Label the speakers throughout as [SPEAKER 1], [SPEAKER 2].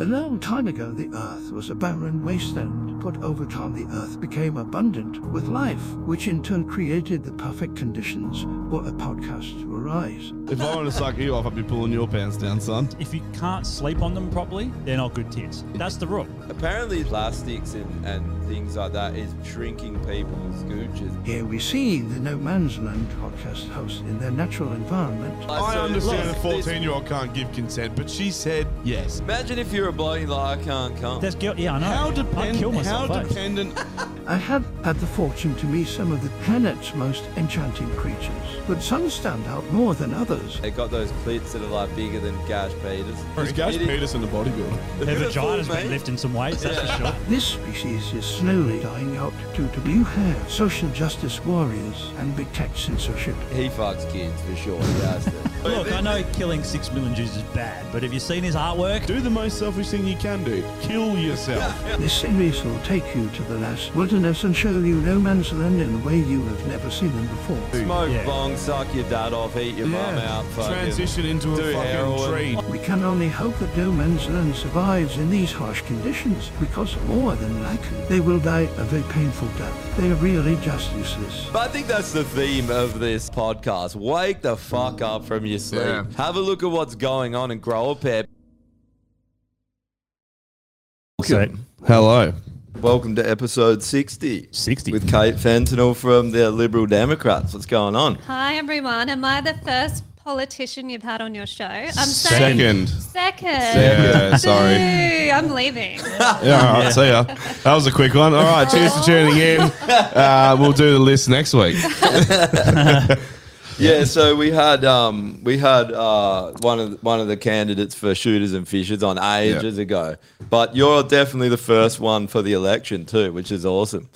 [SPEAKER 1] A long time ago, the Earth was a barren wasteland, but over time the Earth became abundant with life, which in turn created the perfect conditions for a podcast to arise.
[SPEAKER 2] If I wanted to suck you off, I'd be pulling your pants down, son.
[SPEAKER 3] If you can't sleep on them properly, they're not good tits. That's the rule.
[SPEAKER 4] Apparently, plastics and, and things like that is shrinking people's gooches.
[SPEAKER 1] Here we see the No Man's Land podcast host in their natural environment.
[SPEAKER 2] I understand a 14 year old can't give consent, but she said yes.
[SPEAKER 4] Imagine if you're a bloke and you're like, I can't come.
[SPEAKER 3] There's guilt. Yeah, I know.
[SPEAKER 2] How, depend-
[SPEAKER 3] I'd kill myself. eh?
[SPEAKER 2] how
[SPEAKER 3] first.
[SPEAKER 2] dependent.
[SPEAKER 1] I have had the fortune to meet some of the planet's most enchanting creatures, but some stand out more than others.
[SPEAKER 4] They got those clits that are like bigger than Gash Peters.
[SPEAKER 2] Is Gash
[SPEAKER 4] It is
[SPEAKER 2] Peterson a bodybuilder?
[SPEAKER 3] Their
[SPEAKER 4] beautiful,
[SPEAKER 3] vagina's been
[SPEAKER 4] mate.
[SPEAKER 3] lifting some weights, that's for sure.
[SPEAKER 1] This species is slowly dying out due to blue hair, social justice warriors, and big tech censorship.
[SPEAKER 4] He fucks kids for sure. He has to.
[SPEAKER 3] Look, I know killing six million Jews is bad, but have you seen his artwork?
[SPEAKER 2] Do the most selfish thing you can do kill yourself.
[SPEAKER 1] This series will take you to the last wilderness and show you no man's land in a way you have never seen them before.
[SPEAKER 4] Smoke
[SPEAKER 3] Yeah.
[SPEAKER 4] bong, suck your dad off, eat your mum out. Fucking.
[SPEAKER 2] Transition into a
[SPEAKER 4] Do
[SPEAKER 2] fucking
[SPEAKER 4] heroin.
[SPEAKER 2] tree.
[SPEAKER 1] We can only hope that no man's land survives in these harsh conditions, because more than likely they will die a very painful death. They are really just useless.
[SPEAKER 4] But I think that's the theme of this podcast. Wake the fuck up from your sleep.
[SPEAKER 2] Yeah.
[SPEAKER 4] Have a look at what's going on and grow a pair.
[SPEAKER 2] Hello.
[SPEAKER 4] Welcome to episode 60
[SPEAKER 3] 60.
[SPEAKER 4] with Kate Fentanyl from the Liberal Democrats. What's going on?
[SPEAKER 5] Hi everyone. Am I the first politician you've had on your show? I'm saying
[SPEAKER 2] Second.
[SPEAKER 5] second.
[SPEAKER 2] Yeah, sorry.
[SPEAKER 5] Boo, I'm leaving.
[SPEAKER 2] Yeah, all right, see ya. That was a quick one. All right, cheers for tuning in. Uh, we'll do the list next week.
[SPEAKER 4] Yeah, so we had um, we had uh, one of the, one of the candidates for shooters and fishers on ages ago, but you're definitely the first one for the election too, which is awesome.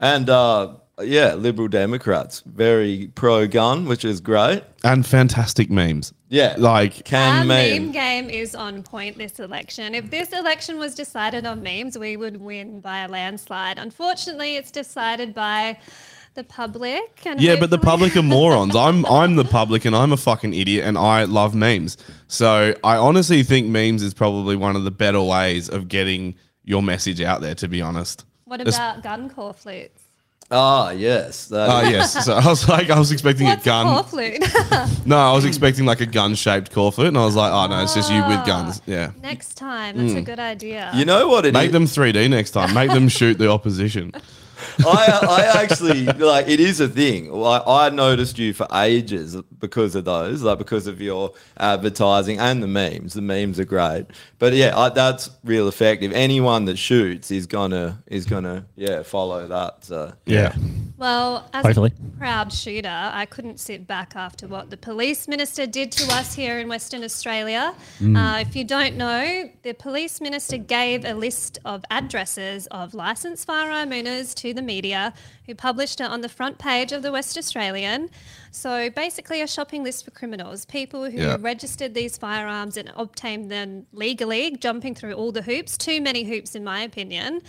[SPEAKER 4] And uh, yeah, Liberal Democrats, very pro gun, which is great.
[SPEAKER 2] And fantastic memes.
[SPEAKER 4] Yeah,
[SPEAKER 2] Like,
[SPEAKER 5] Our meme
[SPEAKER 4] can meme.
[SPEAKER 5] game is on point this election. If this election was decided on memes, we would win by a landslide. Unfortunately, it's decided by the public. And
[SPEAKER 2] yeah, but the
[SPEAKER 5] hopefully-
[SPEAKER 2] public are morons. I'm I'm the public and I'm a fucking idiot and I love memes. So I honestly think memes is probably one of the better ways of getting your message out there, to be honest.
[SPEAKER 5] What
[SPEAKER 2] It's-
[SPEAKER 5] about gun core flutes?
[SPEAKER 4] Ah, yes. that
[SPEAKER 2] Oh
[SPEAKER 4] is-
[SPEAKER 2] yes. So I was like I was expecting
[SPEAKER 5] What's
[SPEAKER 2] a
[SPEAKER 5] a
[SPEAKER 2] gun.
[SPEAKER 5] core flute?
[SPEAKER 2] No, I was expecting like a gun shaped Corfoot and I was like, oh no, it's just you with guns. Yeah.
[SPEAKER 5] Next time, that's a good idea.
[SPEAKER 4] You know what it is.
[SPEAKER 2] Make them 3D next time. Make them shoot the opposition.
[SPEAKER 4] I, I actually like it is a thing. Like I noticed you for ages because of those, like because of your advertising and the memes. The memes are great, but yeah, I, that's real effective. Anyone that shoots is gonna is gonna yeah follow that. uh, So.
[SPEAKER 2] Yeah.
[SPEAKER 5] Well, as
[SPEAKER 3] Hopefully.
[SPEAKER 5] a proud shooter, I couldn't sit back after what the police minister did to us here in Western Australia. Uh, if you don't know, the police minister gave a list of addresses of licensed firearm owners to the media, who published it on the front page of the West Australian. So basically, a shopping list for criminals, people who
[SPEAKER 2] Yeah.
[SPEAKER 5] registered these firearms and obtained them legally, jumping through all the hoops, too many hoops, in my opinion.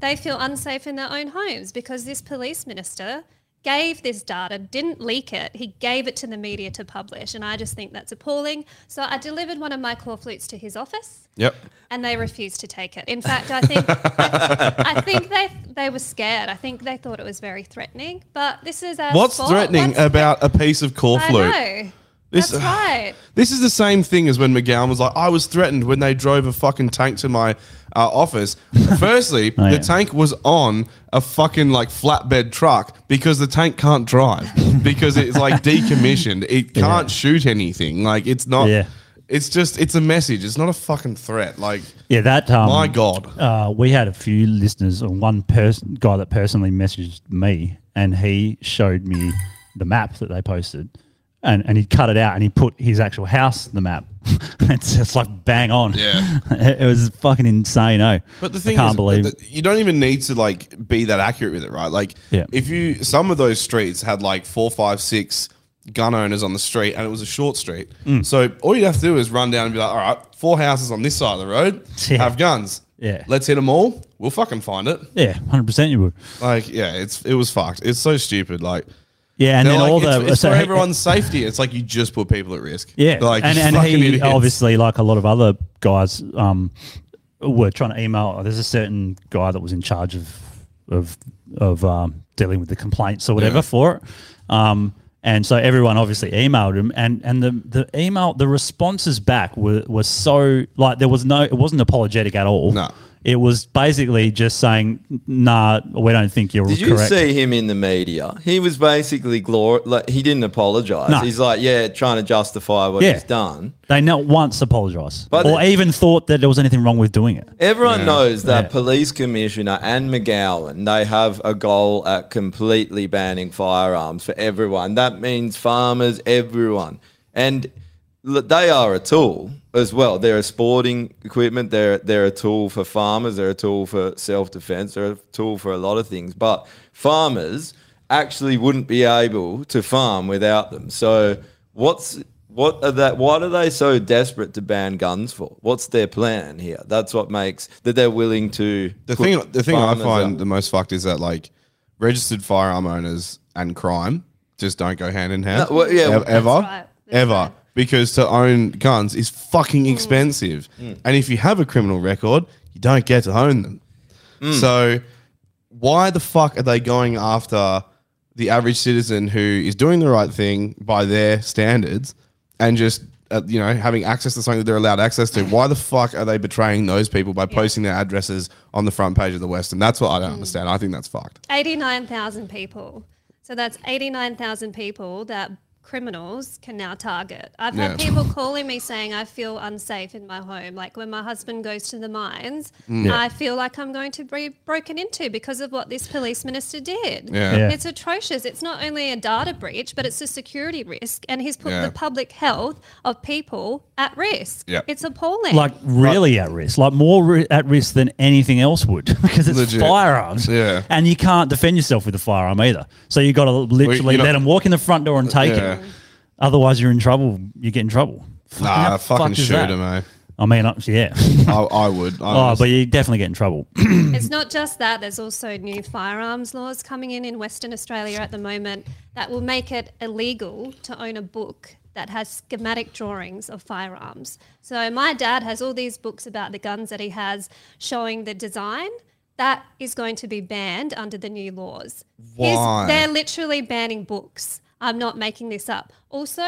[SPEAKER 5] They feel unsafe in their own homes because this police minister gave this data, didn't leak it. He gave it to the media to publish. And I just think that's appalling. So I delivered one of my claw flutes to his office
[SPEAKER 2] Yep.
[SPEAKER 5] and they refused to take it. In fact, I think I, think they they were scared. I think they thought it was very threatening. But this is our
[SPEAKER 2] What's
[SPEAKER 5] fault.
[SPEAKER 2] threatening
[SPEAKER 5] What's-
[SPEAKER 2] about a piece of core
[SPEAKER 5] I
[SPEAKER 2] flute?
[SPEAKER 5] know.
[SPEAKER 2] This-
[SPEAKER 5] That's right.
[SPEAKER 2] This is the same thing as when McGowan was like, I was threatened when they drove a fucking tank to my uh, office. Firstly,
[SPEAKER 3] Oh,
[SPEAKER 2] the
[SPEAKER 3] yeah.
[SPEAKER 2] tank was on a fucking like flatbed truck because the tank can't drive because it's like decommissioned. It can't shoot anything. Like it's not.
[SPEAKER 6] Yeah.
[SPEAKER 2] It's just it's a message. It's not a fucking threat. Like
[SPEAKER 6] Yeah, that. Um,
[SPEAKER 2] My God.
[SPEAKER 6] uh, we had a few listeners, or one person, guy that personally messaged me, and he showed
[SPEAKER 4] Um,
[SPEAKER 6] me the map that they posted, and and he cut it out and he put his actual house in the map. it's just like bang on.
[SPEAKER 2] Yeah.
[SPEAKER 6] it, it was fucking insane. Oh,
[SPEAKER 2] But the thing
[SPEAKER 6] I can't
[SPEAKER 2] is,
[SPEAKER 6] believe.
[SPEAKER 2] th- th- you don't even need to like be that accurate with it, right? Like,
[SPEAKER 6] Yeah.
[SPEAKER 2] if you some of those streets had like four, five, six gun owners on the street, and it was a short street,
[SPEAKER 6] Mm.
[SPEAKER 2] so all you would have to do is run down and be like, all right, four houses on this side of the road have guns.
[SPEAKER 6] Yeah.
[SPEAKER 2] let's hit them all. We'll fucking find it.
[SPEAKER 6] yeah, hundred percent. You would.
[SPEAKER 2] Like, yeah, it's it was fucked. It's so stupid. Like,
[SPEAKER 6] Yeah, and
[SPEAKER 2] they're
[SPEAKER 6] then
[SPEAKER 2] like,
[SPEAKER 6] all
[SPEAKER 2] it's,
[SPEAKER 6] the
[SPEAKER 2] it's
[SPEAKER 6] so
[SPEAKER 2] for
[SPEAKER 6] he-
[SPEAKER 2] everyone's safety. It's like you just put people at risk.
[SPEAKER 6] Yeah,
[SPEAKER 2] like
[SPEAKER 6] and,
[SPEAKER 2] you
[SPEAKER 6] and
[SPEAKER 2] fucking
[SPEAKER 6] he
[SPEAKER 2] idiots.
[SPEAKER 6] obviously, like a lot of other guys, um, were trying to email. oh, There's a certain guy that was in charge of of of um, dealing with the complaints or whatever
[SPEAKER 3] Yeah.
[SPEAKER 6] for it, um, and so everyone obviously emailed him, and and the the email the responses back were were so like there was no it wasn't apologetic at all. No. It was basically just saying, "Nah, we don't think you're
[SPEAKER 4] Did you
[SPEAKER 6] correct."
[SPEAKER 4] see him in the media? He was basically glor like he didn't apologize.
[SPEAKER 6] No.
[SPEAKER 4] He's like, yeah, trying to justify what
[SPEAKER 6] Yeah.
[SPEAKER 4] he's done.
[SPEAKER 6] they not once apologise,
[SPEAKER 4] But
[SPEAKER 6] or even thought that there was anything wrong with doing it.
[SPEAKER 4] Everyone
[SPEAKER 6] Yeah.
[SPEAKER 4] knows that police commissioner and McGowan they have a goal at completely banning firearms for everyone. That means farmers, everyone, and l- they are a tool as well. They're a sporting equipment. They're they're a tool for farmers. They're a tool for self defense. They're a tool for a lot of things. But farmers actually wouldn't be able to farm without them. So what's what are that? What are they so desperate to ban guns for? What's their plan here? That's what makes that they're willing to.
[SPEAKER 2] The
[SPEAKER 4] put
[SPEAKER 2] thing, the thing I
[SPEAKER 4] farmers
[SPEAKER 2] find
[SPEAKER 4] out.
[SPEAKER 2] the most fucked is that like registered firearm owners and crime just don't go hand in hand.
[SPEAKER 4] No, well, yeah,
[SPEAKER 2] E-
[SPEAKER 4] well-
[SPEAKER 2] ever,
[SPEAKER 4] That's right,
[SPEAKER 2] ever, because to own guns is fucking expensive,
[SPEAKER 4] Mm.
[SPEAKER 2] and if you have a criminal record, you don't get to own them.
[SPEAKER 4] Mm.
[SPEAKER 2] So why the fuck are they going after the average citizen who is doing the right thing by their standards and just uh, you know having access to something that they're allowed access to? Why the fuck are they betraying those people by posting their addresses on the front page of the Western? That's what I don't understand. I think that's fucked.
[SPEAKER 5] 89,000 people. So that's 89,000 people that criminals can now target. I've had
[SPEAKER 2] Yeah.
[SPEAKER 5] people calling me saying, I feel unsafe in my home. Like when my husband goes to the mines,
[SPEAKER 2] Mm. Yeah.
[SPEAKER 5] I feel like I'm going to be broken into because of what this police minister did.
[SPEAKER 2] Yeah. Yeah.
[SPEAKER 5] It's atrocious. It's not only a data breach, but it's a security risk. And he's put
[SPEAKER 6] Yeah.
[SPEAKER 5] the public health of people at risk.
[SPEAKER 6] Yeah.
[SPEAKER 5] It's appalling.
[SPEAKER 6] like really at risk, like more ri- at risk than anything else would, because it's
[SPEAKER 2] Legit.
[SPEAKER 6] firearms.
[SPEAKER 2] Yeah.
[SPEAKER 6] and you can't defend yourself with a firearm either. So you got to literally
[SPEAKER 2] you're
[SPEAKER 6] let
[SPEAKER 2] not-
[SPEAKER 6] them walk in the front door and take
[SPEAKER 2] Yeah.
[SPEAKER 6] it. Otherwise, you're in trouble. You get in trouble.
[SPEAKER 2] Nah,
[SPEAKER 6] how
[SPEAKER 2] fucking
[SPEAKER 6] fucked is
[SPEAKER 2] shoot
[SPEAKER 6] that?
[SPEAKER 2] 'em, eh?
[SPEAKER 6] I mean, uh, yeah.
[SPEAKER 2] I, I would.
[SPEAKER 6] oh, but you definitely get in trouble.
[SPEAKER 5] It's not just that. There's also new firearms laws coming in in Western Australia at the moment that will make it illegal to own a book that has schematic drawings of firearms. So my dad has all these books about the guns that he has showing the design. That is going to be banned under the new laws. He's-
[SPEAKER 2] Why?
[SPEAKER 5] They're literally banning books. I'm not making this up. Also,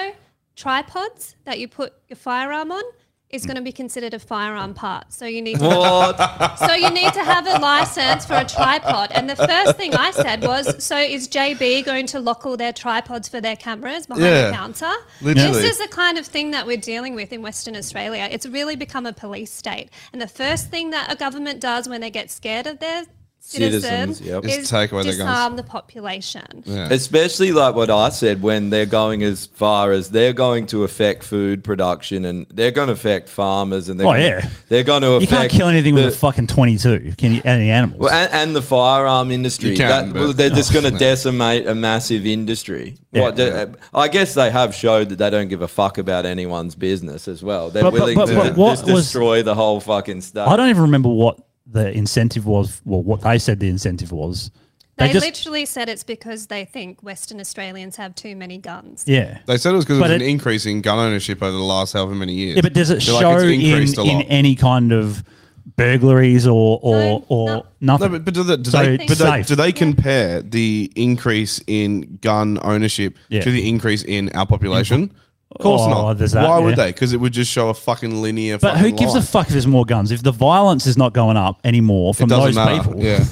[SPEAKER 5] tripods that you put your firearm on is going to be considered a firearm part. So you need to
[SPEAKER 4] What?
[SPEAKER 5] so you need to have a license for a tripod. And the first thing I said was, so is JB going to lock all their tripods for their cameras behind
[SPEAKER 2] Yeah.
[SPEAKER 5] the counter?
[SPEAKER 2] Literally.
[SPEAKER 5] This is the kind of thing that we're dealing with in Western Australia. It's really become a police state. And the first thing that a government does when they get scared of their citizens
[SPEAKER 4] Citizens, yep.
[SPEAKER 5] is,
[SPEAKER 4] Is take away their guns.
[SPEAKER 5] disarm the population.
[SPEAKER 4] Especially like what I said when they're going as far as they're going to affect food production and they're going to affect farmers and they're
[SPEAKER 6] Oh,
[SPEAKER 4] gonna,
[SPEAKER 6] yeah.
[SPEAKER 4] they're going to affect
[SPEAKER 6] you can't kill anything
[SPEAKER 4] the-
[SPEAKER 6] with a fucking twenty-two. Can you? Any animal?
[SPEAKER 4] Well, and, and the firearm industry.
[SPEAKER 6] You can,
[SPEAKER 4] That-
[SPEAKER 6] but-
[SPEAKER 4] well, they're just
[SPEAKER 6] Oh,
[SPEAKER 4] going to
[SPEAKER 6] no.
[SPEAKER 4] decimate a massive industry.
[SPEAKER 6] Yeah.
[SPEAKER 4] What, they- I guess they have showed that they don't give a fuck about anyone's business as well. They're
[SPEAKER 6] But- but-
[SPEAKER 4] willing
[SPEAKER 6] but-
[SPEAKER 4] to
[SPEAKER 6] but
[SPEAKER 4] just
[SPEAKER 6] what was-
[SPEAKER 4] destroy the whole fucking stuff.
[SPEAKER 6] I don't even remember what the incentive was. Well, what they said the incentive was.
[SPEAKER 5] They,
[SPEAKER 6] just
[SPEAKER 5] literally said it's because they think Western Australians have too many guns.
[SPEAKER 6] Yeah.
[SPEAKER 2] They said it was because
[SPEAKER 6] But
[SPEAKER 2] of an
[SPEAKER 6] it-
[SPEAKER 2] increase in gun ownership over the last however many years.
[SPEAKER 6] Yeah, but does it
[SPEAKER 2] They're
[SPEAKER 6] show
[SPEAKER 2] like, it's increased
[SPEAKER 6] in,
[SPEAKER 2] a lot.
[SPEAKER 6] in any kind of burglaries or or, or nothing?
[SPEAKER 2] No, but, but do they, do
[SPEAKER 6] So
[SPEAKER 2] they,
[SPEAKER 6] it's
[SPEAKER 2] but they,
[SPEAKER 6] safe.
[SPEAKER 2] do they compare the increase in gun ownership
[SPEAKER 6] Yeah.
[SPEAKER 2] to the increase in our population? Of course
[SPEAKER 6] Oh,
[SPEAKER 2] not.
[SPEAKER 6] there's that,
[SPEAKER 2] Why would
[SPEAKER 6] yeah.
[SPEAKER 2] they? Because it would just show a fucking linear.
[SPEAKER 6] But who gives
[SPEAKER 2] a
[SPEAKER 6] a fuck if there's more guns? If the violence is not going up anymore from
[SPEAKER 2] it doesn't
[SPEAKER 6] those
[SPEAKER 2] matter.
[SPEAKER 6] people,
[SPEAKER 2] Yeah,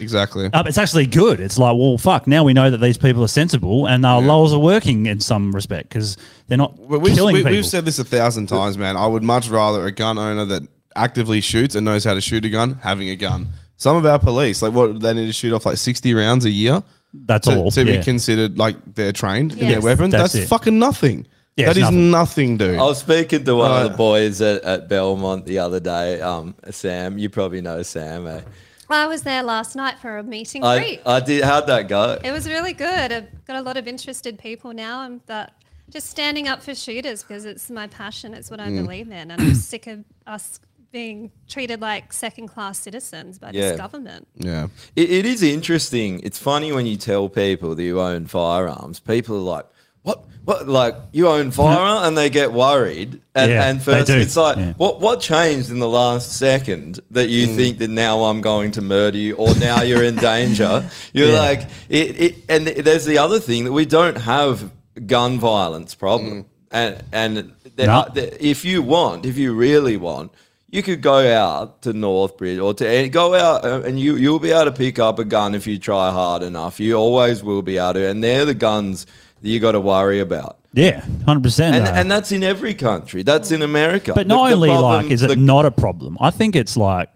[SPEAKER 2] exactly.
[SPEAKER 6] uh, it's actually good. It's like, well, fuck. Now we know that these people are sensible and our laws are working in some respect because they're not
[SPEAKER 2] But we've,
[SPEAKER 6] killing
[SPEAKER 2] we,
[SPEAKER 6] people.
[SPEAKER 2] we've said this a thousand times, man. I would much rather a gun owner that actively shoots and knows how to shoot a gun having a gun. Some of our police, like what they need to shoot off like sixty rounds a year.
[SPEAKER 6] That's
[SPEAKER 2] to,
[SPEAKER 6] all,
[SPEAKER 2] to
[SPEAKER 6] yeah.
[SPEAKER 2] be considered like they're trained in their
[SPEAKER 6] Yes.
[SPEAKER 2] weapons.
[SPEAKER 6] That's
[SPEAKER 2] That's,
[SPEAKER 6] it.
[SPEAKER 2] fucking nothing.
[SPEAKER 4] Yeah,
[SPEAKER 2] that
[SPEAKER 4] it's
[SPEAKER 2] is
[SPEAKER 4] nothing.
[SPEAKER 2] nothing, dude.
[SPEAKER 4] I was speaking to one
[SPEAKER 2] Uh,
[SPEAKER 4] of the boys at, at Belmont the other day. Um, Sam, you probably know Sam. Eh?
[SPEAKER 5] I was there last night for a meeting
[SPEAKER 4] I,
[SPEAKER 5] greet.
[SPEAKER 4] I did. How'd that go?
[SPEAKER 5] It was really good. I've got a lot of interested people now, and that just standing up for shooters because it's my passion. It's what I
[SPEAKER 4] Mm.
[SPEAKER 5] believe in, and I'm sick of us being treated like second-class citizens by
[SPEAKER 4] Yeah.
[SPEAKER 5] this government.
[SPEAKER 2] Yeah.
[SPEAKER 4] It, it is interesting. It's funny when you tell people that you own firearms, people are like, what? What? Like, you own firearm? And they get worried. And,
[SPEAKER 6] Yeah,
[SPEAKER 4] and
[SPEAKER 6] they
[SPEAKER 4] first,
[SPEAKER 6] do.
[SPEAKER 4] it's like, what, what changed in the last second that you think that now I'm going to murder you or now you're in danger? You're
[SPEAKER 6] Yeah.
[SPEAKER 4] like, it, it, and there's the other thing that we don't have gun violence problem. And, and there
[SPEAKER 6] No.
[SPEAKER 4] are- there- if you want, if you really want, you could go out to Northbridge or to and go out uh, and you you'll be able to pick up a gun if you try hard enough. You always will be able to, and they're the guns that you got to worry about.
[SPEAKER 6] yeah, hundred percent.
[SPEAKER 4] And and that's in every country. That's in America.
[SPEAKER 6] But
[SPEAKER 4] The-
[SPEAKER 6] not
[SPEAKER 4] the
[SPEAKER 6] only
[SPEAKER 4] problem-
[SPEAKER 6] like is
[SPEAKER 4] the-
[SPEAKER 6] it not a problem. I think it's like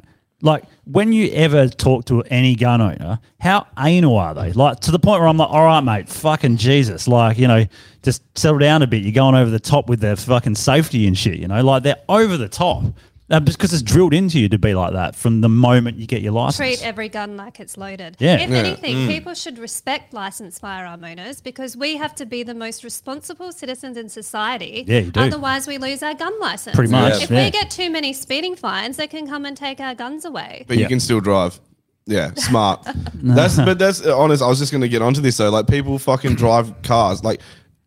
[SPEAKER 6] like when you ever talk to any gun owner, how anal are they? Like to the point where I'm like, all right, mate, fucking Jesus, like you know, just settle down a bit. You're going over the top with their fucking safety and shit. You know, like they're over the top. Uh, because it's drilled into you to be like that from the moment you get your license.
[SPEAKER 5] Treat every gun like it's loaded.
[SPEAKER 6] Yeah.
[SPEAKER 5] If
[SPEAKER 6] Yeah.
[SPEAKER 5] anything,
[SPEAKER 6] Mm.
[SPEAKER 5] people should respect licensed firearm owners because we have to be the most responsible citizens in society.
[SPEAKER 6] Yeah, you do.
[SPEAKER 5] Otherwise, we lose our gun license.
[SPEAKER 2] Pretty much,
[SPEAKER 5] If
[SPEAKER 2] yeah.
[SPEAKER 5] we get too many speeding fines, they can come and take our guns away.
[SPEAKER 2] But you can still drive. Yeah, smart. that's but that's uh, honest. I was just going to get onto this though. Like people fucking drive cars. Like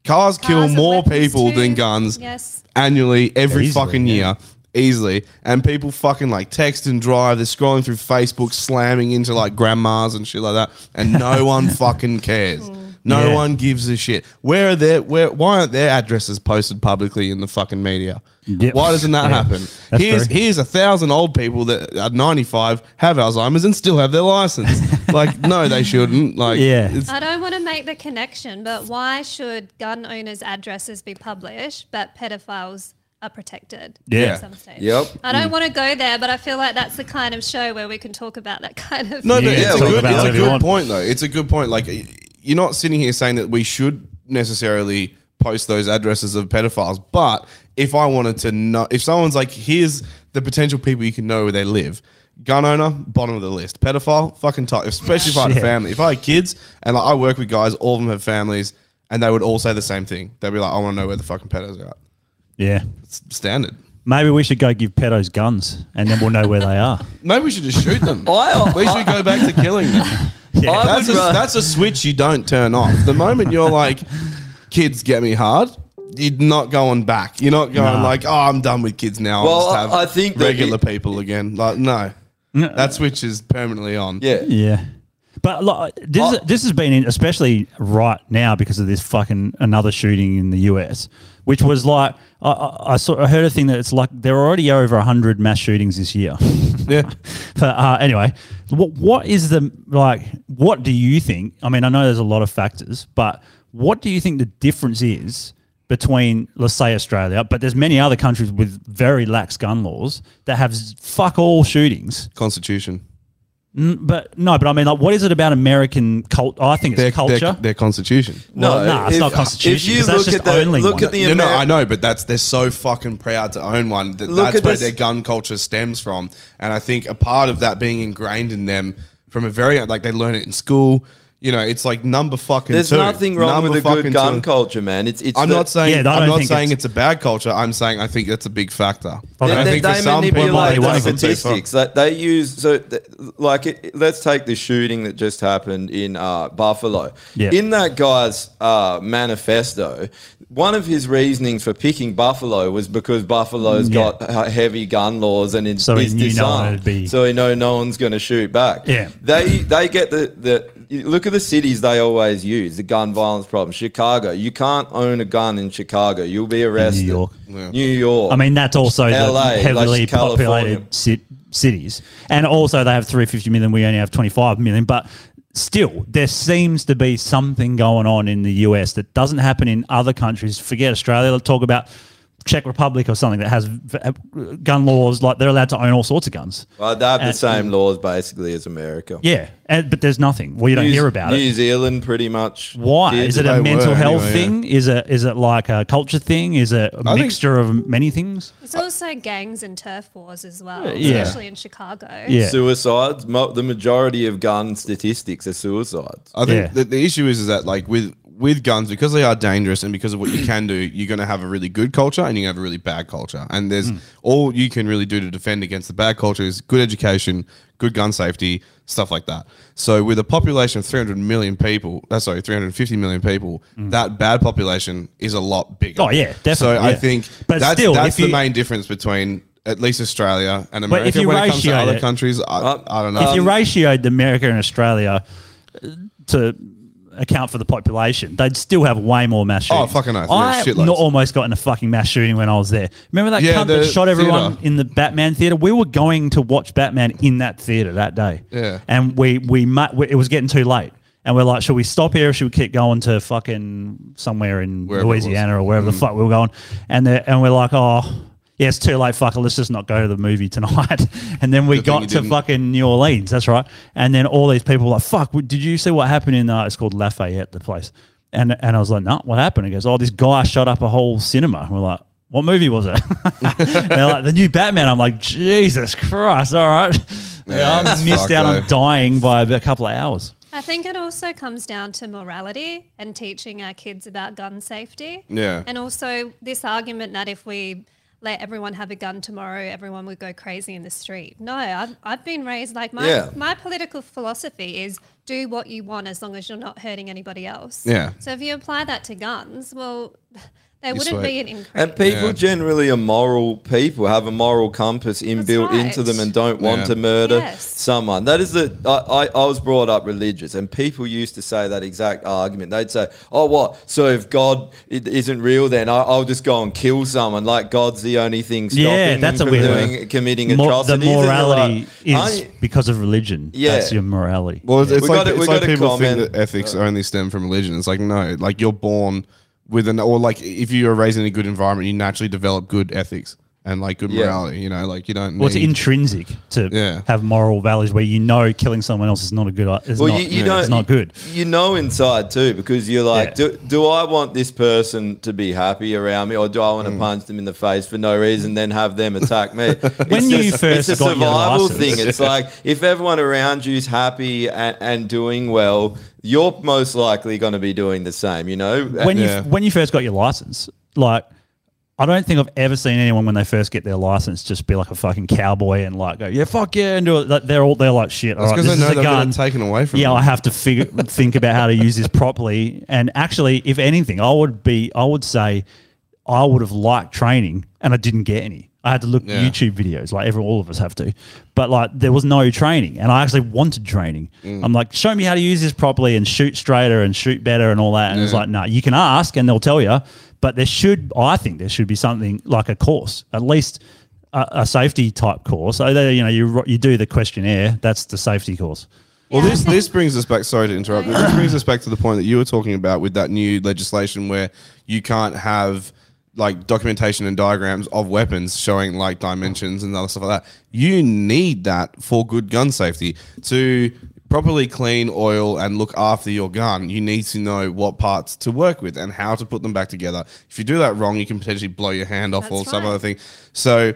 [SPEAKER 2] cars, kill more people than guns
[SPEAKER 5] Yes.
[SPEAKER 2] annually every
[SPEAKER 6] Easily,
[SPEAKER 2] fucking year. Easily, and people fucking like text and drive. They're scrolling through Facebook, slamming into like grandmas and shit like that, and no one fucking cares. No
[SPEAKER 6] Yeah.
[SPEAKER 2] one gives a shit. Where are their where? Why aren't their addresses posted publicly in the fucking media? Why doesn't that
[SPEAKER 6] Yeah.
[SPEAKER 2] happen?
[SPEAKER 6] That's
[SPEAKER 2] Here's
[SPEAKER 6] true.
[SPEAKER 2] here's a thousand old people that are 95 have Alzheimer's and still have their license. like, no, they shouldn't. Like,
[SPEAKER 6] Yeah.
[SPEAKER 2] it's-
[SPEAKER 5] I don't want to make the connection, but why should gun owners' addresses be published, but pedophiles are protected?
[SPEAKER 2] Yeah.
[SPEAKER 5] At some stage?
[SPEAKER 2] Yep.
[SPEAKER 5] I don't
[SPEAKER 2] Mm.
[SPEAKER 5] want to go there, but I feel like that's the kind of show where we can talk about that kind of.
[SPEAKER 2] no,
[SPEAKER 5] thing.
[SPEAKER 2] but
[SPEAKER 6] can
[SPEAKER 2] yeah, it's a
[SPEAKER 6] talk
[SPEAKER 2] good,
[SPEAKER 6] about
[SPEAKER 2] it's a
[SPEAKER 6] whatever you
[SPEAKER 2] good
[SPEAKER 6] want.
[SPEAKER 2] point though. It's a good point. Like, y- you're not sitting here saying that we should necessarily post those addresses of pedophiles, but if I wanted to know, if someone's like, here's the potential people you can know where they live. Gun owner, bottom of the list. Pedophile, fucking top. Especially if I had a
[SPEAKER 6] Shit.
[SPEAKER 2] family. If I had kids, and like, I work with guys, all of them have families, and they would all say the same thing. They'd be like, I want to know where the fucking pedos are. at."
[SPEAKER 6] Yeah.
[SPEAKER 2] It's standard.
[SPEAKER 6] Maybe we should go give pedos guns and then we'll know where they are.
[SPEAKER 2] Maybe we should just shoot them. we should go back to killing them.
[SPEAKER 4] I
[SPEAKER 2] that's, a,
[SPEAKER 4] would ra-
[SPEAKER 2] that's a switch you don't turn off. The moment you're like, kids get me hard, you're not going back. You're not going
[SPEAKER 4] Nah.
[SPEAKER 2] like, oh, I'm done with kids now.
[SPEAKER 4] Well,
[SPEAKER 2] I'll just
[SPEAKER 4] I-
[SPEAKER 2] have
[SPEAKER 4] I think that
[SPEAKER 2] regular
[SPEAKER 4] it-
[SPEAKER 2] people again. Like, no. That switch is permanently on.
[SPEAKER 4] Yeah.
[SPEAKER 6] Yeah. But like, this, this has been in, especially right now because of this fucking another shooting in the US, which was like I, I, I saw I heard a thing that it's like there are already over hundred mass shootings this year.
[SPEAKER 2] yeah.
[SPEAKER 6] But uh, anyway, what what is the like? What do you think? I mean, I know there's a lot of factors, but what do you think the difference is between, let's say, Australia, but there's many other countries with very lax gun laws that have z- fuck all shootings.
[SPEAKER 2] Constitution.
[SPEAKER 6] N- but no, but I mean, like, what is it about American cult? I think it's
[SPEAKER 2] Their,
[SPEAKER 6] culture.
[SPEAKER 2] Their, their constitution.
[SPEAKER 6] No, Well, nah, it's if- not constitution, if you 'cause that's look just at the- only look one. at the
[SPEAKER 2] no, no,
[SPEAKER 6] Ameri-
[SPEAKER 2] I know, but that's they're so fucking proud to own one. That
[SPEAKER 4] Look
[SPEAKER 2] that's
[SPEAKER 4] at
[SPEAKER 2] where
[SPEAKER 4] this-
[SPEAKER 2] their gun culture stems from, and I think a part of that being ingrained in them from a very like they learn it in school. You know, it's like number fucking.
[SPEAKER 4] there's
[SPEAKER 2] two,
[SPEAKER 4] nothing wrong
[SPEAKER 2] number
[SPEAKER 4] with a
[SPEAKER 2] fucking
[SPEAKER 4] good gun
[SPEAKER 2] two.
[SPEAKER 4] culture, man. It's it's
[SPEAKER 2] I'm
[SPEAKER 4] the-
[SPEAKER 2] not saying I'm not saying it's, a bad culture. I'm saying I think that's a big factor. And I
[SPEAKER 4] They,
[SPEAKER 2] think
[SPEAKER 4] they,
[SPEAKER 2] for some people,
[SPEAKER 4] manipulate
[SPEAKER 2] that's
[SPEAKER 4] the
[SPEAKER 2] a big factor.
[SPEAKER 4] statistics. Like they use so, th- like, it, let's take the shooting that just happened in uh, Buffalo.
[SPEAKER 6] Yeah.
[SPEAKER 4] In that guy's uh, manifesto, one of his reasonings for picking Buffalo was because Buffalo's
[SPEAKER 6] Yeah.
[SPEAKER 4] got got heavy gun laws and it's
[SPEAKER 6] So he
[SPEAKER 4] it's
[SPEAKER 6] knew no one
[SPEAKER 4] disarmed.
[SPEAKER 6] would be-
[SPEAKER 4] So he know no one's going to shoot back.
[SPEAKER 6] Yeah.
[SPEAKER 4] they they get the the you look at the cities they always use the gun violence problem. Chicago, you can't own a gun in Chicago. You'll be arrested. New York. New York.
[SPEAKER 6] I mean, that's also
[SPEAKER 4] LA,
[SPEAKER 6] the heavily
[SPEAKER 4] like California.
[SPEAKER 6] populated ci- cities. And also, they have 350 million. We only have 25 million. But still, there seems to be something going on in the US that doesn't happen in other countries. Forget Australia. Let's talk about Czech Republic or something that has v- uh, gun laws. Like, they're allowed to own all sorts of guns.
[SPEAKER 4] Well, they have the
[SPEAKER 6] And-
[SPEAKER 4] same laws basically as America.
[SPEAKER 6] Yeah. And, but there's nothing. Well, you don't
[SPEAKER 4] New-
[SPEAKER 6] hear about
[SPEAKER 4] New
[SPEAKER 6] it.
[SPEAKER 4] Zealand, pretty much.
[SPEAKER 6] Why
[SPEAKER 4] did.
[SPEAKER 6] is it a mental health thing? Is it is it like a culture thing? Is it a
[SPEAKER 4] I think-
[SPEAKER 6] mixture of many things?
[SPEAKER 5] There's also gangs and turf wars as well,
[SPEAKER 4] Yeah.
[SPEAKER 5] especially in Chicago.
[SPEAKER 4] Suicides. Mo- the majority of gun statistics are suicides.
[SPEAKER 2] I think the, the issue is, is that like with with guns because they are dangerous and because of what you can do, you're going to have a really good culture and you have a really bad culture. And there's
[SPEAKER 6] Hmm.
[SPEAKER 2] all you can really do to defend against the bad culture is good education, good gun safety, stuff like that. So with a population of 300 million people, that's sorry, 350 million people, that bad population is a lot bigger.
[SPEAKER 6] Hmm. Oh, yeah, definitely,
[SPEAKER 2] So I
[SPEAKER 6] yeah.
[SPEAKER 2] think
[SPEAKER 6] But
[SPEAKER 2] that's,
[SPEAKER 6] still,
[SPEAKER 2] that's
[SPEAKER 6] if
[SPEAKER 2] the
[SPEAKER 6] you-
[SPEAKER 2] main difference between at least Australia and
[SPEAKER 6] But if
[SPEAKER 2] America
[SPEAKER 6] you
[SPEAKER 2] when it comes to
[SPEAKER 6] ratioed
[SPEAKER 2] other
[SPEAKER 6] it-
[SPEAKER 2] countries. I,
[SPEAKER 4] Uh,
[SPEAKER 2] I don't know.
[SPEAKER 6] if you ratioed America and Australia uh, to account for the population, they'd still have way more mass
[SPEAKER 2] Oh,
[SPEAKER 6] shootings.
[SPEAKER 2] fucking oath, yeah,
[SPEAKER 6] I
[SPEAKER 2] shitloads.
[SPEAKER 6] not almost got in a fucking mass shooting when I was there. Remember that
[SPEAKER 2] Yeah,
[SPEAKER 6] cunt that
[SPEAKER 2] the
[SPEAKER 6] shot everyone
[SPEAKER 2] theatre.
[SPEAKER 6] in the Batman theater? We were going to watch Batman in that theater that day.
[SPEAKER 2] Yeah.
[SPEAKER 6] And we, we, mu- we it was getting too late. And we're like, should we stop here or should we keep going to fucking somewhere in
[SPEAKER 2] Wherever it was.
[SPEAKER 6] Louisiana or wherever the
[SPEAKER 2] Mm.
[SPEAKER 6] fuck we were going? And the, and we're like, oh, yeah, it's too late, fucker. Let's just not go to the movie tonight. and then we
[SPEAKER 2] Good thing you
[SPEAKER 6] got to
[SPEAKER 2] didn't.
[SPEAKER 6] fucking New Orleans. That's right. And then all these people were like, fuck, w- did you see what happened in, uh, it's called Lafayette, the place. And, and I was like, no, what happened? He goes, oh, this guy shut up a whole cinema. And we're like, what movie was it? And They're like, the new Batman. I'm like, Jesus Christ. All right.
[SPEAKER 2] Yeah,
[SPEAKER 6] I missed
[SPEAKER 2] fuck,
[SPEAKER 6] out
[SPEAKER 2] though.
[SPEAKER 6] on dying by a couple of hours.
[SPEAKER 5] I think it also comes down to morality and teaching our kids about gun safety.
[SPEAKER 6] Yeah.
[SPEAKER 5] And also this argument that if we let everyone have a gun tomorrow, everyone would go crazy in the street. No, I've, I've been raised like my,
[SPEAKER 2] Yeah.
[SPEAKER 5] my political philosophy is do what you want as long as you're not hurting anybody else.
[SPEAKER 4] Yeah.
[SPEAKER 5] So if you apply that to guns, well, there
[SPEAKER 4] You're
[SPEAKER 5] wouldn't
[SPEAKER 4] sweet.
[SPEAKER 5] be an increase.
[SPEAKER 4] And people generally are moral people, have a moral compass inbuilt
[SPEAKER 5] right.
[SPEAKER 4] into them and don't want
[SPEAKER 2] Yeah.
[SPEAKER 4] to murder
[SPEAKER 5] Yes.
[SPEAKER 4] someone. That is the, I, I, I was brought up religious and people used to say that exact argument. They'd say, oh, what? So if God i- isn't real, then I, I'll just go and kill someone. Like God's the only thing stopping
[SPEAKER 6] yeah, that's a
[SPEAKER 4] them from
[SPEAKER 6] weird
[SPEAKER 4] doing, committing
[SPEAKER 6] Mo-
[SPEAKER 4] atrocities.
[SPEAKER 6] The
[SPEAKER 4] And they're
[SPEAKER 6] morality
[SPEAKER 4] like,
[SPEAKER 6] is
[SPEAKER 4] "Aren't you-
[SPEAKER 6] because of religion.
[SPEAKER 4] Yeah.
[SPEAKER 6] That's your morality.
[SPEAKER 2] Well, it's,
[SPEAKER 4] Yeah. We
[SPEAKER 2] it's like,
[SPEAKER 4] got it-
[SPEAKER 2] it's
[SPEAKER 4] we
[SPEAKER 2] like
[SPEAKER 4] got a
[SPEAKER 2] people
[SPEAKER 4] comment. uh,
[SPEAKER 2] think that ethics only stem from religion. It's like no, like you're born with an or like if you are raised in a good environment, you naturally develop good ethics and like good
[SPEAKER 6] Yeah.
[SPEAKER 2] morality. You know, like you don't.
[SPEAKER 6] Well, it's
[SPEAKER 2] need-
[SPEAKER 6] intrinsic to have moral values where you know killing someone else is not a good. i- Is not, it's not good.
[SPEAKER 4] You know inside too, because you're like, do, do I want this person to be happy around me, or do I want to punch them in the face for no reason, then have them attack me?
[SPEAKER 6] When you first
[SPEAKER 4] it's a
[SPEAKER 6] got your
[SPEAKER 4] survival
[SPEAKER 6] license.
[SPEAKER 4] thing. It's like if everyone around you's happy and, and doing well, you're most likely going to be doing the same. You know,
[SPEAKER 6] When you when you first got your license, like I don't think I've ever seen anyone when they first get their license just be like a fucking cowboy and like go yeah fuck yeah and do it. Like, they're all they're like shit. All
[SPEAKER 2] That's
[SPEAKER 6] right,
[SPEAKER 2] because
[SPEAKER 6] this
[SPEAKER 2] they know
[SPEAKER 6] is a
[SPEAKER 2] they'll get
[SPEAKER 6] gun.
[SPEAKER 2] it taken away from.
[SPEAKER 6] yeah,
[SPEAKER 2] them.
[SPEAKER 6] I have to figure think about how to use this properly. And actually, if anything, I would be I would say I would have liked training, and I didn't get any. I had to look
[SPEAKER 2] Yeah.
[SPEAKER 6] YouTube videos, like every all of us have to. But like there was no training, and I actually wanted training.
[SPEAKER 2] Mm.
[SPEAKER 6] I'm like, show me how to use this properly and shoot straighter and shoot better and all that. And it's
[SPEAKER 2] Yeah.
[SPEAKER 6] like, no, you can ask and they'll tell you. But there should, I think, there should be something like a course, at least a, a safety type course. So they, you know, you ro- you do the questionnaire. That's the safety course.
[SPEAKER 2] Well, this this brings us back. Sorry to interrupt. But this brings us back to the point that you were talking about with that new legislation where you can't have like documentation and diagrams of weapons showing like dimensions and other stuff like that. You need that for good gun safety to properly clean oil and look after your gun. You need to know what parts to work with and how to put them back together. If you do that wrong, you can potentially blow your hand off or some other thing. So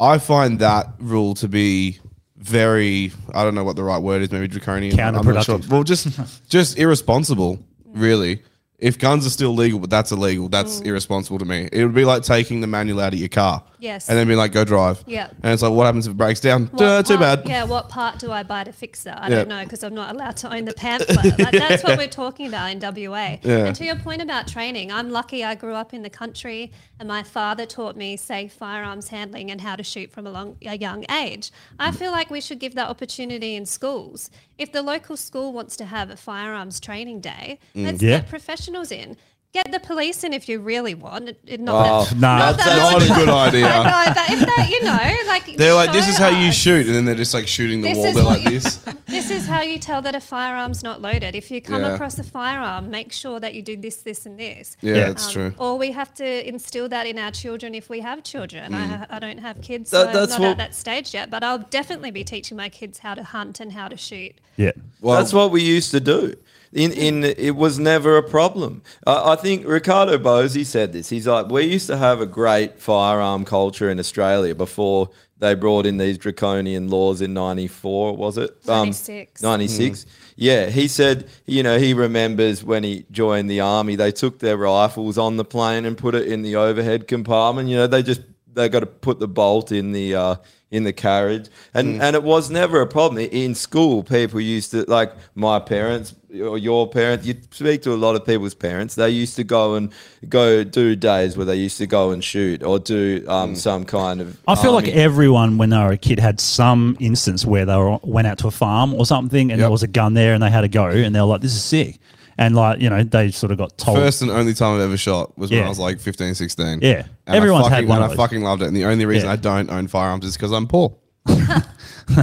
[SPEAKER 2] I find that rule to be very I don't know what the right word is, maybe draconian. I'm not sure.
[SPEAKER 6] Counterproductive.
[SPEAKER 2] Well, just just irresponsible, really.
[SPEAKER 5] Mm.
[SPEAKER 2] If guns are still legal, but that's illegal, that's irresponsible to me. It would be like taking the manual out of your car.
[SPEAKER 5] Yes.
[SPEAKER 2] And then being like, go drive.
[SPEAKER 5] Yeah.
[SPEAKER 2] And it's like, what happens if it breaks down?
[SPEAKER 5] What
[SPEAKER 2] Duh, too
[SPEAKER 5] part-
[SPEAKER 2] bad.
[SPEAKER 5] Yeah, what part do I buy to fix that? I
[SPEAKER 2] Yeah.
[SPEAKER 5] don't know because I'm not allowed to own the pamphlet. Like, that's what we're talking about in WA.
[SPEAKER 7] Yeah.
[SPEAKER 5] And to your point about training, I'm lucky I grew up in the country and my father taught me safe firearms handling and how to shoot from a, long, a young age. I feel like we should give that opportunity in schools. If the local school wants to have a firearms training day,
[SPEAKER 2] Mm.
[SPEAKER 5] let's
[SPEAKER 2] Yeah.
[SPEAKER 5] get professionals in. Get the police in if you really want. It- it- Not
[SPEAKER 2] Oh,
[SPEAKER 5] that,
[SPEAKER 2] nah,
[SPEAKER 5] not
[SPEAKER 2] that's
[SPEAKER 5] that I
[SPEAKER 2] not
[SPEAKER 5] would-
[SPEAKER 2] a good idea.
[SPEAKER 5] I know, but if that, you know, like
[SPEAKER 2] They're like, this
[SPEAKER 5] show
[SPEAKER 2] is how you shoot. And then they're just like shooting the
[SPEAKER 5] This
[SPEAKER 2] wall.
[SPEAKER 5] is
[SPEAKER 2] They're
[SPEAKER 5] what
[SPEAKER 2] like this.
[SPEAKER 5] This is how you tell that a firearm's not loaded. If you come
[SPEAKER 2] Yeah.
[SPEAKER 5] across a firearm, make sure that you do this, this, and this.
[SPEAKER 2] Yeah, Yeah. that's true.
[SPEAKER 5] Um, Or we have to instill that in our children if we have children. I, I don't have kids, so
[SPEAKER 4] Mm. That-
[SPEAKER 5] I'm
[SPEAKER 4] that's
[SPEAKER 5] not at
[SPEAKER 4] what-
[SPEAKER 5] that stage yet. But I'll definitely be teaching my kids how to hunt and how to shoot.
[SPEAKER 6] Yeah.
[SPEAKER 4] Well, that's what we used to do. In, in it was never a problem. I, I think Ricardo Bozzi said this. He's like, we used to have a great firearm culture in Australia before they brought in these draconian laws in '94. Was it Um,
[SPEAKER 5] 96.
[SPEAKER 4] 96.
[SPEAKER 6] Hmm.
[SPEAKER 4] Yeah, he said, you know, he remembers when he joined the army, they took their rifles on the plane and put it in the overhead compartment. You know, they just they got to put the bolt in the uh, in the carriage,
[SPEAKER 6] Hmm.
[SPEAKER 4] and and it was never a problem I- in school. People used to like my parents or your parents. You speak to a lot of people's parents. They used to go and go do days where they used to go and shoot or do um, some kind of.
[SPEAKER 6] Hmm. I
[SPEAKER 2] Um,
[SPEAKER 6] feel like
[SPEAKER 4] army-
[SPEAKER 6] everyone, when they were a kid, had some instance where they were, went out to a farm or something, and there was a gun there, and they had a go, and they were like, "This is sick," and like you know, they sort of got told.
[SPEAKER 2] First and only time I've ever shot was when
[SPEAKER 6] Oh. Yeah.
[SPEAKER 2] I was like 15, 16.
[SPEAKER 6] Yeah.
[SPEAKER 2] And
[SPEAKER 6] Everyone's
[SPEAKER 2] I
[SPEAKER 6] had
[SPEAKER 2] fucking,
[SPEAKER 6] one
[SPEAKER 2] and
[SPEAKER 6] of
[SPEAKER 2] I
[SPEAKER 6] those.
[SPEAKER 2] fucking loved it. And the only reason
[SPEAKER 6] Yeah.
[SPEAKER 2] I don't own firearms is because I'm poor.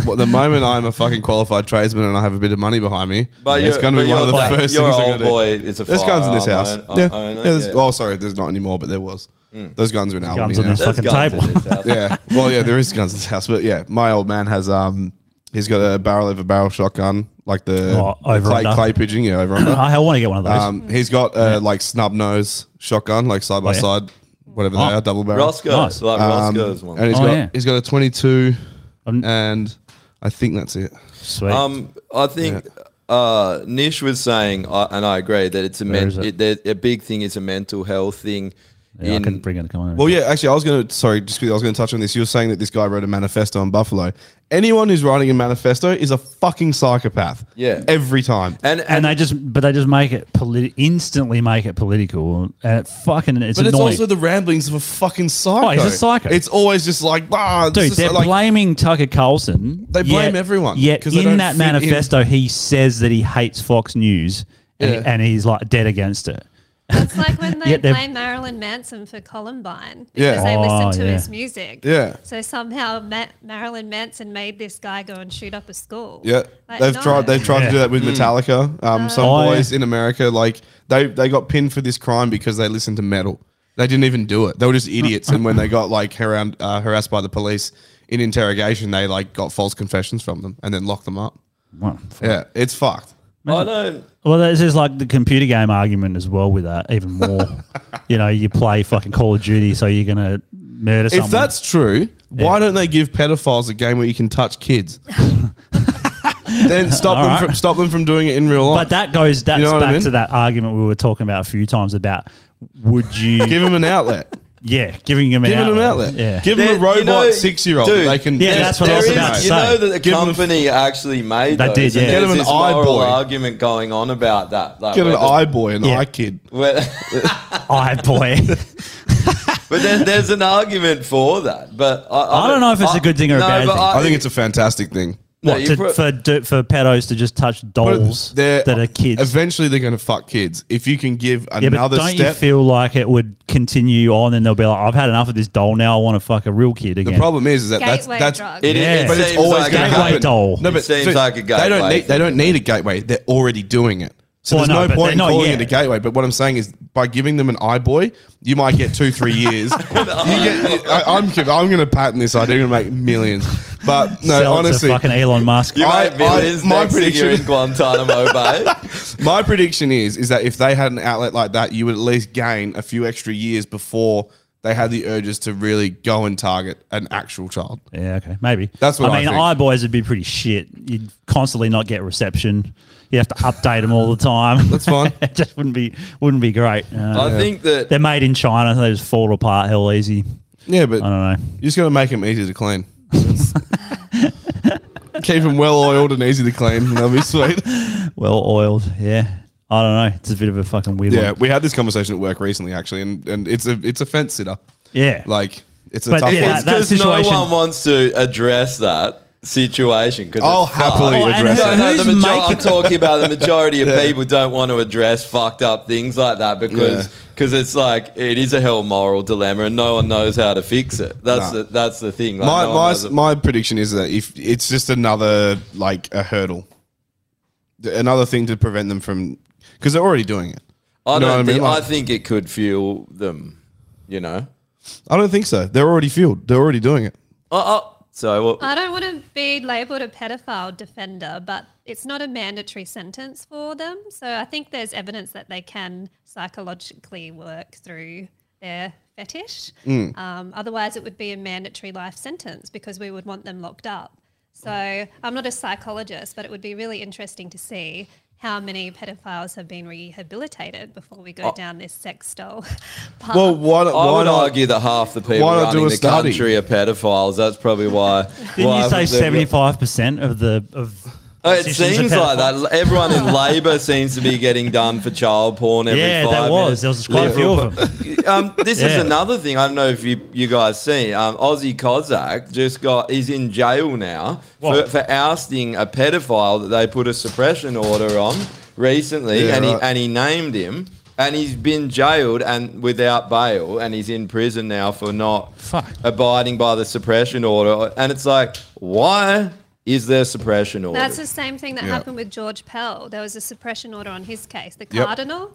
[SPEAKER 2] well, the moment I'm a fucking qualified tradesman and I have a bit of money behind me,
[SPEAKER 4] But
[SPEAKER 2] it's
[SPEAKER 4] you're-
[SPEAKER 2] going to
[SPEAKER 4] but
[SPEAKER 2] be one
[SPEAKER 4] you're
[SPEAKER 2] of the
[SPEAKER 4] like-
[SPEAKER 2] first
[SPEAKER 4] you're
[SPEAKER 2] things I'm
[SPEAKER 4] old
[SPEAKER 2] gonna do.
[SPEAKER 4] boy is a
[SPEAKER 2] There's guns in this
[SPEAKER 4] firearm
[SPEAKER 2] house.
[SPEAKER 4] own-
[SPEAKER 2] yeah.
[SPEAKER 4] owner,
[SPEAKER 2] Yeah, there's-
[SPEAKER 4] yeah. Hmm.
[SPEAKER 2] Oh, sorry, there's not anymore, but there was. Those guns are in
[SPEAKER 6] There's
[SPEAKER 2] Albany.
[SPEAKER 6] guns on
[SPEAKER 2] now.
[SPEAKER 6] this There's fucking guns table. in this house.
[SPEAKER 2] yeah. Well, yeah, there is guns in this house, but yeah, my old man has um, he's got a barrel over barrel shotgun, like the,
[SPEAKER 6] Oh,
[SPEAKER 2] the
[SPEAKER 6] over
[SPEAKER 2] clay,
[SPEAKER 6] under.
[SPEAKER 2] clay pigeon. Yeah, over under.
[SPEAKER 6] "Oh, I want to get one of those.
[SPEAKER 2] Um, he's got a like snub nose shotgun, like side by
[SPEAKER 6] Oh, yeah.
[SPEAKER 2] side, whatever
[SPEAKER 6] Oh.
[SPEAKER 2] they are, double barrel.
[SPEAKER 4] Roscoe's, Nice. like
[SPEAKER 2] Um,
[SPEAKER 4] Roscoe's one.
[SPEAKER 2] And he's
[SPEAKER 4] Oh,
[SPEAKER 2] got
[SPEAKER 4] yeah.
[SPEAKER 2] he's got a twenty two, and I think that's it.
[SPEAKER 6] Sweet.
[SPEAKER 4] Um, I think uh, Nish was saying, uh, and I agree that it's a
[SPEAKER 2] Where
[SPEAKER 4] men-
[SPEAKER 2] is it?
[SPEAKER 4] it, there- a big thing. It's a mental health thing.
[SPEAKER 6] Yeah, I
[SPEAKER 4] in-
[SPEAKER 6] can bring it. Come on.
[SPEAKER 2] Well, yeah, actually, I was going to, sorry, just quickly, I was going to touch on this. You were saying that this guy wrote a manifesto on Buffalo. Anyone who's writing a manifesto is a fucking psychopath.
[SPEAKER 4] Yeah.
[SPEAKER 2] Every time.
[SPEAKER 4] And,
[SPEAKER 6] and, they just, but they just make it politi- instantly make it political, and it fucking it's
[SPEAKER 2] but it's
[SPEAKER 6] annoying.
[SPEAKER 2] also the ramblings of a fucking psycho.
[SPEAKER 6] Oh, he's a psycho.
[SPEAKER 2] It's always just like, ah, this
[SPEAKER 6] Dude,
[SPEAKER 2] is
[SPEAKER 6] they're
[SPEAKER 2] like,
[SPEAKER 6] blaming Tucker Carlson.
[SPEAKER 2] They blame
[SPEAKER 6] yet-
[SPEAKER 2] everyone,
[SPEAKER 6] Yet
[SPEAKER 2] 'cause they don't
[SPEAKER 6] in that
[SPEAKER 2] fit in.
[SPEAKER 6] manifesto, he says that he hates Fox News, and,
[SPEAKER 2] Yeah.
[SPEAKER 6] and he's like dead against it.
[SPEAKER 5] It's like when they
[SPEAKER 6] Yet they've-
[SPEAKER 5] blame Marilyn Manson for Columbine because
[SPEAKER 6] Yeah.
[SPEAKER 5] they
[SPEAKER 6] Oh,
[SPEAKER 5] listened to
[SPEAKER 6] yeah.
[SPEAKER 5] his music.
[SPEAKER 2] Yeah.
[SPEAKER 5] So somehow Ma- Marilyn Manson made this guy go and shoot up a school.
[SPEAKER 2] Yeah,
[SPEAKER 5] Like,
[SPEAKER 2] they've
[SPEAKER 5] no.
[SPEAKER 2] tried. They've tried to do
[SPEAKER 6] Yeah.
[SPEAKER 2] that with
[SPEAKER 6] Mm.
[SPEAKER 2] Metallica. Um, some
[SPEAKER 6] Oh, yeah.
[SPEAKER 2] boys in America, like they they got pinned for this crime because they listened to metal. They didn't even do it. They were just idiots. and when they got like harassed, uh, harassed by the police in interrogation, they like got false confessions from them and then locked them up.
[SPEAKER 6] Wow.
[SPEAKER 2] Yeah, it's fucked.
[SPEAKER 4] I don't.
[SPEAKER 6] Well, this is like the computer game argument as well with that, even more. you know, you play fucking Call of Duty, so you're gonna murder someone.
[SPEAKER 2] If that's true, why don't they give pedophiles a game where you can touch kids? then stop
[SPEAKER 6] All
[SPEAKER 2] them
[SPEAKER 6] right.
[SPEAKER 2] from stop them from doing it in real life.
[SPEAKER 6] but that goes that's
[SPEAKER 2] You know what
[SPEAKER 6] back
[SPEAKER 2] I mean?
[SPEAKER 6] to that argument we were talking about a few times about would you
[SPEAKER 2] give them an outlet?
[SPEAKER 6] Yeah, giving them an
[SPEAKER 2] Give
[SPEAKER 6] outlet.
[SPEAKER 2] them an outlet.
[SPEAKER 6] Yeah,
[SPEAKER 2] Give them a robot six-year-old that
[SPEAKER 4] dude,
[SPEAKER 2] they can.
[SPEAKER 6] Yeah, that's what I
[SPEAKER 4] there
[SPEAKER 6] was
[SPEAKER 4] is-
[SPEAKER 6] about to
[SPEAKER 4] You
[SPEAKER 6] say.
[SPEAKER 4] know that the
[SPEAKER 2] Give 'em a-
[SPEAKER 4] company actually made.
[SPEAKER 2] They
[SPEAKER 4] those,
[SPEAKER 2] did,
[SPEAKER 4] and
[SPEAKER 2] yeah. Get 'em
[SPEAKER 4] there's
[SPEAKER 2] an
[SPEAKER 4] this
[SPEAKER 2] eye
[SPEAKER 4] moral
[SPEAKER 2] boy.
[SPEAKER 4] Argument going on about that. Like
[SPEAKER 2] Get an
[SPEAKER 4] whether-
[SPEAKER 2] eye boy, an eye kid.
[SPEAKER 4] whether-
[SPEAKER 6] eye boy.
[SPEAKER 4] but there, there's an argument for that. But I,
[SPEAKER 6] I don't know if it's
[SPEAKER 4] a
[SPEAKER 6] a good thing or a bad thing.
[SPEAKER 2] I think it's a fantastic thing.
[SPEAKER 6] What, to, for do- for pedos to just touch dolls
[SPEAKER 2] They're-
[SPEAKER 6] that are kids?
[SPEAKER 2] Eventually, they're going to fuck kids. If you can give
[SPEAKER 6] Yeah, but
[SPEAKER 2] another
[SPEAKER 6] don't you
[SPEAKER 2] step,
[SPEAKER 6] feel like it would continue on and they'll be like, I've had enough of this doll now. I want to fuck a real kid again.
[SPEAKER 2] the problem is, is that that's
[SPEAKER 6] Gateway
[SPEAKER 2] that's
[SPEAKER 6] drug.
[SPEAKER 4] It is- it
[SPEAKER 2] but it's
[SPEAKER 4] seems
[SPEAKER 2] always
[SPEAKER 4] like
[SPEAKER 2] going
[SPEAKER 4] a
[SPEAKER 2] to
[SPEAKER 4] gateway
[SPEAKER 2] happen.
[SPEAKER 4] doll.
[SPEAKER 2] No,
[SPEAKER 4] It
[SPEAKER 2] but
[SPEAKER 4] seems
[SPEAKER 2] dude,
[SPEAKER 4] like a
[SPEAKER 2] They don't
[SPEAKER 4] gateway
[SPEAKER 2] need they don't need a gateway. They're already doing it. So
[SPEAKER 6] Well,
[SPEAKER 2] there's
[SPEAKER 6] no,
[SPEAKER 2] no,
[SPEAKER 6] but
[SPEAKER 2] point in
[SPEAKER 6] they're not
[SPEAKER 2] calling
[SPEAKER 6] yet.
[SPEAKER 2] it a gateway. But what I'm saying is, by giving them an eye boy, you might get two, three years. you get, I, I'm I'm going to patent this idea and make millions. But no,
[SPEAKER 6] Sell it to
[SPEAKER 2] honestly,
[SPEAKER 6] fucking Elon Musk.
[SPEAKER 4] You
[SPEAKER 2] I-
[SPEAKER 4] made millions
[SPEAKER 2] I- my
[SPEAKER 4] next thing you're
[SPEAKER 2] prediction-
[SPEAKER 4] in Guantanamo Bay.
[SPEAKER 2] My prediction is is that if they had an outlet like that, you would at least gain a few extra years before they had the urges to really go and target an actual child.
[SPEAKER 6] Yeah, okay, maybe.
[SPEAKER 2] That's what I,
[SPEAKER 6] mean.
[SPEAKER 2] think.
[SPEAKER 6] Eye boys would be pretty shit. You'd constantly not get reception. You have to update them all the time. That's
[SPEAKER 2] fine.
[SPEAKER 6] it just wouldn't be wouldn't be great. Uh,
[SPEAKER 4] I think that-
[SPEAKER 6] they're made in China. So they just fall apart hell easy.
[SPEAKER 2] Yeah, but I don't know. You just got to make them easy to clean. Keep them well oiled and easy to clean. and That'll be sweet.
[SPEAKER 6] well oiled. Yeah, I don't know. It's a bit of a fucking weird
[SPEAKER 2] yeah,
[SPEAKER 6] one.
[SPEAKER 2] we had this conversation at work recently, actually, and, and it's a it's a fence sitter.
[SPEAKER 6] Yeah.
[SPEAKER 2] like it's a
[SPEAKER 6] But
[SPEAKER 2] tough
[SPEAKER 6] yeah,
[SPEAKER 2] one.
[SPEAKER 6] that- that
[SPEAKER 4] Because no one wants to address that situation. Because
[SPEAKER 2] I'll happily Oh, and address who-
[SPEAKER 4] No,
[SPEAKER 2] it.
[SPEAKER 4] no,
[SPEAKER 2] who's
[SPEAKER 4] the major-
[SPEAKER 2] making-
[SPEAKER 4] I'm talking about the majority of
[SPEAKER 2] Yeah.
[SPEAKER 4] people don't want to address fucked up things like that because
[SPEAKER 2] Yeah.
[SPEAKER 4] cause it's like it is a hell moral dilemma and no one knows how to fix it. That's
[SPEAKER 2] Nah.
[SPEAKER 4] the, that's the thing. Like,
[SPEAKER 2] my
[SPEAKER 4] no one
[SPEAKER 2] my,
[SPEAKER 4] knows-
[SPEAKER 2] my prediction is that if it's just another like a hurdle, Th- another thing to prevent them from because they're already doing it.
[SPEAKER 4] I
[SPEAKER 2] You
[SPEAKER 4] don't.
[SPEAKER 2] know what
[SPEAKER 4] think,
[SPEAKER 2] Like-
[SPEAKER 4] I think it could fuel them. You know.
[SPEAKER 2] I don't think so. They're already fueled. They're already doing it.
[SPEAKER 4] Oh, oh. So what?
[SPEAKER 5] I don't want to be labelled a pedophile defender, but it's not a mandatory sentence for them. So I think there's evidence that they can psychologically work through their fetish.
[SPEAKER 7] Mm.
[SPEAKER 5] Um, otherwise, it would be a mandatory life sentence because we would want them locked up. So I'm not a psychologist, but it would be really interesting to see how many pedophiles have been rehabilitated before we go
[SPEAKER 4] Oh.
[SPEAKER 5] down this sex doll.
[SPEAKER 2] Well, why not-
[SPEAKER 4] I
[SPEAKER 2] why
[SPEAKER 4] would
[SPEAKER 2] not-
[SPEAKER 4] argue that half the people
[SPEAKER 2] why not do
[SPEAKER 4] running
[SPEAKER 2] a
[SPEAKER 4] the
[SPEAKER 2] study?
[SPEAKER 4] country are pedophiles. That's probably why.
[SPEAKER 6] Didn't
[SPEAKER 4] why
[SPEAKER 6] you say
[SPEAKER 4] they've got-
[SPEAKER 6] seventy five percent of the of?
[SPEAKER 4] Oh, it
[SPEAKER 6] decisions are
[SPEAKER 4] seems like that. Everyone in Labor seems to be getting done for child porn every
[SPEAKER 6] Yeah,
[SPEAKER 4] five
[SPEAKER 6] there
[SPEAKER 4] minutes.
[SPEAKER 6] was. There was quite a
[SPEAKER 4] Liberal
[SPEAKER 6] few of
[SPEAKER 4] po- Um, this
[SPEAKER 6] Yeah.
[SPEAKER 4] is another thing. I don't know if you, you guys see. Um, Aussie Kozak just got. He's in jail now for,
[SPEAKER 2] What?
[SPEAKER 4] for ousting a pedophile that they put a suppression order on recently,
[SPEAKER 2] Yeah,
[SPEAKER 4] and
[SPEAKER 2] right.
[SPEAKER 4] he and he named him. And he's been jailed and without bail, and he's in prison now for not abiding by the suppression order. And it's like, why is there suppression order?
[SPEAKER 5] That's the same thing that
[SPEAKER 4] Yeah.
[SPEAKER 5] happened with George Pell. There was a suppression order on his case, the
[SPEAKER 4] Yep.
[SPEAKER 5] Cardinal,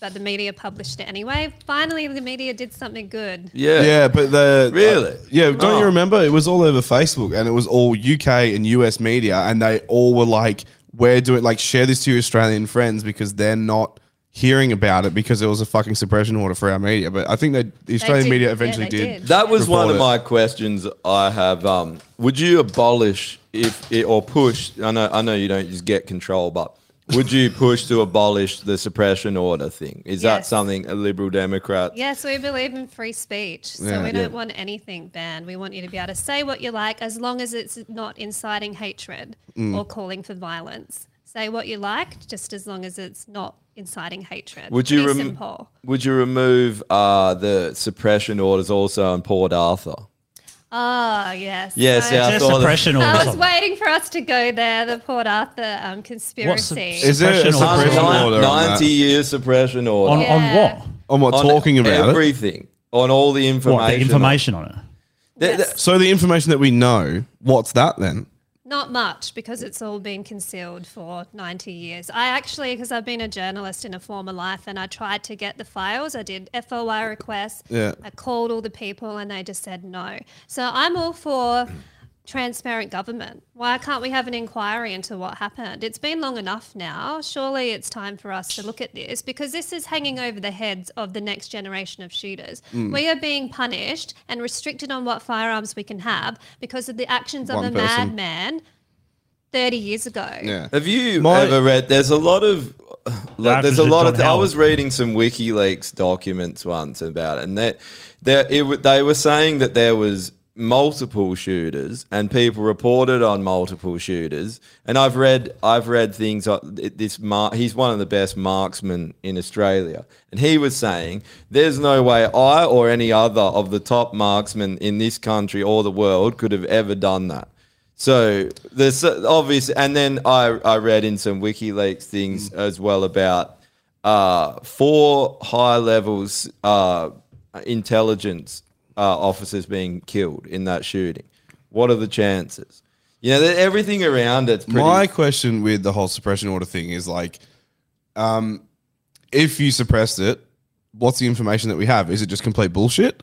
[SPEAKER 5] but the media published it anyway. Finally, the media did something good.
[SPEAKER 4] Yeah.
[SPEAKER 2] Yeah, but the
[SPEAKER 4] Really?
[SPEAKER 2] uh, yeah, don't
[SPEAKER 4] Oh.
[SPEAKER 2] you remember? It was all over Facebook and it was all UK and US media and they all were like, We're doing like share this to your Australian friends because they're not hearing about it because it was a fucking suppression order for our media. But I think they the Australian
[SPEAKER 4] did.
[SPEAKER 2] media
[SPEAKER 4] Yeah,
[SPEAKER 2] eventually
[SPEAKER 4] they
[SPEAKER 2] did.
[SPEAKER 4] That was one of
[SPEAKER 2] report
[SPEAKER 4] my
[SPEAKER 2] it.
[SPEAKER 4] questions I have. Um, would you abolish if it, or push? I know, I know you don't just get control, but would you push to abolish the suppression order thing? Is that
[SPEAKER 5] Yes.
[SPEAKER 4] something a Liberal Democrat?
[SPEAKER 5] Yes, we believe in free speech, so
[SPEAKER 4] Yeah.
[SPEAKER 5] we don't
[SPEAKER 4] Yeah.
[SPEAKER 5] want anything banned. We want you to be able to say what you like as long as it's not inciting hatred
[SPEAKER 4] Mm.
[SPEAKER 5] or calling for violence. Say what you like, just as long as it's not inciting hatred.
[SPEAKER 4] Would you
[SPEAKER 5] Be
[SPEAKER 4] rem-
[SPEAKER 5] simple.
[SPEAKER 4] Would you remove uh, the suppression orders also on Port Arthur?
[SPEAKER 5] Oh, yes.
[SPEAKER 4] Yes,
[SPEAKER 5] I-
[SPEAKER 4] yeah, I Just thought- suppression
[SPEAKER 5] I was
[SPEAKER 4] order.
[SPEAKER 5] waiting for us to go there, the Port Arthur um, conspiracy.
[SPEAKER 2] Is there a
[SPEAKER 4] Suppression
[SPEAKER 2] suppression
[SPEAKER 4] order.
[SPEAKER 2] order? on that?
[SPEAKER 4] 90 year suppression order.
[SPEAKER 2] On- on Yeah. what? On what, talking about it?
[SPEAKER 4] everything. On all the information.
[SPEAKER 2] the information
[SPEAKER 6] on it.
[SPEAKER 2] So the information that we know, what's that then?
[SPEAKER 5] Not much because it's all been concealed for 90 years. I actually, because I've been a journalist in a former life and I tried to get the files, I did FOI requests.
[SPEAKER 7] Yeah.
[SPEAKER 5] I called all the people and they just said no. So I'm all for transparent government. Why can't we have an inquiry into what happened? It's been long enough now. Surely it's time for us to look at this because this is hanging over the heads of the next generation of shooters.
[SPEAKER 7] Mm.
[SPEAKER 5] We are being punished and restricted on what firearms we can have because of the actions of
[SPEAKER 4] One
[SPEAKER 5] a
[SPEAKER 4] person.
[SPEAKER 5] madman 30 years ago.
[SPEAKER 4] Have you ever read? There's a lot of. Like,
[SPEAKER 2] happens
[SPEAKER 4] there's a
[SPEAKER 2] to
[SPEAKER 4] lot
[SPEAKER 2] John
[SPEAKER 4] of. I was
[SPEAKER 2] Howard.
[SPEAKER 4] reading some WikiLeaks documents once about it, and that that it, wa- they were saying that there was multiple shooters, and people reported on multiple shooters. And I've read I've read things. like th- This Mar- he's one of the best marksmen in Australia, and he was saying there's no way I or any other of the top marksmen in this country or the world could have ever done that. So there's so- obvious, and then I, I read in some WikiLeaks things as well about uh, four high levels uh, intelligence uh, officers being killed in that shooting. What are the chances? You know, that everything around it's pretty.
[SPEAKER 2] My question with the whole suppression order thing is like, um, if you suppressed it, what's the information that we have? Is it just complete bullshit?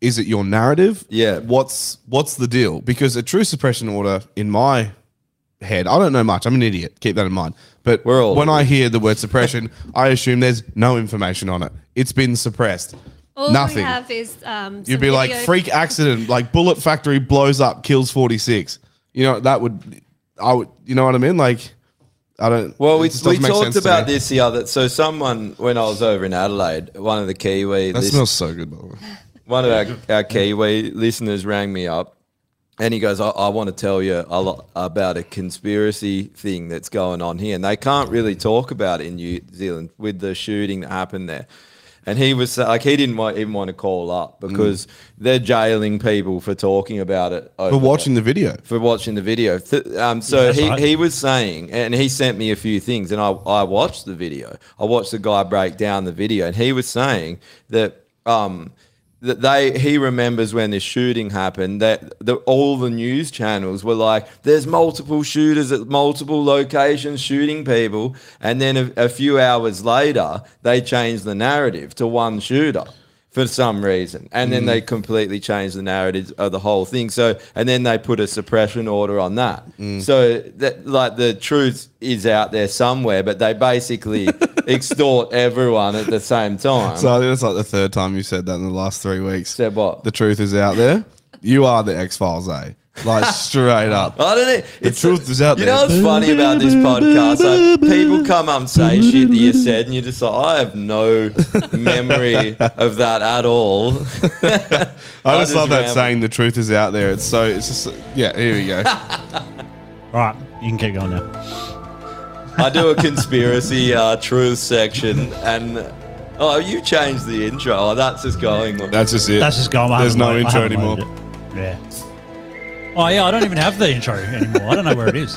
[SPEAKER 2] Is it your narrative?
[SPEAKER 4] Yeah.
[SPEAKER 2] What's what's the deal? Because a true suppression order, in my head, I don't know much. I'm an idiot. Keep that in mind. But We're all when I hear the word suppression, I assume there's no information on it. It's been suppressed.
[SPEAKER 5] All
[SPEAKER 2] Nothing.
[SPEAKER 5] we have is. Um, some
[SPEAKER 2] You'd be like
[SPEAKER 5] video-
[SPEAKER 2] freak accident, like bullet factory blows up, kills forty six. You know that would, I would, you know what I mean? Like, I don't.
[SPEAKER 4] Well, we,
[SPEAKER 2] it just
[SPEAKER 4] we
[SPEAKER 2] doesn't make
[SPEAKER 4] talked
[SPEAKER 2] sense to
[SPEAKER 4] about
[SPEAKER 2] me.
[SPEAKER 4] this the other. So someone when I was over in Adelaide, one of the Kiwi.
[SPEAKER 2] That
[SPEAKER 4] lis-
[SPEAKER 2] smells so good, by the way.
[SPEAKER 4] one of our, our Kiwi listeners rang me up and he goes, I, I want to tell you a lot about a conspiracy thing that's going on here. And they can't really talk about it in New Zealand with the shooting that happened there. And he was uh, like, he didn't wa- even want to call up because they're jailing people for talking about it.
[SPEAKER 2] for
[SPEAKER 4] over-
[SPEAKER 2] watching the video.
[SPEAKER 4] for watching the video. Th- um, so
[SPEAKER 2] Yeah, that's
[SPEAKER 4] he,
[SPEAKER 2] right.
[SPEAKER 4] he was saying, and he sent me a few things, and I, I watched the video. I watched the guy break down the video, and he was saying that um, that they he remembers when this shooting happened that the, all the news channels were like, "There's multiple shooters at multiple locations shooting people," and then a, a few hours later, they changed the narrative to one shooter for some reason. And then
[SPEAKER 7] Mm.
[SPEAKER 4] they completely changed the narrative of the whole thing. So, and then they put a suppression order on that. Mm. So that like the truth is out there somewhere, but they basically extort everyone at the same time.
[SPEAKER 2] So I think that's like the third time you said that in the last three weeks.
[SPEAKER 4] Said what?
[SPEAKER 2] The truth is out there. You are the X Files, eh? Like straight up.
[SPEAKER 4] I don't know.
[SPEAKER 2] The truth is out
[SPEAKER 4] You
[SPEAKER 2] there.
[SPEAKER 4] know what's funny about this podcast? Like, people come up and say shit that you said, and you're just like, I have no memory of that at all.
[SPEAKER 2] I just love that
[SPEAKER 4] ramble.
[SPEAKER 2] saying. The truth is out there. It's so. It's just. Yeah. Here we go.
[SPEAKER 6] All right, you can keep going now.
[SPEAKER 4] I do a conspiracy uh, truth section, and oh, you changed the intro. Oh, that's just going.
[SPEAKER 2] That's just it.
[SPEAKER 6] That's just going. I
[SPEAKER 2] There's
[SPEAKER 6] haven't
[SPEAKER 2] no
[SPEAKER 6] loaded-
[SPEAKER 2] intro
[SPEAKER 6] I haven't
[SPEAKER 2] anymore.
[SPEAKER 6] loaded it. Yeah. Oh yeah, I don't even have the intro anymore. I don't know where it is.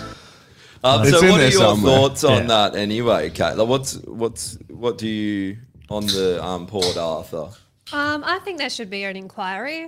[SPEAKER 4] Um,
[SPEAKER 6] It's
[SPEAKER 4] so,
[SPEAKER 6] in
[SPEAKER 4] what
[SPEAKER 6] there
[SPEAKER 4] are your
[SPEAKER 6] somewhere.
[SPEAKER 4] thoughts on
[SPEAKER 6] Yeah.
[SPEAKER 4] that anyway, Kate? Like, what's what's what do you on the um, Port Arthur?
[SPEAKER 5] Um, I think there should be an inquiry.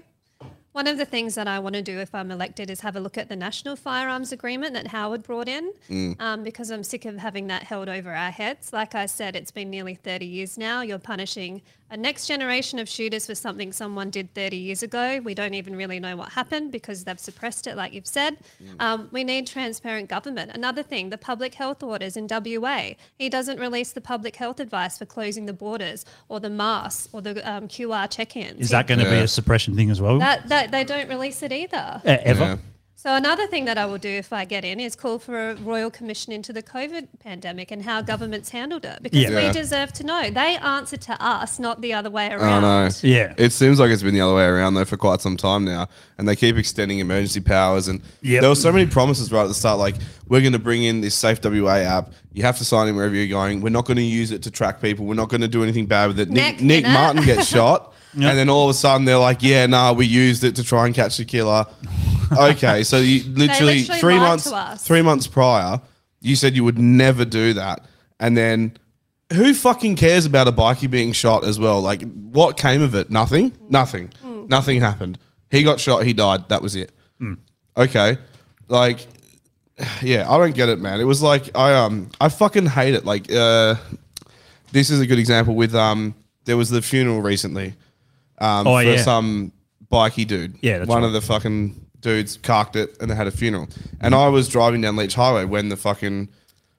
[SPEAKER 5] One of the things that I want to do if I'm elected is have a look at the National Firearms Agreement that Howard brought in
[SPEAKER 8] Mm.
[SPEAKER 5] um, because I'm sick of having that held over our heads. Like I said, it's been nearly 30 years now. You're punishing a next generation of shooters for something someone did 30 years ago. We don't even really know what happened because they've suppressed it, like you've said. Um, we need transparent government. Another thing, the public health orders in WA. He doesn't release the public health advice for closing the borders or the masks or the um, QR check ins.
[SPEAKER 6] Is that going to be
[SPEAKER 2] Yeah.
[SPEAKER 6] a suppression thing as well?
[SPEAKER 5] That, that they don't release it either.
[SPEAKER 6] E- ever?
[SPEAKER 5] So another thing that I will do if I get in is call for a royal commission into the COVID pandemic and how governments handled it because
[SPEAKER 2] Yeah.
[SPEAKER 5] we deserve to know. They answer to us, not the other way
[SPEAKER 2] I
[SPEAKER 5] around.
[SPEAKER 2] know.
[SPEAKER 6] Yeah.
[SPEAKER 2] It seems like it's been the other way around though for quite some time now, and they keep extending emergency powers. And
[SPEAKER 6] Yep.
[SPEAKER 2] there were so many promises right at the start, like we're going to bring in this Safe WA app. You have to sign in wherever you're going. We're not going to use it to track people. We're not going to do anything bad with it. Nick,
[SPEAKER 5] Next
[SPEAKER 2] Nick
[SPEAKER 5] minute.
[SPEAKER 2] Martin gets shot, and then all of a sudden they're like, "Yeah, nah, we used it to try and catch the killer." okay, so you literally,
[SPEAKER 5] literally
[SPEAKER 2] three
[SPEAKER 5] lied to
[SPEAKER 2] months,
[SPEAKER 5] us.
[SPEAKER 2] three months prior, you said you would never do that, and then who fucking cares about a bikie being shot as well? Like, what came of it? Nothing. Nothing.
[SPEAKER 7] Mm.
[SPEAKER 2] Nothing happened. He got shot. He died. That was it. Okay, like, yeah, I don't get it, man. It was like I um I fucking hate it. Like, uh, this is a good example with um there was the funeral recently, um
[SPEAKER 6] Oh,
[SPEAKER 2] for
[SPEAKER 6] yeah.
[SPEAKER 2] some bikie dude.
[SPEAKER 6] Yeah, that's
[SPEAKER 2] one
[SPEAKER 6] right.
[SPEAKER 2] of the fucking dudes carked it and they had a funeral. And I was driving down Leech Highway when the fucking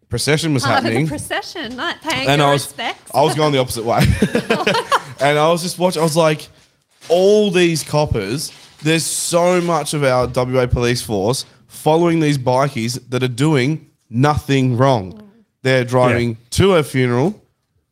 [SPEAKER 2] procession was
[SPEAKER 5] Part
[SPEAKER 2] happening
[SPEAKER 5] of the procession, like paying
[SPEAKER 2] and
[SPEAKER 5] your
[SPEAKER 2] I was
[SPEAKER 5] respects.
[SPEAKER 2] I was going the opposite way, and I was just watching. I was like, all these coppers. There's so much of our WA police force following these bikies that are doing nothing wrong. They're driving to a funeral,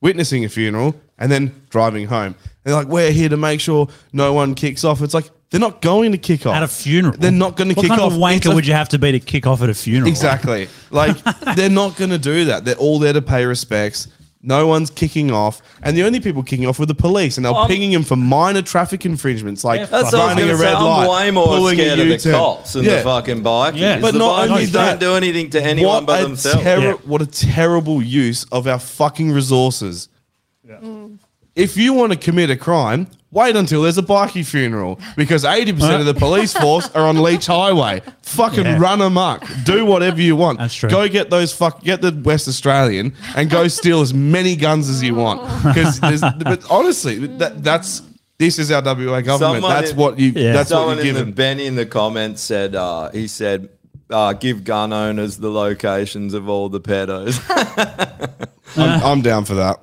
[SPEAKER 2] witnessing a funeral, and then driving home. And they're like, we're here to make sure no one kicks off. It's like they're not going to kick off
[SPEAKER 6] At a funeral.
[SPEAKER 2] They're not going to
[SPEAKER 6] What
[SPEAKER 2] kick
[SPEAKER 6] kind
[SPEAKER 2] off.
[SPEAKER 6] of a wanker
[SPEAKER 2] It's a
[SPEAKER 6] would you have to be to kick off at a funeral?
[SPEAKER 2] Exactly. Like they're not going to do that. They're all there to pay respects. No one's kicking off, and the only people kicking off were the police, and they're
[SPEAKER 4] Well, I'm-
[SPEAKER 2] pinging him for minor traffic infringements like
[SPEAKER 4] That's what I was
[SPEAKER 2] running a
[SPEAKER 4] gonna
[SPEAKER 2] red
[SPEAKER 4] say. I'm
[SPEAKER 2] light,
[SPEAKER 4] way more
[SPEAKER 2] pulling a
[SPEAKER 4] scared of the
[SPEAKER 2] U-turn.
[SPEAKER 4] cops and
[SPEAKER 2] Yeah.
[SPEAKER 4] the fucking bikers.
[SPEAKER 2] Yeah. But
[SPEAKER 4] the
[SPEAKER 2] not only
[SPEAKER 4] bikers don't
[SPEAKER 2] that,
[SPEAKER 4] do anything to anyone
[SPEAKER 2] what
[SPEAKER 4] but
[SPEAKER 2] a
[SPEAKER 4] themselves.
[SPEAKER 2] terri- What a terrible use of our fucking resources. Mm. If you want to commit a crime, wait until there's a bikie funeral because 80% of the police force are on Leech Highway. Fucking
[SPEAKER 7] Yeah.
[SPEAKER 2] run amok. Do whatever you want. That's true. Go get those fuck get the West Australian and go steal as many guns as you want. Because but honestly, that, that's this is our WA government. that's what you that's what
[SPEAKER 4] someone
[SPEAKER 2] you give
[SPEAKER 4] in the,
[SPEAKER 2] them.
[SPEAKER 4] Benny in the comments said. Uh, he said, uh, "Give gun owners the locations of all the pedos."
[SPEAKER 2] I'm, I'm down for that.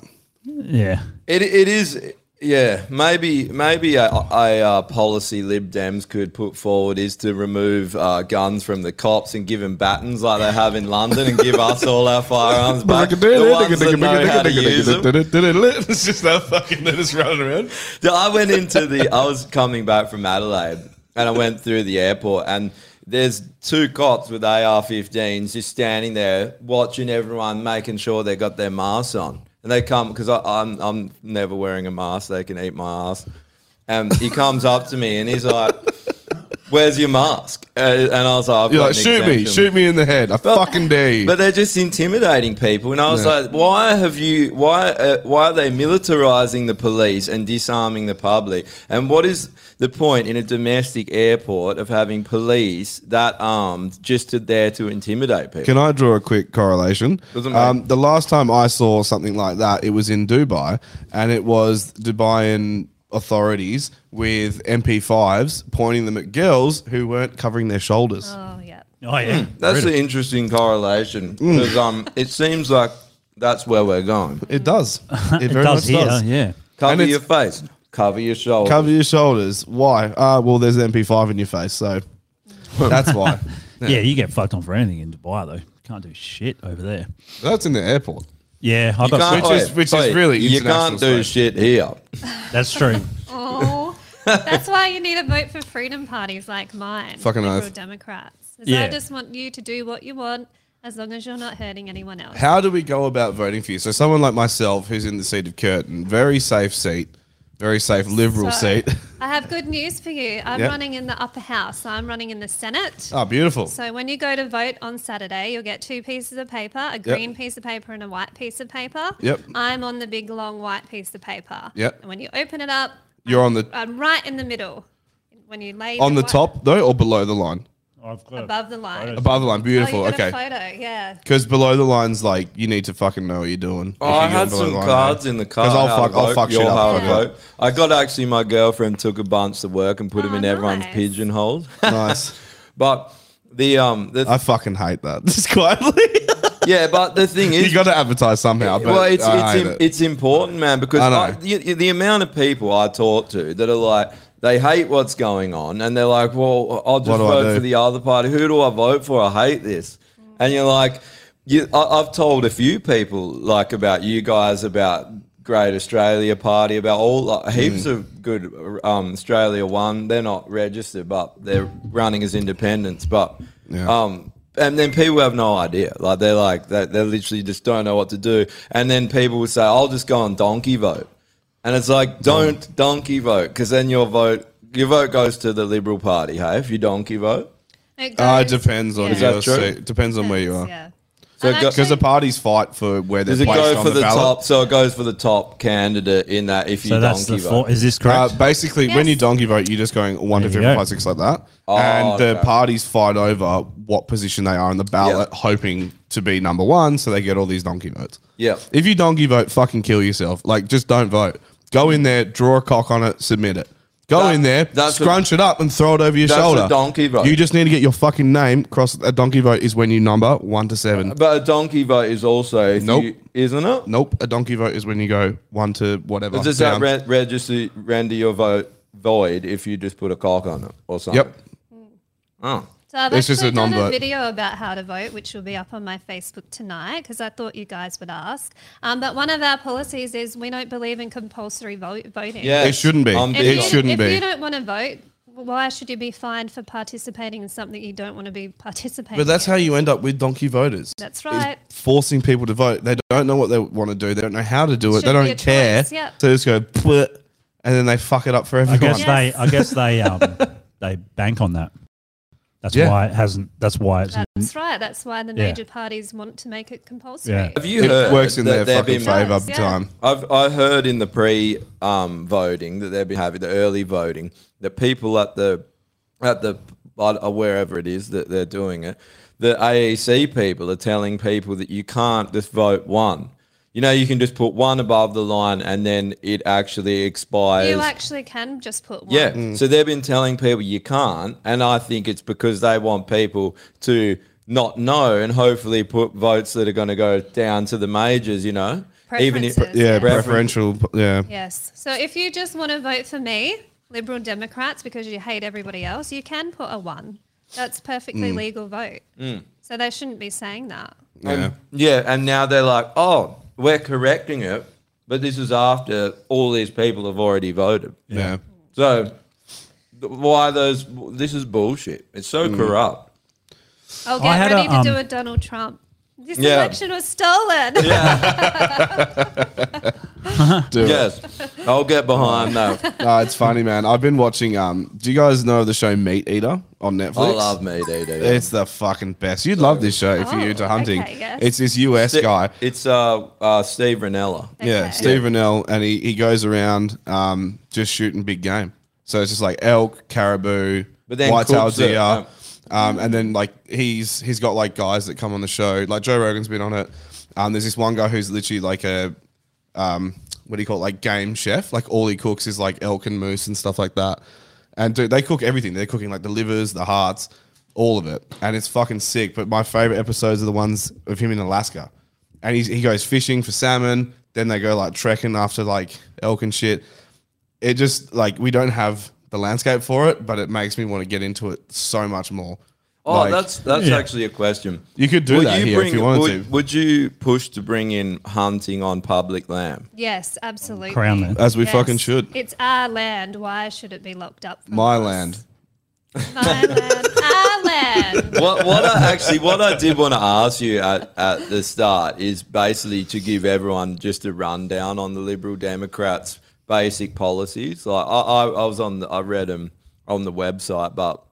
[SPEAKER 6] Yeah.
[SPEAKER 4] It it is Yeah, maybe maybe a, a, uh policy Lib Dems could put forward is to remove uh, guns from the cops and give them batons like they have in London and give us all our firearms back. The ones that know how to use 'em.
[SPEAKER 2] It's just that fucking they're just running around.
[SPEAKER 4] Dude, I went into the. I was coming back from Adelaide, and I went through the airport, and there's two cops with AR-15s just standing there watching everyone, making sure they got their masks on. And they come because I'm I'm never wearing a mask. They can eat my ass. And he comes up to me and he's like, "Where's your mask?" Uh, and I was like, I've
[SPEAKER 2] You're
[SPEAKER 4] got
[SPEAKER 2] like,
[SPEAKER 4] an
[SPEAKER 2] shoot me,
[SPEAKER 4] exemption."
[SPEAKER 2] shoot me in the head. I fucking dare you.
[SPEAKER 4] But they're just intimidating people, and I was
[SPEAKER 2] Yeah.
[SPEAKER 4] like, "Why have you? Why? Uh, why are they militarizing the police and disarming the public? And what is the point in a domestic airport of having police that armed just to there to intimidate people?"
[SPEAKER 2] Can I draw a quick correlation?
[SPEAKER 4] Doesn't matter.
[SPEAKER 2] Um, the last time I saw something like that, it was in Dubai, and it was Dubaian authorities with MP5s pointing them at girls who weren't covering their shoulders.
[SPEAKER 5] Oh yeah.
[SPEAKER 6] Oh
[SPEAKER 2] Hmm.
[SPEAKER 6] yeah,
[SPEAKER 4] that's an interesting correlation
[SPEAKER 2] Mm.
[SPEAKER 4] because um, it seems like that's where we're going.
[SPEAKER 2] It does. It, very much does. And
[SPEAKER 4] Cover
[SPEAKER 2] it's-
[SPEAKER 4] your face, cover your shoulders.
[SPEAKER 2] Cover your shoulders. Why? Ah, well, there's MP5 in your face, so that's why.
[SPEAKER 6] yeah. you get fucked on for anything in Dubai though. Can't do shit over there.
[SPEAKER 2] That's in the airport.
[SPEAKER 6] Yeah,
[SPEAKER 4] You can't-
[SPEAKER 2] Which is- which is
[SPEAKER 4] wait,
[SPEAKER 2] really
[SPEAKER 4] you can't
[SPEAKER 2] international
[SPEAKER 4] do shit here.
[SPEAKER 6] That's true.
[SPEAKER 5] Oh, that's why you need a vote for freedom parties like mine,
[SPEAKER 4] Fucking
[SPEAKER 5] liberal
[SPEAKER 4] oath.
[SPEAKER 5] Democrats. 'Cause
[SPEAKER 2] Yeah.
[SPEAKER 5] I just want you to do what you want as long as you're not hurting anyone else.
[SPEAKER 2] How do we go about voting for you? So someone like myself, who's in the seat of curtain, very safe seat, very safe liberal
[SPEAKER 5] So-
[SPEAKER 2] seat.
[SPEAKER 5] I have good news for you. I'm
[SPEAKER 2] Yeah.
[SPEAKER 5] running in the upper house. So I'm running in the Senate.
[SPEAKER 2] Oh, beautiful.
[SPEAKER 5] So when you go to vote on Saturday, you'll get two pieces of paper, a green piece of paper and a white piece of paper.
[SPEAKER 2] Yep.
[SPEAKER 5] I'm on the big long white piece of paper.
[SPEAKER 2] Yep.
[SPEAKER 5] And when you open it up,
[SPEAKER 2] You're on the
[SPEAKER 5] I'm right in the middle. When you lay
[SPEAKER 2] on the
[SPEAKER 5] white-
[SPEAKER 2] top though, or below the line?
[SPEAKER 5] above the line.
[SPEAKER 2] Above the line, beautiful.
[SPEAKER 5] Oh, you got
[SPEAKER 2] okay.
[SPEAKER 5] A photo, yeah.
[SPEAKER 2] Because below the line's like you need to fucking know what you're doing.
[SPEAKER 4] Oh, I had some cards in the car.
[SPEAKER 2] Because
[SPEAKER 4] how
[SPEAKER 2] I'll
[SPEAKER 4] to
[SPEAKER 2] fuck, I'll
[SPEAKER 4] vote,
[SPEAKER 2] fuck shit
[SPEAKER 4] your
[SPEAKER 2] up.
[SPEAKER 4] how to
[SPEAKER 2] fuck it
[SPEAKER 4] vote. I got actually my girlfriend took a bunch to work and
[SPEAKER 5] Oh,
[SPEAKER 4] put them in everyone's pigeonholes.
[SPEAKER 2] Nice.
[SPEAKER 4] but the um the
[SPEAKER 2] I fucking hate that. Just quietly.
[SPEAKER 4] yeah, but the thing is,
[SPEAKER 2] you got to advertise somehow. But
[SPEAKER 4] well, it's
[SPEAKER 2] I
[SPEAKER 4] it's,
[SPEAKER 2] hate
[SPEAKER 4] im-
[SPEAKER 2] it.
[SPEAKER 4] it's important, man, because
[SPEAKER 2] I know.
[SPEAKER 4] I- the, the amount of people I talk to that are like they hate what's going on, and they're like, "Well, I'll
[SPEAKER 2] What
[SPEAKER 4] just
[SPEAKER 2] do I
[SPEAKER 4] vote
[SPEAKER 2] do?
[SPEAKER 4] for the other party. Who do I vote for? I hate this." And you're like, you, I, "I've told a few people like about you guys about." Great Australia Party about all like,
[SPEAKER 2] Hmm.
[SPEAKER 4] heaps of good um, Australia One. They're not registered, but they're running as independents. But um, and then people have no idea. Like they're like they, they literally just don't know what to do. And then people will say, "I'll just go on donkey vote," and it's like, "Don't donkey vote," because then your vote your vote goes to the Liberal Party. Hey, if you donkey vote,
[SPEAKER 5] It
[SPEAKER 2] Uh, it
[SPEAKER 5] goes-
[SPEAKER 2] depends on
[SPEAKER 4] Is
[SPEAKER 2] your
[SPEAKER 4] that true?
[SPEAKER 2] seat. Depends on where you are.
[SPEAKER 5] Yeah.
[SPEAKER 4] So it go-
[SPEAKER 2] because the parties fight for where they're
[SPEAKER 4] does it
[SPEAKER 2] placed
[SPEAKER 4] go
[SPEAKER 2] on
[SPEAKER 4] for
[SPEAKER 2] the,
[SPEAKER 4] the,
[SPEAKER 2] ballot.
[SPEAKER 4] top? So it goes for the top candidate in that. If you donkey vote,
[SPEAKER 2] Uh, basically, when you donkey vote, you're just going one, two,
[SPEAKER 4] There
[SPEAKER 2] three,
[SPEAKER 4] you
[SPEAKER 2] four,
[SPEAKER 4] go.
[SPEAKER 2] five, six, like that,
[SPEAKER 4] Oh,
[SPEAKER 2] and the
[SPEAKER 4] okay.
[SPEAKER 2] parties fight over what position they are on the ballot, hoping to be number one, so they get all these donkey votes.
[SPEAKER 4] Yeah.
[SPEAKER 2] If you donkey vote, fucking kill yourself. Like, just don't vote. Go in there, draw a cock on it, submit it. Go in there,
[SPEAKER 4] that's a-
[SPEAKER 2] scrunch it up, and throw it over your
[SPEAKER 4] That's a
[SPEAKER 2] shoulder.
[SPEAKER 4] donkey vote.
[SPEAKER 2] You just need to get your fucking name cross. A donkey vote is when you number one to seven.
[SPEAKER 4] but a donkey vote is also if
[SPEAKER 2] Nope.
[SPEAKER 4] you- isn't it?
[SPEAKER 2] Nope. A donkey vote is when you go one to whatever.
[SPEAKER 4] Does
[SPEAKER 2] down.
[SPEAKER 4] that re- register render your vote void if you just put a cock on it or something?
[SPEAKER 2] Yep.
[SPEAKER 4] Oh.
[SPEAKER 5] So I've
[SPEAKER 4] It's
[SPEAKER 5] actually
[SPEAKER 4] just a
[SPEAKER 5] done a
[SPEAKER 4] non-vote.
[SPEAKER 5] video about how to vote, which will be up on my Facebook tonight because I thought you guys would ask. Um, but one of our policies is we don't believe in compulsory vote, voting.
[SPEAKER 2] Yeah, It shouldn't be. I'm
[SPEAKER 5] If
[SPEAKER 2] big
[SPEAKER 5] you-
[SPEAKER 2] on shouldn't
[SPEAKER 5] if
[SPEAKER 2] be.
[SPEAKER 5] you don't want to vote, why should you be fined for participating in something you don't want to be participating?
[SPEAKER 2] But that's
[SPEAKER 5] in?
[SPEAKER 2] how you end up with donkey voters.
[SPEAKER 5] That's
[SPEAKER 2] is
[SPEAKER 5] right.
[SPEAKER 2] Forcing people to vote. They don't know what they want to do. They don't know how to do it.
[SPEAKER 5] Should
[SPEAKER 2] they
[SPEAKER 5] be
[SPEAKER 2] don't
[SPEAKER 5] a
[SPEAKER 2] care.
[SPEAKER 5] choice, yep.
[SPEAKER 2] So they just go, "Bleh," and then they fuck it up for
[SPEAKER 6] I
[SPEAKER 2] everyone.
[SPEAKER 6] guess they. I guess they. Um, they bank on that. That's
[SPEAKER 2] Yeah.
[SPEAKER 6] why it hasn't. That's why it's.
[SPEAKER 5] That's right. That's why the
[SPEAKER 6] Yeah.
[SPEAKER 5] major parties want to make it compulsory.
[SPEAKER 4] Have you
[SPEAKER 2] It
[SPEAKER 4] heard
[SPEAKER 2] works in their
[SPEAKER 4] they've
[SPEAKER 2] fucking
[SPEAKER 4] been-
[SPEAKER 2] favour big Yeah. time.
[SPEAKER 4] I've I heard in the pre um, voting that they've been having the early voting that people at the at the uh, wherever it is that they're doing it, the AEC people are telling people that you can't just vote one. You know, you can just put one above the line, and then it actually expires.
[SPEAKER 5] You actually can just put one.
[SPEAKER 4] Yeah. So they've been telling people you can't. And I think it's because they want people to not know and hopefully put votes that are going to go down to the majors, you know?
[SPEAKER 2] even if
[SPEAKER 5] preferences,
[SPEAKER 2] yeah, preferential, yeah.
[SPEAKER 5] Yes. So if you just want to vote for me, Liberal Democrats, because you hate everybody else, you can put a one. That's perfectly
[SPEAKER 4] Mm.
[SPEAKER 5] legal vote.
[SPEAKER 4] Mm. Um,
[SPEAKER 5] So they shouldn't be saying that.
[SPEAKER 4] And, yeah, and now they're like, oh, we're correcting it, but this is after all these people have already voted.
[SPEAKER 2] Yeah.
[SPEAKER 4] So th- why those? This is bullshit. It's so corrupt.
[SPEAKER 5] I'll
[SPEAKER 4] Mm. I
[SPEAKER 5] get
[SPEAKER 4] had
[SPEAKER 5] ready
[SPEAKER 4] a,
[SPEAKER 5] to do
[SPEAKER 4] um,
[SPEAKER 5] a Donald Trump. This
[SPEAKER 4] Yeah.
[SPEAKER 5] election was stolen.
[SPEAKER 2] Do it.
[SPEAKER 4] yes, I'll get behind that.
[SPEAKER 2] No, it's funny, man. I've been watching. Um, do you guys know the show Meat Eater on Netflix?
[SPEAKER 4] I love Meat Eater, yeah.
[SPEAKER 2] It's the fucking best. You'd love this show if you're
[SPEAKER 4] Oh,
[SPEAKER 2] into hunting.
[SPEAKER 4] okay, yes.
[SPEAKER 2] It's this US guy.
[SPEAKER 4] It's uh, uh Steve Ranella.
[SPEAKER 2] Yeah, Steve Rennell, and he, he goes around um, just shooting big game. So it's just like elk, caribou,
[SPEAKER 4] But then
[SPEAKER 2] white-tailed
[SPEAKER 4] cooks it,
[SPEAKER 2] deer,
[SPEAKER 4] um,
[SPEAKER 2] um, and then like he's he's got like guys that come on the show. Like Joe Rogan's been on it. Um, there's this one guy who's literally like a um, what do you call it, like game chef? Like all he cooks is like elk and moose and stuff like that. And dude, they cook everything. They're cooking like the livers, the hearts, all of it, and it's fucking sick. But my favorite episodes are the ones of him in Alaska and he's, he goes fishing for salmon. Then they go like trekking after like elk and shit. It just like we don't have the landscape for it, but it makes me want to get into it so much more.
[SPEAKER 4] Oh,
[SPEAKER 2] Like-
[SPEAKER 4] that's that's
[SPEAKER 2] Yeah.
[SPEAKER 4] actually a question.
[SPEAKER 2] You could do that here if you wanted
[SPEAKER 4] would, Would you push to bring in hunting on public land?
[SPEAKER 5] yes, absolutely.
[SPEAKER 2] Crown them. As we fucking should.
[SPEAKER 5] It's our land. Why should it be locked up?
[SPEAKER 2] my land.
[SPEAKER 5] Our land.
[SPEAKER 4] what what I actually what I did want to ask you at, at the start is basically to give everyone just a rundown on the Liberal Democrats' basic policies. Like I, I, I was on the, I read them on the website, but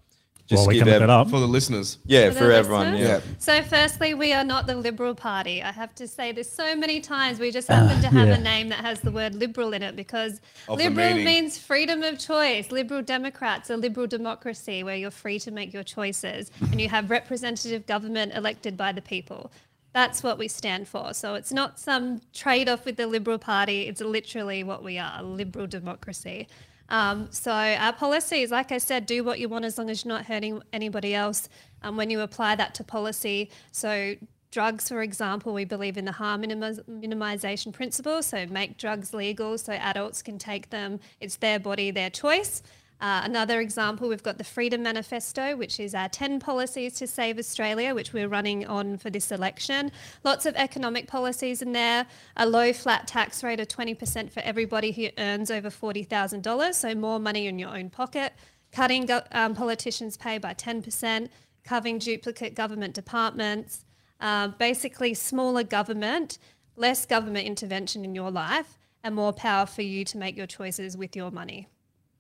[SPEAKER 4] just
[SPEAKER 2] Well, we
[SPEAKER 4] give
[SPEAKER 2] can
[SPEAKER 4] ev-
[SPEAKER 2] look it up. For the listeners.
[SPEAKER 4] Yeah,
[SPEAKER 5] For
[SPEAKER 4] for,
[SPEAKER 5] the
[SPEAKER 4] everyone.
[SPEAKER 5] listeners?
[SPEAKER 4] Yeah.
[SPEAKER 5] So, firstly, we are not the Liberal Party. I have to say this so many times. We just happen to have
[SPEAKER 4] yeah.
[SPEAKER 5] a name that has the word liberal in it because
[SPEAKER 4] Of the
[SPEAKER 5] liberal
[SPEAKER 4] meaning.
[SPEAKER 5] means freedom of choice. Liberal Democrats a liberal democracy where you're free to make your choices and you have representative government elected by the people. That's what we stand for. So, it's not some trade off with the Liberal Party. It's literally what we are a liberal democracy. Um, so our policies, like I said, do what you want as long as you're not hurting anybody else. Um, when you apply that to policy, so drugs, for example, we believe in the harm minimiz- minimization principle. So make drugs legal so adults can take them. It's their body, their choice. Uh, another example, we've got the Freedom Manifesto, which is our 10 policies to save Australia, which we're running on for this election. Lots of economic policies in there, a low flat tax rate of 20% for everybody who earns over $40,000, so more money in your own pocket, cutting go- um, politicians' pay by 10%, covering duplicate government departments, uh, basically smaller government, less government intervention in your life, and more power for you to make your choices with your money.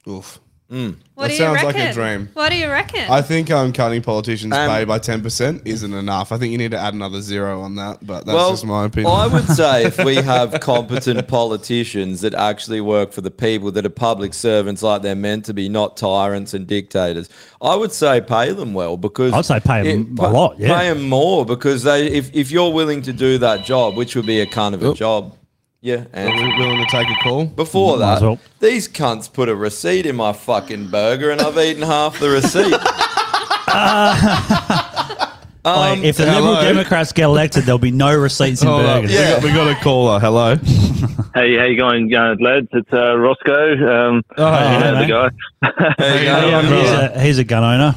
[SPEAKER 2] Oof.
[SPEAKER 5] What
[SPEAKER 2] that
[SPEAKER 5] do you
[SPEAKER 2] sounds like a
[SPEAKER 5] reckon?
[SPEAKER 2] dream.
[SPEAKER 5] What do you reckon?
[SPEAKER 2] I think um, cutting politicians'
[SPEAKER 4] Um,
[SPEAKER 2] pay by ten percent isn't enough. I think you need to add another zero on that. But that's
[SPEAKER 4] well,
[SPEAKER 2] just my opinion.
[SPEAKER 4] I would say if we have competent politicians that actually work for the people, that are public servants like they're meant to be, not tyrants and dictators, I would say pay them well because
[SPEAKER 6] I'd say pay 'em a lot, yeah.
[SPEAKER 4] pay them more because they if, if you're willing to do that job, which would be a kind of a job, yeah, and
[SPEAKER 2] Are we willing to take a call
[SPEAKER 4] before
[SPEAKER 2] Might
[SPEAKER 4] that,
[SPEAKER 2] as well.
[SPEAKER 4] these cunts put a receipt in my fucking burger, and I've eaten half the receipt. Um,
[SPEAKER 6] if the Liberal
[SPEAKER 4] hello? Oh,
[SPEAKER 6] Democrats get elected, there'll be no receipts in
[SPEAKER 2] Hold up.
[SPEAKER 6] burgers.
[SPEAKER 2] We got- we got a caller. Hello.
[SPEAKER 7] Hey, how you going, uh, lads? It's uh, Roscoe. Um, you know
[SPEAKER 6] hey,
[SPEAKER 7] the guy.
[SPEAKER 4] Oh,
[SPEAKER 6] Yeah, Oh, he's, a, he's a gun owner.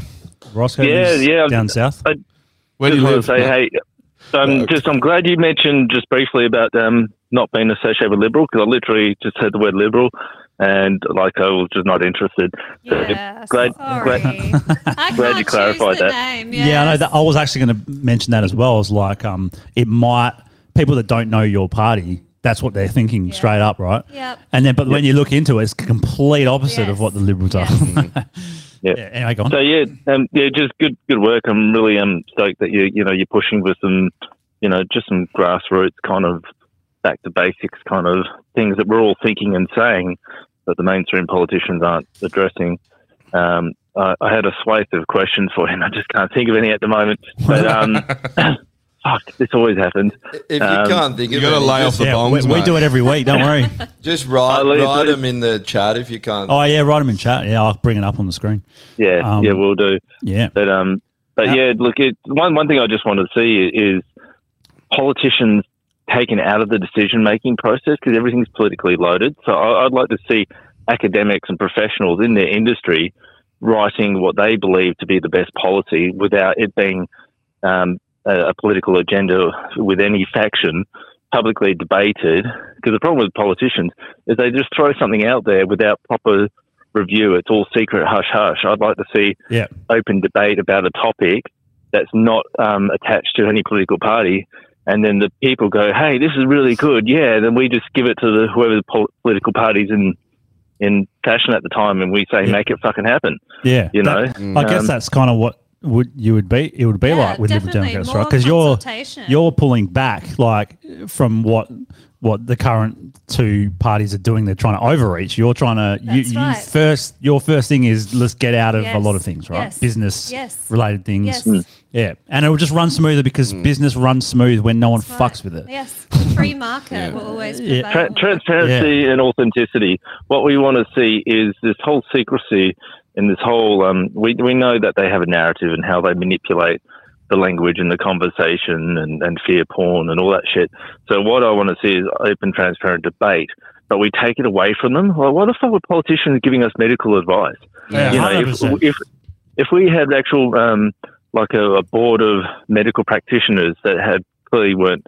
[SPEAKER 6] Roscoe
[SPEAKER 7] Yeah,
[SPEAKER 6] lives
[SPEAKER 7] yeah.
[SPEAKER 6] down south.
[SPEAKER 7] Where do you live? Say, hey, um, just I'm glad you mentioned just briefly about um, not being associated with liberal because I literally just heard the word liberal and like I was just not interested. So glad, glad, glad you clarified that.
[SPEAKER 6] Yeah, I know that. I was actually going to mention that as well. Is like, um, it might people that don't know your party. That's what they're thinking straight up, right?
[SPEAKER 5] Yep.
[SPEAKER 6] And then, but when you look into it, it's complete opposite of what the Liberals are.
[SPEAKER 7] Mm-hmm. Yeah.
[SPEAKER 6] anyway, go on.
[SPEAKER 7] So yeah, um, yeah, just good, good work. I'm really um stoked that you, you know, you're pushing for some, you know, just some grassroots kind of back to basics kind of things that we're all thinking and saying, but the mainstream politicians aren't addressing. Um, I, I had a swathe of questions for you, and I just can't think of any at the moment. But um, fuck, this always happens.
[SPEAKER 4] If you
[SPEAKER 7] Um,
[SPEAKER 4] can't think You of gotta any, lay just- off the
[SPEAKER 6] Yeah, we,
[SPEAKER 4] bombs,
[SPEAKER 6] we
[SPEAKER 4] mate.
[SPEAKER 6] do it every week. Don't worry.
[SPEAKER 4] Just write,
[SPEAKER 7] I'll leave
[SPEAKER 4] write
[SPEAKER 7] it.
[SPEAKER 4] them in the chat if you can't.
[SPEAKER 6] Oh yeah, write them in chat. Yeah, I'll bring it up on the screen.
[SPEAKER 7] Yeah,
[SPEAKER 6] Um,
[SPEAKER 7] yeah, we'll do.
[SPEAKER 6] Yeah.
[SPEAKER 7] But um, but yeah, look, it, one one thing I just wanted to see is politicians taken out of the decision making process because everything's politically loaded. So I, I'd like to see academics and professionals in their industry writing what they believe to be the best policy without it being um, a, a political agenda with any faction publicly debated. Because the problem with politicians is they just throw something out there without proper review. It's all secret, hush hush. I'd like to see
[SPEAKER 6] Yeah.
[SPEAKER 7] open debate about a topic that's not um, attached to any political party. And then the people go, "Hey, this is really good, yeah." Then we just give it to the, whoever the pol- political parties in in fashion at the time, and we say, "Make it fucking happen."
[SPEAKER 6] Yeah,
[SPEAKER 7] you know.
[SPEAKER 6] that- I guess
[SPEAKER 7] Um,
[SPEAKER 6] that's kind of what would you would be. It would be like with Liberal
[SPEAKER 5] definitely,
[SPEAKER 6] Democrats,
[SPEAKER 5] more
[SPEAKER 6] right? Because you're
[SPEAKER 5] consultation.
[SPEAKER 6] you're pulling back, like from what what the current two parties are doing. They're trying to overreach. You're trying to you,
[SPEAKER 5] That's
[SPEAKER 6] you
[SPEAKER 5] right.
[SPEAKER 6] first. Your first thing is let's get out of a lot of
[SPEAKER 5] Yes,
[SPEAKER 6] things, right?
[SPEAKER 5] yes,
[SPEAKER 6] Business
[SPEAKER 5] yes,
[SPEAKER 6] related things.
[SPEAKER 5] yes.
[SPEAKER 7] Hmm.
[SPEAKER 5] Mm.
[SPEAKER 6] Yeah, and it will just run smoother because business runs smooth when no one fucks with it.
[SPEAKER 5] Yes, free market will always prevail.
[SPEAKER 7] Tra- transparency and authenticity. What we want to see is this whole secrecy and this whole. Um, we we know that they have a narrative and how they manipulate the language and the conversation and, and fear porn and all that shit. So what I want to see is open, transparent debate. But we take it away from them. Well, why the fuck were politicians giving us medical advice?
[SPEAKER 6] Yeah,
[SPEAKER 7] you know, if,
[SPEAKER 6] 100%.
[SPEAKER 7] if if we had actual um, like a, a board of medical practitioners that had clearly weren't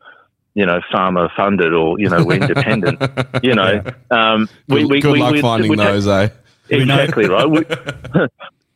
[SPEAKER 7] you know farmer funded or you know were independent, you know, um, we,
[SPEAKER 2] Good-
[SPEAKER 7] we,
[SPEAKER 2] good
[SPEAKER 7] we,
[SPEAKER 2] luck
[SPEAKER 7] we,
[SPEAKER 2] finding
[SPEAKER 7] we
[SPEAKER 2] those, eh? We know-
[SPEAKER 7] Exactly right. We,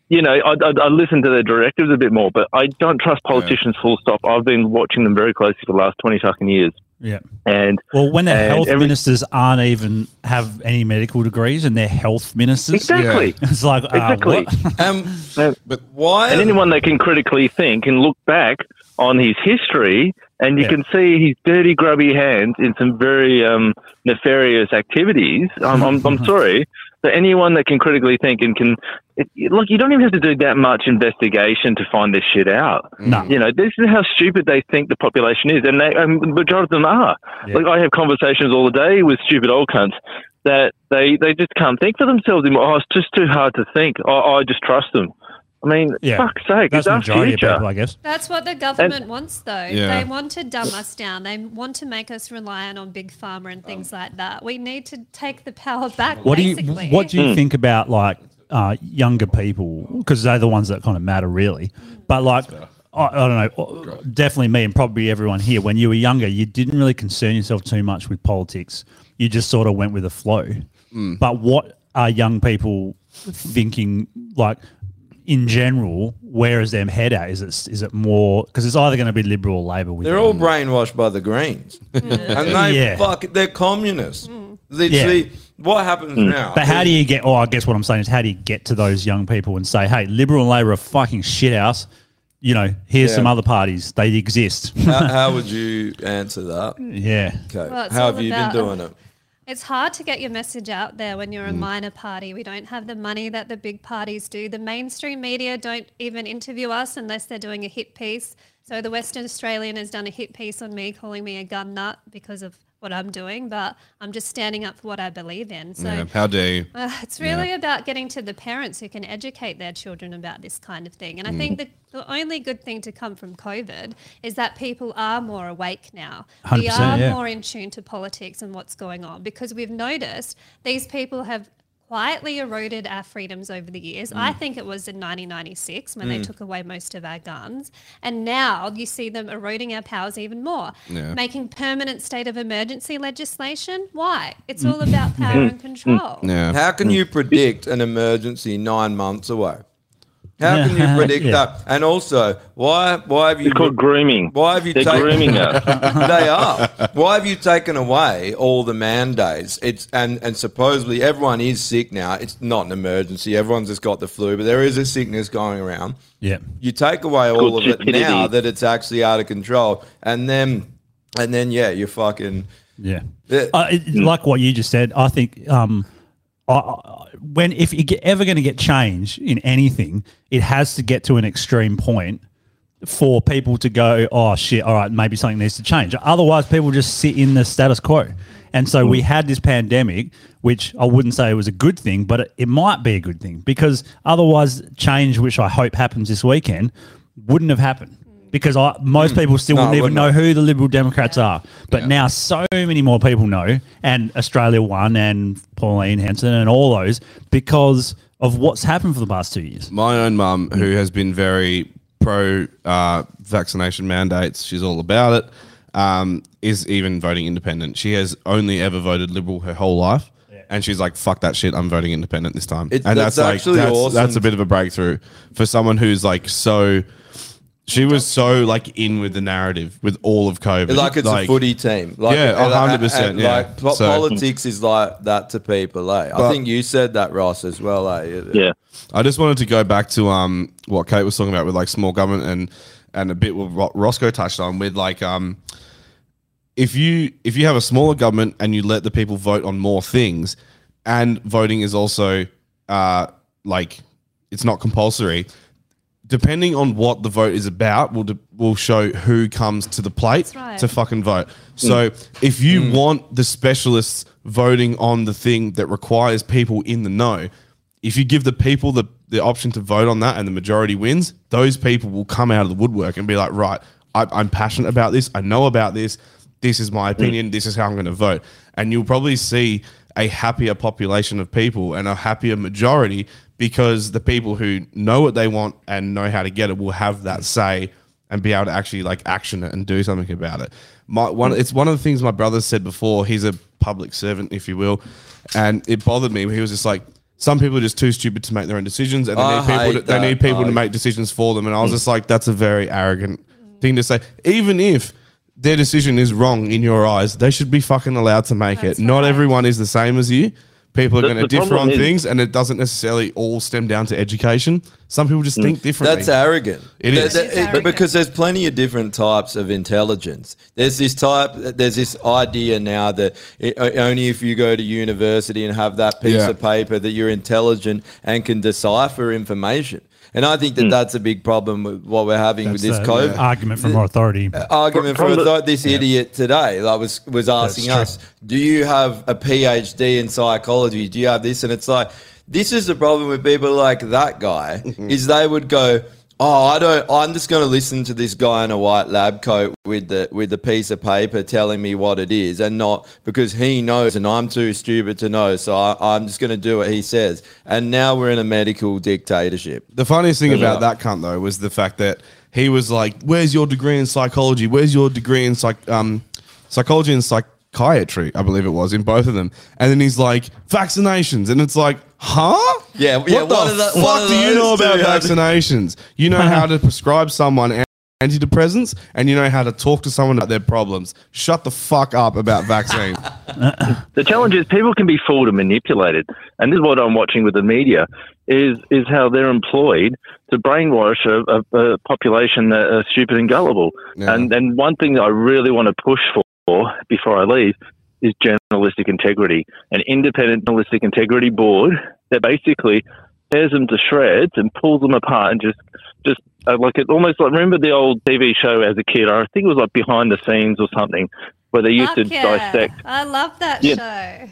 [SPEAKER 7] you know, I, I, I listen to their directives a bit more, but I don't trust politicians. Full stop. I've been watching them very closely for the last twenty fucking years,
[SPEAKER 6] Yeah.
[SPEAKER 7] and
[SPEAKER 6] Well, when the
[SPEAKER 7] and
[SPEAKER 6] health
[SPEAKER 7] every-
[SPEAKER 6] ministers aren't even have any medical degrees and they're health ministers,
[SPEAKER 7] Exactly. Um,
[SPEAKER 6] it's like uh,
[SPEAKER 7] Exactly.
[SPEAKER 6] what?
[SPEAKER 7] but why? And anyone that can critically think and look back on his history, and you can see his dirty, grubby hands in some very um, nefarious activities. I'm, I'm, I'm sorry. But anyone that can critically think and can it, it- look, you don't even have to do that much investigation to find this shit out.
[SPEAKER 6] No.
[SPEAKER 7] You know, this is how stupid they think the population is, and they, um, the majority of them are. Like I have conversations all the day with stupid old cunts that they they just can't think for themselves anymore. Oh, it's just too hard to think. Oh, I just trust them. I mean,
[SPEAKER 6] Yeah.
[SPEAKER 7] fuck's sake, it's
[SPEAKER 6] That's the
[SPEAKER 7] our
[SPEAKER 6] majority of
[SPEAKER 7] future.
[SPEAKER 6] people, I guess.
[SPEAKER 5] That's what the government wants, though.
[SPEAKER 6] Yeah.
[SPEAKER 5] They want to dumb us down. They want to make us reliant on big pharma and
[SPEAKER 4] Um,
[SPEAKER 5] things like that. We need to take the power back.
[SPEAKER 6] What do you
[SPEAKER 5] basically.
[SPEAKER 6] What do you
[SPEAKER 4] Hmm.
[SPEAKER 6] think about like uh, younger people? Because they're the ones that kind of matter, really. But like, I, I don't know. uh, Definitely me, and probably everyone here. When you were younger, you didn't really concern yourself too much with politics. You just sort of went with the flow.
[SPEAKER 4] Hmm.
[SPEAKER 6] But what are young people thinking? Like. In general, where is their head at? Is it is it more because it's either going to be liberal or labor? With
[SPEAKER 4] They're all brainwashed by the Greens, and they
[SPEAKER 6] Yeah.
[SPEAKER 4] fuck. They're communists.
[SPEAKER 5] Mm.
[SPEAKER 4] Literally, what happens now?
[SPEAKER 6] But how do you get? Oh, I guess what I'm saying is, how do you get to those young people and say, "Hey, Liberal and Labor are fucking shit house. You know, here's
[SPEAKER 4] Yeah.
[SPEAKER 6] some other parties. They exist."
[SPEAKER 4] how, how would you answer
[SPEAKER 5] Mm.
[SPEAKER 4] that?
[SPEAKER 6] Yeah.
[SPEAKER 4] Okay.
[SPEAKER 5] Well, it's
[SPEAKER 4] how
[SPEAKER 5] all
[SPEAKER 4] have you been
[SPEAKER 5] about-
[SPEAKER 4] doing it? Mm.
[SPEAKER 5] It's hard to get your message out there when you're a minor party. We don't have the money that the big parties do. The mainstream media don't even interview us unless they're doing a hit piece. So the Western Australian has done a hit piece on me, calling me a gun nut because of what I'm doing, but I'm just standing up for what I believe in. So
[SPEAKER 2] Yeah, how do you?
[SPEAKER 5] Uh, it's really about getting to the parents who can educate their children about this kind of thing. And
[SPEAKER 8] Mm.
[SPEAKER 5] I think the, the only good thing to come from COVID is that people are more awake now. We
[SPEAKER 6] 100%,
[SPEAKER 5] are
[SPEAKER 6] yeah.
[SPEAKER 5] more in tune to politics and what's going on because we've noticed these people have quietly eroded our freedoms over the years. I think it was in 1996 when they
[SPEAKER 8] Mm.
[SPEAKER 5] took away most of our guns. And now you see them eroding our powers even more,
[SPEAKER 8] Yeah.
[SPEAKER 5] making permanent state of emergency legislation. Why? It's
[SPEAKER 8] Mm.
[SPEAKER 5] all about power and control.
[SPEAKER 2] Yeah.
[SPEAKER 4] How can you predict an emergency nine months away? How can you predict
[SPEAKER 7] Yeah.
[SPEAKER 4] that? And also, why why have you?
[SPEAKER 7] It's called grooming.
[SPEAKER 4] Why have you
[SPEAKER 7] They're
[SPEAKER 4] taken,
[SPEAKER 7] grooming us.
[SPEAKER 4] they are. Why have you taken away all the mandates? It's and and supposedly everyone is sick now. It's not an emergency. Everyone's just got the flu, but there is a sickness going around.
[SPEAKER 6] Yeah.
[SPEAKER 4] You take away all
[SPEAKER 7] called
[SPEAKER 4] of it
[SPEAKER 7] stupidity.
[SPEAKER 4] now that it's actually out of control, and then and then yeah, you're fucking
[SPEAKER 6] Yeah.
[SPEAKER 4] Yeah.
[SPEAKER 6] Uh, it, like what you just said, I think um, I, I, when if you're ever going to get change in anything, it has to get to an extreme point for people to go, oh shit, all right, maybe something needs to change. Otherwise, people just sit in the status quo. And so we had this pandemic, which I wouldn't say it was a good thing, but it, it might be a good thing because otherwise, change, which I hope happens this weekend, wouldn't have happened. because I, most people still
[SPEAKER 4] No,
[SPEAKER 6] Mm. wouldn't
[SPEAKER 4] I
[SPEAKER 6] even
[SPEAKER 4] wouldn't
[SPEAKER 6] know who the Liberal Democrats are. But now so many more people know, and Australia One and Pauline Hanson and all those because of what's happened for the past two years.
[SPEAKER 2] My own mum, who has been very pro uh, vaccination mandates, she's all about it, um, is even voting independent. She has only ever voted liberal her whole life. And she's like, "Fuck that shit! I'm voting independent this time."
[SPEAKER 4] It-
[SPEAKER 2] and
[SPEAKER 4] that's actually
[SPEAKER 2] like, that's,
[SPEAKER 4] awesome.
[SPEAKER 2] that's a bit of a breakthrough for someone who's like so. She was so like in with the narrative with all of COVID.
[SPEAKER 4] Like it's a footy team. Like,
[SPEAKER 2] yeah,
[SPEAKER 4] and-
[SPEAKER 2] hundred percent.
[SPEAKER 4] and,
[SPEAKER 2] Yeah.
[SPEAKER 4] Like po-
[SPEAKER 2] So-
[SPEAKER 4] politics is like that to people. Eh? I
[SPEAKER 2] But-
[SPEAKER 4] think you said that, Ross, as well. Eh?
[SPEAKER 2] I just wanted to go back to um what Kate was talking about with like small government and and a bit what Ro- Roscoe touched on with like um if you if you have a smaller government and you let the people vote on more things, and voting is also uh like it's not compulsory. Depending on what the vote is about, will de- will show who comes to the plate
[SPEAKER 9] right.
[SPEAKER 2] to fucking vote. So if you want the specialists voting on the thing that requires people in the know, if you give the people the, the option to vote on that and the majority wins, those people will come out of the woodwork and be like, right, I, I'm passionate about this. I know about this. This is my opinion. This is how I'm going to vote. And you'll probably see a happier population of people and a happier majority because the people who know what they want and know how to get it will have that say and be able to actually like action it and do something about it. My one, it's one of the things my brother said before. He's a public servant, if you will, and it bothered me. He was just like, some people are just too stupid to make their own decisions, and they
[SPEAKER 4] I
[SPEAKER 2] need people.
[SPEAKER 4] hate
[SPEAKER 2] To, they
[SPEAKER 4] that.
[SPEAKER 2] need people
[SPEAKER 4] I- Hmm.
[SPEAKER 2] to make decisions for them. And I was just like, that's a very arrogant thing to say. Even if their decision is wrong in your eyes, they should be fucking allowed to make it. Not everyone is the same as you. People are
[SPEAKER 4] The-
[SPEAKER 2] going to
[SPEAKER 4] the
[SPEAKER 2] differ
[SPEAKER 4] problem
[SPEAKER 2] on
[SPEAKER 4] is-
[SPEAKER 2] things, and it doesn't necessarily all stem down to education. Some people just think differently.
[SPEAKER 4] Mm. That's arrogant.
[SPEAKER 2] It
[SPEAKER 4] That-
[SPEAKER 2] is.
[SPEAKER 4] that- it- but because there's plenty of different types of intelligence. There's this type. There's this idea now that it, o- only if you go to university and have that piece
[SPEAKER 2] Yeah.
[SPEAKER 4] of paper that you're intelligent and can decipher information. And I think that that's a big problem with what we're having
[SPEAKER 6] That's
[SPEAKER 4] with this Uh,
[SPEAKER 6] the
[SPEAKER 4] COVID
[SPEAKER 6] argument from authority.
[SPEAKER 4] argument
[SPEAKER 6] From
[SPEAKER 4] for
[SPEAKER 6] the-
[SPEAKER 4] authority- this idiot today like was was asking
[SPEAKER 6] true.
[SPEAKER 4] us do you have a phd in psychology do you have this and it's like this is the problem with people like that guy is they would go oh i don't i'm just going to listen to this guy in a white lab coat with the with the piece of paper telling me what it is and not because he knows and i'm too stupid to know so I, i'm just going to do what he says and now we're in a medical dictatorship
[SPEAKER 2] The funniest thing
[SPEAKER 4] Yeah.
[SPEAKER 2] about that cunt though was the fact that he was like, "Where's your degree in psychology? Where's your degree in psych um, psychology and psychiatry?" I believe it was in both of them. And then he's like, "Vaccinations," and it's like, "Huh?
[SPEAKER 4] Yeah,
[SPEAKER 2] What
[SPEAKER 4] yeah,
[SPEAKER 2] the
[SPEAKER 4] one of the-
[SPEAKER 2] fuck
[SPEAKER 4] one of
[SPEAKER 2] do you know
[SPEAKER 4] those two,
[SPEAKER 2] about
[SPEAKER 4] I think.
[SPEAKER 2] vaccinations? You know how to prescribe someone." an- Antidepressants, and you know how to talk to someone about their problems. Shut the fuck up about vaccines.
[SPEAKER 7] The challenge is people can be fooled and manipulated, and this is what I'm watching with the media is is how they're employed to brainwash a, a, a population that are stupid and gullible. And and one thing that I really want to push for before I leave is journalistic integrity, an independent journalistic integrity board that basically tears them to shreds and pulls them apart and just just uh, like it almost like remember the old TV show as a kid. I think it was like behind the scenes or something where they used
[SPEAKER 5] Fuck
[SPEAKER 7] to
[SPEAKER 5] yeah.
[SPEAKER 7] dissect
[SPEAKER 5] I love that
[SPEAKER 7] Yeah.
[SPEAKER 5] show.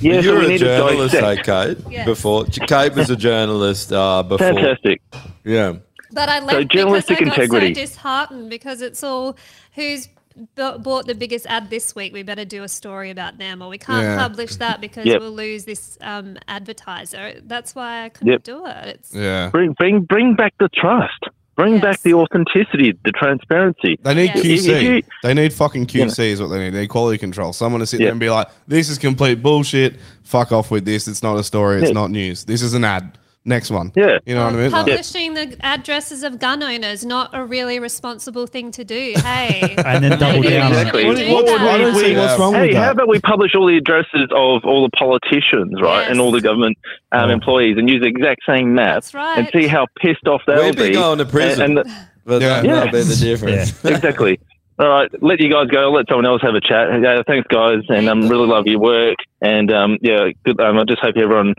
[SPEAKER 7] yeah,
[SPEAKER 4] you
[SPEAKER 7] so
[SPEAKER 4] were
[SPEAKER 7] we
[SPEAKER 4] a
[SPEAKER 7] need to
[SPEAKER 4] journalist, eh,
[SPEAKER 7] dissect.
[SPEAKER 4] Kate?
[SPEAKER 5] Yes.
[SPEAKER 4] Before Kate was a journalist. Uh, before
[SPEAKER 7] Fantastic.
[SPEAKER 4] Yeah.
[SPEAKER 5] But I left
[SPEAKER 4] So journalistic
[SPEAKER 5] because I
[SPEAKER 4] integrity.
[SPEAKER 5] got so disheartened because it's all who's b- bought the biggest ad this week. We better do a story about them, or we can't
[SPEAKER 2] Yeah.
[SPEAKER 5] publish that because
[SPEAKER 7] Yep.
[SPEAKER 5] we'll lose this um, advertiser. That's why I couldn't
[SPEAKER 7] Yep.
[SPEAKER 5] do it. It's,
[SPEAKER 2] Yeah.
[SPEAKER 7] Bring bring bring back the trust. Bring back the authenticity, the transparency.
[SPEAKER 2] They need
[SPEAKER 5] Yeah.
[SPEAKER 7] If-
[SPEAKER 2] QC.
[SPEAKER 7] if you-
[SPEAKER 2] they need fucking
[SPEAKER 7] Yeah.
[SPEAKER 2] QC is what they need. They need quality control. Someone to sit
[SPEAKER 7] Yeah.
[SPEAKER 2] there and be like, "This is complete bullshit. Fuck off with this. It's not a story. It's
[SPEAKER 7] Yeah.
[SPEAKER 2] not news. This is an ad. Next one.
[SPEAKER 7] Yeah,
[SPEAKER 2] you know what I mean. Like-
[SPEAKER 5] Publishing the addresses of gun owners not a really responsible thing to do. Hey,
[SPEAKER 6] And then double
[SPEAKER 5] Maybe
[SPEAKER 6] down
[SPEAKER 5] we
[SPEAKER 6] on it.
[SPEAKER 5] shouldn't
[SPEAKER 6] What-
[SPEAKER 5] do
[SPEAKER 6] what-
[SPEAKER 5] that.
[SPEAKER 6] I don't see what's wrong
[SPEAKER 7] hey,
[SPEAKER 6] with
[SPEAKER 7] how
[SPEAKER 6] that.
[SPEAKER 7] about we publish all the addresses of all the politicians, right, and all the government um,
[SPEAKER 6] Oh.
[SPEAKER 7] employees, and use the exact same map and see how pissed off they'll
[SPEAKER 4] We'd be going to prison,
[SPEAKER 7] And, and
[SPEAKER 4] but that- that'd be the difference.
[SPEAKER 7] exactly. All right, let you guys go. Let someone else have a chat. Yeah, thanks, guys, and um, really love your work. And um, yeah, good. Um, I just hope everyone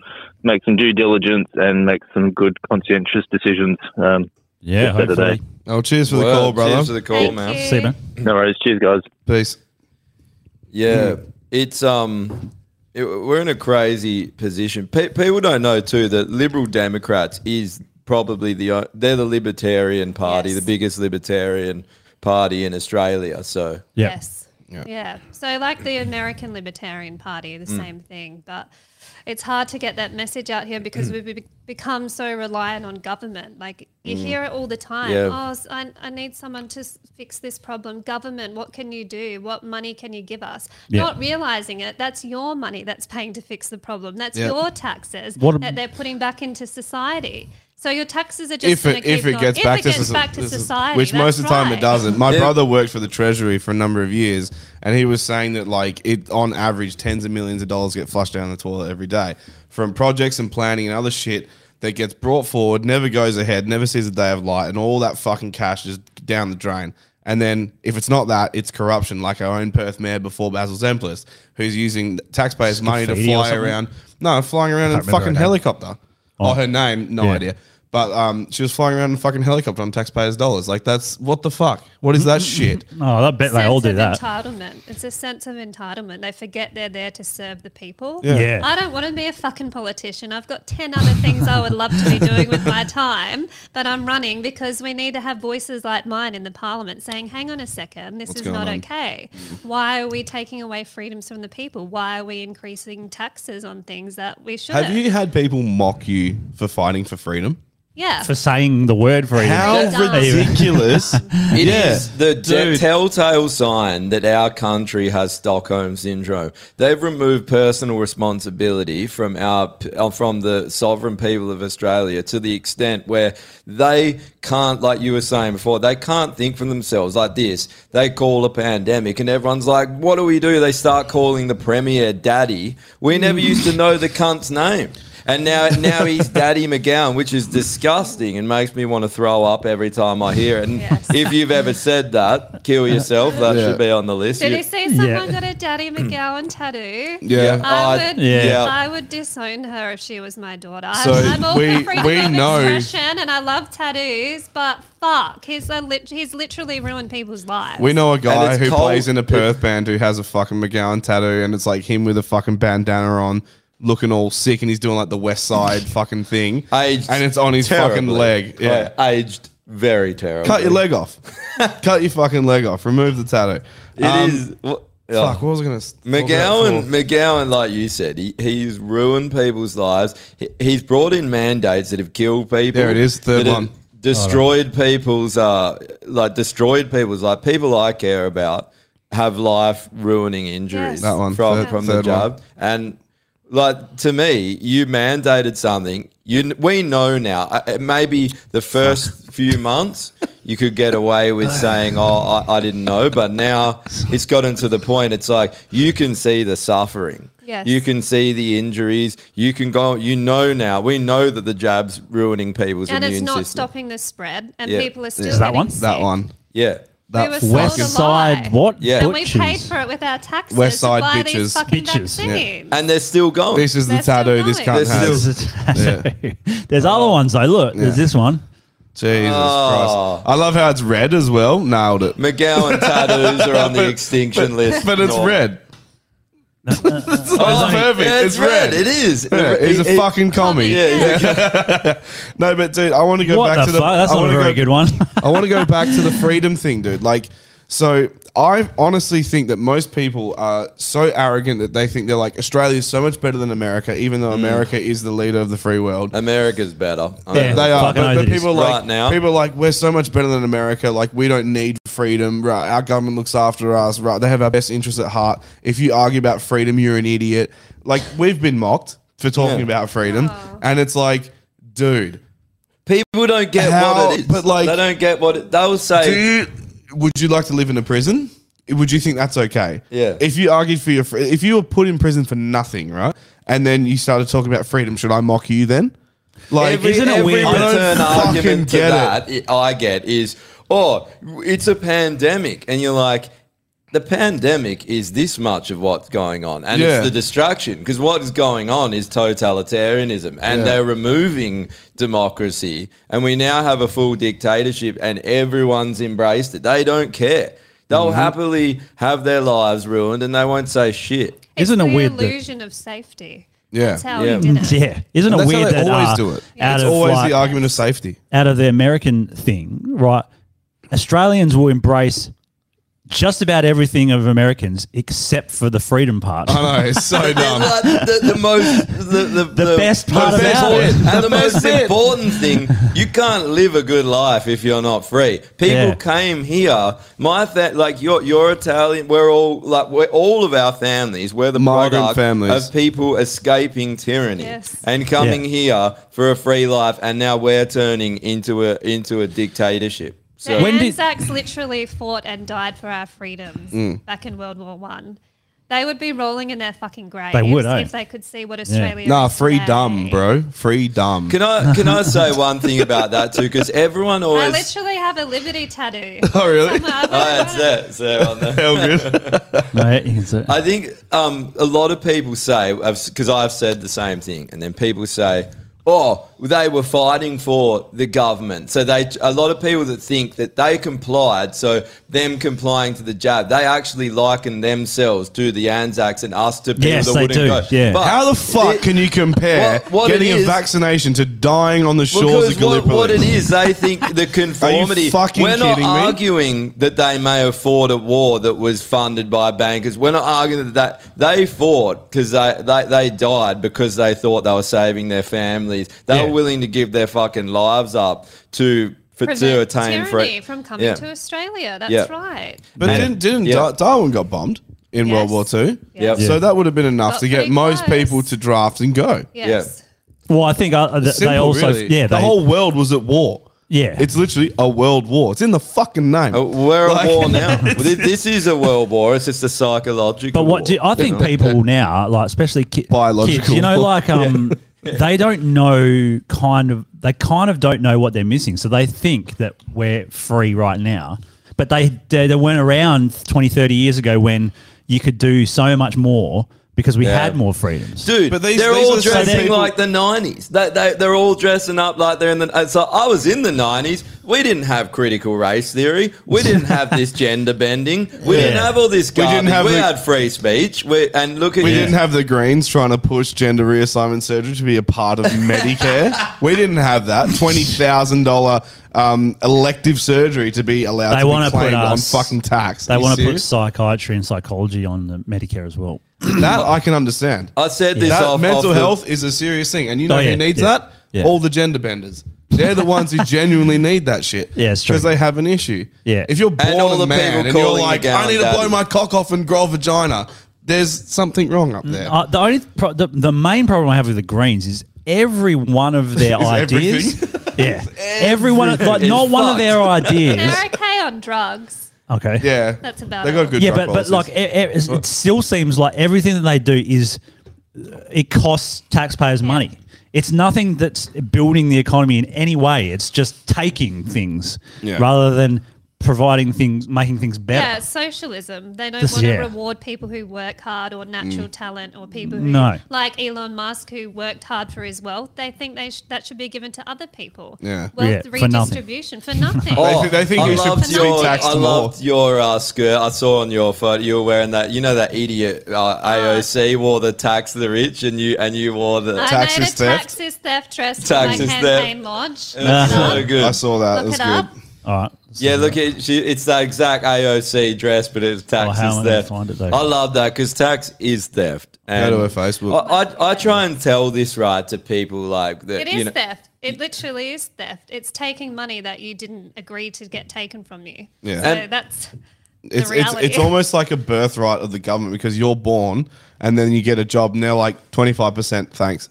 [SPEAKER 7] makes some due diligence and makes some good conscientious decisions. Um,
[SPEAKER 6] Yeah,
[SPEAKER 7] for the
[SPEAKER 6] hopefully.
[SPEAKER 7] day.
[SPEAKER 2] Oh, cheers for the
[SPEAKER 4] Well,
[SPEAKER 2] call, brother.
[SPEAKER 4] cheers for the call, Thank man. you.
[SPEAKER 6] See you, man.
[SPEAKER 7] No worries. Cheers, guys.
[SPEAKER 2] Peace.
[SPEAKER 4] Yeah, it's um, it, we're in a crazy position. Pe- people don't know too that Liberal Democrats is probably the o- they're the Libertarian Party, the biggest Libertarian Party in Australia. So
[SPEAKER 5] Yes. Yeah. So, like the American Libertarian Party, the
[SPEAKER 4] Mm.
[SPEAKER 5] same thing, but it's hard to get that message out here because we've be- become so reliant on government. Like you
[SPEAKER 4] Mm.
[SPEAKER 5] hear it all the time.
[SPEAKER 4] Yeah.
[SPEAKER 5] Oh, s- I, I need someone to s- fix this problem. Government, what can you do? What money can you give us?
[SPEAKER 6] Yeah.
[SPEAKER 5] Not realizing it, that's your money that's paying to fix the problem. That's
[SPEAKER 2] Yeah.
[SPEAKER 5] your taxes
[SPEAKER 2] What ab-
[SPEAKER 5] that they're putting back into society. So your taxes are just
[SPEAKER 2] if
[SPEAKER 5] going
[SPEAKER 2] it,
[SPEAKER 5] to keep
[SPEAKER 2] if it
[SPEAKER 5] going.
[SPEAKER 2] gets,
[SPEAKER 5] if
[SPEAKER 2] back,
[SPEAKER 5] it gets
[SPEAKER 2] to soci-
[SPEAKER 5] back to
[SPEAKER 2] this is-
[SPEAKER 5] society,
[SPEAKER 2] which most of the
[SPEAKER 5] that's
[SPEAKER 2] time
[SPEAKER 5] right.
[SPEAKER 2] it doesn't. My brother worked for the Treasury for a number of years, and he was saying that like it on average, tens of millions of dollars get flushed down the toilet every day from projects and planning and other shit that gets brought forward, never goes ahead, never sees a day of light, and all that fucking cash is down the drain. And then if it's not that, it's corruption, like our own Perth mayor before Basil Zemplis, who's using taxpayers' money to
[SPEAKER 8] Scafidi or
[SPEAKER 2] fly
[SPEAKER 8] something?
[SPEAKER 2] around. No, flying around in a
[SPEAKER 8] Can't remember her
[SPEAKER 2] fucking
[SPEAKER 8] name.
[SPEAKER 2] helicopter.
[SPEAKER 8] Oh.
[SPEAKER 2] Oh, her name, no
[SPEAKER 8] Yeah.
[SPEAKER 2] idea. But um, she was flying around in a fucking helicopter on taxpayers' dollars. Like that's what the fuck? What is that shit?
[SPEAKER 6] Oh, I bet
[SPEAKER 5] sense of Entitlement. It's a sense of entitlement. They forget they're there to serve the people.
[SPEAKER 2] Yeah. Yeah.
[SPEAKER 5] I don't want to be a fucking politician. I've got ten other things I would love to be doing with my time, but I'm running because we need to have voices like mine in the parliament saying, "Hang on a second, this
[SPEAKER 10] What's
[SPEAKER 5] is
[SPEAKER 10] going
[SPEAKER 5] not
[SPEAKER 10] on?"
[SPEAKER 5] okay. Why are we taking away freedoms from the people? Why are we increasing taxes on things that we shouldn't?"
[SPEAKER 2] Have you had people mock you for fighting for freedom?
[SPEAKER 5] Yeah.
[SPEAKER 6] for saying the word for
[SPEAKER 4] How ridiculous It is the de-
[SPEAKER 6] Dude.
[SPEAKER 4] telltale sign that our country has Stockholm syndrome. They've removed personal responsibility from our p- uh, from the sovereign people of Australia to the extent where they can't, like you were saying before, they can't think for themselves. Like this, they call a pandemic, and everyone's like, "What do we do?" They start calling the premier daddy. We never used to know the cunt's name. And now, now he's Daddy McGowan, which is disgusting and makes me want to throw up every time I hear it. And if you've ever said that, kill yourself. That
[SPEAKER 2] Yeah.
[SPEAKER 4] should be on the list.
[SPEAKER 5] Did
[SPEAKER 4] You-
[SPEAKER 5] he see someone got a Daddy McGowan tattoo?
[SPEAKER 4] Yeah.
[SPEAKER 5] I
[SPEAKER 4] I-
[SPEAKER 5] would,
[SPEAKER 4] yeah.
[SPEAKER 5] I would disown her if she was my daughter.
[SPEAKER 2] So
[SPEAKER 5] I'm, I'm all
[SPEAKER 2] we-
[SPEAKER 5] for freedom
[SPEAKER 2] we
[SPEAKER 5] of
[SPEAKER 2] know-
[SPEAKER 5] expression and I love tattoos, but fuck, he's a lit- he's literally ruined people's lives.
[SPEAKER 2] We know a
[SPEAKER 4] And
[SPEAKER 2] guy
[SPEAKER 4] it's
[SPEAKER 2] who
[SPEAKER 4] cold.
[SPEAKER 2] plays in a Perth band who has a fucking McGowan tattoo, and it's like him with a fucking bandana on, looking all sick, and he's doing like the West Side fucking thing,
[SPEAKER 4] Aged
[SPEAKER 2] and it's on his fucking
[SPEAKER 4] terribly.
[SPEAKER 2] leg. Yeah,
[SPEAKER 4] Like, aged very terribly.
[SPEAKER 2] cut your leg off, cut your fucking leg off, remove the tattoo. Um,
[SPEAKER 4] It is- what- yeah.
[SPEAKER 2] Fuck, what was I gonna? s- talk about
[SPEAKER 4] McGowan,
[SPEAKER 2] before?
[SPEAKER 4] McGowan, like you said, he, he's ruined people's lives. He, he's brought in mandates that have killed people.
[SPEAKER 2] There it is,
[SPEAKER 4] that
[SPEAKER 2] third
[SPEAKER 4] have
[SPEAKER 2] one.
[SPEAKER 4] Destroyed people's, uh, like destroyed people's life. People I care about have life ruining injuries
[SPEAKER 2] Yes. That one,
[SPEAKER 4] from
[SPEAKER 2] third-
[SPEAKER 4] from the
[SPEAKER 2] third one.
[SPEAKER 4] job. And like to me, you mandated something. You we know now. uh, uh, Maybe the first few months you could get away with saying, "Oh, I, I didn't know," but now it's gotten to the point. It's like you can see the suffering.
[SPEAKER 11] Yes.
[SPEAKER 4] You can see the injuries. You can go. You know now. We know that the jab's ruining people's
[SPEAKER 5] and
[SPEAKER 4] immune
[SPEAKER 5] it's not
[SPEAKER 4] system.
[SPEAKER 5] stopping the spread, and
[SPEAKER 4] Yeah.
[SPEAKER 5] people are still
[SPEAKER 4] that
[SPEAKER 5] getting
[SPEAKER 4] one?
[SPEAKER 5] sick.
[SPEAKER 2] That one.
[SPEAKER 4] Yeah.
[SPEAKER 5] That were sold West a Side lie.
[SPEAKER 2] what?
[SPEAKER 5] And we paid for it with our taxes.
[SPEAKER 2] West Side
[SPEAKER 5] to buy
[SPEAKER 2] bitches.
[SPEAKER 5] These fucking
[SPEAKER 2] Bitches. Yeah.
[SPEAKER 5] vaccines.
[SPEAKER 4] And they're still going.
[SPEAKER 2] This is the tattoo this cunt has.
[SPEAKER 6] There's other ones though. Look, there's this one.
[SPEAKER 2] Jesus
[SPEAKER 4] Oh.
[SPEAKER 2] Christ! I love how it's red as well. Nailed it.
[SPEAKER 4] McGowan tattoos are on the extinction
[SPEAKER 2] but,
[SPEAKER 4] list.
[SPEAKER 2] but it's
[SPEAKER 4] Norm.
[SPEAKER 2] red.
[SPEAKER 4] It's
[SPEAKER 2] Oh, perfect. it's red.
[SPEAKER 4] It is.
[SPEAKER 2] Yeah, he's
[SPEAKER 4] It-
[SPEAKER 2] a
[SPEAKER 4] it-
[SPEAKER 2] fucking commie.
[SPEAKER 4] Yeah,
[SPEAKER 2] no, but dude, I want to go
[SPEAKER 6] What
[SPEAKER 2] back to
[SPEAKER 6] the
[SPEAKER 2] the.
[SPEAKER 6] fuck? That's
[SPEAKER 2] I
[SPEAKER 6] not a
[SPEAKER 2] wanna
[SPEAKER 6] very
[SPEAKER 2] go-
[SPEAKER 6] good one.
[SPEAKER 2] I want to go back to the freedom thing, dude. Like, so I honestly think that most people are so arrogant that they think they're like Australia is so much better than America, even though
[SPEAKER 4] Mm.
[SPEAKER 2] America is the leader of the free world.
[SPEAKER 4] America's better.
[SPEAKER 2] They- they are,
[SPEAKER 4] Fucking
[SPEAKER 2] but,
[SPEAKER 4] oath it
[SPEAKER 2] but
[SPEAKER 4] is.
[SPEAKER 2] people are like
[SPEAKER 4] right now.
[SPEAKER 2] people are like we're so much better than America. Like we don't need freedom. Right, our government looks after us. Right, they have our best interests at heart. If you argue about freedom, you're an idiot. Like we've been mocked for talking
[SPEAKER 4] Yeah.
[SPEAKER 2] about freedom, and it's like, dude,
[SPEAKER 4] people don't get
[SPEAKER 2] How-
[SPEAKER 4] what it is. But like, they don't get what it, they'll say.
[SPEAKER 2] do you, would you like to live in a prison? Would you think that's okay?
[SPEAKER 4] Yeah.
[SPEAKER 2] If you argued for your, fr- if you were put in prison for nothing, right, and then you started talking about freedom, should I mock you then? Like,
[SPEAKER 4] every, every
[SPEAKER 2] I don't
[SPEAKER 4] return
[SPEAKER 2] fucking
[SPEAKER 4] argument to
[SPEAKER 2] get it.
[SPEAKER 4] that it- I get is, oh, it's a pandemic, and you're like, the pandemic is this much of what's going on, and
[SPEAKER 2] Yeah.
[SPEAKER 4] it's the destruction because what is going on is totalitarianism, and
[SPEAKER 2] Yeah.
[SPEAKER 4] they're removing democracy, and we now have a full dictatorship, and everyone's embraced it. They don't care. They'll
[SPEAKER 5] Mm-hmm.
[SPEAKER 2] Mm-hmm.
[SPEAKER 6] Mhm.
[SPEAKER 4] happily have their lives ruined, and they won't say shit.
[SPEAKER 5] It's
[SPEAKER 6] Isn't it
[SPEAKER 5] the
[SPEAKER 6] weird that-
[SPEAKER 5] illusion of safety.
[SPEAKER 2] Yeah.
[SPEAKER 5] That's how he did it.
[SPEAKER 6] Yeah. Isn't
[SPEAKER 2] And that's
[SPEAKER 6] it
[SPEAKER 2] how
[SPEAKER 6] weird
[SPEAKER 2] they
[SPEAKER 6] that
[SPEAKER 2] always
[SPEAKER 6] uh,
[SPEAKER 2] do it?
[SPEAKER 6] out
[SPEAKER 2] It's
[SPEAKER 6] of
[SPEAKER 2] always
[SPEAKER 6] like-
[SPEAKER 2] the argument of safety.
[SPEAKER 6] out of the American thing, right? Australians will embrace just about everything of Americans except for the freedom part.
[SPEAKER 2] I know, it's so dumb.
[SPEAKER 4] Um, Like, the, the most, the, the, the,
[SPEAKER 6] best part
[SPEAKER 4] the
[SPEAKER 6] about
[SPEAKER 4] best-
[SPEAKER 6] it.
[SPEAKER 4] and the,
[SPEAKER 6] The
[SPEAKER 4] most
[SPEAKER 6] best bit.
[SPEAKER 4] important thing, you can't live a good life if you're not free. People
[SPEAKER 6] Yeah.
[SPEAKER 4] came here. My fa- like you're, you're Italian. We're all like we're all of our families. We're the
[SPEAKER 2] Migrant
[SPEAKER 4] product
[SPEAKER 2] families.
[SPEAKER 4] of people escaping tyranny
[SPEAKER 2] Yes.
[SPEAKER 4] and coming here for a free life. And now we're turning into a into a dictatorship.
[SPEAKER 5] The
[SPEAKER 4] So
[SPEAKER 5] Anzacs literally fought and died for our freedoms
[SPEAKER 4] Mm.
[SPEAKER 5] back in World War One. They would be rolling in their fucking graves
[SPEAKER 2] They would, eh?
[SPEAKER 5] if they could see what Australia.
[SPEAKER 2] Nah,
[SPEAKER 5] is
[SPEAKER 2] free
[SPEAKER 5] today.
[SPEAKER 2] dumb, bro. Free dumb.
[SPEAKER 4] Can I can I say one thing about that too? Because everyone
[SPEAKER 5] I
[SPEAKER 4] always
[SPEAKER 5] literally have a liberty tattoo.
[SPEAKER 2] Oh, really?
[SPEAKER 4] oh, that's it. It's there on there.
[SPEAKER 6] Right? It's a-
[SPEAKER 4] I think um, a lot of people say because I've said the same thing, and then people say, "Oh, they were fighting for the government." So they a lot of people that think that they complied, so them complying to the jab, they actually liken themselves to the Anzacs and us to people
[SPEAKER 2] Yes,
[SPEAKER 4] that
[SPEAKER 2] they
[SPEAKER 4] wouldn't
[SPEAKER 2] do.
[SPEAKER 4] go.
[SPEAKER 2] Yeah.
[SPEAKER 4] But
[SPEAKER 2] How the fuck can you compare
[SPEAKER 4] What- what
[SPEAKER 2] getting
[SPEAKER 4] it
[SPEAKER 2] a
[SPEAKER 4] is-
[SPEAKER 2] vaccination to dying on the shores of
[SPEAKER 4] because what,
[SPEAKER 2] Gallipoli?
[SPEAKER 4] what it is, they think the conformity.
[SPEAKER 2] fucking
[SPEAKER 4] we're not
[SPEAKER 2] kidding me?
[SPEAKER 4] arguing that they may have fought a war that was funded by bankers. We're not arguing that that they fought because they, they, they died because they thought they were saving their families. They
[SPEAKER 7] Yeah.
[SPEAKER 4] were willing to give their fucking lives up to for, to
[SPEAKER 5] Prevent
[SPEAKER 4] attain
[SPEAKER 5] tyranny
[SPEAKER 4] free.
[SPEAKER 5] from coming
[SPEAKER 2] Yeah.
[SPEAKER 5] to Australia. That's
[SPEAKER 2] Yeah.
[SPEAKER 5] right.
[SPEAKER 2] But didn't, didn't Dar- Darwin got bombed in World War Two?
[SPEAKER 4] Yep.
[SPEAKER 2] So that would have been enough
[SPEAKER 5] Got
[SPEAKER 2] to get
[SPEAKER 5] pretty
[SPEAKER 2] most
[SPEAKER 5] close.
[SPEAKER 2] people to draft and go.
[SPEAKER 5] Yes.
[SPEAKER 6] well, I think uh, th- they
[SPEAKER 2] Simple,
[SPEAKER 6] also
[SPEAKER 2] really.
[SPEAKER 6] yeah
[SPEAKER 2] the
[SPEAKER 6] they,
[SPEAKER 2] whole world was at war.
[SPEAKER 6] Yeah,
[SPEAKER 2] it's literally a world war. It's in the fucking name.
[SPEAKER 4] we're at war now. Well, thi- this is a world war. It's just a psychological.
[SPEAKER 6] But what do I think people now, like especially ki- biological, you know,
[SPEAKER 4] war.
[SPEAKER 6] like um, they don't know kind of they kind of don't know what they're missing, so they think that we're free right now, but they they, they weren't around 20, 30 years ago when you could do so much more because we
[SPEAKER 4] Yeah.
[SPEAKER 6] had more freedoms,
[SPEAKER 4] Dude,
[SPEAKER 6] But
[SPEAKER 4] they're all
[SPEAKER 6] the same
[SPEAKER 4] dressing
[SPEAKER 6] people-
[SPEAKER 4] like the '90s. They, they, they're all dressing up like they're in the. uh, So I was in the '90s. We didn't have critical race theory. We didn't have this gender bending. We didn't
[SPEAKER 2] Yeah.
[SPEAKER 4] have all this
[SPEAKER 2] We
[SPEAKER 4] garbage. We,
[SPEAKER 2] didn't have the-
[SPEAKER 4] had free speech. We, and look at
[SPEAKER 2] We
[SPEAKER 4] you.
[SPEAKER 2] didn't have the Greens trying to push gender reassignment surgery to be a part of Medicare. we didn't have that twenty thousand dollar um, elective surgery to be allowed
[SPEAKER 6] They
[SPEAKER 2] to
[SPEAKER 6] wanna
[SPEAKER 2] be
[SPEAKER 6] put
[SPEAKER 2] claimed on
[SPEAKER 6] us-
[SPEAKER 2] fucking tax.
[SPEAKER 6] They
[SPEAKER 2] Are you
[SPEAKER 6] want to put
[SPEAKER 2] serious?
[SPEAKER 6] psychiatry and psychology on the Medicare as well.
[SPEAKER 2] that I can understand.
[SPEAKER 4] I said
[SPEAKER 6] this
[SPEAKER 2] That
[SPEAKER 6] Oh, off-
[SPEAKER 2] mental
[SPEAKER 6] off the-
[SPEAKER 2] health is a serious thing, and you know
[SPEAKER 6] Oh, yeah,
[SPEAKER 2] who needs
[SPEAKER 6] yeah,
[SPEAKER 2] that?
[SPEAKER 6] yeah.
[SPEAKER 2] All the gender benders. They're the ones who genuinely need that shit.
[SPEAKER 6] Yeah, it's true.
[SPEAKER 2] because they have an issue.
[SPEAKER 6] Yeah.
[SPEAKER 2] if you're born
[SPEAKER 6] And all
[SPEAKER 2] a
[SPEAKER 6] the
[SPEAKER 2] man
[SPEAKER 6] people
[SPEAKER 2] and you're
[SPEAKER 6] calling
[SPEAKER 2] like,
[SPEAKER 6] the
[SPEAKER 2] I
[SPEAKER 6] gown
[SPEAKER 2] need to blow
[SPEAKER 6] daddy."
[SPEAKER 2] my cock off and grow a vagina. There's something wrong up there.
[SPEAKER 6] Uh, the only pro- the, the main problem I have with the Greens is every one of their
[SPEAKER 2] Is
[SPEAKER 6] ideas. Yeah, every one, of, like
[SPEAKER 2] Everything
[SPEAKER 6] not
[SPEAKER 2] is
[SPEAKER 6] one of their ideas.
[SPEAKER 5] They're okay on drugs.
[SPEAKER 6] Okay.
[SPEAKER 2] Yeah.
[SPEAKER 5] That's about
[SPEAKER 2] They
[SPEAKER 5] it.
[SPEAKER 2] got good
[SPEAKER 6] yeah,
[SPEAKER 2] drug
[SPEAKER 6] but but like
[SPEAKER 2] policies.
[SPEAKER 6] it, it, it still seems like everything that they do is uh, it costs taxpayers money. It's nothing that's building the economy in any way. It's just taking things
[SPEAKER 5] Yeah.
[SPEAKER 6] rather than providing things, making things better.
[SPEAKER 5] Yeah, socialism. They don't
[SPEAKER 6] This-
[SPEAKER 5] want to
[SPEAKER 6] yeah.
[SPEAKER 5] reward people who work hard or natural talent or people who,
[SPEAKER 6] No.
[SPEAKER 5] like Elon Musk, who worked hard for his wealth. They think they sh- that should be given to other people.
[SPEAKER 4] Yeah. Yeah,
[SPEAKER 5] Wealth
[SPEAKER 4] for nothing.
[SPEAKER 5] redistribution for nothing.
[SPEAKER 4] Oh, I
[SPEAKER 5] we
[SPEAKER 4] loved your, I loved your uh, skirt. I saw on your photo you were wearing that. You know that idiot uh, AOC wore the tax the rich, and you and you wore the
[SPEAKER 5] I
[SPEAKER 4] taxes
[SPEAKER 5] made a taxes theft dress for my
[SPEAKER 4] Taxes theft.
[SPEAKER 5] campaign lodge.
[SPEAKER 4] It was so good. I
[SPEAKER 2] saw that.
[SPEAKER 5] Look it up.
[SPEAKER 6] All right.
[SPEAKER 4] Yeah, look, it, she, it's that exact AOC dress, but it's tax
[SPEAKER 6] Oh, how am
[SPEAKER 4] is
[SPEAKER 6] I gonna
[SPEAKER 4] theft.
[SPEAKER 6] find it, though?
[SPEAKER 4] I love that because tax is theft.
[SPEAKER 2] to her Facebook.
[SPEAKER 4] I, I, I try and tell this right to people like that.
[SPEAKER 5] It
[SPEAKER 4] you
[SPEAKER 5] is
[SPEAKER 4] know,
[SPEAKER 5] theft. It literally is theft. It's taking money that you didn't agree to get taken from you.
[SPEAKER 2] Yeah.
[SPEAKER 5] So
[SPEAKER 2] And-
[SPEAKER 5] that's the
[SPEAKER 2] It's, it's
[SPEAKER 5] reality.
[SPEAKER 2] it's almost like a birthright of the government because you're born and then you get a job and they're like twenty five percent thanks.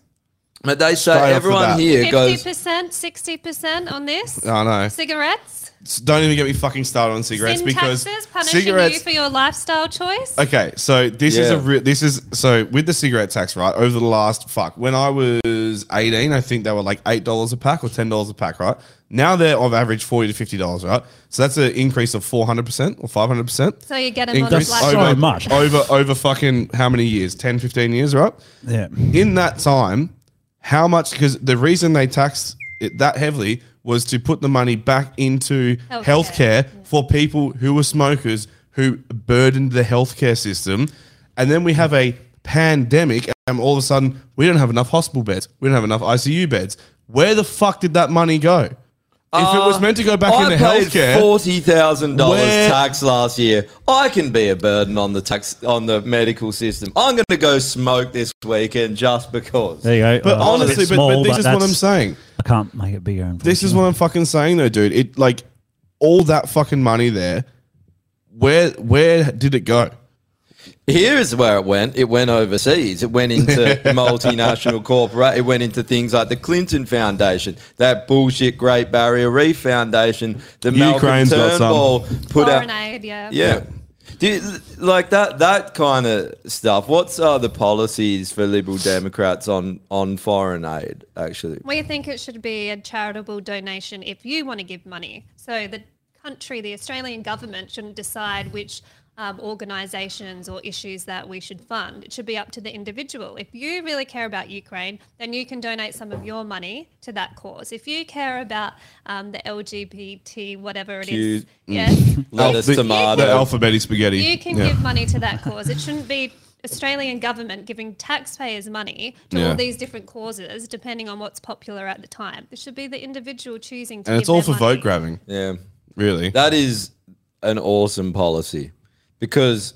[SPEAKER 4] But they say
[SPEAKER 2] Straight off the
[SPEAKER 4] everyone
[SPEAKER 2] bat.
[SPEAKER 4] here
[SPEAKER 5] Fifty
[SPEAKER 4] goes.
[SPEAKER 5] percent, sixty percent on this.
[SPEAKER 2] I know.
[SPEAKER 5] Cigarettes.
[SPEAKER 2] S- Don't even get me fucking started on cigarettes
[SPEAKER 5] Sin
[SPEAKER 2] because
[SPEAKER 5] taxes punishing you
[SPEAKER 2] cigarettes.
[SPEAKER 5] for your lifestyle choice.
[SPEAKER 2] Okay, so this is a
[SPEAKER 4] Yeah.
[SPEAKER 2] real. This is so with the cigarette tax, right? Over the last fuck, when I was eighteen, I think they were like eight dollars a pack or ten dollars a pack, right? Now they're on average forty to fifty dollars, right? So that's an increase of four hundred percent or five hundred percent.
[SPEAKER 5] So you get them on a
[SPEAKER 2] Increase
[SPEAKER 5] black
[SPEAKER 2] over,
[SPEAKER 5] market.
[SPEAKER 2] over over fucking how many years? 10, 15 years, right?
[SPEAKER 6] Yeah.
[SPEAKER 2] In that time, how much? Because the reason they taxed it that heavily was to put the money back into
[SPEAKER 9] Healthcare.
[SPEAKER 2] healthcare, for people who were smokers who burdened the healthcare system, and then we have a pandemic. and all of a sudden we don't have enough hospital beds, we don't have enough ICU beds. Where the fuck did that money go? if it was meant to go back
[SPEAKER 4] Uh, I
[SPEAKER 2] into
[SPEAKER 4] paid
[SPEAKER 2] healthcare,
[SPEAKER 4] forty thousand
[SPEAKER 2] Where-
[SPEAKER 4] dollars tax last year. I can be a burden on the tax on the medical system. I'm going to go smoke this weekend just because.
[SPEAKER 6] There you go. Uh,
[SPEAKER 2] But honestly, but- but this is what I'm
[SPEAKER 6] that's-
[SPEAKER 2] saying.
[SPEAKER 6] I can't make it bigger.
[SPEAKER 2] This is what I'm fucking saying though, dude. It like all that fucking money there. Where where did it go?
[SPEAKER 4] Here is where it went. It went overseas. It went into multinational corporate. It went into things like the Clinton Foundation, that bullshit Great Barrier Reef Foundation, the
[SPEAKER 2] Ukraine's
[SPEAKER 4] Malcolm
[SPEAKER 2] got some.
[SPEAKER 4] Turnbull put out.
[SPEAKER 5] Foreign aid, yeah.
[SPEAKER 4] Yeah. Do you, like that that kind of stuff. What's uh, the policies for Liberal Democrats on on foreign aid? Actually,
[SPEAKER 5] We think it should be a charitable donation if you want to give money. So the country, the Australian government, shouldn't decide which um, organisations or issues that we should fund. It should be up to the individual. If you really care about Ukraine, then you can donate some of your money to that cause. If you care about um, the LGBT, whatever it is,
[SPEAKER 2] Cute.
[SPEAKER 5] yes,
[SPEAKER 4] Lettuce,
[SPEAKER 2] the,
[SPEAKER 4] tomato.
[SPEAKER 2] the alphabeti spaghetti.
[SPEAKER 5] you can
[SPEAKER 2] Yeah.
[SPEAKER 5] give money to that cause. It shouldn't be Australian government giving taxpayers money to
[SPEAKER 2] Yeah.
[SPEAKER 5] all these different causes, depending on what's popular at the time. It should be the individual choosing. To
[SPEAKER 2] and
[SPEAKER 5] give
[SPEAKER 2] it's all
[SPEAKER 5] their
[SPEAKER 2] for
[SPEAKER 5] money.
[SPEAKER 2] vote grabbing.
[SPEAKER 4] Yeah.
[SPEAKER 2] Really?
[SPEAKER 4] That is an awesome policy because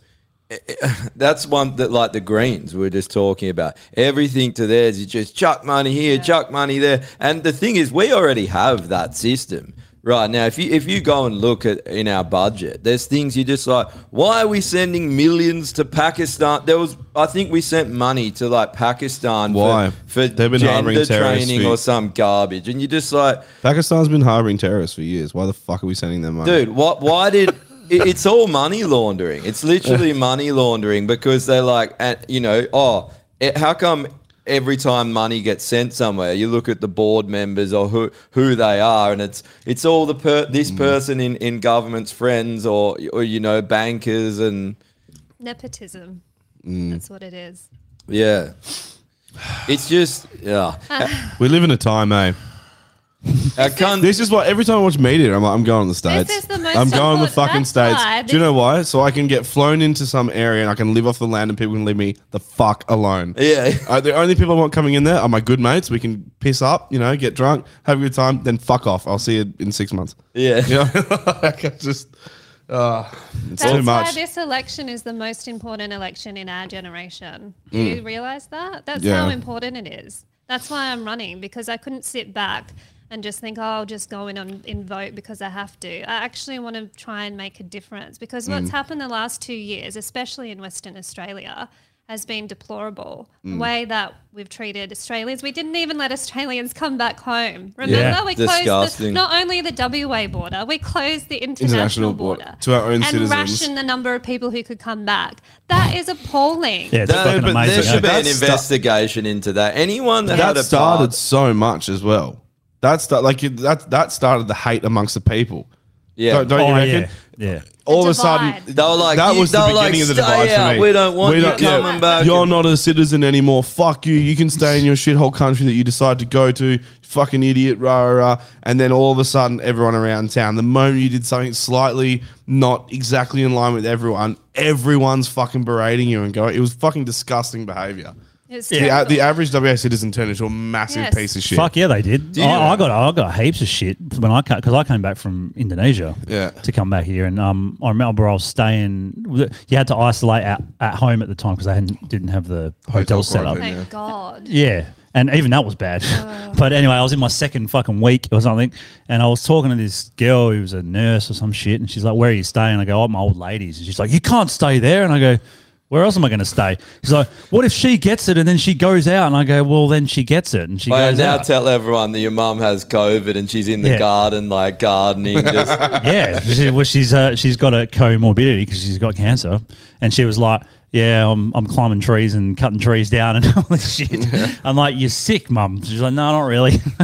[SPEAKER 4] that's one that, like the Greens, we were just talking about. Everything to theirs is just chuck money here, chuck money there. And the thing is, we already have that system. Right now, if you if you go and look at in our budget, there's things you're just like, why are we sending millions to Pakistan? There was, I think we sent money to like Pakistan. for-
[SPEAKER 2] Why?
[SPEAKER 4] For,
[SPEAKER 2] They've been harbouring
[SPEAKER 4] gender
[SPEAKER 2] terrorists
[SPEAKER 4] training
[SPEAKER 2] for-
[SPEAKER 4] or some garbage, and you're just like,
[SPEAKER 2] Pakistan's been harboring terrorists for years. Why the fuck are we sending them money?
[SPEAKER 4] Dude, what? Why did? it- It's all money laundering. It's literally money laundering because they're like, and you know, oh, it, how come every time money gets sent somewhere, you look at the board members or who who they are, and it's it's all the per, this
[SPEAKER 2] Mm.
[SPEAKER 4] person in in government's friends or or you know bankers and
[SPEAKER 5] Nepotism.
[SPEAKER 4] Mm.
[SPEAKER 5] That's what it is.
[SPEAKER 4] yeah, it's just yeah.
[SPEAKER 2] we live in a time, eh? this is what every time I watch media, I'm like, I'm going to the states.
[SPEAKER 5] is the most
[SPEAKER 2] I'm going to the
[SPEAKER 5] important-
[SPEAKER 2] fucking
[SPEAKER 5] that's
[SPEAKER 2] states.
[SPEAKER 5] why
[SPEAKER 2] Do you know why? So I can get flown into some area and I can live off the land, and people can leave me the fuck alone.
[SPEAKER 4] Yeah.
[SPEAKER 2] Uh, the only people I want coming in there are my good mates. We can piss up, you know, get drunk, have a good time, then fuck off. I'll see you in six months.
[SPEAKER 4] Yeah.
[SPEAKER 2] You know? like, I just, uh, it's
[SPEAKER 5] That's
[SPEAKER 2] too
[SPEAKER 5] why
[SPEAKER 2] much.
[SPEAKER 5] this election is the most important election in our generation. Do
[SPEAKER 2] Mm.
[SPEAKER 5] you realize that? That's
[SPEAKER 2] Yeah.
[SPEAKER 5] how important it is. That's why I'm running because I couldn't sit back and just think, oh, I'll just go in and, and vote because I have to. I actually want to try and make a difference because what's
[SPEAKER 8] Mm.
[SPEAKER 5] happened the last two years, especially in Western Australia, has been deplorable. The
[SPEAKER 8] Mm.
[SPEAKER 5] way that we've treated Australians, we didn't even let Australians come back home. Remember,
[SPEAKER 2] Yeah,
[SPEAKER 5] we closed the,
[SPEAKER 2] disgusting.
[SPEAKER 5] not only the WA border, we closed the international,
[SPEAKER 2] International
[SPEAKER 5] border
[SPEAKER 2] border to our own
[SPEAKER 5] and
[SPEAKER 2] citizens.
[SPEAKER 5] ration the number of people who could come back. That is appalling.
[SPEAKER 2] Yeah, it's fucking
[SPEAKER 4] but
[SPEAKER 2] amazing,
[SPEAKER 4] there should
[SPEAKER 2] eh?
[SPEAKER 4] be an
[SPEAKER 2] That's stu-
[SPEAKER 4] investigation into that. Anyone that, had a
[SPEAKER 2] started
[SPEAKER 4] part,
[SPEAKER 2] so much as well. That's that like it- that that started the hate amongst the people.
[SPEAKER 4] Yeah.
[SPEAKER 2] don't, don't you
[SPEAKER 4] Oh,
[SPEAKER 2] reckon?
[SPEAKER 6] Yeah.
[SPEAKER 2] All of a sudden,
[SPEAKER 4] they were like,
[SPEAKER 2] that
[SPEAKER 4] you-
[SPEAKER 2] was the
[SPEAKER 4] they were
[SPEAKER 2] beginning
[SPEAKER 4] like,
[SPEAKER 2] of the
[SPEAKER 4] "Stay
[SPEAKER 2] divide
[SPEAKER 4] out.
[SPEAKER 2] for me.
[SPEAKER 4] We don't want you coming back."
[SPEAKER 2] You're not a citizen anymore. Fuck you. You can stay in your shithole country that you decide to go to. Fucking idiot. Rah, rah, rah. And then all of a sudden, everyone around town, the moment you did something slightly not exactly in line with everyone, everyone's fucking berating you and going, it was fucking disgusting behavior.
[SPEAKER 5] It's
[SPEAKER 2] The, a- the average WA citizen turned into a massive
[SPEAKER 5] Yes.
[SPEAKER 2] piece of shit.
[SPEAKER 6] Fuck yeah, they did.
[SPEAKER 2] Do you-
[SPEAKER 6] I, I got I got heaps of shit when I because I came back from Indonesia.
[SPEAKER 2] Yeah.
[SPEAKER 6] To come back here, and um, I remember I was staying. You had to isolate at, at home at the time because I hadn't, didn't have the hotel, set up.
[SPEAKER 5] Thank Oh God.
[SPEAKER 6] Yeah. And even that was bad. but anyway, I was in my second fucking week or something, and I was talking to this girl who was a nurse or some shit, and she's like, Where are you staying? I go, Oh, my old ladies. And she's like, You can't stay there. And I go, Where else am I going to stay? She's like, What if she gets it and then she goes out? And I go, Well, then she gets it. And she
[SPEAKER 4] I
[SPEAKER 6] goes
[SPEAKER 4] now
[SPEAKER 6] out.
[SPEAKER 4] tell everyone that your mum has COVID and she's in the
[SPEAKER 6] Yeah.
[SPEAKER 4] garden, like gardening. Just,
[SPEAKER 6] yeah, she, well, she's uh, she's got a comorbidity because she's got cancer, and she was like, "Yeah, I'm, I'm climbing trees and cutting trees down and all this shit." I'm like, "You're sick, mum." She's like, "No, not really."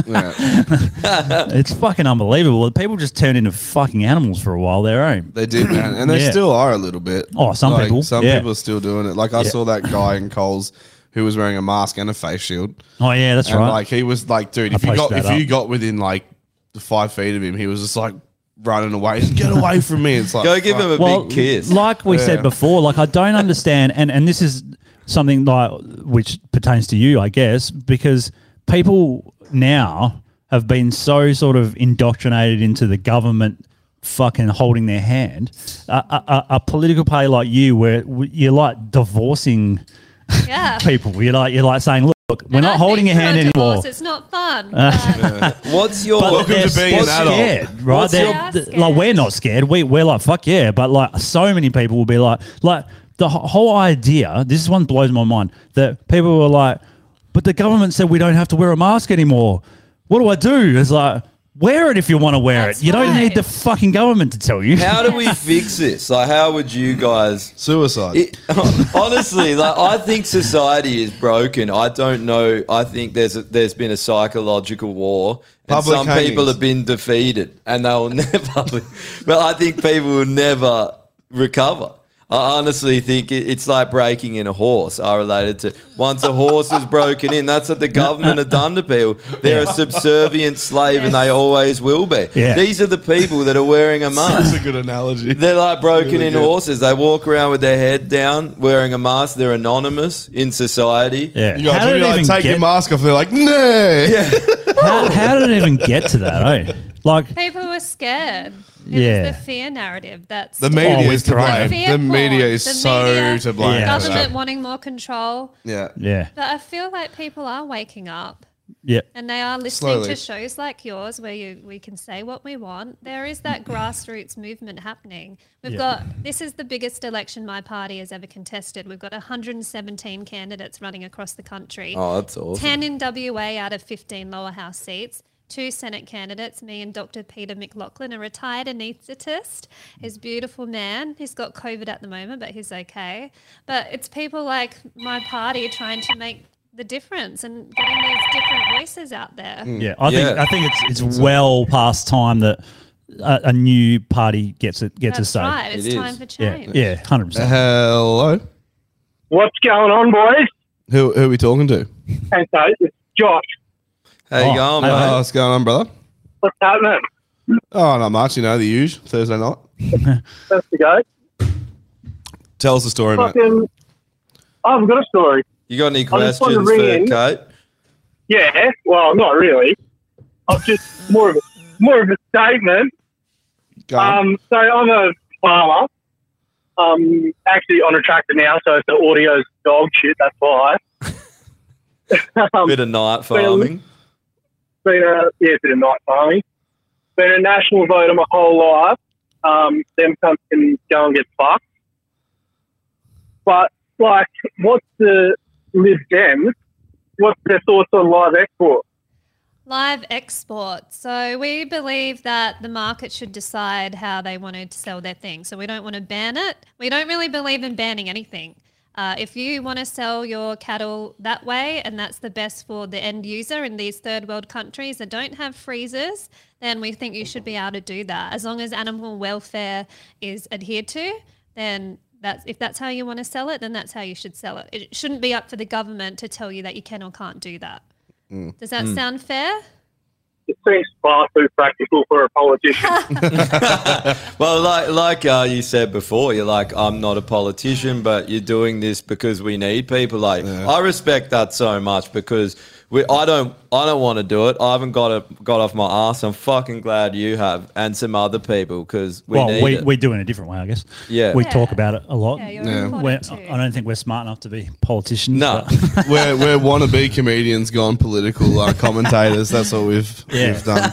[SPEAKER 6] it's fucking unbelievable. People just turned into fucking animals for a while there, eh?
[SPEAKER 2] They did, man, and they
[SPEAKER 6] Yeah.
[SPEAKER 2] still are a little bit.
[SPEAKER 6] Oh, some
[SPEAKER 2] Like,
[SPEAKER 6] people,
[SPEAKER 2] Some
[SPEAKER 6] yeah.
[SPEAKER 2] people are still doing it. Like I
[SPEAKER 6] Yeah.
[SPEAKER 2] saw that guy in Coles who was wearing a mask and a face shield.
[SPEAKER 6] Oh yeah, that's
[SPEAKER 2] And,
[SPEAKER 6] right.
[SPEAKER 2] Like he was like, dude,
[SPEAKER 6] I
[SPEAKER 2] if you
[SPEAKER 6] posted
[SPEAKER 2] got if
[SPEAKER 6] that
[SPEAKER 2] you
[SPEAKER 6] up.
[SPEAKER 2] got within like the five feet of him, he was just like running away. He's, Get away from me! It's like fuck.
[SPEAKER 6] Well, Like we
[SPEAKER 2] Yeah.
[SPEAKER 6] said before, like I don't understand, and and this is something like which pertains to you, I guess, because people now have been so sort of indoctrinated into the government fucking holding their hand. A, a, a- a political party like you, where w- you're like divorcing
[SPEAKER 5] Yeah.
[SPEAKER 6] people, you're like you're like saying, look, look we're not holding your hand anymore.
[SPEAKER 5] Divorce, it's not fun.
[SPEAKER 4] What's your
[SPEAKER 6] welcome to being an adult? Scared, right?
[SPEAKER 5] What's your-
[SPEAKER 6] They're, th- like we're not scared. We we're like fuck yeah, but like so many people will be like like the wh- whole idea. This is one blows my mind that people were like, but the government said we don't have to wear a mask anymore. What do I do? It's like wear it if you want to wear it. You don't need the fucking government to tell you.
[SPEAKER 4] How do we fix this? Like, how would you guys
[SPEAKER 2] suicide?
[SPEAKER 4] honestly, like, I think society is broken. I don't know. I think there's a, there's been a psychological war, and
[SPEAKER 2] Public
[SPEAKER 4] some
[SPEAKER 2] hangings.
[SPEAKER 4] people have been defeated, and they'll never. but I think people will never recover. I honestly think it, it's like breaking in a horse. I related to once a horse is broken in. That's what the government have done to people. They're a subservient slave, and they always will be.
[SPEAKER 2] Yeah.
[SPEAKER 4] These are the people that are wearing a mask.
[SPEAKER 2] a good analogy.
[SPEAKER 4] They're like broken
[SPEAKER 2] Really
[SPEAKER 4] in
[SPEAKER 2] good.
[SPEAKER 4] horses. They walk around with their head down, wearing a mask. They're anonymous in society.
[SPEAKER 6] Yeah.
[SPEAKER 2] You guys really like take your mask off. They're like, no.
[SPEAKER 4] Yeah.
[SPEAKER 6] how, how did it even get to that? Eh? Like
[SPEAKER 5] People were scared.
[SPEAKER 6] Yeah.
[SPEAKER 5] It's the fear narrative. That's
[SPEAKER 2] The media
[SPEAKER 6] Always
[SPEAKER 2] is to
[SPEAKER 6] right.
[SPEAKER 2] blame.
[SPEAKER 5] Fear
[SPEAKER 2] The
[SPEAKER 5] porn.
[SPEAKER 2] media is
[SPEAKER 5] The
[SPEAKER 2] so
[SPEAKER 5] media,
[SPEAKER 2] to blame.
[SPEAKER 6] Oh, Yeah.
[SPEAKER 2] for
[SPEAKER 5] government
[SPEAKER 2] that.
[SPEAKER 5] wanting more control.
[SPEAKER 4] Yeah.
[SPEAKER 6] Yeah.
[SPEAKER 5] But I feel like people are waking up.
[SPEAKER 6] Yeah.
[SPEAKER 5] And they are listening
[SPEAKER 6] Slowly.
[SPEAKER 5] to shows like yours where you we can say what we want. There is that grassroots movement happening. We've
[SPEAKER 6] Yeah.
[SPEAKER 5] got this is the biggest election my party has ever contested. We've got 117 candidates running across the country.
[SPEAKER 4] Oh, that's awesome.
[SPEAKER 5] 10 in WA out of 15 lower house seats. Two Senate candidates, me and Dr. Peter McLaughlin, a retired anaesthetist. He's a beautiful man. He's got COVID at the moment, but he's okay. But it's people like my party trying to make the difference and getting these different voices out there.
[SPEAKER 6] Yeah, I think
[SPEAKER 2] Yeah.
[SPEAKER 6] I think it's it's well past time that a, a new party gets it gets
[SPEAKER 5] That's
[SPEAKER 6] a say.
[SPEAKER 5] right, it's It time is. for change.
[SPEAKER 6] Yeah, yeah, hundred percent.
[SPEAKER 4] Uh-huh.
[SPEAKER 2] Hello.
[SPEAKER 8] What's going on, boys?
[SPEAKER 2] Who, who are we talking to?
[SPEAKER 8] And so it's Josh.
[SPEAKER 4] How you
[SPEAKER 2] Oh,
[SPEAKER 4] going, mate?
[SPEAKER 2] Oh, what's going on, brother?
[SPEAKER 8] What's happening?
[SPEAKER 2] Oh, not much. You know the usual Thursday night.
[SPEAKER 8] That's the go.
[SPEAKER 2] Tell us the story, mate.
[SPEAKER 8] Fucking, Um, I've got a story.
[SPEAKER 4] You got any
[SPEAKER 8] I just wanted to
[SPEAKER 4] questions for
[SPEAKER 8] ring in.
[SPEAKER 4] Kate?
[SPEAKER 8] Yeah, well, not really. I've just more of a, more of a statement. Um, so I'm a farmer. Um, actually on a tractor now, so if the audio's dog shit, that's why. Um,
[SPEAKER 4] Bit of night farming.
[SPEAKER 8] been a yeah, bit of night farming. Been a national voter my whole life. Um, them cunts can go and get fucked. But like, what's the Lib Dems? What's their thoughts on live export?
[SPEAKER 5] Live export. So we believe that the market should decide how they want to sell their thing. So we don't want to ban it. We don't really believe in banning anything. Uh, if you want to sell your cattle that way, and that's the best for the end user in these third world countries that don't have freezers, then we think you should be able to do that. As long as animal welfare is adhered to, then that's if that's how you want to sell it, then that's how you should sell it. It shouldn't be up for the government to tell you that you can or can't do that. Does that sound fair?
[SPEAKER 8] It seems far too practical for a politician.
[SPEAKER 4] Well, like like uh, you said before, you're like I'm not a politician, but you're doing this because we need people. Like I respect that so much because we I don't I don't want to do it. I haven't got it got off my ass. I'm fucking glad you have and some other people because we
[SPEAKER 6] well,
[SPEAKER 4] need
[SPEAKER 6] we,
[SPEAKER 4] it.
[SPEAKER 6] we do it in a different way, I guess.
[SPEAKER 4] Yeah.
[SPEAKER 6] we
[SPEAKER 4] Yeah.
[SPEAKER 6] talk about it a lot.
[SPEAKER 4] Yeah, you're Yeah.
[SPEAKER 6] We're- I don't think we're smart enough to be politicians. No,
[SPEAKER 2] we're we're wannabe comedians gone political uh, commentators. That's what we've
[SPEAKER 6] Yeah.
[SPEAKER 2] we've done.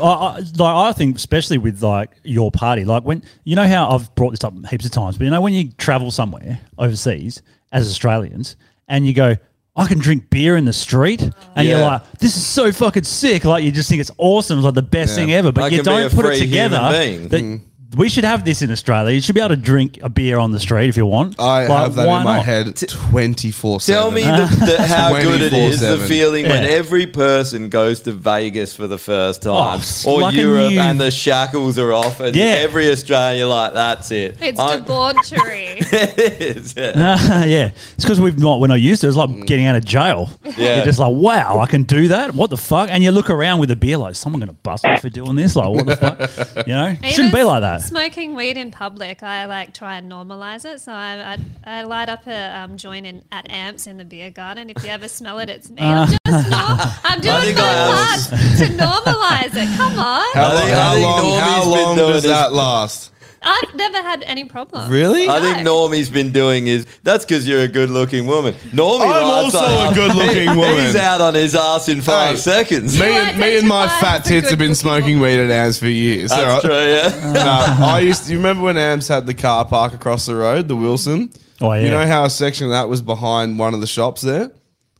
[SPEAKER 6] I, I, like, I think especially with like your party, like when you know how I've brought this up heaps of times, but you know when you travel somewhere overseas as Australians and you go, I can drink beer in the street, and you're
[SPEAKER 4] Yeah.
[SPEAKER 6] like, this is so fucking sick. Like you just think it's awesome, it's like the best
[SPEAKER 4] Yeah.
[SPEAKER 6] thing ever, but
[SPEAKER 4] I
[SPEAKER 6] you
[SPEAKER 4] can be
[SPEAKER 6] don't
[SPEAKER 4] a
[SPEAKER 6] put it
[SPEAKER 4] free
[SPEAKER 6] together.
[SPEAKER 4] human being. Mm.
[SPEAKER 6] that We should have this in Australia. You should be able to drink a beer on the street if you want.
[SPEAKER 2] I
[SPEAKER 6] Like,
[SPEAKER 2] have that
[SPEAKER 6] why
[SPEAKER 2] in my
[SPEAKER 6] not?
[SPEAKER 2] head twenty four seven.
[SPEAKER 4] Tell me the, the, how good it is, the
[SPEAKER 2] 24/7.
[SPEAKER 4] feeling when
[SPEAKER 2] Yeah.
[SPEAKER 4] every person goes to Vegas for the first time
[SPEAKER 2] Oh,
[SPEAKER 4] or
[SPEAKER 2] like a
[SPEAKER 4] Europe
[SPEAKER 2] new-
[SPEAKER 4] and the shackles are off and
[SPEAKER 6] Yeah.
[SPEAKER 4] every Australian like, that's it.
[SPEAKER 5] It's
[SPEAKER 4] I'm-
[SPEAKER 5] debauchery.
[SPEAKER 4] it is. Yeah.
[SPEAKER 6] yeah, it's because we've not. When I used it, it's like getting out of jail.
[SPEAKER 4] Yeah.
[SPEAKER 6] You're just like, wow, I can do that. What the fuck? And you look around with a beer, like, someone gonna bust me for doing this. Like, what the fuck? You know, it shouldn't be
[SPEAKER 5] Even
[SPEAKER 6] like that.
[SPEAKER 5] Smoking weed in public, I like try and normalize it. So I, I, I light up a um, joint in at amps in the beer garden. If you ever smell it, it's me. I'm,
[SPEAKER 6] Uh,
[SPEAKER 5] just, I'm doing
[SPEAKER 2] think
[SPEAKER 5] my
[SPEAKER 2] I was-
[SPEAKER 5] part to normalize it. Come on,
[SPEAKER 2] How,
[SPEAKER 4] think- I think
[SPEAKER 2] long?
[SPEAKER 4] Normie's
[SPEAKER 2] How
[SPEAKER 4] been
[SPEAKER 2] long
[SPEAKER 4] doing
[SPEAKER 2] does
[SPEAKER 4] this-
[SPEAKER 2] that last?
[SPEAKER 5] I've never had any problem.
[SPEAKER 4] I
[SPEAKER 5] No.
[SPEAKER 4] think Normie's been doing his. That's because you're a good-looking woman. Normie,
[SPEAKER 2] I'm
[SPEAKER 4] lights
[SPEAKER 2] also
[SPEAKER 4] up.
[SPEAKER 2] a good-looking woman.
[SPEAKER 4] He's out on his ass in five seconds.
[SPEAKER 2] Me and, me and my fat tits have been smoking weed at AMS for years.
[SPEAKER 4] That's
[SPEAKER 2] So I-
[SPEAKER 4] true, yeah.
[SPEAKER 2] No, I used. To, you remember when AMS had the car park across the road, the Wilson?
[SPEAKER 6] Oh
[SPEAKER 2] You
[SPEAKER 6] yeah.
[SPEAKER 2] know how a section of that was behind one of the shops there.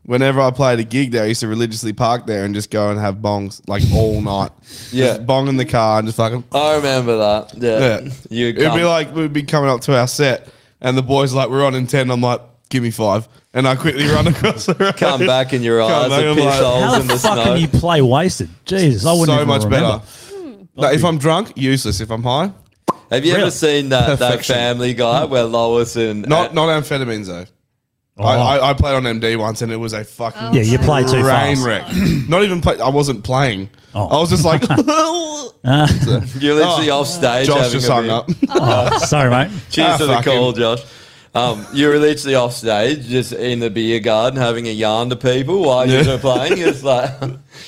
[SPEAKER 2] Whenever I played a gig there, I used to religiously park there and just go and have bongs like all night.
[SPEAKER 4] Yeah.
[SPEAKER 2] just bong in the car and just fucking.
[SPEAKER 4] I remember that. Yeah, You
[SPEAKER 2] It'd be
[SPEAKER 4] come-
[SPEAKER 2] like we'd be coming up to our set, and the boys like we're on in ten. I'm like, give me five, and I quickly run across the road.
[SPEAKER 4] Come back and your eyes are
[SPEAKER 2] I'm
[SPEAKER 4] piss holes
[SPEAKER 6] How
[SPEAKER 4] in
[SPEAKER 6] the
[SPEAKER 4] the
[SPEAKER 6] fuck
[SPEAKER 4] snow.
[SPEAKER 6] can you play wasted? Jesus, I wouldn't.
[SPEAKER 2] so
[SPEAKER 6] even
[SPEAKER 2] much
[SPEAKER 6] remember.
[SPEAKER 2] better. No, if I'm drunk, useless. If I'm high,
[SPEAKER 4] Have you ever
[SPEAKER 2] Really?
[SPEAKER 4] seen that, that
[SPEAKER 2] Perfection.
[SPEAKER 4] Family Guy where Lois and uh,
[SPEAKER 6] Uh,
[SPEAKER 2] not not amphetamines though. I, I, I played on MD once and it was a fucking
[SPEAKER 6] Yeah, you play Oh. too
[SPEAKER 2] rain
[SPEAKER 6] fast. Oh.
[SPEAKER 2] wreck. not even play. I wasn't playing. I was just like,
[SPEAKER 4] You're literally off stage.
[SPEAKER 2] oh. Josh
[SPEAKER 4] having
[SPEAKER 2] just
[SPEAKER 4] a
[SPEAKER 2] hung
[SPEAKER 4] beer.
[SPEAKER 2] up.
[SPEAKER 6] Oh, sorry, mate.
[SPEAKER 4] Cheers
[SPEAKER 2] Ah,
[SPEAKER 4] to the
[SPEAKER 2] fuck
[SPEAKER 4] call, Josh. Um, you were literally off stage, just in the beer garden, having a yarn to people while you were playing. It's like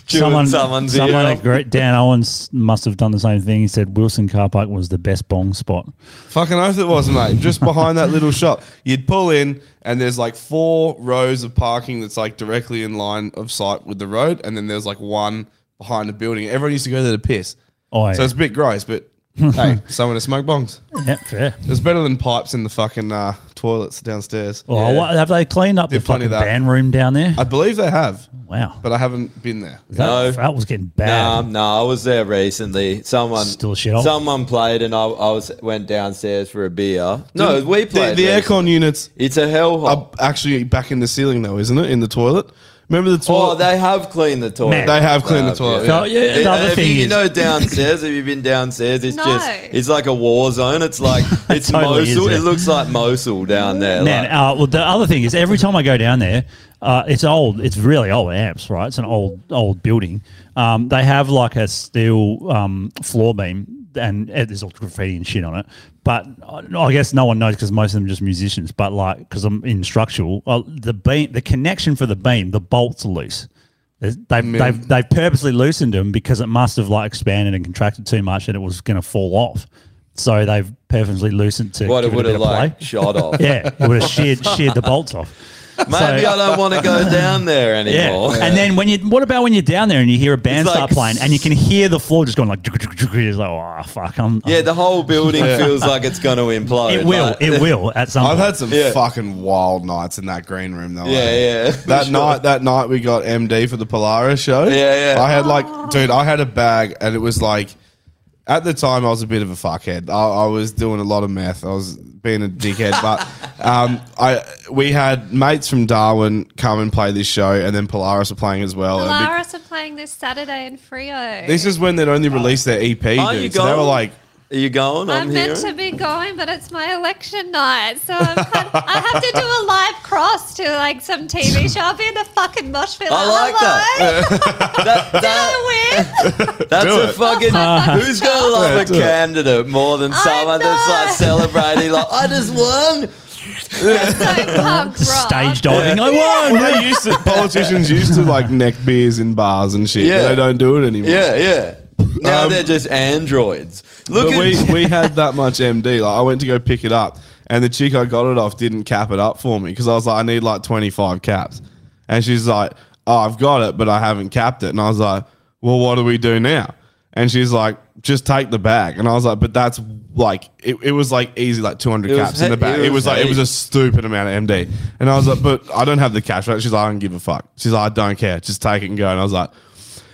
[SPEAKER 4] chewing
[SPEAKER 6] Someone,
[SPEAKER 4] someone's ear
[SPEAKER 6] someone
[SPEAKER 4] off.
[SPEAKER 6] at great Dan Owens must have done the same thing. He said Wilson Car Park was the best bong spot.
[SPEAKER 2] Fucking oath it was, mate. Just behind that little shop. You'd pull in and there's like four rows of parking that's like directly in line of sight with the road, and then there's like one behind a building. Everyone used to go there to piss.
[SPEAKER 6] Oh, yeah.
[SPEAKER 2] So it's a bit gross, but hey, someone to smoke bongs.
[SPEAKER 6] Yeah, fair.
[SPEAKER 2] It's better than pipes in the fucking uh, toilets downstairs.
[SPEAKER 6] Oh, what, have they cleaned up
[SPEAKER 2] They're
[SPEAKER 6] the
[SPEAKER 2] funny
[SPEAKER 6] fucking
[SPEAKER 2] that.
[SPEAKER 6] band room down there?
[SPEAKER 2] I believe they have.
[SPEAKER 6] Wow.
[SPEAKER 2] But I haven't been there.
[SPEAKER 6] That, that was getting bad.
[SPEAKER 4] No, no, I was there recently. Someone
[SPEAKER 6] Still shit hole.
[SPEAKER 4] Someone played, and I, I was went downstairs for a beer. No,
[SPEAKER 2] The-
[SPEAKER 4] we played.
[SPEAKER 2] The, the
[SPEAKER 4] recently.
[SPEAKER 2] aircon units.
[SPEAKER 4] It's a hellhole.
[SPEAKER 2] Are actually back in the ceiling though, isn't it? In the toilet. Remember the
[SPEAKER 4] Oh,
[SPEAKER 2] toilet?
[SPEAKER 4] they have cleaned the toilet.
[SPEAKER 2] Man. They have cleaned the toilet, yeah. Oh, yeah,
[SPEAKER 4] If-
[SPEAKER 2] the other
[SPEAKER 4] if
[SPEAKER 2] thing
[SPEAKER 4] you, you
[SPEAKER 2] is-
[SPEAKER 4] know downstairs, have you been downstairs? It's
[SPEAKER 5] No.
[SPEAKER 4] just it's like a war zone. It's like it's
[SPEAKER 6] totally is,
[SPEAKER 4] Mosul.
[SPEAKER 6] yeah.
[SPEAKER 4] It looks like Mosul down there.
[SPEAKER 6] Man,
[SPEAKER 4] like-
[SPEAKER 6] uh, well, the other thing is, every time I go down there, uh, it's old. It's really old amps, right? It's an old old building. Um, they have like a steel um, floor beam, and uh, there's all graffiti and shit on it. But I, I guess no one knows because most of them are just musicians. But like, because I'm in structural, uh, the beam, the connection for the beam, the bolts are loose. There's- They've,
[SPEAKER 4] Mm.
[SPEAKER 2] Man.
[SPEAKER 6] they've, they've purposely loosened them because it must have like expanded and contracted too much and it was going to fall off. So they've purposely loosened to
[SPEAKER 4] What, it
[SPEAKER 6] give it,
[SPEAKER 4] would
[SPEAKER 6] a bit
[SPEAKER 4] have,
[SPEAKER 6] of play.
[SPEAKER 4] like, shot off.
[SPEAKER 6] yeah, it would have sheared, sheared the bolts off.
[SPEAKER 4] Maybe I don't want to go down there
[SPEAKER 6] Yeah.
[SPEAKER 4] anymore.
[SPEAKER 6] and then when you, what about when you're down there and you hear a band
[SPEAKER 4] Oh, It's like
[SPEAKER 6] start playing and you can hear the floor just going like, it's like, oh fuck, I'm,
[SPEAKER 4] yeah, the whole building
[SPEAKER 6] Yeah.
[SPEAKER 4] feels like it's going to implode.
[SPEAKER 6] it will,
[SPEAKER 4] like-
[SPEAKER 6] it will at some.
[SPEAKER 2] I've
[SPEAKER 6] point.
[SPEAKER 2] had some
[SPEAKER 4] Yeah.
[SPEAKER 2] fucking wild nights in that green room though.
[SPEAKER 4] Yeah, yeah, for
[SPEAKER 2] That
[SPEAKER 4] sure.
[SPEAKER 2] night, that night we got MD for the Polaris show.
[SPEAKER 4] Yeah, yeah.
[SPEAKER 2] I had like, dude, I had a bag, and it was like, at the time I was a bit of a fuckhead. I, I was doing a lot of meth. I was being a dickhead, but um, I we had mates from Darwin come and play this show, and then Polaris were playing as well. and Oh, be-
[SPEAKER 5] Polaris are playing this Saturday in Frio.
[SPEAKER 2] this is when they'd only released their EP.
[SPEAKER 4] Are
[SPEAKER 2] dude.
[SPEAKER 4] you
[SPEAKER 2] So they were
[SPEAKER 4] going?
[SPEAKER 2] like,
[SPEAKER 4] "Are you going?"
[SPEAKER 5] I'm meant to be going, but it's my election night, so I'm kind I have to do a live cross to like some TV show. I'll be in the fucking mosh pit.
[SPEAKER 4] I like that. That's
[SPEAKER 5] Do
[SPEAKER 4] a
[SPEAKER 5] it.
[SPEAKER 4] fucking.
[SPEAKER 5] Uh-huh.
[SPEAKER 4] who's gonna love
[SPEAKER 2] Yeah,
[SPEAKER 4] a
[SPEAKER 2] do it.
[SPEAKER 4] candidate more than someone that's like celebrating? Like I just won.
[SPEAKER 6] stage diving. I won.
[SPEAKER 2] They used to, politicians used to like neck beers in bars and shit.
[SPEAKER 4] Yeah.
[SPEAKER 2] They don't do it anymore.
[SPEAKER 4] Yeah, yeah. Now they're just androids. Look
[SPEAKER 2] Um, but
[SPEAKER 4] at
[SPEAKER 2] we, we had that much MD. Like I went to go pick it up, and the chick I got it off didn't cap it up for me because I was like, I need like twenty five caps, and she's like, Oh, I've got it, but I haven't capped it. And I was like, Well, what do we do now? And she's like, Just take the bag. And I was like, But that's like it, it was like easy like two hundred
[SPEAKER 4] It was
[SPEAKER 2] caps in
[SPEAKER 4] he-
[SPEAKER 2] the bag.
[SPEAKER 4] it
[SPEAKER 2] It,
[SPEAKER 4] was
[SPEAKER 2] was like it was
[SPEAKER 4] heaps.
[SPEAKER 2] a stupid amount of MD. And I was like, But I don't have the cash. Right? She's like, I don't give a fuck. She's like, I don't care. Just take it and go. And I was like.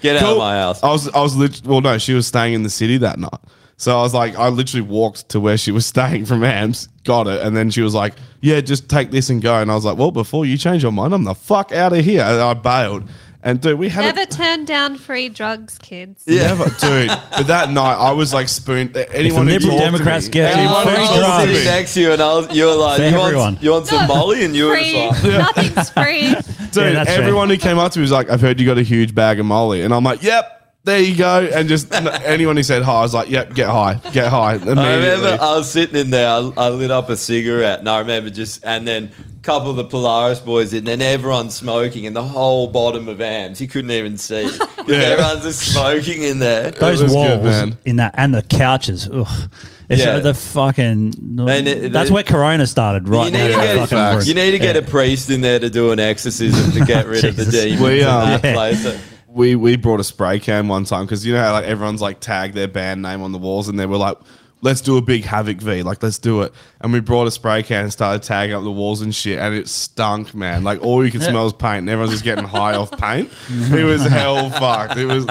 [SPEAKER 4] get out of
[SPEAKER 2] Cool.
[SPEAKER 4] my house.
[SPEAKER 2] I was I was lit- well no, she was staying in the city that night. So I was like, I literally walked to where she was staying from Amps, got it, and then she was like, "Yeah, just take this and go." And I was like, "Well, before you change your mind, I'm the fuck out of here." And I bailed, And dude, we had a-
[SPEAKER 5] Never turn down free drugs, kids.
[SPEAKER 2] Never, dude. But that night, I was like spooned. Anyone
[SPEAKER 6] the
[SPEAKER 2] who
[SPEAKER 6] Liberal
[SPEAKER 2] talked to
[SPEAKER 6] Democrats
[SPEAKER 2] me-
[SPEAKER 6] get
[SPEAKER 2] anyone who
[SPEAKER 6] free
[SPEAKER 2] talked to
[SPEAKER 6] drugs.
[SPEAKER 2] me-
[SPEAKER 4] Next to you, and I was, you were like,
[SPEAKER 2] For
[SPEAKER 4] you
[SPEAKER 2] everyone.
[SPEAKER 4] want, you want some Molly? And you were
[SPEAKER 5] free.
[SPEAKER 4] just like,
[SPEAKER 5] Nothing's free.
[SPEAKER 2] Dude, everyone who came up to me was like, I've heard you got a huge bag of molly. And I'm like, yep, there you go. And just n- anyone who said hi, I was like, yep, get high, get
[SPEAKER 4] I
[SPEAKER 2] high.
[SPEAKER 4] remember
[SPEAKER 2] Immediately.
[SPEAKER 4] I was sitting in there. I, I lit up a cigarette, and I remember just and then a couple of the Polaris boys, in, and then everyone's smoking, and the whole bottom of AMS you couldn't even see. 'Cause Everyone's just smoking in there.
[SPEAKER 6] Those walls in that and the couches. Ugh. It's
[SPEAKER 4] Yeah.
[SPEAKER 6] uh, the fucking.
[SPEAKER 4] And it-
[SPEAKER 6] that's
[SPEAKER 4] it-
[SPEAKER 6] where Corona started, right?
[SPEAKER 4] You need,
[SPEAKER 6] now.
[SPEAKER 4] to get, you need to get a priest in there to do an exorcism to get rid of the
[SPEAKER 2] Jesus.
[SPEAKER 4] demons
[SPEAKER 2] We,
[SPEAKER 4] in
[SPEAKER 2] um,
[SPEAKER 4] that
[SPEAKER 2] Yeah.
[SPEAKER 4] place. So-
[SPEAKER 2] we we brought a spray can one time because you know how like everyone's like tagged their band name on the walls and they were like let's do a big havoc v like let's do it and we brought a spray can and started tagging up the walls and shit and it stunk man like all you can smell is paint and everyone's just getting high off paint it was hell fucked it was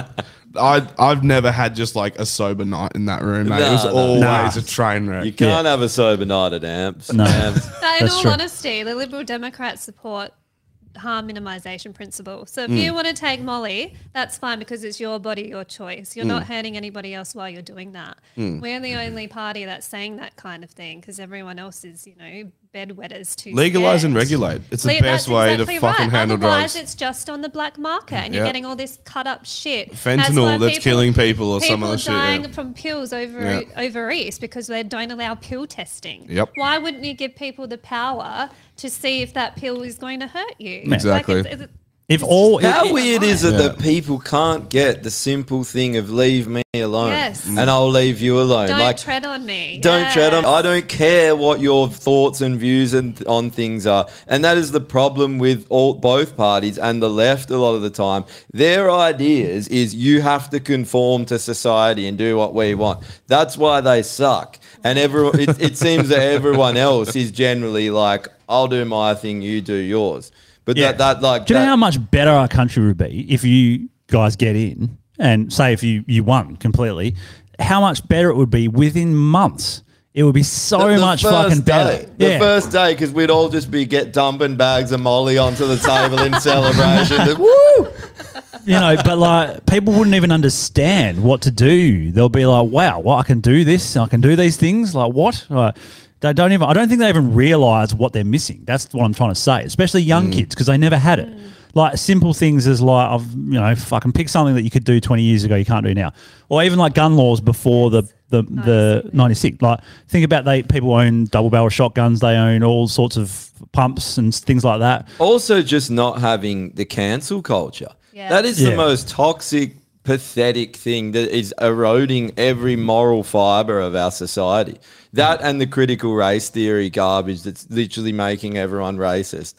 [SPEAKER 2] I I've never had just like a sober night in that room man it was
[SPEAKER 4] No, no.
[SPEAKER 2] always
[SPEAKER 4] Nah.
[SPEAKER 2] a train wreck
[SPEAKER 4] You can't have a sober night at amps.
[SPEAKER 2] No.
[SPEAKER 4] Amps.
[SPEAKER 5] No, in all honesty, the Liberal Democrats support harm minimization principle. So if
[SPEAKER 4] Mm.
[SPEAKER 5] you want to take Molly, that's fine because it's your body, your choice. You're not
[SPEAKER 4] Mm.
[SPEAKER 5] hurting anybody else while you're doing that.
[SPEAKER 2] Mm.
[SPEAKER 5] We're the only party that's saying that kind of thing because everyone else is, you know, bedwetters too.
[SPEAKER 2] legalize and regulate it's the
[SPEAKER 5] Le-
[SPEAKER 2] best
[SPEAKER 5] that's
[SPEAKER 2] way
[SPEAKER 5] exactly
[SPEAKER 2] to fucking
[SPEAKER 5] right.
[SPEAKER 2] handle
[SPEAKER 5] Otherwise,
[SPEAKER 2] drugs
[SPEAKER 5] it's just on the black market, and
[SPEAKER 2] Yeah.
[SPEAKER 5] you're getting all this cut up shit.
[SPEAKER 2] Fentanyl that's killing people or some
[SPEAKER 5] people
[SPEAKER 2] other shit, yeah.
[SPEAKER 5] dying from pills over e-
[SPEAKER 2] Yeah.
[SPEAKER 5] over east because they don't allow pill testing.
[SPEAKER 2] Yep.
[SPEAKER 5] Why wouldn't you give people the power to see if that pill is going to hurt you?
[SPEAKER 2] Yeah. Exactly.
[SPEAKER 5] Like it's, it's,
[SPEAKER 6] If all
[SPEAKER 4] how weird is it
[SPEAKER 2] Yeah.
[SPEAKER 4] that people can't get the simple thing of leave me alone
[SPEAKER 5] Yes.
[SPEAKER 4] and I'll leave you alone?
[SPEAKER 5] don't
[SPEAKER 4] like
[SPEAKER 5] tread on me.
[SPEAKER 4] Don't
[SPEAKER 5] Yeah.
[SPEAKER 4] tread on. I don't care what your thoughts and views and on things are, and that is the problem with all both parties and the left. A lot of the time, their ideas is you have to conform to society and do what we want. That's why they suck. And everyone, it, it seems that everyone else is generally like, "I'll do my thing, you do yours." But that, that like,
[SPEAKER 6] Do you
[SPEAKER 4] that,
[SPEAKER 6] know how much better our country would be if you guys get in and say if you you won completely? How much better it would be within months. It would be so much fucking better.
[SPEAKER 4] Day, The first day, because we'd all just be get dumping bags of molly onto the table in celebration. Woo!
[SPEAKER 6] you know, but like people wouldn't even understand what to do. They'll be like, "Wow, well, I can do this. I can do these things." Like what? Like, they don't even. I don't think they even realize what they're missing. That's what I'm trying to say. Especially young kids because they never had it. Like simple things as like I've you know fucking pick something that you could do 20 years ago you can't do now, or even like gun laws before the the the 96. Like think about they people own double barrel shotguns. They own all sorts of pumps and things like that.
[SPEAKER 4] Also, just not having the cancel culture.
[SPEAKER 6] Yeah.
[SPEAKER 4] That is
[SPEAKER 6] Yeah.
[SPEAKER 4] the most toxic, pathetic thing that is eroding every moral fiber of our society. That and the critical race theory garbage that's literally making everyone racist.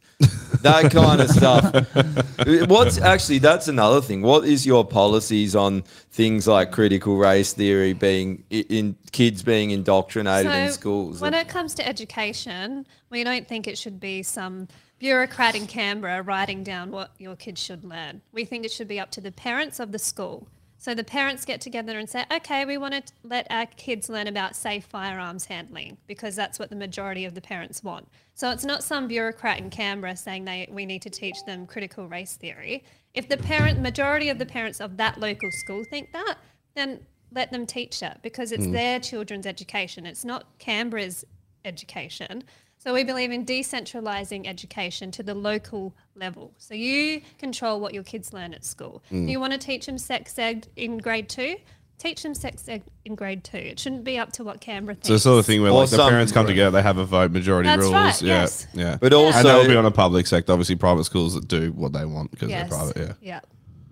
[SPEAKER 4] that kind of stuff. What's actually that's another thing. What is your policies on things like critical race theory being i- in kids being indoctrinated in schools?
[SPEAKER 5] When it comes to education, we don't think it should be some bureaucrat in Canberra writing down what your kids should learn. We think it should be up to the parents of the school. So the parents get together and say, okay, we want to let our kids learn about safe firearms handling because that's what the majority of the parents want. So it's not some bureaucrat in Canberra saying they we need to teach them critical race theory. If the parent majority of the parents of that local school think that, then let them teach that because it's
[SPEAKER 2] Hmm.
[SPEAKER 10] Mm.
[SPEAKER 5] their children's education. It's not Canberra's education. So we believe in decentralizing education to the local level. So you control what your kids learn at school.
[SPEAKER 2] Hmm.
[SPEAKER 10] Mm.
[SPEAKER 5] You want to teach them sex ed in grade two? Teach them sex ed in grade two. It shouldn't be up to what Canberra thinks.
[SPEAKER 2] So it's the sort of thing where
[SPEAKER 4] Or
[SPEAKER 2] like the
[SPEAKER 4] some-
[SPEAKER 2] parents come together, they have a vote, majority
[SPEAKER 5] That's
[SPEAKER 2] rules.
[SPEAKER 5] right,
[SPEAKER 2] yeah,
[SPEAKER 5] yes.
[SPEAKER 2] yeah.
[SPEAKER 4] But also-
[SPEAKER 2] and they'll be on a public sector. Obviously, private schools that do what they want because
[SPEAKER 5] Yes.
[SPEAKER 2] they're private. Yeah.
[SPEAKER 5] Yeah.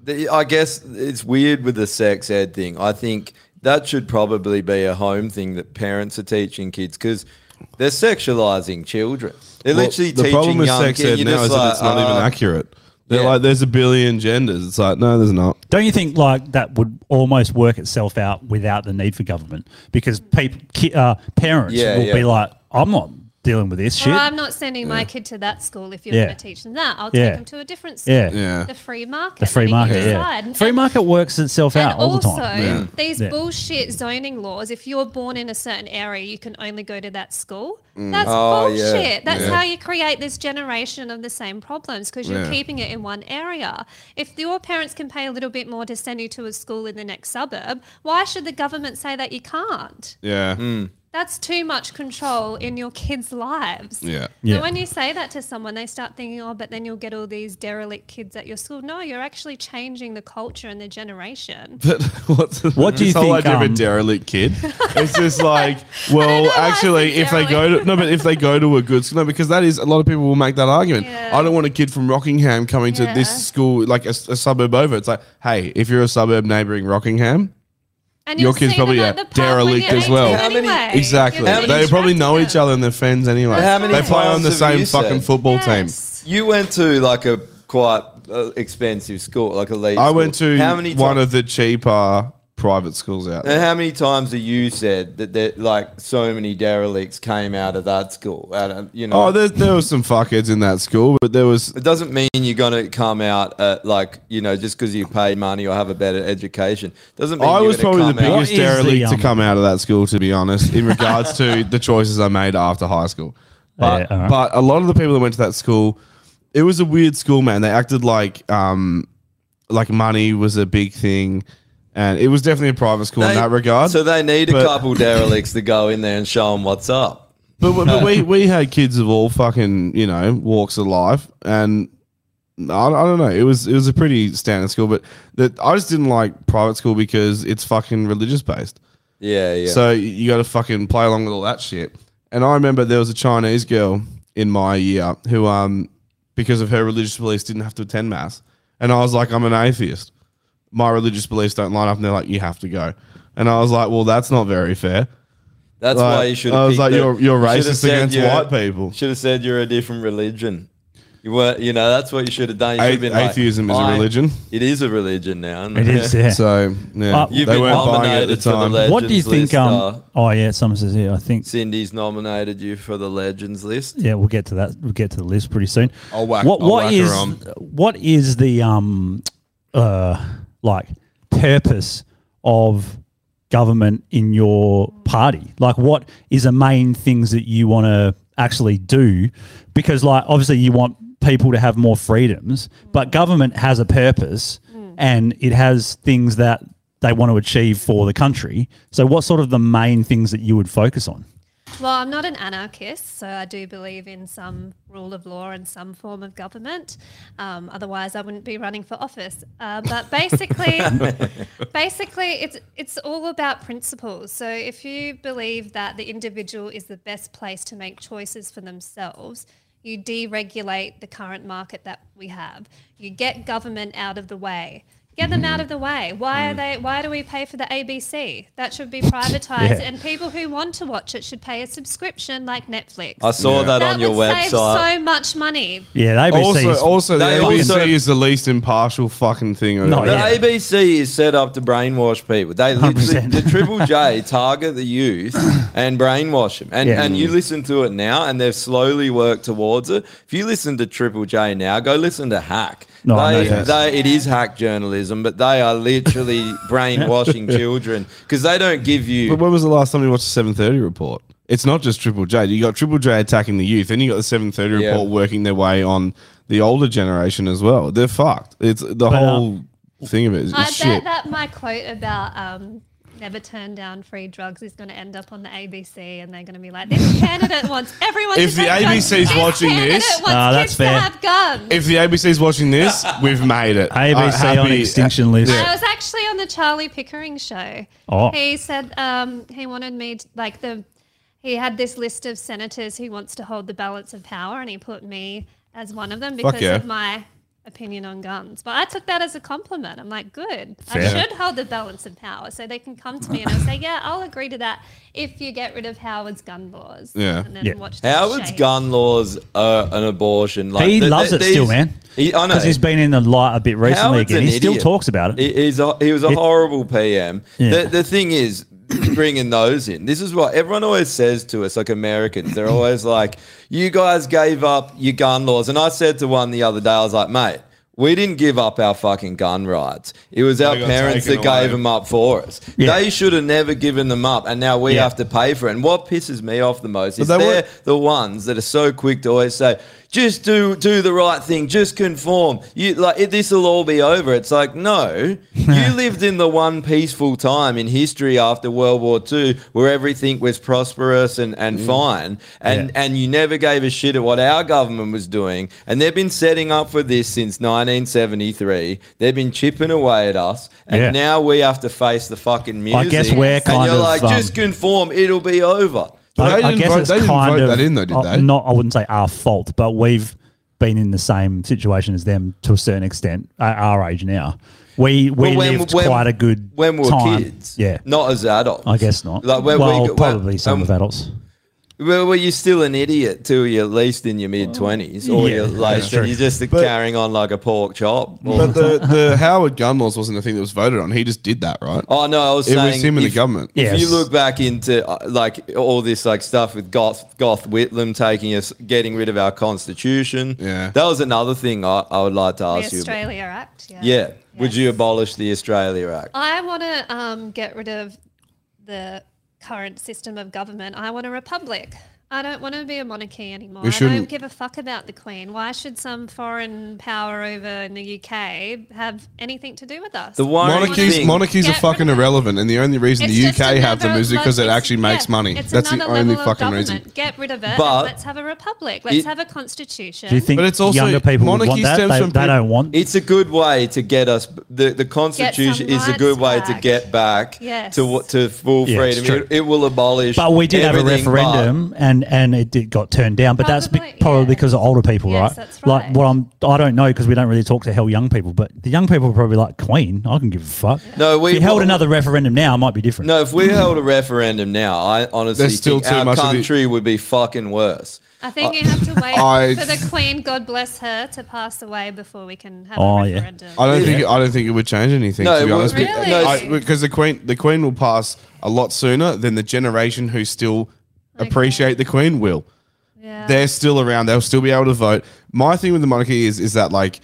[SPEAKER 4] The- I guess it's weird with the sex ed thing. I think that should probably be a home thing that parents are teaching kids because they're sexualizing children. They're
[SPEAKER 2] Well,
[SPEAKER 4] literally
[SPEAKER 2] the
[SPEAKER 4] teaching
[SPEAKER 2] problem with
[SPEAKER 4] young
[SPEAKER 2] sex
[SPEAKER 4] kids,
[SPEAKER 2] ed
[SPEAKER 4] you're
[SPEAKER 2] now
[SPEAKER 4] just
[SPEAKER 2] is that it's
[SPEAKER 4] like,
[SPEAKER 2] not even
[SPEAKER 4] uh,
[SPEAKER 2] accurate. They're
[SPEAKER 4] yeah.
[SPEAKER 2] like, there's a billion genders. It's like, no, there's not.
[SPEAKER 6] Don't you think like that would almost work itself out without the need for government because people, ki- uh, parents
[SPEAKER 2] Mm. Yeah,
[SPEAKER 6] will
[SPEAKER 2] yeah.
[SPEAKER 6] be like, "I'm not dealing with this shit.
[SPEAKER 5] Or I'm not sending my kid to that school if you're
[SPEAKER 6] Yeah.
[SPEAKER 5] going to teach them that. I'll
[SPEAKER 6] Yeah.
[SPEAKER 5] take them to a different school.
[SPEAKER 6] Yeah. Yeah.
[SPEAKER 5] The free market.
[SPEAKER 6] the free
[SPEAKER 5] letting you
[SPEAKER 6] market, yeah.
[SPEAKER 5] decide.
[SPEAKER 6] Free market works itself out all
[SPEAKER 5] also,
[SPEAKER 6] the time.
[SPEAKER 5] these
[SPEAKER 6] Yeah.
[SPEAKER 5] bullshit zoning laws, if you're born in a certain area, you can only go to that school.
[SPEAKER 6] Mm.
[SPEAKER 5] That's
[SPEAKER 6] Oh, yeah.
[SPEAKER 5] bullshit. That's
[SPEAKER 6] Yeah.
[SPEAKER 5] how you create this generation of the same problems because you're
[SPEAKER 6] Yeah.
[SPEAKER 5] keeping it in one area. If your parents can pay a little bit more to send you to a school in the next suburb, why should the government say that you can't?
[SPEAKER 2] Yeah.
[SPEAKER 4] Mm.
[SPEAKER 5] That's too much control in your kids' lives.
[SPEAKER 2] Yeah.
[SPEAKER 5] So when you say that to someone, they start thinking, oh, but then you'll get all these derelict kids at your school. No, you're actually changing the culture and the generation.
[SPEAKER 2] But what's
[SPEAKER 6] What do
[SPEAKER 2] this
[SPEAKER 6] you
[SPEAKER 2] whole
[SPEAKER 6] think,
[SPEAKER 2] idea of
[SPEAKER 6] um,
[SPEAKER 2] a derelict kid? It's just like, well, actually, if they go to no, but if they go to a good school, no, because that is a lot of people will make that argument. I don't want a kid from Rockingham coming to
[SPEAKER 5] Yeah.
[SPEAKER 2] this school, like a, s- a suburb over. It's like, hey, if you're a suburb neighbouring Rockingham,
[SPEAKER 5] And
[SPEAKER 2] your
[SPEAKER 5] you'll
[SPEAKER 2] kid's
[SPEAKER 5] see them
[SPEAKER 2] probably a
[SPEAKER 5] at the pub when
[SPEAKER 2] derelict
[SPEAKER 5] they're
[SPEAKER 2] as well.
[SPEAKER 5] 18 How many- anyway.
[SPEAKER 2] Exactly.
[SPEAKER 4] You're
[SPEAKER 2] They probably know each other and they're friends anyway.
[SPEAKER 4] How many
[SPEAKER 2] they play on
[SPEAKER 4] times
[SPEAKER 2] the
[SPEAKER 4] have
[SPEAKER 2] same
[SPEAKER 4] you
[SPEAKER 2] fucking
[SPEAKER 4] said-
[SPEAKER 2] football
[SPEAKER 4] You went to like a quite uh, expensive school, like a
[SPEAKER 2] team.
[SPEAKER 4] league.
[SPEAKER 2] I went
[SPEAKER 4] school.
[SPEAKER 2] to
[SPEAKER 4] how many
[SPEAKER 2] one
[SPEAKER 4] times, Uh,
[SPEAKER 2] of the cheaper private schools out there.
[SPEAKER 4] And how many times have you said that there, like so many derelicts came out of that school? Out of, you know,
[SPEAKER 2] Oh, there, there were some fuckheads in that school, but there was
[SPEAKER 4] It doesn't mean you're going to come out at like you know just because you paid money or have a better education. Doesn't mean
[SPEAKER 2] I
[SPEAKER 4] you're
[SPEAKER 2] was
[SPEAKER 4] gonna
[SPEAKER 2] probably the
[SPEAKER 4] come out-
[SPEAKER 2] biggest derelict to come out of that school, to be honest, in regards to the choices I made after high school. But,
[SPEAKER 6] all right.
[SPEAKER 2] but a lot of the people that went to that school, it was a weird school, man. They acted like um, like money was a big thing, and it was definitely a private school
[SPEAKER 4] They-
[SPEAKER 2] in that regard.
[SPEAKER 4] So they need a
[SPEAKER 2] But-
[SPEAKER 4] couple derelicts to go in there and show them what's up.
[SPEAKER 2] But, we- but we we had kids of all fucking you know walks of life, and I, I don't know. It was it was a pretty standard school, but that I just didn't like private school because it's fucking religious based.
[SPEAKER 4] Yeah, yeah.
[SPEAKER 2] So you got to fucking play along with all that shit. And I remember there was a Chinese girl in my year who, um, because of her religious beliefs, didn't have to attend mass. And I was like, I'm an atheist. My religious beliefs don't line up. And they're like, you have to go. And I was like, well, that's not very fair.
[SPEAKER 4] That's
[SPEAKER 2] Like,
[SPEAKER 4] why you should. have
[SPEAKER 2] I was
[SPEAKER 4] picked
[SPEAKER 2] like,
[SPEAKER 4] the-
[SPEAKER 2] you're, you're
[SPEAKER 4] should have
[SPEAKER 2] racist
[SPEAKER 4] said
[SPEAKER 2] against
[SPEAKER 4] you're-
[SPEAKER 2] white people.
[SPEAKER 4] Should have said you're a different religion. You weren't. You know, that's what you should have done. You should have been like,
[SPEAKER 2] Atheism is a
[SPEAKER 4] I-
[SPEAKER 2] religion.
[SPEAKER 4] It is a religion now.
[SPEAKER 6] It is, yeah.
[SPEAKER 2] So yeah,
[SPEAKER 6] Uh,
[SPEAKER 4] You've
[SPEAKER 2] they
[SPEAKER 4] been
[SPEAKER 2] weren't buying it at the
[SPEAKER 4] nominated for the
[SPEAKER 2] time.
[SPEAKER 4] legend.
[SPEAKER 6] What do you
[SPEAKER 4] Legends
[SPEAKER 6] think?
[SPEAKER 4] list,
[SPEAKER 2] uh,
[SPEAKER 6] Um, oh yeah, someone says yeah. I think
[SPEAKER 4] Cindy's nominated you for the legends list.
[SPEAKER 6] yeah. We'll get to that. We'll get to the list pretty soon.
[SPEAKER 4] I'll whack-
[SPEAKER 6] what
[SPEAKER 4] I'll
[SPEAKER 6] what
[SPEAKER 4] whack her
[SPEAKER 6] is-
[SPEAKER 4] on.
[SPEAKER 6] what is the um uh like purpose of government in your party? Like, what is the main things that you want to actually do? Because like obviously you want people to have more freedoms, but government has a purpose and it has things that they want to achieve for the country. So, what sort of the main things that you would focus on?
[SPEAKER 5] Well, I'm not an anarchist, so I do believe in some rule of law and some form of government. Um, otherwise, I wouldn't be running for office. Uh, but basically, basically, it's it's all about principles. So if you believe that the individual is the best place to make choices for themselves, you deregulate the current market that we have. You get government out of the way. Get them out of the way. Why are they? Why do we pay for the ABC? That should be privatized,
[SPEAKER 4] Yeah.
[SPEAKER 5] and people who want to watch it should pay a subscription like Netflix.
[SPEAKER 4] I saw that on your
[SPEAKER 5] would save
[SPEAKER 4] website.
[SPEAKER 5] so much money.
[SPEAKER 6] Yeah, the ABC
[SPEAKER 2] also,
[SPEAKER 6] is-
[SPEAKER 2] also the
[SPEAKER 4] They
[SPEAKER 2] ABC
[SPEAKER 4] also-
[SPEAKER 2] is the least impartial fucking thing. I've
[SPEAKER 6] Oh,
[SPEAKER 2] ever
[SPEAKER 4] the ABC is set up to brainwash people. They literally, the Triple J target the youth and brainwash them. And
[SPEAKER 2] Yeah.
[SPEAKER 4] and you listen to it now, and they've slowly worked towards it. If you listen to Triple J now, go listen to Hack.
[SPEAKER 6] No, I
[SPEAKER 4] they,
[SPEAKER 6] know that.
[SPEAKER 4] they, it is hack journalism, but they are literally brainwashing children because they don't give you
[SPEAKER 2] But when was the last time you watched the seven thirty report? It's not just Triple J. You got Triple J attacking the youth, then you got the seven thirty
[SPEAKER 4] Yeah.
[SPEAKER 2] report working their way on the older generation as well. They're fucked. It's the
[SPEAKER 6] uh,
[SPEAKER 2] whole thing of it. Is
[SPEAKER 5] I bet
[SPEAKER 2] shit.
[SPEAKER 5] that my quote about um, never turn down free drugs is going to end up on the ABC, and they're going to be like, "This candidate wants everyone."
[SPEAKER 2] If
[SPEAKER 5] to
[SPEAKER 2] the
[SPEAKER 5] take drugs.
[SPEAKER 2] ABC's
[SPEAKER 5] This
[SPEAKER 2] watching
[SPEAKER 5] candidate
[SPEAKER 2] this-
[SPEAKER 5] wants
[SPEAKER 2] Nah, that's
[SPEAKER 5] kids
[SPEAKER 2] fair.
[SPEAKER 5] To have guns.
[SPEAKER 2] If the ABC's watching this, we've made it.
[SPEAKER 4] Uh,
[SPEAKER 2] Uh,
[SPEAKER 6] ABC on extinction list.
[SPEAKER 5] I was actually on the Charlie Pickering show.
[SPEAKER 6] Oh.
[SPEAKER 5] He said um, he wanted me to, like the he had this list of senators who wants to hold the balance of power, and he put me as one of them
[SPEAKER 2] Fuck
[SPEAKER 5] because
[SPEAKER 2] yeah.
[SPEAKER 5] of my opinion on guns. But I took that as a compliment. I'm like, good. I
[SPEAKER 2] Fair.
[SPEAKER 5] should hold the balance of power, so they can come to me and I'll say, yeah, I'll agree to that if you get rid of Howard's gun laws.
[SPEAKER 4] Yeah.
[SPEAKER 5] and then watch them
[SPEAKER 4] Howard's
[SPEAKER 5] shake.
[SPEAKER 4] gun laws are an abortion. Like
[SPEAKER 6] he
[SPEAKER 4] th-
[SPEAKER 6] loves
[SPEAKER 4] th-
[SPEAKER 6] it still,
[SPEAKER 4] these-
[SPEAKER 6] man.
[SPEAKER 4] He, I know.
[SPEAKER 6] Because he's been in the light a bit recently
[SPEAKER 4] Howard's
[SPEAKER 6] again.
[SPEAKER 4] an
[SPEAKER 6] He still
[SPEAKER 4] idiot.
[SPEAKER 6] talks about it.
[SPEAKER 4] He, he's a, he was a
[SPEAKER 6] It-
[SPEAKER 4] horrible PM.
[SPEAKER 6] Yeah.
[SPEAKER 4] The, the thing is, bringing those in. This is what everyone always says to us, like Americans. They're always like, "You guys gave up your gun laws." And I said to one the other day, I was like, "Mate." We didn't give up our fucking gun rights. It was our
[SPEAKER 10] They got
[SPEAKER 4] parents that
[SPEAKER 10] taken
[SPEAKER 4] gave
[SPEAKER 10] away.
[SPEAKER 4] them up for us. They should have never given them up, and now we
[SPEAKER 10] Yeah.
[SPEAKER 4] have to pay for it. And what pisses me off the most is
[SPEAKER 10] they
[SPEAKER 4] they're
[SPEAKER 10] were-
[SPEAKER 4] the ones that are so quick to always say, "Just do do the right thing, just conform." You like it, this will all be over. It's like no, you lived in the one peaceful time in history after World War II where everything was prosperous and and
[SPEAKER 10] Mm.
[SPEAKER 4] fine, and and you never gave a shit at what our government was doing, and they've been setting up for this since 1973. They've been chipping away at us, and
[SPEAKER 6] Yeah.
[SPEAKER 4] now we have to face the fucking music.
[SPEAKER 6] I guess we're
[SPEAKER 4] and
[SPEAKER 6] kind
[SPEAKER 4] you're
[SPEAKER 6] of,
[SPEAKER 4] like,
[SPEAKER 6] um,
[SPEAKER 4] just conform, it'll be over.
[SPEAKER 6] I, I guess it's kind of uh,
[SPEAKER 4] they?
[SPEAKER 6] Not, I wouldn't say our fault, but we've been in the same situation as them to a certain extent at our age now. We we
[SPEAKER 4] Well, when-
[SPEAKER 6] lived
[SPEAKER 4] when-
[SPEAKER 6] quite a good
[SPEAKER 4] when we were
[SPEAKER 6] time.
[SPEAKER 4] kids.
[SPEAKER 6] Yeah,
[SPEAKER 4] Not as adults.
[SPEAKER 6] I guess not.
[SPEAKER 4] Like when
[SPEAKER 6] well,
[SPEAKER 4] we, um, when-
[SPEAKER 6] probably some of adults.
[SPEAKER 4] well, well, you're still an idiot till you're at least in your mid twenties, or
[SPEAKER 2] Yeah,
[SPEAKER 4] you're like
[SPEAKER 2] that's true.
[SPEAKER 4] you're just carrying on like a pork chop.
[SPEAKER 2] But the, the Howard gun laws wasn't the thing that was voted on. He just did that, right?
[SPEAKER 4] Oh no, I was
[SPEAKER 2] it
[SPEAKER 4] saying
[SPEAKER 2] was him and
[SPEAKER 4] if-
[SPEAKER 2] the government.
[SPEAKER 4] If you look back into uh, like all this like stuff with Goth Goth Whitlam taking us, getting rid of our constitution, yeah, that was another thing I, I would like to
[SPEAKER 5] The
[SPEAKER 4] ask you. about.
[SPEAKER 5] Australia Act. Yeah.
[SPEAKER 4] Yeah. would you abolish the Australia Act?
[SPEAKER 5] I want to um, get rid of the current system of government. I want a republic. I don't want to be a monarchy anymore.
[SPEAKER 2] We
[SPEAKER 5] I don't
[SPEAKER 2] shouldn't-
[SPEAKER 5] give a fuck about the Queen. Why should some foreign power over in the UK have anything to do with us?
[SPEAKER 2] The
[SPEAKER 5] I wanna
[SPEAKER 2] monarchies, monarchies are
[SPEAKER 5] get rid of
[SPEAKER 2] fucking irrelevant, and the only reason
[SPEAKER 5] It's
[SPEAKER 2] the
[SPEAKER 5] just
[SPEAKER 2] UK have them
[SPEAKER 5] another
[SPEAKER 2] is because it
[SPEAKER 5] level-
[SPEAKER 2] actually makes
[SPEAKER 5] yeah,
[SPEAKER 2] money.
[SPEAKER 5] It's
[SPEAKER 2] That's the
[SPEAKER 5] another
[SPEAKER 2] only
[SPEAKER 5] level of
[SPEAKER 2] fucking reason.
[SPEAKER 5] government. Get rid of it.
[SPEAKER 2] But-
[SPEAKER 5] and let's have a republic. Let's
[SPEAKER 4] It-
[SPEAKER 5] have a constitution.
[SPEAKER 6] Do you think younger people would want that? They, they don't want.
[SPEAKER 4] It's a good way to get us. The, the Constitution is a
[SPEAKER 5] rights
[SPEAKER 4] good way to
[SPEAKER 5] back.
[SPEAKER 4] get back
[SPEAKER 5] Yes.
[SPEAKER 4] to what to full
[SPEAKER 6] Yeah, it's
[SPEAKER 4] freedom.
[SPEAKER 6] true.
[SPEAKER 4] It, it will abolish.
[SPEAKER 6] But we did have a
[SPEAKER 4] everything but-
[SPEAKER 6] referendum, and and it did, got turned down. But that's be, probably because of older people,
[SPEAKER 5] Yes,
[SPEAKER 6] right?
[SPEAKER 5] that's
[SPEAKER 6] Like what I'm, I don't know because we don't really talk to hell young people. But the young people are probably like Queen. I can give a fuck.
[SPEAKER 4] No, we-
[SPEAKER 6] if you held
[SPEAKER 4] well-
[SPEAKER 6] another referendum now, it might be different.
[SPEAKER 4] No, if we held a referendum now, I honestly
[SPEAKER 6] There's still
[SPEAKER 4] think
[SPEAKER 6] too
[SPEAKER 4] our
[SPEAKER 6] much of the-
[SPEAKER 4] country would be fucking worse.
[SPEAKER 5] I think you have to wait
[SPEAKER 2] Uh, I-
[SPEAKER 5] for the Queen, God bless her, to pass away before we can have
[SPEAKER 2] Oh
[SPEAKER 5] a
[SPEAKER 2] yeah,
[SPEAKER 5] referendum.
[SPEAKER 2] I don't think I don't think it would change anything.
[SPEAKER 4] No,
[SPEAKER 2] to be
[SPEAKER 4] it
[SPEAKER 2] honest,
[SPEAKER 4] would-
[SPEAKER 2] because
[SPEAKER 4] Really?
[SPEAKER 2] I- because the queen the queen will pass a lot sooner than the generation who still appreciate the queen will. They're still around. They'll still be able to vote. My thing with the monarchy is is that like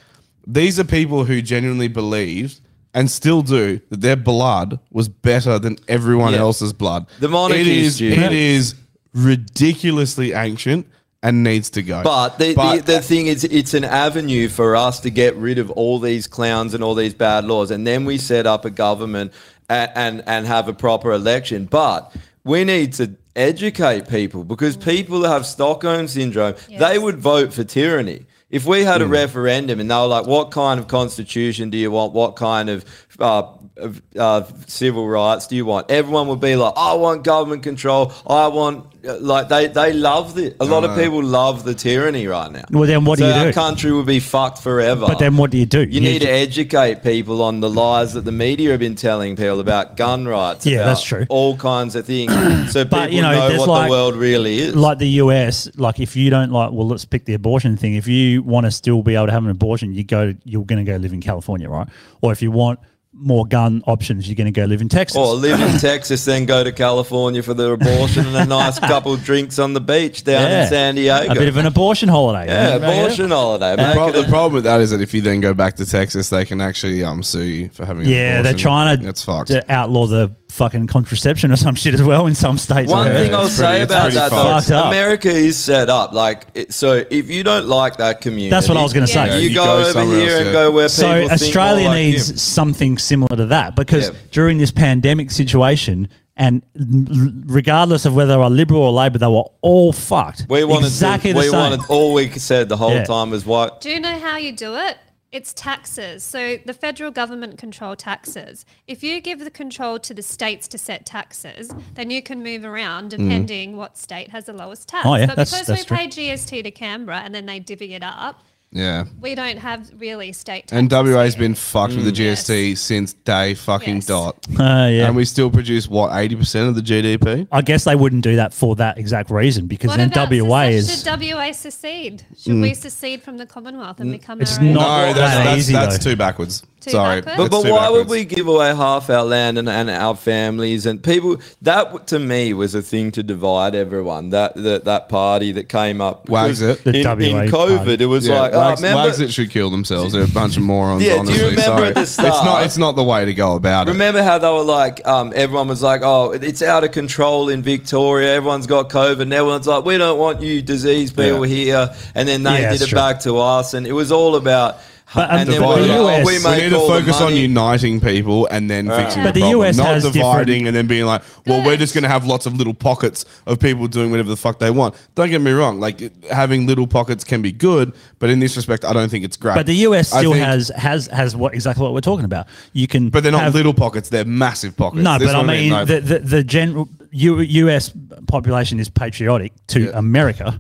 [SPEAKER 2] these are people who genuinely believed and still do that their blood was better than everyone
[SPEAKER 4] Yeah.
[SPEAKER 2] else's blood.
[SPEAKER 4] The monarchy
[SPEAKER 2] it
[SPEAKER 4] is
[SPEAKER 2] is
[SPEAKER 4] due.
[SPEAKER 2] it is ridiculously ancient and needs to go.
[SPEAKER 4] But the, the, the thing is, it's an avenue for us to get rid of all these clowns and all these bad laws, and then we set up a government and and, and have a proper election. But we need to educate people because people have Stockholm syndrome. They would vote for tyranny. If we had a referendum and they were like, "What kind of constitution do you want? What kind of uh, of, uh, civil rights do you want?" Everyone would be like, "I want government control. I want uh, like they they love it. A lot of
[SPEAKER 6] No.
[SPEAKER 4] people love the tyranny right now.
[SPEAKER 6] Well, then what do
[SPEAKER 4] So
[SPEAKER 6] you
[SPEAKER 4] our
[SPEAKER 6] do?
[SPEAKER 4] country will be fucked forever.
[SPEAKER 6] But then what do you do?
[SPEAKER 4] you need to educate people on the lies that the media have been telling people about gun rights.
[SPEAKER 6] Yeah,
[SPEAKER 4] about
[SPEAKER 6] that's true.
[SPEAKER 4] All kinds of things, so people
[SPEAKER 6] you know,
[SPEAKER 4] know,
[SPEAKER 6] there's
[SPEAKER 4] what
[SPEAKER 6] like-
[SPEAKER 4] the world really is.
[SPEAKER 6] like the US, like if you don't like, well, let's pick the abortion thing. If you want to still be able to have an abortion, you go, you're going to go live in California, right? Or if you want more gun options, you're going to go live in Texas.
[SPEAKER 4] Or live in Texas, then go to California for the abortion and a nice couple of drinks on the beach down
[SPEAKER 6] Yeah.
[SPEAKER 4] in San Diego.
[SPEAKER 6] a bit of an abortion holiday.
[SPEAKER 4] yeah,
[SPEAKER 6] right?
[SPEAKER 4] abortion holiday.
[SPEAKER 2] The,
[SPEAKER 4] Make
[SPEAKER 2] prob-
[SPEAKER 4] it a-
[SPEAKER 2] the problem with that is that if you then go back to Texas, they can actually um sue you for having. an
[SPEAKER 6] Yeah, they're
[SPEAKER 2] abortion.
[SPEAKER 6] trying to,
[SPEAKER 2] That's fucked.
[SPEAKER 6] to outlaw the fucking contraception or some shit as well in some states.
[SPEAKER 4] One
[SPEAKER 6] Yeah,
[SPEAKER 4] thing I'll
[SPEAKER 6] it's
[SPEAKER 4] say
[SPEAKER 6] pretty- it's
[SPEAKER 4] about
[SPEAKER 6] pretty
[SPEAKER 4] that
[SPEAKER 6] fucked
[SPEAKER 4] though,
[SPEAKER 6] up.
[SPEAKER 4] America is set up like it, so. If you don't like that community,
[SPEAKER 6] That's what I was going to say.
[SPEAKER 4] You, go, over here and go where
[SPEAKER 6] so
[SPEAKER 4] people
[SPEAKER 6] Australia
[SPEAKER 4] think more like
[SPEAKER 6] needs
[SPEAKER 4] you.
[SPEAKER 6] something similar to that because
[SPEAKER 4] Yeah.
[SPEAKER 6] during this pandemic situation, and l- regardless of whether they were Liberal or Labor, they were all fucked.
[SPEAKER 4] We wanted
[SPEAKER 6] exactly
[SPEAKER 4] to,
[SPEAKER 6] the
[SPEAKER 4] we
[SPEAKER 6] same.
[SPEAKER 4] wanted all we said the whole
[SPEAKER 6] Yeah.
[SPEAKER 4] time was white.
[SPEAKER 5] Do you know how you do it? It's taxes. So the federal government control taxes. If you give the control to the states to set taxes, then you can move around depending what state has the lowest tax.
[SPEAKER 2] Mm. Oh, yeah,
[SPEAKER 5] but
[SPEAKER 2] that's-
[SPEAKER 5] because
[SPEAKER 2] that's
[SPEAKER 5] we
[SPEAKER 2] true.
[SPEAKER 5] pay GST to Canberra and then they divvy it up,
[SPEAKER 2] yeah.
[SPEAKER 5] we don't have really state tax.
[SPEAKER 2] And WA's been fucked with the
[SPEAKER 5] Mm.
[SPEAKER 2] GST since day fucking dot.
[SPEAKER 6] Uh, yeah. Oh,
[SPEAKER 2] And we still produce what eighty percent of the GDP.
[SPEAKER 6] I guess they wouldn't do that for that exact reason because
[SPEAKER 5] What
[SPEAKER 6] then
[SPEAKER 5] about
[SPEAKER 6] WA
[SPEAKER 5] secession?
[SPEAKER 6] is.
[SPEAKER 5] Should WA secede? Should
[SPEAKER 2] Mm.
[SPEAKER 5] we secede from the Commonwealth and become
[SPEAKER 6] It's
[SPEAKER 5] our own?
[SPEAKER 6] not
[SPEAKER 2] no, that's,
[SPEAKER 6] that
[SPEAKER 2] that's,
[SPEAKER 6] easy,
[SPEAKER 2] that's
[SPEAKER 6] though.
[SPEAKER 2] too backwards.
[SPEAKER 5] Too
[SPEAKER 2] Sorry,
[SPEAKER 5] backwards?
[SPEAKER 4] But, but why would we give away half our land and, and our families and people? That w- to me was a thing to divide everyone. That that, that party that came up.
[SPEAKER 2] Wags
[SPEAKER 4] because In,
[SPEAKER 2] it.
[SPEAKER 4] in COVID, it was like,
[SPEAKER 2] wags,
[SPEAKER 4] oh, remember,
[SPEAKER 2] wags it should kill themselves. They're a bunch of morons.
[SPEAKER 4] Yeah, do you
[SPEAKER 2] honestly.
[SPEAKER 4] remember
[SPEAKER 2] Sorry.
[SPEAKER 4] at the
[SPEAKER 2] It's
[SPEAKER 4] start-
[SPEAKER 2] not. It's not the way to go about it.
[SPEAKER 4] Remember how they were like, um, everyone was like, oh, it- it's out of control in Victoria. Everyone's got COVID. And everyone's like, we don't want you diseased people here. And then they
[SPEAKER 2] Yeah,
[SPEAKER 4] did
[SPEAKER 2] that's
[SPEAKER 4] it
[SPEAKER 2] true.
[SPEAKER 4] back to us. And it was all about. and then
[SPEAKER 2] Divide
[SPEAKER 4] we were
[SPEAKER 2] it.
[SPEAKER 4] like, oh, we
[SPEAKER 2] we
[SPEAKER 4] make
[SPEAKER 2] need to
[SPEAKER 4] all the
[SPEAKER 2] focus on
[SPEAKER 4] money.
[SPEAKER 2] uniting people and then fixing
[SPEAKER 4] But
[SPEAKER 2] the
[SPEAKER 4] the
[SPEAKER 2] problem,
[SPEAKER 4] US
[SPEAKER 2] not
[SPEAKER 4] has
[SPEAKER 2] dividing
[SPEAKER 4] different-
[SPEAKER 2] and then being like, well, we're just going to have lots of little pockets of people doing whatever the fuck they want. Don't get me wrong, like it- having little pockets can be good, but in this respect, I don't think it's great.
[SPEAKER 6] But the US
[SPEAKER 2] I
[SPEAKER 6] still
[SPEAKER 2] think-
[SPEAKER 6] has has has what exactly what we're talking about. You can, but
[SPEAKER 2] they're not little pockets; they're massive pockets.
[SPEAKER 6] No,
[SPEAKER 2] This
[SPEAKER 6] but
[SPEAKER 2] is
[SPEAKER 6] I
[SPEAKER 2] what
[SPEAKER 6] mean,
[SPEAKER 2] like-
[SPEAKER 6] the, the the general U, US population is patriotic to America,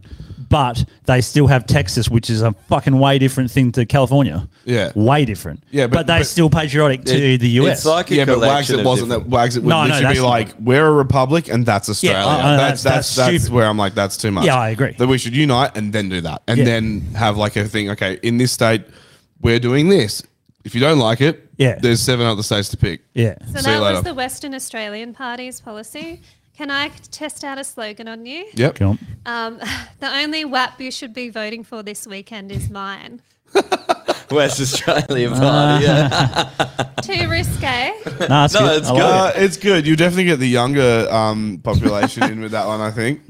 [SPEAKER 6] but they still have Texas, which is a fucking way different thing to California.
[SPEAKER 2] Yeah.
[SPEAKER 6] way different.
[SPEAKER 2] Yeah, but-
[SPEAKER 6] but, they're
[SPEAKER 2] but-
[SPEAKER 6] still patriotic to the US.
[SPEAKER 2] yeah, but Wags it wasn't that Wags it would
[SPEAKER 6] No, no,
[SPEAKER 2] literally
[SPEAKER 6] that's
[SPEAKER 2] be like we're a republic and that's Australia.
[SPEAKER 6] I- I-
[SPEAKER 2] that's,
[SPEAKER 6] that's-
[SPEAKER 2] that's, that's,
[SPEAKER 6] that's stupid.
[SPEAKER 2] where I'm like that's too much.
[SPEAKER 6] Yeah, I agree.
[SPEAKER 2] That we should unite and then do that and
[SPEAKER 6] Yeah.
[SPEAKER 2] then have like a thing. Okay, in this state, we're doing this. If you don't like it,
[SPEAKER 6] yeah,
[SPEAKER 2] there's seven other states to pick.
[SPEAKER 6] Yeah,
[SPEAKER 5] So
[SPEAKER 2] see you
[SPEAKER 5] that was
[SPEAKER 2] later.
[SPEAKER 5] the Western Australian Party's policy. Can I test out a slogan on you?
[SPEAKER 2] yep.
[SPEAKER 5] Um, the only WAP you should be voting for this weekend is mine.
[SPEAKER 4] West Australian party. Yeah.
[SPEAKER 5] Too risque.
[SPEAKER 2] No,
[SPEAKER 4] it's No, good. it's I like
[SPEAKER 2] Uh, it's good. You definitely get the younger um, population in with that one. I think.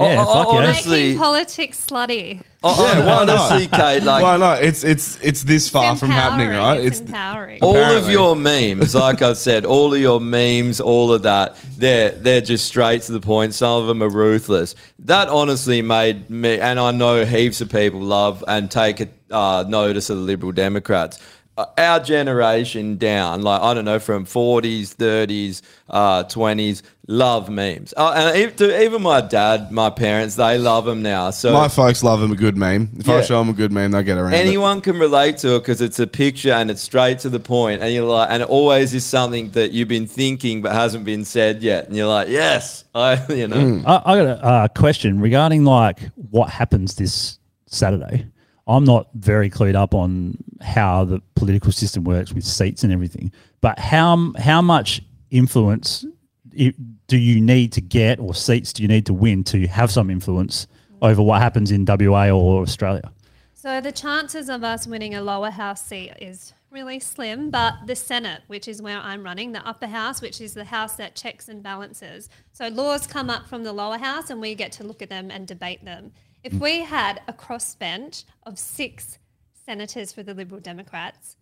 [SPEAKER 4] Yeah, Oh, fuck oh, yeah.
[SPEAKER 5] Making politics slutty.
[SPEAKER 2] yeah, why not?
[SPEAKER 4] honestly, Kate, like-
[SPEAKER 2] why not? It's it's it's this far from happening, right?
[SPEAKER 5] It's, empowering.
[SPEAKER 4] All of your memes, like I've said, all of your memes, all of that, they're they're just straight to the point. Some of them are ruthless. That honestly made me, and I know heaps of people love and take a, uh, notice of the Liberal Democrats. Uh, Our generation down, like I don't know, from forties, thirties, uh, twenties, love memes. Uh, and ev- to- even my dad, my parents, they love them now. So
[SPEAKER 2] My folks love them a good meme. If I
[SPEAKER 4] Yeah.
[SPEAKER 2] show them a good meme, they'll get around. it.
[SPEAKER 4] Anyone can relate to it because it's a picture and it's straight to the point, and you're like, and it always is something that you've been thinking but hasn't been said yet, and you're like, yes, I, you know,
[SPEAKER 2] Hmm.
[SPEAKER 6] I, I got a uh, question regarding like what happens this Saturday. I'm not very clued up on how the political system works with seats and everything, but how m- how much influence i- do you need to get or seats do you need to win to have some influence over what happens in WA or Australia?
[SPEAKER 5] So the chances of us winning a lower house seat is really slim, but the Senate, which is where I'm running, the upper house, which is the house that checks and balances. So laws come up from the lower house and we get to look at them and debate them.
[SPEAKER 4] Hmm.
[SPEAKER 5] If we had a crossbench of six senators for the Liberal Democrats,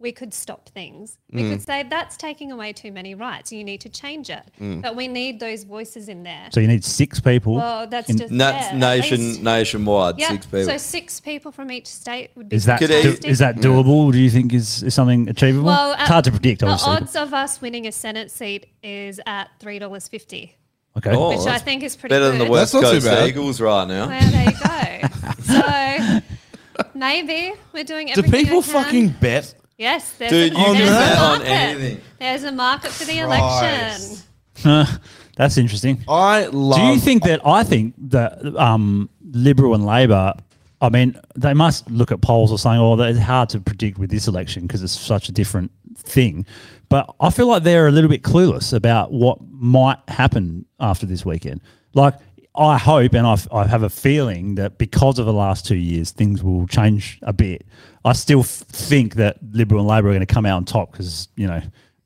[SPEAKER 5] we could stop things. We
[SPEAKER 4] Hmm.
[SPEAKER 6] Mm.
[SPEAKER 5] could say that's taking away too many rights. You need to change it.
[SPEAKER 4] Mm.
[SPEAKER 5] But we need those voices in there.
[SPEAKER 6] So you need six people.
[SPEAKER 5] Well, that's
[SPEAKER 6] in-
[SPEAKER 5] just
[SPEAKER 4] that's
[SPEAKER 5] yeah, at least-
[SPEAKER 4] nation nationwide,
[SPEAKER 5] yeah,
[SPEAKER 4] six people.
[SPEAKER 5] So six people from each state would be
[SPEAKER 6] Is that
[SPEAKER 5] fantastic.
[SPEAKER 6] do, is that doable? Do you think is, is something achievable?
[SPEAKER 5] Well,
[SPEAKER 6] it's
[SPEAKER 5] at-
[SPEAKER 6] hard to predict,
[SPEAKER 5] The
[SPEAKER 6] obviously.
[SPEAKER 5] odds of us winning a Senate seat is at three dollars fifty.
[SPEAKER 6] Okay.
[SPEAKER 4] Oh,
[SPEAKER 5] which I
[SPEAKER 4] that's
[SPEAKER 5] think is pretty
[SPEAKER 4] better than the
[SPEAKER 5] good.
[SPEAKER 4] West
[SPEAKER 2] That's not too
[SPEAKER 4] Coast
[SPEAKER 2] bad.
[SPEAKER 4] Eagles right now.
[SPEAKER 5] Well, there you go. so maybe we're doing
[SPEAKER 2] Do
[SPEAKER 5] everything.
[SPEAKER 2] people
[SPEAKER 5] I can.
[SPEAKER 2] fucking bet?
[SPEAKER 5] Yes, there's,
[SPEAKER 2] Dude,
[SPEAKER 5] a,
[SPEAKER 2] you
[SPEAKER 5] there's a
[SPEAKER 2] can bet on
[SPEAKER 5] market.
[SPEAKER 2] anything.
[SPEAKER 5] There's a market for the election.
[SPEAKER 6] That's interesting.
[SPEAKER 2] I love.
[SPEAKER 6] Do you think that I think that um, Liberal and Labor? I mean, they must look at polls or something. Or it's hard to predict with this election because it's such a different thing. But I feel like they're a little bit clueless about what might happen after this weekend. Like, I hope and I've, I have a feeling that because of the last two years, things will change a bit. I still f- think that Liberal and Labor are going to come out on top because you know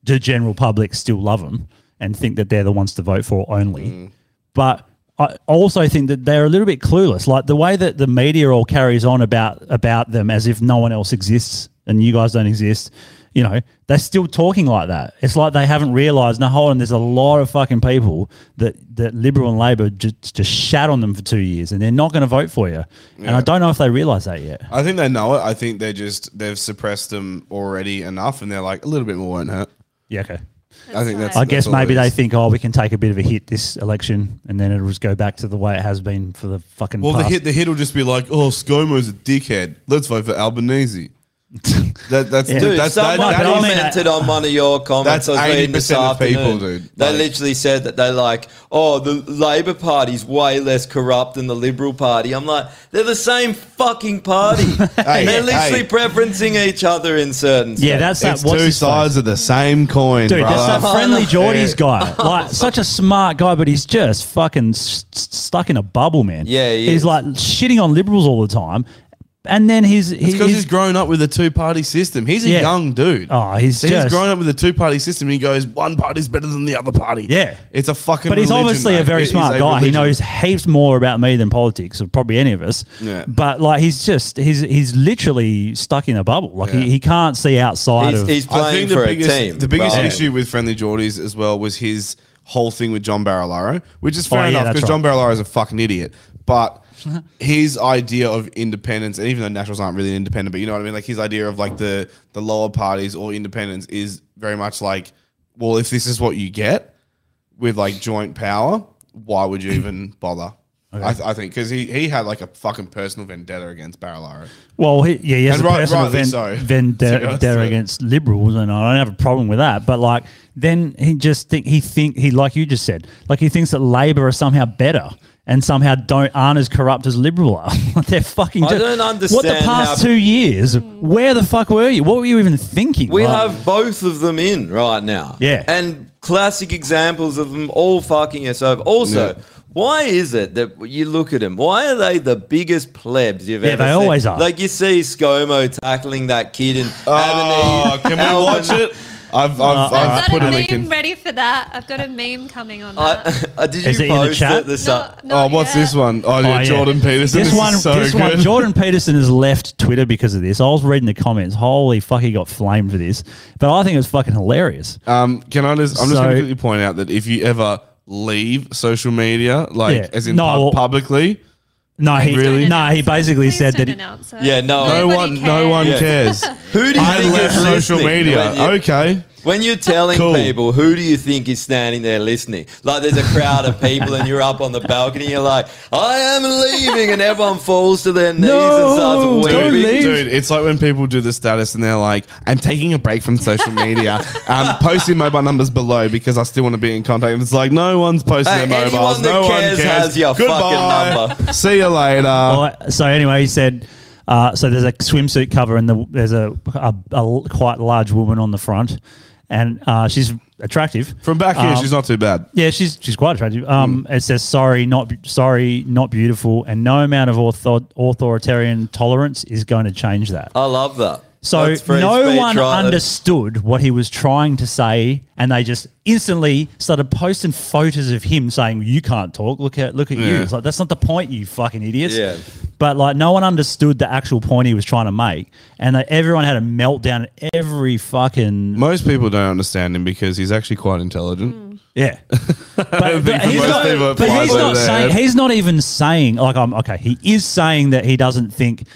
[SPEAKER 6] the general public still love them and think that they're the ones to vote for only. But I also think that they're a little bit clueless. Like the way that the media all carries on about about them as if no one else exists and you guys don't exist. You know, they're still talking like that. It's like they haven't realised. Now, hold on. There's a lot of fucking people that that Liberal and Labor just just shat on them for two years, and they're not going to vote for you. And I don't know if they realise that yet.
[SPEAKER 2] I think they know it. I think they're just they've suppressed them already enough, and they're like a little bit more won't hurt.
[SPEAKER 6] Yeah, okay.
[SPEAKER 2] I think that's.
[SPEAKER 6] I
[SPEAKER 2] that's
[SPEAKER 6] guess
[SPEAKER 2] all it
[SPEAKER 6] maybe they
[SPEAKER 2] is.
[SPEAKER 6] think, oh, we can take a bit of a hit this election, and then it'll just go back to the way it has been for the fucking.
[SPEAKER 2] Well, the
[SPEAKER 6] past.
[SPEAKER 2] hit the hit will just be like, oh, ScoMo's a dickhead. Let's vote for Albanese. That, that's
[SPEAKER 4] Dude,
[SPEAKER 2] that's that,
[SPEAKER 4] someone
[SPEAKER 2] that is-
[SPEAKER 4] commented on one of your comments.
[SPEAKER 2] That's
[SPEAKER 4] I was reading this
[SPEAKER 2] 80% of people,
[SPEAKER 4] afternoon.
[SPEAKER 2] dude.
[SPEAKER 4] They literally said that they like, oh, the Labor Party's way less corrupt than the Liberal Party. I'm like, they're the same fucking party. they're literally preferencing each other in certain.
[SPEAKER 2] It's- it's two sides of the same coin,
[SPEAKER 6] Dude,
[SPEAKER 2] brother.
[SPEAKER 6] that's that friendly Geordie's
[SPEAKER 2] Yeah.
[SPEAKER 6] guy. Like, such a smart guy, but he's just fucking s- s- stuck in a bubble, man.
[SPEAKER 2] Yeah, he
[SPEAKER 6] he's
[SPEAKER 2] is.
[SPEAKER 6] like shitting on liberals all the time, and then he's
[SPEAKER 2] It's
[SPEAKER 6] he,
[SPEAKER 2] because he's
[SPEAKER 6] he's
[SPEAKER 2] grown up with a two-party system. He's a
[SPEAKER 6] Yeah.
[SPEAKER 2] young dude.
[SPEAKER 6] Oh, he's
[SPEAKER 2] So he's
[SPEAKER 6] just-
[SPEAKER 2] grown up with a two-party system. He goes, one party's better than the other party.
[SPEAKER 6] Yeah,
[SPEAKER 2] it's a fucking.
[SPEAKER 6] but he's
[SPEAKER 2] religion,
[SPEAKER 6] obviously
[SPEAKER 2] mate.
[SPEAKER 6] a very
[SPEAKER 2] It is
[SPEAKER 6] smart
[SPEAKER 2] a
[SPEAKER 6] guy. He
[SPEAKER 2] religion.
[SPEAKER 6] knows heaps more about me than politics, or probably any of us.
[SPEAKER 2] Yeah.
[SPEAKER 6] But like, he's just he's he's literally stuck in a bubble. Like he, he can't see outside of.
[SPEAKER 2] I think the biggest, The biggest issue with friendly Geordies as well was his whole thing with John Barilaro, which is fair
[SPEAKER 6] Oh, yeah,
[SPEAKER 2] enough
[SPEAKER 6] that's
[SPEAKER 2] because John
[SPEAKER 6] right.
[SPEAKER 2] Barilaro is a fucking idiot. But his idea of independence, and even though Nationals aren't really independent, but you know what I mean, like his idea of like the the lower parties or independence is very much like, well, if this is what you get with like joint power, why would you even bother? I, th- I think because he, he had like a fucking personal vendetta against Barilaro.
[SPEAKER 6] Well, he, yeah, he has
[SPEAKER 2] And
[SPEAKER 6] a
[SPEAKER 2] right-
[SPEAKER 6] personal
[SPEAKER 2] rightly
[SPEAKER 6] ven-
[SPEAKER 2] so. To be
[SPEAKER 6] vendetta
[SPEAKER 2] honest,
[SPEAKER 6] vendetta
[SPEAKER 2] yeah.
[SPEAKER 6] against liberals, and I don't have a problem with that. But like, then he just think he think he like you just said, like he thinks that Labor are somehow better and somehow don't aren't as corrupt as liberal are. They're fucking.
[SPEAKER 4] I
[SPEAKER 6] just-
[SPEAKER 4] don't
[SPEAKER 6] What
[SPEAKER 4] understand
[SPEAKER 6] the past
[SPEAKER 4] how-
[SPEAKER 6] two years? Where the fuck were you? What were you even thinking?
[SPEAKER 4] We
[SPEAKER 6] Like,
[SPEAKER 4] have both of them in right now.
[SPEAKER 6] Yeah.
[SPEAKER 4] And classic examples of them all fucking us over. Also,
[SPEAKER 6] Yeah.
[SPEAKER 4] why is it that you look at them? Why are they the biggest plebs you've
[SPEAKER 6] Yeah,
[SPEAKER 4] ever
[SPEAKER 6] they
[SPEAKER 4] seen?
[SPEAKER 6] always are.
[SPEAKER 4] Like you see ScoMo tackling that kid and
[SPEAKER 2] Oh, can we watch it? I've, I've,
[SPEAKER 4] Uh,
[SPEAKER 2] I've
[SPEAKER 5] I've
[SPEAKER 2] put
[SPEAKER 5] got a
[SPEAKER 2] a
[SPEAKER 5] meme
[SPEAKER 2] link in.
[SPEAKER 5] ready for that. I've got a meme coming on that.
[SPEAKER 4] I, uh, did you
[SPEAKER 2] Is it in the
[SPEAKER 4] post
[SPEAKER 2] chat?
[SPEAKER 4] it this up?
[SPEAKER 2] oh, what's this one? Oh, yeah, Jordan Peterson. This,
[SPEAKER 6] This, one,
[SPEAKER 2] is so
[SPEAKER 6] this
[SPEAKER 2] good.
[SPEAKER 6] one, Jordan Peterson has left Twitter because of this. I was reading the comments. Holy fuck, he got flamed for this. But I think it was fucking hilarious.
[SPEAKER 2] Um, can I just? I'm just going
[SPEAKER 6] So-
[SPEAKER 2] to quickly point out that if you ever leave social media, like
[SPEAKER 6] Yeah.
[SPEAKER 2] as in
[SPEAKER 6] No,
[SPEAKER 2] pub-
[SPEAKER 6] well-
[SPEAKER 2] publicly,
[SPEAKER 6] No, he really. No, he basically said that. He,
[SPEAKER 4] Yeah, no.
[SPEAKER 2] no one, no one cares.
[SPEAKER 4] Who do you
[SPEAKER 2] I
[SPEAKER 4] think
[SPEAKER 2] left
[SPEAKER 4] is
[SPEAKER 2] social
[SPEAKER 4] listening
[SPEAKER 2] media.
[SPEAKER 4] when you-
[SPEAKER 2] okay.
[SPEAKER 4] When you're telling people, who do you think is standing there listening? Like there's a crowd of people and you're up on the balcony, you're like, I am leaving, and everyone falls to their knees and starts
[SPEAKER 2] dude,
[SPEAKER 4] weeping.
[SPEAKER 2] dude, it's like when people do the status and they're like, "I'm taking a break from social media. um, post your mobile numbers below because I still want to be in contact." And it's like no one's posting
[SPEAKER 4] Hey,
[SPEAKER 2] their mobiles.
[SPEAKER 4] anyone that
[SPEAKER 2] No one
[SPEAKER 4] cares
[SPEAKER 2] cares.
[SPEAKER 4] has your fucking
[SPEAKER 2] Goodbye.
[SPEAKER 4] number.
[SPEAKER 2] See you later.
[SPEAKER 6] Well, so anyway, he said. Uh, so there's a swimsuit cover and the, there's a, a, a quite large woman on the front, and uh, she's attractive.
[SPEAKER 2] From back here,
[SPEAKER 6] Um,
[SPEAKER 2] she's not Hmm. too bad.
[SPEAKER 6] Yeah, she's she's quite attractive. Um, It says sorry, not be- sorry, not beautiful, and no amount of author- authoritarian tolerance is going to change that.
[SPEAKER 4] I love that.
[SPEAKER 6] So
[SPEAKER 4] That's free
[SPEAKER 6] no
[SPEAKER 4] speech,
[SPEAKER 6] one
[SPEAKER 4] right?
[SPEAKER 6] understood what he was trying to say, and they just instantly started posting photos of him saying, "You can't talk. Look at look at you."
[SPEAKER 4] Yeah.
[SPEAKER 6] It's like that's not the point, you fucking idiots.
[SPEAKER 4] Yeah.
[SPEAKER 6] But like, no one understood the actual point he was trying to make, and they, everyone had a meltdown. at Every fucking
[SPEAKER 2] Most people don't understand him because he's actually quite intelligent.
[SPEAKER 5] Mm.
[SPEAKER 6] Yeah.
[SPEAKER 2] but,
[SPEAKER 6] But he's not, but he's not saying he's not even saying like I'm okay. He is saying that he doesn't think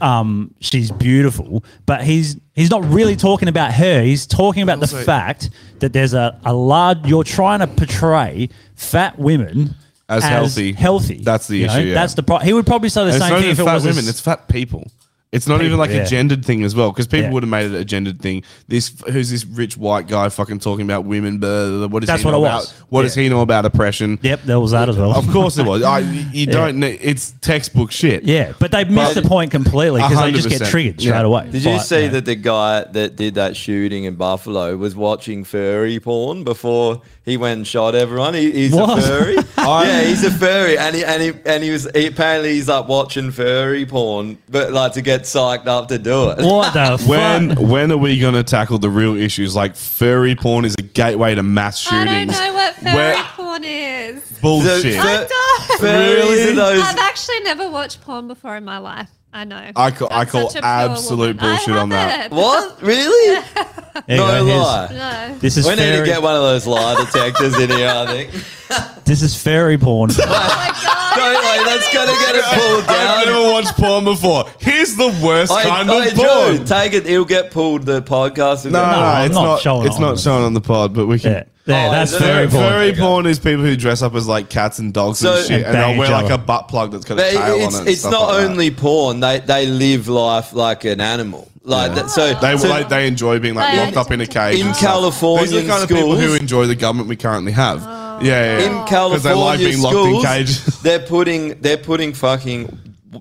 [SPEAKER 6] um, she's beautiful, but he's he's not really talking about her. He's talking about the
[SPEAKER 2] Also-
[SPEAKER 6] fact that there's a, a large. You're trying to portray fat women
[SPEAKER 2] As healthy.
[SPEAKER 6] Healthy.
[SPEAKER 2] That's the
[SPEAKER 6] you know?
[SPEAKER 2] issue, yeah.
[SPEAKER 6] That's the pro- He would probably say the
[SPEAKER 2] it's
[SPEAKER 6] same
[SPEAKER 2] not
[SPEAKER 6] thing
[SPEAKER 2] even
[SPEAKER 6] if it
[SPEAKER 2] fat
[SPEAKER 6] was a
[SPEAKER 2] women.
[SPEAKER 6] s-
[SPEAKER 2] It's fat people. It's not even
[SPEAKER 6] People,
[SPEAKER 2] like
[SPEAKER 6] yeah.
[SPEAKER 2] a gendered thing as well because people
[SPEAKER 6] Yeah.
[SPEAKER 2] would have made it a gendered thing. This who's this rich white guy fucking talking about women? Blah, blah, blah. What does
[SPEAKER 6] That's
[SPEAKER 2] he know
[SPEAKER 6] what it
[SPEAKER 2] about?
[SPEAKER 6] was.
[SPEAKER 2] What does he know about oppression?
[SPEAKER 6] Yep, there was that as well.
[SPEAKER 2] Of course it was. I, you you
[SPEAKER 6] Yeah.
[SPEAKER 2] don't. Know, it's textbook shit.
[SPEAKER 6] Yeah, but they missed the point completely because they just get
[SPEAKER 2] 100%.
[SPEAKER 6] triggered straight
[SPEAKER 2] Yeah.
[SPEAKER 6] away.
[SPEAKER 4] Did you
[SPEAKER 6] But,
[SPEAKER 4] see
[SPEAKER 6] yeah.
[SPEAKER 4] that the guy that did that shooting in Buffalo was watching furry porn before he went and shot everyone? He, he's
[SPEAKER 6] What?
[SPEAKER 4] a furry. yeah, he's a furry, and he and he and he was he, apparently he's like watching furry porn, but like to get psyched up to do it.
[SPEAKER 6] What the
[SPEAKER 2] When when are we gonna tackle the real issues? Like furry porn is a gateway to mass
[SPEAKER 5] I
[SPEAKER 2] shootings.
[SPEAKER 5] don't know what furry
[SPEAKER 2] Where-
[SPEAKER 5] porn is.
[SPEAKER 2] Bullshit.
[SPEAKER 5] I don't.
[SPEAKER 2] Really? Those-
[SPEAKER 5] I've actually never watched porn before in my life. I know.
[SPEAKER 2] I call, I
[SPEAKER 5] I'm
[SPEAKER 2] call
[SPEAKER 5] such a pure
[SPEAKER 2] absolute
[SPEAKER 5] woman. I
[SPEAKER 2] bullshit on that.
[SPEAKER 5] haven't.
[SPEAKER 4] What? Really?
[SPEAKER 2] No
[SPEAKER 4] no
[SPEAKER 2] here's-
[SPEAKER 4] lie.
[SPEAKER 6] This is
[SPEAKER 4] we need to
[SPEAKER 6] fairy-
[SPEAKER 4] get one of those lie detectors in here. I think.
[SPEAKER 6] this is fairy porn.
[SPEAKER 4] Don't worry, that's gonna get it pulled down.
[SPEAKER 2] I've never watched porn before. Here's the worst
[SPEAKER 4] Hey,
[SPEAKER 2] kind
[SPEAKER 4] hey,
[SPEAKER 2] of
[SPEAKER 4] Joe,
[SPEAKER 2] porn.
[SPEAKER 4] take it. He'll get pulled. The podcast.
[SPEAKER 2] No, no, it's not. it's not shown on the pod, but we can. Yeah,
[SPEAKER 4] Yeah, Oh, that's is it?
[SPEAKER 2] furry
[SPEAKER 4] furry
[SPEAKER 2] porn.
[SPEAKER 4] porn.
[SPEAKER 2] Furry porn is people who dress up as like cats and dogs
[SPEAKER 4] So-
[SPEAKER 2] and shit,
[SPEAKER 4] And
[SPEAKER 2] and
[SPEAKER 4] bang
[SPEAKER 2] they'll wear
[SPEAKER 4] each
[SPEAKER 2] like
[SPEAKER 4] other.
[SPEAKER 2] a butt plug that's got a
[SPEAKER 4] But
[SPEAKER 2] tail
[SPEAKER 4] it's,
[SPEAKER 2] on it. and
[SPEAKER 4] it's
[SPEAKER 2] stuff
[SPEAKER 4] not
[SPEAKER 2] like that.
[SPEAKER 4] only porn. They they live life like an animal. Like that, so
[SPEAKER 2] They
[SPEAKER 4] so-
[SPEAKER 2] like they enjoy being like
[SPEAKER 4] They-
[SPEAKER 2] locked up in a cage.
[SPEAKER 4] In
[SPEAKER 2] and stuff.
[SPEAKER 4] Californian
[SPEAKER 2] these are the kind of people who
[SPEAKER 4] schools-
[SPEAKER 2] enjoy the government we currently have. Yeah, yeah, yeah.
[SPEAKER 4] in
[SPEAKER 2] 'Cause they
[SPEAKER 4] California
[SPEAKER 2] like being locked
[SPEAKER 4] schools,
[SPEAKER 2] in cages.
[SPEAKER 4] they're putting they're putting fucking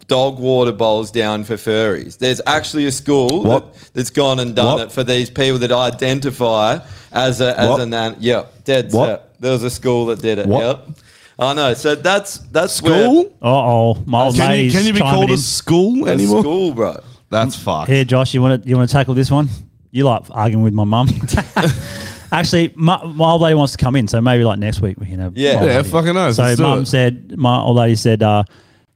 [SPEAKER 4] dog water bowls down for furries. There's actually a school
[SPEAKER 10] What?
[SPEAKER 4] That, that's gone and done
[SPEAKER 10] What?
[SPEAKER 4] it for these people that identify as a as
[SPEAKER 10] What?
[SPEAKER 4] an an Yep, dead
[SPEAKER 10] What?
[SPEAKER 4] set. There was a school that did it.
[SPEAKER 6] What?
[SPEAKER 4] Yep. I know. So that's that's
[SPEAKER 6] Uh
[SPEAKER 4] where
[SPEAKER 6] oh, my old
[SPEAKER 4] Can you-
[SPEAKER 6] mate's
[SPEAKER 4] can you be
[SPEAKER 6] chiming
[SPEAKER 4] called a
[SPEAKER 6] in.
[SPEAKER 4] school A anymore? school, bro.
[SPEAKER 2] That's fucked.
[SPEAKER 6] Here, Josh, you want to you want to tackle this one? You like arguing with my mum? Actually, my, my old lady wants to come in, so maybe like next week we can have.
[SPEAKER 2] Yeah.
[SPEAKER 6] my old
[SPEAKER 2] Yeah,
[SPEAKER 6] lady.
[SPEAKER 2] fucking oath,
[SPEAKER 6] So
[SPEAKER 2] let's do
[SPEAKER 6] mum
[SPEAKER 2] it.
[SPEAKER 6] said, my old lady said, uh,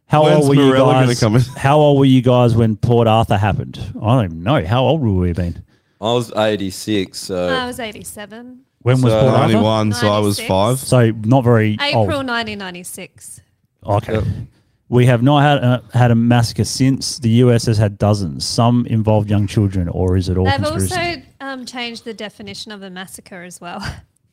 [SPEAKER 6] "How
[SPEAKER 2] When's
[SPEAKER 6] old were
[SPEAKER 2] Mirella
[SPEAKER 6] you
[SPEAKER 2] gonna
[SPEAKER 6] guys?
[SPEAKER 2] come in?
[SPEAKER 6] How old were you guys when Port Arthur happened? I don't even know. How old were we been?
[SPEAKER 4] I was 86. So
[SPEAKER 5] I was 87.
[SPEAKER 6] When was
[SPEAKER 4] So-
[SPEAKER 6] Port Arthur?
[SPEAKER 4] 91,
[SPEAKER 5] so I was 96. five.
[SPEAKER 6] So not very
[SPEAKER 2] Oh.
[SPEAKER 5] April
[SPEAKER 6] old.
[SPEAKER 5] 1996.
[SPEAKER 6] Okay. We have not had a, had a massacre since. The US has had dozens. Some involved young children, or is it all
[SPEAKER 5] They've
[SPEAKER 6] conspiracy?
[SPEAKER 5] also um, changed the definition of a massacre as well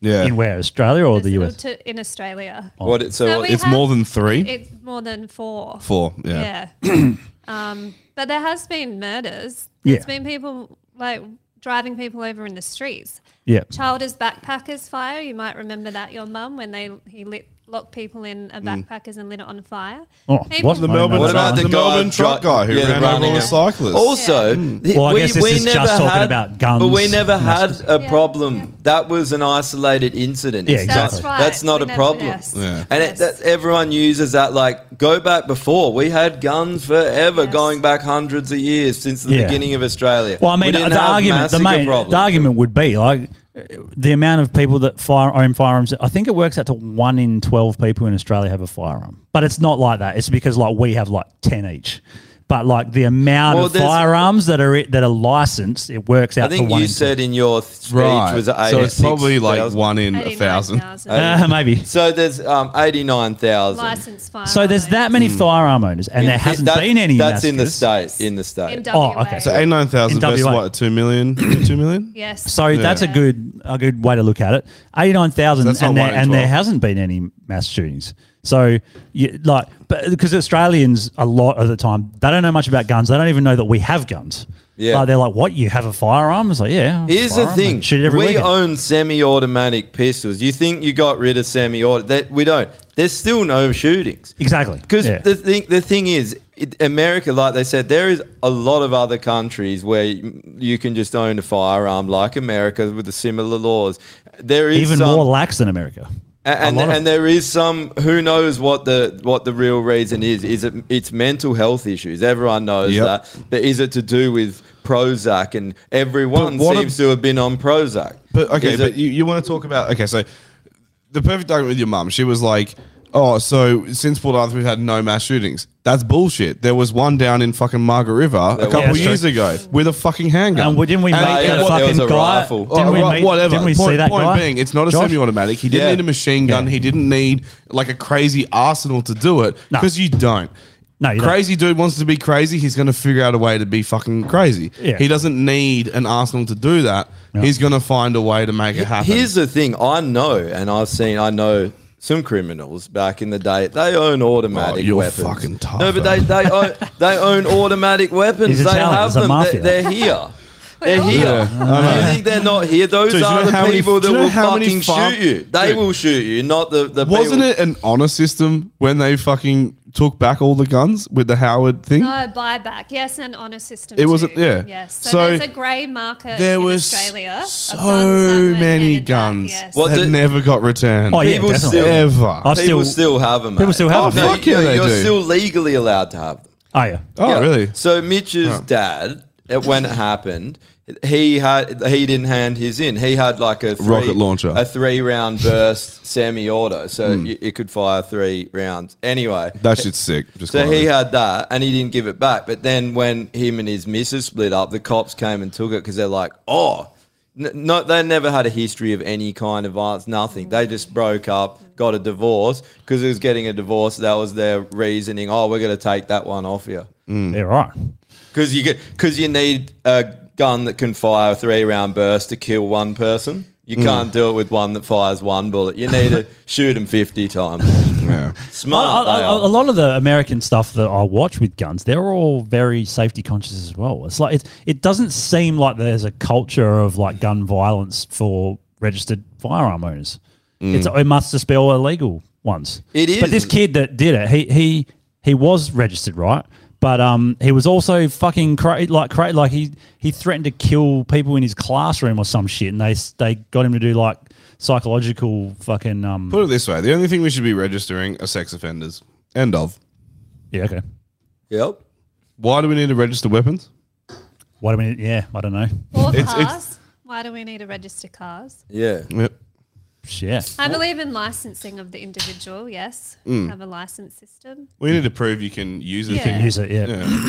[SPEAKER 2] Yeah.
[SPEAKER 6] In where Australia or the US?
[SPEAKER 5] to, in Australia.
[SPEAKER 4] What it- so
[SPEAKER 5] So we
[SPEAKER 2] it's
[SPEAKER 5] have-
[SPEAKER 2] more than three.
[SPEAKER 5] It's more than four.
[SPEAKER 2] Four, yeah.
[SPEAKER 5] Yeah. um, but there has been murders. There's
[SPEAKER 6] Yeah.
[SPEAKER 5] been people like driving people over in the streets.
[SPEAKER 6] Yeah.
[SPEAKER 5] Childers backpackers fire. You might remember that your mum when they he lit locked people in a
[SPEAKER 2] Mm.
[SPEAKER 5] backpackers and lit it on fire.
[SPEAKER 6] Oh,
[SPEAKER 5] People-
[SPEAKER 2] The Melbourne,
[SPEAKER 4] What about
[SPEAKER 2] the
[SPEAKER 4] the guy
[SPEAKER 2] Melbourne
[SPEAKER 4] dri-
[SPEAKER 2] truck guy who
[SPEAKER 4] yeah,
[SPEAKER 2] ran over
[SPEAKER 4] running
[SPEAKER 2] all the
[SPEAKER 4] it?
[SPEAKER 2] cyclists? Hmm.
[SPEAKER 4] Also, th-
[SPEAKER 6] Well, I guess this is just talking about guns,
[SPEAKER 4] But we never had
[SPEAKER 6] massacres.
[SPEAKER 4] a problem. That was an isolated incident.
[SPEAKER 6] Yeah,
[SPEAKER 4] It's
[SPEAKER 6] exactly.
[SPEAKER 4] not-
[SPEAKER 6] That's
[SPEAKER 4] That's
[SPEAKER 5] right.
[SPEAKER 4] not
[SPEAKER 5] We
[SPEAKER 4] a
[SPEAKER 5] never-
[SPEAKER 4] problem.
[SPEAKER 5] yes.
[SPEAKER 2] Yeah.
[SPEAKER 4] And it, that, everyone uses that. Like, go back before. We had guns forever, going back hundreds of years since the
[SPEAKER 6] Yeah.
[SPEAKER 4] beginning of Australia.
[SPEAKER 6] Well, I mean,
[SPEAKER 4] we didn't
[SPEAKER 6] the
[SPEAKER 4] have
[SPEAKER 6] argument, the,
[SPEAKER 4] massacre
[SPEAKER 6] main,
[SPEAKER 4] problems.
[SPEAKER 6] the argument would be like uh, the amount of people that fire own firearms. I think it works out to one in twelve people in Australia have a firearm, but it's not like that. It's because like we have like ten each, but like the amount
[SPEAKER 4] Well,
[SPEAKER 6] of
[SPEAKER 4] there's-
[SPEAKER 6] firearms that are that are licensed, it works out.
[SPEAKER 4] I think
[SPEAKER 6] to one
[SPEAKER 4] you
[SPEAKER 6] in
[SPEAKER 4] said in your th- speech
[SPEAKER 2] Right.
[SPEAKER 4] was
[SPEAKER 2] So it's probably like one in a 89,000. thousand.
[SPEAKER 6] Uh, maybe.
[SPEAKER 4] So there's um, 89,000.
[SPEAKER 5] License fire.
[SPEAKER 6] So there's that many firearm owners, and
[SPEAKER 4] Yeah,
[SPEAKER 6] there hasn't
[SPEAKER 4] that-
[SPEAKER 6] been any.
[SPEAKER 4] That's in the
[SPEAKER 6] massacres.
[SPEAKER 4] state. In the state.
[SPEAKER 5] In
[SPEAKER 6] Oh,
[SPEAKER 5] WA.
[SPEAKER 2] So eighty nine thousand
[SPEAKER 6] In
[SPEAKER 2] versus
[SPEAKER 6] WA.
[SPEAKER 2] what two million? two million?
[SPEAKER 5] Yes.
[SPEAKER 6] So
[SPEAKER 2] Yeah.
[SPEAKER 6] that's a good a good way to look at it. Eighty nine thousand,
[SPEAKER 2] That's not
[SPEAKER 6] and
[SPEAKER 2] one
[SPEAKER 6] there,
[SPEAKER 2] in
[SPEAKER 6] and there
[SPEAKER 2] 12.
[SPEAKER 6] hasn't been any mass shootings. So you, like, but because Australians a lot of the time they don't know much about guns. They don't even know that we have guns.
[SPEAKER 4] Yeah.
[SPEAKER 6] Like, they're like, what? You have a firearm? It's like, yeah. I have a
[SPEAKER 4] Here's the
[SPEAKER 6] firearm. I
[SPEAKER 4] thing:
[SPEAKER 6] Shoot every
[SPEAKER 4] we
[SPEAKER 6] weekend.
[SPEAKER 4] own semi-automatic pistols. You think you got rid of semi-auto? That we don't. There's still no shootings.
[SPEAKER 6] exactly.
[SPEAKER 4] Because
[SPEAKER 6] Yeah.
[SPEAKER 4] the thing, the thing is, it, America, like they said, there is a lot of other countries where you you can just own a firearm, like America, with the similar laws. There is um,
[SPEAKER 6] even
[SPEAKER 4] some-
[SPEAKER 6] more lax than America.
[SPEAKER 4] a- And,
[SPEAKER 6] lot
[SPEAKER 4] and,
[SPEAKER 6] of-
[SPEAKER 4] there is some who knows what the what the real reason is is it it's mental health issues everyone knows
[SPEAKER 2] Yep.
[SPEAKER 4] that but is it to do with Prozac and everyone
[SPEAKER 2] But what
[SPEAKER 4] seems to have been on Prozac
[SPEAKER 2] But okay,
[SPEAKER 4] Is
[SPEAKER 2] but
[SPEAKER 4] it-
[SPEAKER 2] you, you want to talk about okay, so the perfect argument with your mum, she was like, Oh, so since Port Arthur we've had no mass shootings. That's bullshit. There was one down in fucking Margaret River
[SPEAKER 4] There
[SPEAKER 2] a couple
[SPEAKER 4] was.
[SPEAKER 2] years ago with a fucking handgun.
[SPEAKER 6] And we- didn't we make
[SPEAKER 2] it
[SPEAKER 6] that fucking guy- didn't we make-
[SPEAKER 2] Oh, whatever.
[SPEAKER 6] didn't we see
[SPEAKER 2] point,
[SPEAKER 6] that
[SPEAKER 2] point
[SPEAKER 6] guy?
[SPEAKER 2] being, it's not a
[SPEAKER 6] Josh?
[SPEAKER 2] semi-automatic. He didn't
[SPEAKER 6] Yeah.
[SPEAKER 2] need a machine gun. He didn't need like a crazy arsenal to do it because you don't.
[SPEAKER 6] No, you don't.
[SPEAKER 2] crazy dude wants to be crazy. He's going to figure out a way to be fucking crazy.
[SPEAKER 4] Yeah.
[SPEAKER 2] He doesn't need an arsenal to do that. He's going to find a way to make it happen.
[SPEAKER 4] Here's the thing: I know, and I've seen, I know some criminals back in the day. They own automatic
[SPEAKER 2] Oh, you're
[SPEAKER 4] weapons.
[SPEAKER 2] fucking tough,
[SPEAKER 4] no, but they they own, they own automatic weapons.
[SPEAKER 2] He's
[SPEAKER 4] They
[SPEAKER 2] Italian,
[SPEAKER 4] have
[SPEAKER 2] he's a
[SPEAKER 4] them.
[SPEAKER 2] mafia.
[SPEAKER 4] They, are here. They're
[SPEAKER 2] all
[SPEAKER 4] here.
[SPEAKER 2] are. Yeah, I
[SPEAKER 4] You
[SPEAKER 2] know.
[SPEAKER 4] think they're not here? Those
[SPEAKER 2] Dude, do you
[SPEAKER 4] are
[SPEAKER 2] know how
[SPEAKER 4] the
[SPEAKER 2] many-
[SPEAKER 4] people
[SPEAKER 2] do
[SPEAKER 4] that
[SPEAKER 2] you know
[SPEAKER 4] will
[SPEAKER 2] how many
[SPEAKER 4] fucking
[SPEAKER 2] farm-
[SPEAKER 4] shoot you. They
[SPEAKER 2] Dude.
[SPEAKER 4] will shoot you, not the the.
[SPEAKER 2] Wasn't
[SPEAKER 4] people.
[SPEAKER 2] it an honor system when they fucking took back all the guns with the Howard thing?
[SPEAKER 5] No buyback. Yes, and honor system.
[SPEAKER 2] It
[SPEAKER 5] too.
[SPEAKER 2] wasn't- yeah.
[SPEAKER 5] Yes. So,
[SPEAKER 2] So
[SPEAKER 5] there's a grey market
[SPEAKER 2] there
[SPEAKER 5] in
[SPEAKER 2] was
[SPEAKER 5] Australia. of
[SPEAKER 2] So many guns
[SPEAKER 5] yes.
[SPEAKER 4] What
[SPEAKER 2] that
[SPEAKER 4] the-
[SPEAKER 2] never got returned.
[SPEAKER 4] Oh, yeah, People definitely. still-
[SPEAKER 2] ever.
[SPEAKER 4] people still, have them.
[SPEAKER 2] People
[SPEAKER 4] mate.
[SPEAKER 2] still have Oh, them.
[SPEAKER 4] No,
[SPEAKER 2] fuck yeah,
[SPEAKER 4] you're,
[SPEAKER 2] they
[SPEAKER 4] you're
[SPEAKER 2] do.
[SPEAKER 4] still legally allowed to have them.
[SPEAKER 6] Oh yeah.
[SPEAKER 2] Oh,
[SPEAKER 4] Yeah.
[SPEAKER 2] really?
[SPEAKER 4] So Mitch's dad, uh, when it happened, he had he didn't hand his in. He had like a three,
[SPEAKER 2] Rocket launcher. Hmm.
[SPEAKER 4] a three round burst semi-auto, so y- it could fire three rounds. Anyway,
[SPEAKER 2] That shit's sick. Just
[SPEAKER 4] so
[SPEAKER 2] one of
[SPEAKER 4] he
[SPEAKER 2] those.
[SPEAKER 4] had that, and he didn't give it back. But then when him and his missus split up, the cops came and took it because they're like, oh. n- No, they never had a history of any kind of violence. Nothing. They just broke up, got a divorce because it was getting a divorce. That was their reasoning. Oh, we're going to take that one off you.
[SPEAKER 2] Mm.
[SPEAKER 6] Yeah, right.
[SPEAKER 4] Because you get because you need a gun that can fire a three round burst to kill one person. You
[SPEAKER 5] Mm.
[SPEAKER 4] can't do it with one that fires one bullet. You need to shoot them 50 times. Smart.
[SPEAKER 6] I- I-
[SPEAKER 4] they
[SPEAKER 6] I-
[SPEAKER 4] are.
[SPEAKER 6] a lot of the American stuff that I watch with guns, they're all very safety conscious as well. It's like it, it doesn't seem like there's a culture of like gun violence for registered firearm owners. It's, it must just be all illegal ones.
[SPEAKER 4] Mm. It
[SPEAKER 6] But this kid that did it, he he he was registered, right? But um, he was also fucking cra- like cra- like he he threatened to kill people in his classroom or some shit, and they s- they got him to do like psychological fucking um.
[SPEAKER 2] Put it this way: the only thing we should be registering are sex offenders. End of.
[SPEAKER 6] Yeah. Okay.
[SPEAKER 4] Yep.
[SPEAKER 2] Why do we need to register weapons?
[SPEAKER 6] Why do we? Need, yeah, I don't know.
[SPEAKER 5] Or
[SPEAKER 2] It's-
[SPEAKER 5] cars.
[SPEAKER 2] it's-
[SPEAKER 5] Why do we need to register cars?
[SPEAKER 4] Yeah.
[SPEAKER 2] Yep.
[SPEAKER 6] Shit.
[SPEAKER 5] I believe in licensing of the individual. Yes,
[SPEAKER 2] Mm.
[SPEAKER 5] have a license system.
[SPEAKER 2] We need to prove you can use it.
[SPEAKER 5] You can use
[SPEAKER 6] it. Yeah.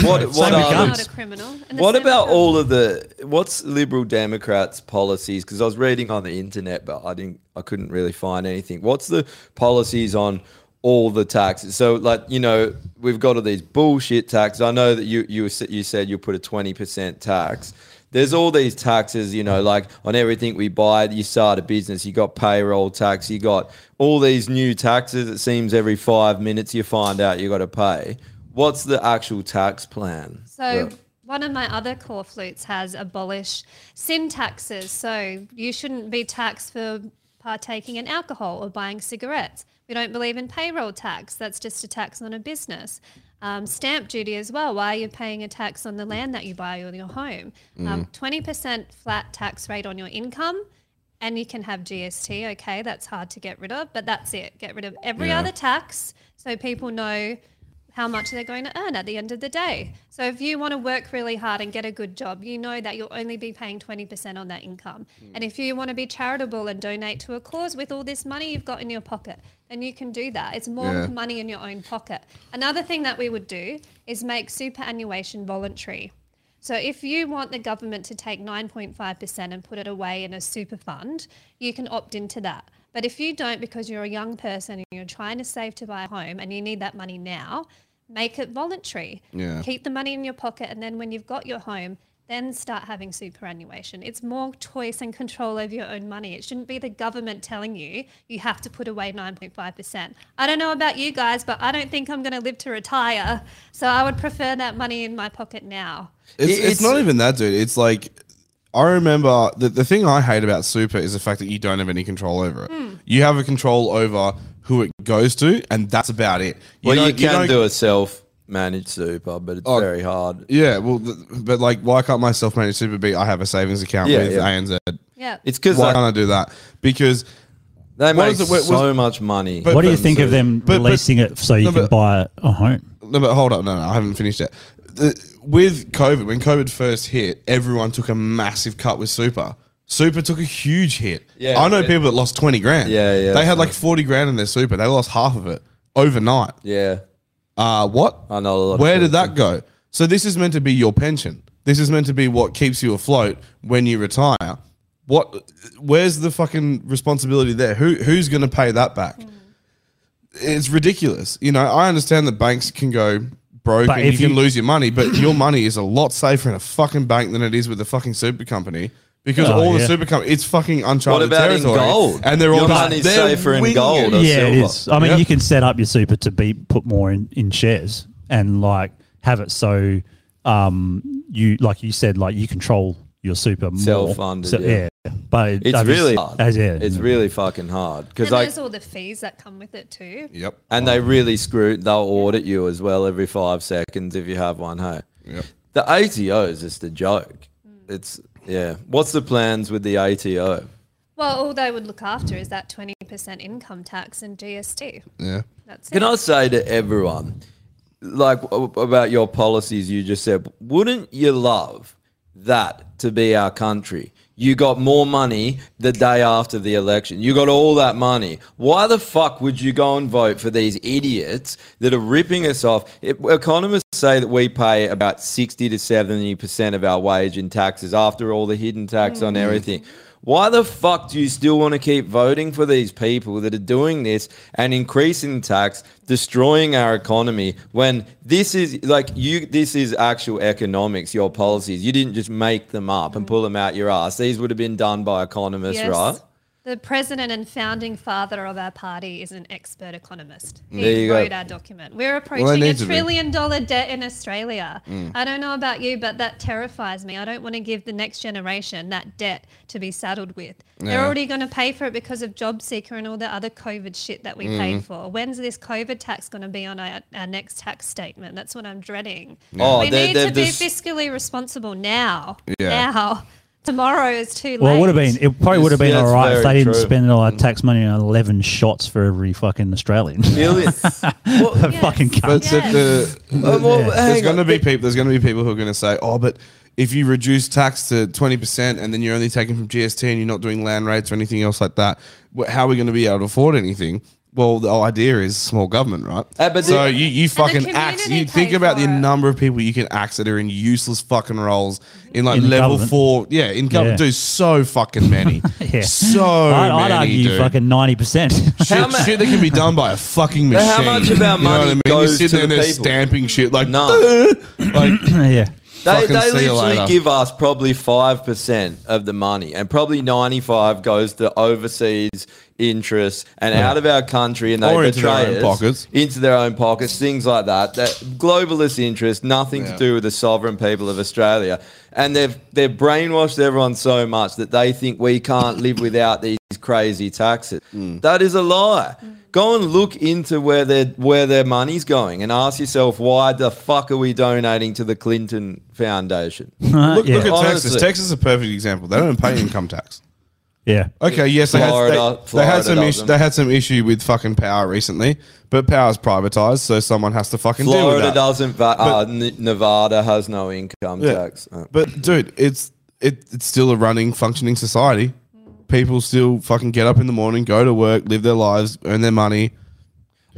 [SPEAKER 4] What, what,
[SPEAKER 5] with
[SPEAKER 4] are-
[SPEAKER 5] guns. Not a criminal. And the
[SPEAKER 4] what
[SPEAKER 5] same
[SPEAKER 4] about
[SPEAKER 5] with
[SPEAKER 4] all of the what's liberal democrats policies because i was reading on the internet but i didn't i couldn't really find anything what's the policies on all the taxes so like you know we've got all these bullshit taxes i know that you you, s- you said you put a 20% tax there's all these taxes, you know, like on everything we buy, you start a business, you got payroll tax, you got all these new taxes. It seems every five minutes you find out you got to pay. What's the actual tax plan?
[SPEAKER 5] So
[SPEAKER 4] Yeah.
[SPEAKER 5] one of my other core flutes has abolished sin taxes. So you shouldn't be taxed for partaking in alcohol or buying cigarettes. We don't believe in payroll tax. That's just a tax on a business. Um, stamp duty as well. Why are you paying a tax on the land that you buy or your home? Um,
[SPEAKER 10] Mm.
[SPEAKER 5] 20% flat tax rate on your income. And you can have GST. Okay, that's hard to get rid of, but that's it. Get rid of every
[SPEAKER 10] Yeah.
[SPEAKER 5] other tax so people know how much they're going to earn at the end of the day. So if you want to work really hard and get a good job, you know that you'll only be paying 20% on that income. And if you want to be charitable and donate to a cause with all this money you've got in your pocket, then you can do that. It's more
[SPEAKER 10] Yeah.
[SPEAKER 5] money in your own pocket. Another thing that we would do is make superannuation voluntary. So if you want the government to take 9.5% and put it away in a super fund, you can opt into that. But if you don't because you're a young person and you're trying to save to buy a home and you need that money now, make it voluntary.
[SPEAKER 10] Yeah.
[SPEAKER 5] Keep the money in your pocket and then when you've got your home, then start having superannuation. It's more choice and control over your own money. It shouldn't be the government telling you you have to put away 9.5%. I don't know about you guys, but I don't think I'm going to live to retire. So I would prefer that money in my pocket now.
[SPEAKER 2] It's, it's, not even that, dude. It's like I remember the, the thing I hate about super is the fact that you don't have any control over it.
[SPEAKER 5] Hmm.
[SPEAKER 2] You have a control over who it goes to, and that's about it.
[SPEAKER 4] well, you,
[SPEAKER 2] don't-
[SPEAKER 4] can
[SPEAKER 2] don't-
[SPEAKER 4] do a self managed super, but it's
[SPEAKER 2] Oh,
[SPEAKER 4] very hard.
[SPEAKER 2] Yeah, well, th- but like, why can't my self managed super be? I have a savings account
[SPEAKER 4] Yeah,
[SPEAKER 2] with
[SPEAKER 4] yeah.
[SPEAKER 2] ANZ.
[SPEAKER 5] Yeah.
[SPEAKER 4] It's 'cause uh,
[SPEAKER 2] why
[SPEAKER 4] like-
[SPEAKER 2] can't I do that? Because
[SPEAKER 4] They
[SPEAKER 2] what
[SPEAKER 4] make
[SPEAKER 2] is it- what-
[SPEAKER 4] so
[SPEAKER 2] was-
[SPEAKER 4] much money.
[SPEAKER 2] But-
[SPEAKER 6] what do you
[SPEAKER 2] but-
[SPEAKER 6] think of them
[SPEAKER 2] but- but-
[SPEAKER 6] releasing it so you
[SPEAKER 2] no,
[SPEAKER 6] can
[SPEAKER 2] but-
[SPEAKER 6] buy a home?
[SPEAKER 2] No, but hold up. No, no, I haven't finished yet. The, with COVID, when COVID first hit, everyone took a massive cut with super. Super took a huge hit.
[SPEAKER 4] Yeah,
[SPEAKER 2] I know
[SPEAKER 4] yeah.
[SPEAKER 2] people that lost 20 grand.
[SPEAKER 4] Yeah, yeah,
[SPEAKER 2] They had
[SPEAKER 4] that's
[SPEAKER 2] like 40 grand in their super. They lost half of it overnight.
[SPEAKER 4] Yeah.
[SPEAKER 2] Uh, what?
[SPEAKER 4] I know a lot. of
[SPEAKER 2] Where did
[SPEAKER 4] people-
[SPEAKER 2] that go? So this is meant to be your pension. This is meant to be what keeps you afloat when you retire. What? Where's the fucking responsibility there? Who who's going to pay that back?
[SPEAKER 6] Mm.
[SPEAKER 2] It's ridiculous. You know, I understand that banks can go broke
[SPEAKER 6] But
[SPEAKER 2] and you
[SPEAKER 6] if
[SPEAKER 2] can
[SPEAKER 6] you-
[SPEAKER 2] lose your money, but your money is a lot safer in a fucking bank than it is with a fucking super company. Because
[SPEAKER 4] Oh,
[SPEAKER 2] all the
[SPEAKER 4] yeah.
[SPEAKER 2] super company, it's fucking uncharted
[SPEAKER 4] about in
[SPEAKER 2] territory.
[SPEAKER 4] gold?
[SPEAKER 2] And they're all
[SPEAKER 4] Your
[SPEAKER 2] just-
[SPEAKER 4] money's
[SPEAKER 2] they're
[SPEAKER 4] safer in
[SPEAKER 2] winging
[SPEAKER 4] gold or
[SPEAKER 2] it.
[SPEAKER 6] Yeah, it is. I mean,
[SPEAKER 2] Yep.
[SPEAKER 6] you can set up your super to be put more in, in shares and like have it so um you like you said like you control your super more.
[SPEAKER 4] Self-funded,
[SPEAKER 6] So,
[SPEAKER 4] yeah.
[SPEAKER 6] But
[SPEAKER 4] It's
[SPEAKER 6] I've just-
[SPEAKER 4] really hard.
[SPEAKER 6] as- yeah,
[SPEAKER 4] It's really fucking hard because
[SPEAKER 5] And
[SPEAKER 4] like
[SPEAKER 5] there's all the fees that come with it too.
[SPEAKER 2] Yep.
[SPEAKER 4] And they really screw. They'll audit you as well every five seconds if you have one. Hey.
[SPEAKER 2] Yep.
[SPEAKER 4] The ATO is just a joke. It's yeah. What's the plans with the ATO?
[SPEAKER 5] Well, all they would look after is that 20% income tax and GST.
[SPEAKER 2] Yeah.
[SPEAKER 5] That's
[SPEAKER 4] Can
[SPEAKER 5] it.
[SPEAKER 4] I say to everyone, like w- about your policies you just said, wouldn't you love that to be our country? You got more money the day after the election. You got all that money. Why the fuck would you go and vote for these idiots that are ripping us off? It, economists say that we pay about 60 to 70% of our wage in taxes after all the hidden tax on
[SPEAKER 7] Mm.
[SPEAKER 4] everything. Why the fuck do you still want to keep voting for these people that are doing this and increasing tax, destroying our economy when this is like you this is actual economics, your policies. You didn't just make them up and pull them out your ass. These would have been done by economists,
[SPEAKER 5] Yes.
[SPEAKER 4] right?
[SPEAKER 5] The president and founding father of our party is an expert economist. He
[SPEAKER 4] There you go.
[SPEAKER 5] wrote our document. We're approaching a
[SPEAKER 4] need to be.
[SPEAKER 5] trillion dollar debt in Australia.
[SPEAKER 4] Mm.
[SPEAKER 5] I don't know about you, but that terrifies me. I don't want to give the next generation that debt to be saddled with. They're
[SPEAKER 10] Yeah.
[SPEAKER 5] already going to pay for it because of JobSeeker and all the other COVID shit that we paid
[SPEAKER 4] Mhm.
[SPEAKER 5] for. When's this COVID tax going to be on our, our next tax statement? That's what I'm dreading.
[SPEAKER 4] Oh,
[SPEAKER 5] we
[SPEAKER 4] they-
[SPEAKER 5] need to
[SPEAKER 4] they've
[SPEAKER 5] be
[SPEAKER 4] just-
[SPEAKER 5] fiscally responsible now.
[SPEAKER 4] Yeah.
[SPEAKER 5] Now. Tomorrow is too late.
[SPEAKER 6] Well, it would have been. It probably would have been
[SPEAKER 4] Yeah,
[SPEAKER 6] all
[SPEAKER 4] it's
[SPEAKER 6] right if they
[SPEAKER 4] very
[SPEAKER 6] didn't
[SPEAKER 4] true. Mm.
[SPEAKER 6] spend all our tax money on eleven shots for every fucking Australian.
[SPEAKER 4] Millions.
[SPEAKER 6] fucking
[SPEAKER 2] But
[SPEAKER 6] cunt.
[SPEAKER 2] that the,
[SPEAKER 4] Well,
[SPEAKER 6] Oh,
[SPEAKER 4] well,
[SPEAKER 2] there's
[SPEAKER 4] hang
[SPEAKER 2] going to be people. There's going to be people who are going to say, "Oh, but if you reduce tax to twenty percent and then you're only taking from GST and you're not doing land rates or anything else like that, wh- how are we going to be able to afford anything?" Well, the whole idea is small government, right?
[SPEAKER 4] Uh, but
[SPEAKER 2] so
[SPEAKER 4] the-
[SPEAKER 2] you, you
[SPEAKER 4] And the
[SPEAKER 2] fucking axe.
[SPEAKER 4] community
[SPEAKER 2] You think
[SPEAKER 4] pay
[SPEAKER 2] about the number of people you can axe that are in useless fucking roles in like
[SPEAKER 6] In
[SPEAKER 2] level
[SPEAKER 6] government.
[SPEAKER 2] four. Yeah, in government.
[SPEAKER 6] Yeah.
[SPEAKER 2] Dude, so fucking many.
[SPEAKER 6] yeah.
[SPEAKER 2] So
[SPEAKER 6] I'd, I'd
[SPEAKER 2] many,
[SPEAKER 6] argue
[SPEAKER 2] dude.
[SPEAKER 6] fucking ninety percent.
[SPEAKER 2] Shit, shit that can be done by a fucking
[SPEAKER 6] But
[SPEAKER 2] machine.
[SPEAKER 6] how much of our
[SPEAKER 2] You know
[SPEAKER 6] money
[SPEAKER 2] what I mean?
[SPEAKER 4] goes
[SPEAKER 2] You're sitting
[SPEAKER 4] to the
[SPEAKER 2] there and they're
[SPEAKER 4] people?
[SPEAKER 2] stamping shit like,
[SPEAKER 4] No.
[SPEAKER 2] like
[SPEAKER 6] yeah.
[SPEAKER 4] They,
[SPEAKER 2] Fucking
[SPEAKER 4] they
[SPEAKER 2] see you
[SPEAKER 4] literally
[SPEAKER 2] later.
[SPEAKER 4] give us probably 5% of the money, and probably 95 goes to overseas interests and
[SPEAKER 2] Yeah.
[SPEAKER 4] out of our country, and they
[SPEAKER 2] Or into their
[SPEAKER 4] betray
[SPEAKER 2] own
[SPEAKER 4] us
[SPEAKER 2] pockets.
[SPEAKER 4] into their own pockets, things like that. That globalist interest, nothing
[SPEAKER 2] Yeah.
[SPEAKER 4] to do with the sovereign people of Australia, and they've they've brainwashed everyone so much that they think we can't live without these crazy taxes.
[SPEAKER 2] Hmm.
[SPEAKER 4] That is a lie. Go and look into where their where their money's going, and ask yourself why the fuck are we donating to the Clinton Foundation?
[SPEAKER 2] look, look at Texas.
[SPEAKER 4] Honestly.
[SPEAKER 2] Texas is a perfect example. They don't pay income tax.
[SPEAKER 6] Yeah.
[SPEAKER 2] Okay. Yes, they had,
[SPEAKER 4] Florida-
[SPEAKER 2] they, they
[SPEAKER 4] Florida
[SPEAKER 2] had some issue,
[SPEAKER 4] doesn't.
[SPEAKER 2] they had some issue with fucking power recently, but power's privatized, so someone has to fucking deal with
[SPEAKER 4] Florida
[SPEAKER 2] that.
[SPEAKER 4] doesn't. Va- uh, N- Nevada has no income
[SPEAKER 2] Yeah.
[SPEAKER 4] tax. Uh,
[SPEAKER 2] But dude, it's it, it's still a running, functioning society. People still fucking get up in the morning, go to work, live their lives, earn their money,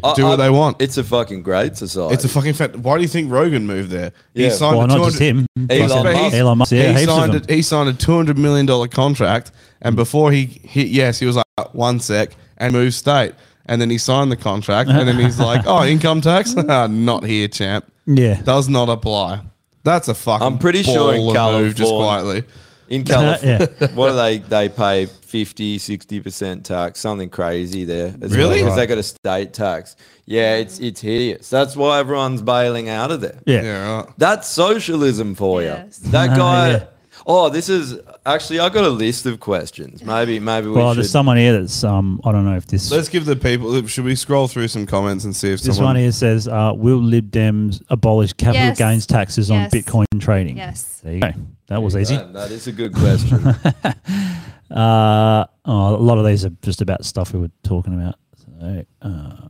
[SPEAKER 4] I-
[SPEAKER 2] do what
[SPEAKER 4] I-
[SPEAKER 2] they want.
[SPEAKER 4] It's a fucking great society.
[SPEAKER 2] It's a fucking fact. Why do you think Rogan moved there?
[SPEAKER 4] Yeah. Well,
[SPEAKER 2] a
[SPEAKER 4] not just
[SPEAKER 2] 200
[SPEAKER 4] him. Elon
[SPEAKER 2] He's-
[SPEAKER 4] Musk.
[SPEAKER 2] he's-
[SPEAKER 4] Elon Musk, yeah,
[SPEAKER 2] he
[SPEAKER 4] heaps of
[SPEAKER 2] signed
[SPEAKER 4] them.
[SPEAKER 2] a, he signed a two hundred million dollar contract, and before he hit yes, he was like "Ah, one sec and moved state, and then he signed the contract, and then he's like, oh, income tax, not here, champ.
[SPEAKER 6] Yeah.
[SPEAKER 2] does not apply. That's a fucking.
[SPEAKER 4] I'm pretty sure in
[SPEAKER 2] baller
[SPEAKER 4] California,
[SPEAKER 2] move, just quietly.
[SPEAKER 4] In California, what do they they pay 50, 60 percent tax, something crazy there. as
[SPEAKER 2] Really?
[SPEAKER 4] Because they
[SPEAKER 2] Right.
[SPEAKER 4] got a state tax. Yeah, it's it's hideous. That's why everyone's bailing out of there.
[SPEAKER 6] Yeah.
[SPEAKER 4] That's socialism for you.
[SPEAKER 6] Ah,
[SPEAKER 4] That guy.
[SPEAKER 6] yeah.
[SPEAKER 4] Oh, this is actually I got a list of questions. Maybe maybe we
[SPEAKER 6] Well,
[SPEAKER 4] should.
[SPEAKER 6] there's someone here that's um. I don't know if this
[SPEAKER 2] Let's give the people. Should we scroll through some comments and see if
[SPEAKER 6] this
[SPEAKER 2] someone?
[SPEAKER 6] one here says, uh, "Will Lib Dems abolish capital
[SPEAKER 5] Yes.
[SPEAKER 6] gains taxes
[SPEAKER 5] Yes.
[SPEAKER 6] on Bitcoin trading?"
[SPEAKER 5] Yes.
[SPEAKER 6] There you go. That was easy.
[SPEAKER 4] Right, that is a good question.
[SPEAKER 6] Uh, oh, a lot of these are just about stuff we were talking about. So, uh,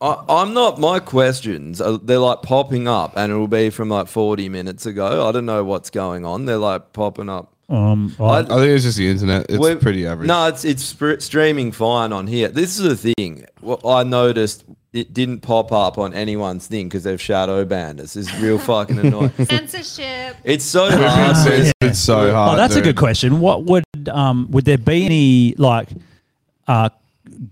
[SPEAKER 4] I, I'm not. My questions are, they're like popping up, and it'll be from like 40 minutes ago. I don't know what's going on. They're like popping up.
[SPEAKER 6] um,
[SPEAKER 2] I, think it's just the internet. It's
[SPEAKER 4] We're-
[SPEAKER 2] pretty average.
[SPEAKER 4] No, it's it's sp- streaming fine on here. This is the thing. What I noticed it didn't pop up on anyone's thing because they've shadow banned us. It's real fucking annoying.
[SPEAKER 5] Censorship.
[SPEAKER 4] It's so
[SPEAKER 2] We've been
[SPEAKER 4] hard.
[SPEAKER 2] censored so hard.
[SPEAKER 6] oh, that's
[SPEAKER 2] dude.
[SPEAKER 6] a good question. What would um would there be any like uh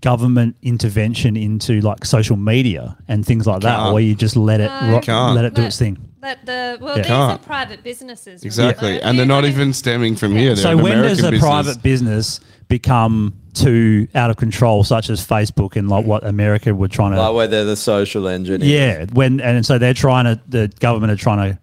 [SPEAKER 6] government intervention into like social media and things like that,
[SPEAKER 2] Can't.
[SPEAKER 6] where you just let it
[SPEAKER 5] No.
[SPEAKER 6] ro-
[SPEAKER 2] Can't.
[SPEAKER 6] let it do its thing?
[SPEAKER 5] But the well,
[SPEAKER 2] Yeah.
[SPEAKER 5] these are
[SPEAKER 2] Can't.
[SPEAKER 5] private businesses. remember?
[SPEAKER 2] Exactly, and they're not even stemming from here. They're
[SPEAKER 6] so
[SPEAKER 2] an
[SPEAKER 6] when does
[SPEAKER 2] American
[SPEAKER 6] a
[SPEAKER 2] business.
[SPEAKER 6] private business become too out of control, such as Facebook and like what America were trying to?
[SPEAKER 4] Like where they're the social engineer.
[SPEAKER 6] yeah, when and so they're trying to the government are trying to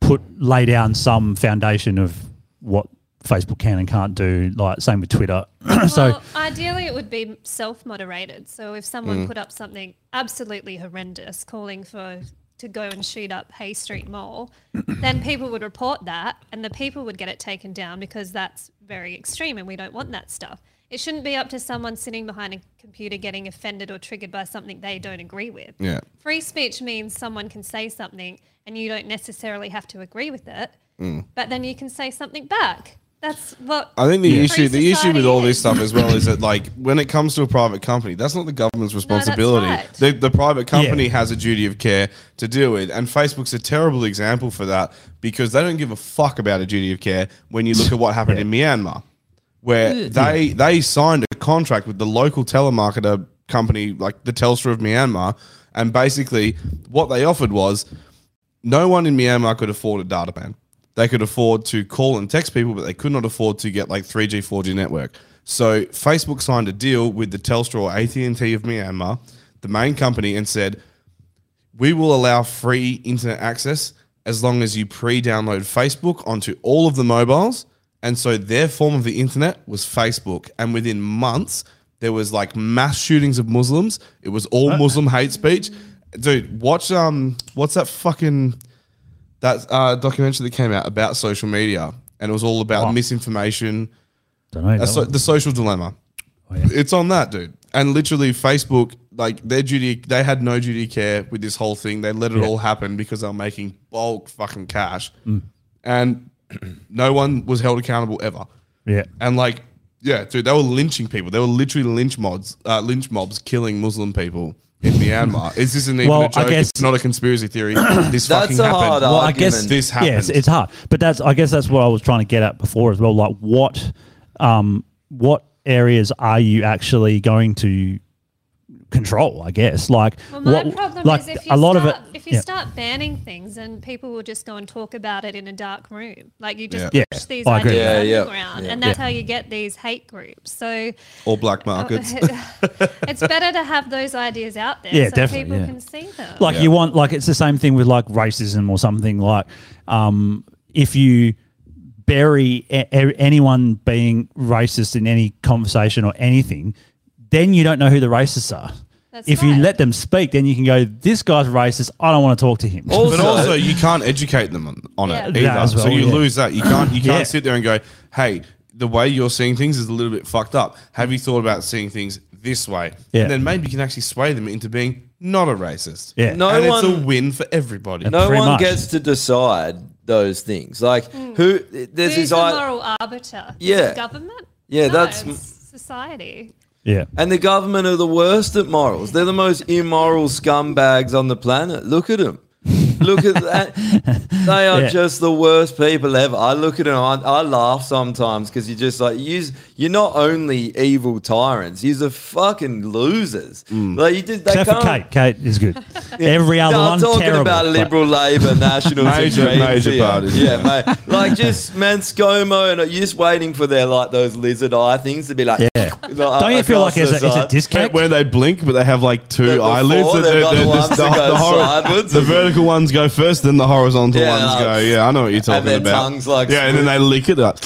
[SPEAKER 6] put lay down some foundation of what Facebook can and can't do. Like same with Twitter. so
[SPEAKER 5] Well, ideally, it would be self-moderated. So if someone
[SPEAKER 6] Mm.
[SPEAKER 5] put up something absolutely horrendous, calling for to go and shoot up Hay Street Mall, then people would report that, and the people would get it taken down because that's very extreme, and we don't want that stuff. It shouldn't be up to someone sitting behind a computer getting offended or triggered by something they don't agree with.
[SPEAKER 2] Yeah.
[SPEAKER 5] Free speech means someone can say something and you don't necessarily have to agree with it,
[SPEAKER 2] Mm.
[SPEAKER 5] but then you can say something back. That's what
[SPEAKER 2] I think the
[SPEAKER 5] free
[SPEAKER 2] issue the issue
[SPEAKER 5] society
[SPEAKER 2] with all this
[SPEAKER 5] is.
[SPEAKER 2] stuff as well is that like when it comes to a private company, that's not the government's responsibility.
[SPEAKER 5] right.
[SPEAKER 2] the, the private company has a duty of care to deal with, and Facebook's a terrible example for that because they don't give a fuck about a duty of care when you look at what happened in Myanmar, where
[SPEAKER 4] Yeah.
[SPEAKER 2] they they signed a contract with the local telemarketer company, like the Telstra of Myanmar, and basically what they offered was no one in Myanmar could afford a data plan. They could afford to call and text people, but they could not afford to get like 3G, 4G network. So Facebook signed a deal with the Telstra or AT&T of Myanmar, the main company, and said, we will allow free internet access as long as you pre-download Facebook onto all of the mobiles. And so their form of the internet was Facebook. And within months, there was like mass shootings of Muslims. It was all Muslim hate speech. Dude, watch um what's that fucking that uh, documentary that came out about social media and it was all about misinformation.
[SPEAKER 6] Don't know,
[SPEAKER 2] Uh, so-
[SPEAKER 6] that
[SPEAKER 2] the social dilemma.
[SPEAKER 6] Oh,
[SPEAKER 2] It's on that, dude. And literally, Facebook, like their duty, they had no duty to care with this whole thing. They let it
[SPEAKER 6] Yeah.
[SPEAKER 2] all happen because they're making bulk fucking cash,
[SPEAKER 6] Mm.
[SPEAKER 2] and no one was held accountable ever.
[SPEAKER 6] Yeah.
[SPEAKER 2] And like, yeah, dude, they were lynching people. They were literally lynch mobs, uh, lynch mobs killing Muslim people in Myanmar. Is this isn't even
[SPEAKER 6] Well, I
[SPEAKER 2] a joke.
[SPEAKER 6] guess-
[SPEAKER 2] it's not a conspiracy theory. this fucking happened.
[SPEAKER 6] well, I guess
[SPEAKER 2] this happened.
[SPEAKER 6] Yes, it's hard, but that's I guess that's what I was trying to get at before as well. Like what, um, what areas are you actually going to control? I guess like
[SPEAKER 5] Well, my
[SPEAKER 6] what,
[SPEAKER 5] problem
[SPEAKER 6] like
[SPEAKER 5] is if you
[SPEAKER 6] a lot
[SPEAKER 5] start,
[SPEAKER 6] of it.
[SPEAKER 5] if you start banning things, and people will just go and talk about it in a dark room. Like you just
[SPEAKER 2] Yeah.
[SPEAKER 5] push
[SPEAKER 2] Yeah.
[SPEAKER 6] Oh,
[SPEAKER 5] these
[SPEAKER 2] I
[SPEAKER 5] ideas
[SPEAKER 2] agree. Yeah, yeah,
[SPEAKER 5] underground,
[SPEAKER 2] yeah.
[SPEAKER 5] and that's
[SPEAKER 2] Yeah.
[SPEAKER 5] how you get these hate groups. So
[SPEAKER 2] All black markets.
[SPEAKER 4] Uh,
[SPEAKER 5] it's better to have those ideas out there,
[SPEAKER 6] Yeah,
[SPEAKER 5] so
[SPEAKER 6] definitely,
[SPEAKER 5] people
[SPEAKER 6] yeah.
[SPEAKER 5] can see them.
[SPEAKER 6] like you want like it's the same thing with like racism or something like um if you bury a- a- anyone being racist in any conversation or anything then you don't know who the racists are
[SPEAKER 5] That's
[SPEAKER 6] if you let them speak then you can go this guy's racist i don't want to talk to him
[SPEAKER 2] but also, you can't educate them on, on
[SPEAKER 6] Yeah.
[SPEAKER 2] it
[SPEAKER 6] That
[SPEAKER 2] either.
[SPEAKER 6] as well,
[SPEAKER 2] so you
[SPEAKER 6] yeah.
[SPEAKER 2] lose that. You can't. You can't
[SPEAKER 6] Yeah.
[SPEAKER 2] sit there and go, "Hey, the way you're seeing things is a little bit fucked up. Have you thought about seeing things this way?"
[SPEAKER 6] Yeah.
[SPEAKER 2] And then maybe you can actually sway them into being not a racist.
[SPEAKER 6] Yeah.
[SPEAKER 4] No
[SPEAKER 2] and it's a
[SPEAKER 4] one-
[SPEAKER 2] win for everybody.
[SPEAKER 4] no one gets to decide those things. Like who?
[SPEAKER 5] Hmm.
[SPEAKER 4] There's
[SPEAKER 5] Who's
[SPEAKER 4] this.
[SPEAKER 5] the
[SPEAKER 4] i-
[SPEAKER 5] moral arbiter? Is it
[SPEAKER 4] Yeah.
[SPEAKER 5] government.
[SPEAKER 4] Yeah,
[SPEAKER 5] No,
[SPEAKER 4] that's-
[SPEAKER 5] it's society.
[SPEAKER 6] Yeah.
[SPEAKER 4] And the government are the worst at morals. They're the most immoral scumbags on the planet. Look at them. Look at that. They are
[SPEAKER 6] Yeah.
[SPEAKER 4] just the worst people ever. I look at them, I, I laugh sometimes because you're just like, you, you're not only evil tyrants, you're fucking losers.
[SPEAKER 2] Mm.
[SPEAKER 4] Like you just, they
[SPEAKER 6] except for
[SPEAKER 4] can't,
[SPEAKER 6] kate kate is good every other
[SPEAKER 4] no, I'm
[SPEAKER 6] one
[SPEAKER 4] talking
[SPEAKER 6] terrible
[SPEAKER 4] about Liberal, Labor, Nationals, and
[SPEAKER 2] Major-
[SPEAKER 4] Greens
[SPEAKER 2] major
[SPEAKER 4] here.
[SPEAKER 2] parties,
[SPEAKER 4] Yeah,
[SPEAKER 2] yeah.
[SPEAKER 4] mate. Like just Manscomo, and you're just waiting for their like those lizard eye things to be like.
[SPEAKER 2] Yeah.
[SPEAKER 4] like,
[SPEAKER 6] Don't you feel
[SPEAKER 4] across
[SPEAKER 6] like it's
[SPEAKER 4] the
[SPEAKER 6] a- it's a
[SPEAKER 4] side.
[SPEAKER 6] disconnect?
[SPEAKER 2] Where they blink, but they have like two
[SPEAKER 4] the
[SPEAKER 2] eyelids.
[SPEAKER 4] four,
[SPEAKER 2] and
[SPEAKER 4] they've
[SPEAKER 2] they're-
[SPEAKER 4] got
[SPEAKER 2] they're
[SPEAKER 4] the
[SPEAKER 2] just-
[SPEAKER 4] ones that
[SPEAKER 2] the
[SPEAKER 4] go
[SPEAKER 2] hor-
[SPEAKER 4] sideways
[SPEAKER 2] the
[SPEAKER 4] and-
[SPEAKER 2] vertical ones go first, then the horizontal
[SPEAKER 4] Yeah,
[SPEAKER 2] ones
[SPEAKER 4] like-
[SPEAKER 2] go. Yeah, I know what you're talking
[SPEAKER 4] their
[SPEAKER 2] about.
[SPEAKER 4] tongues, like,
[SPEAKER 2] yeah, and then they lick it up.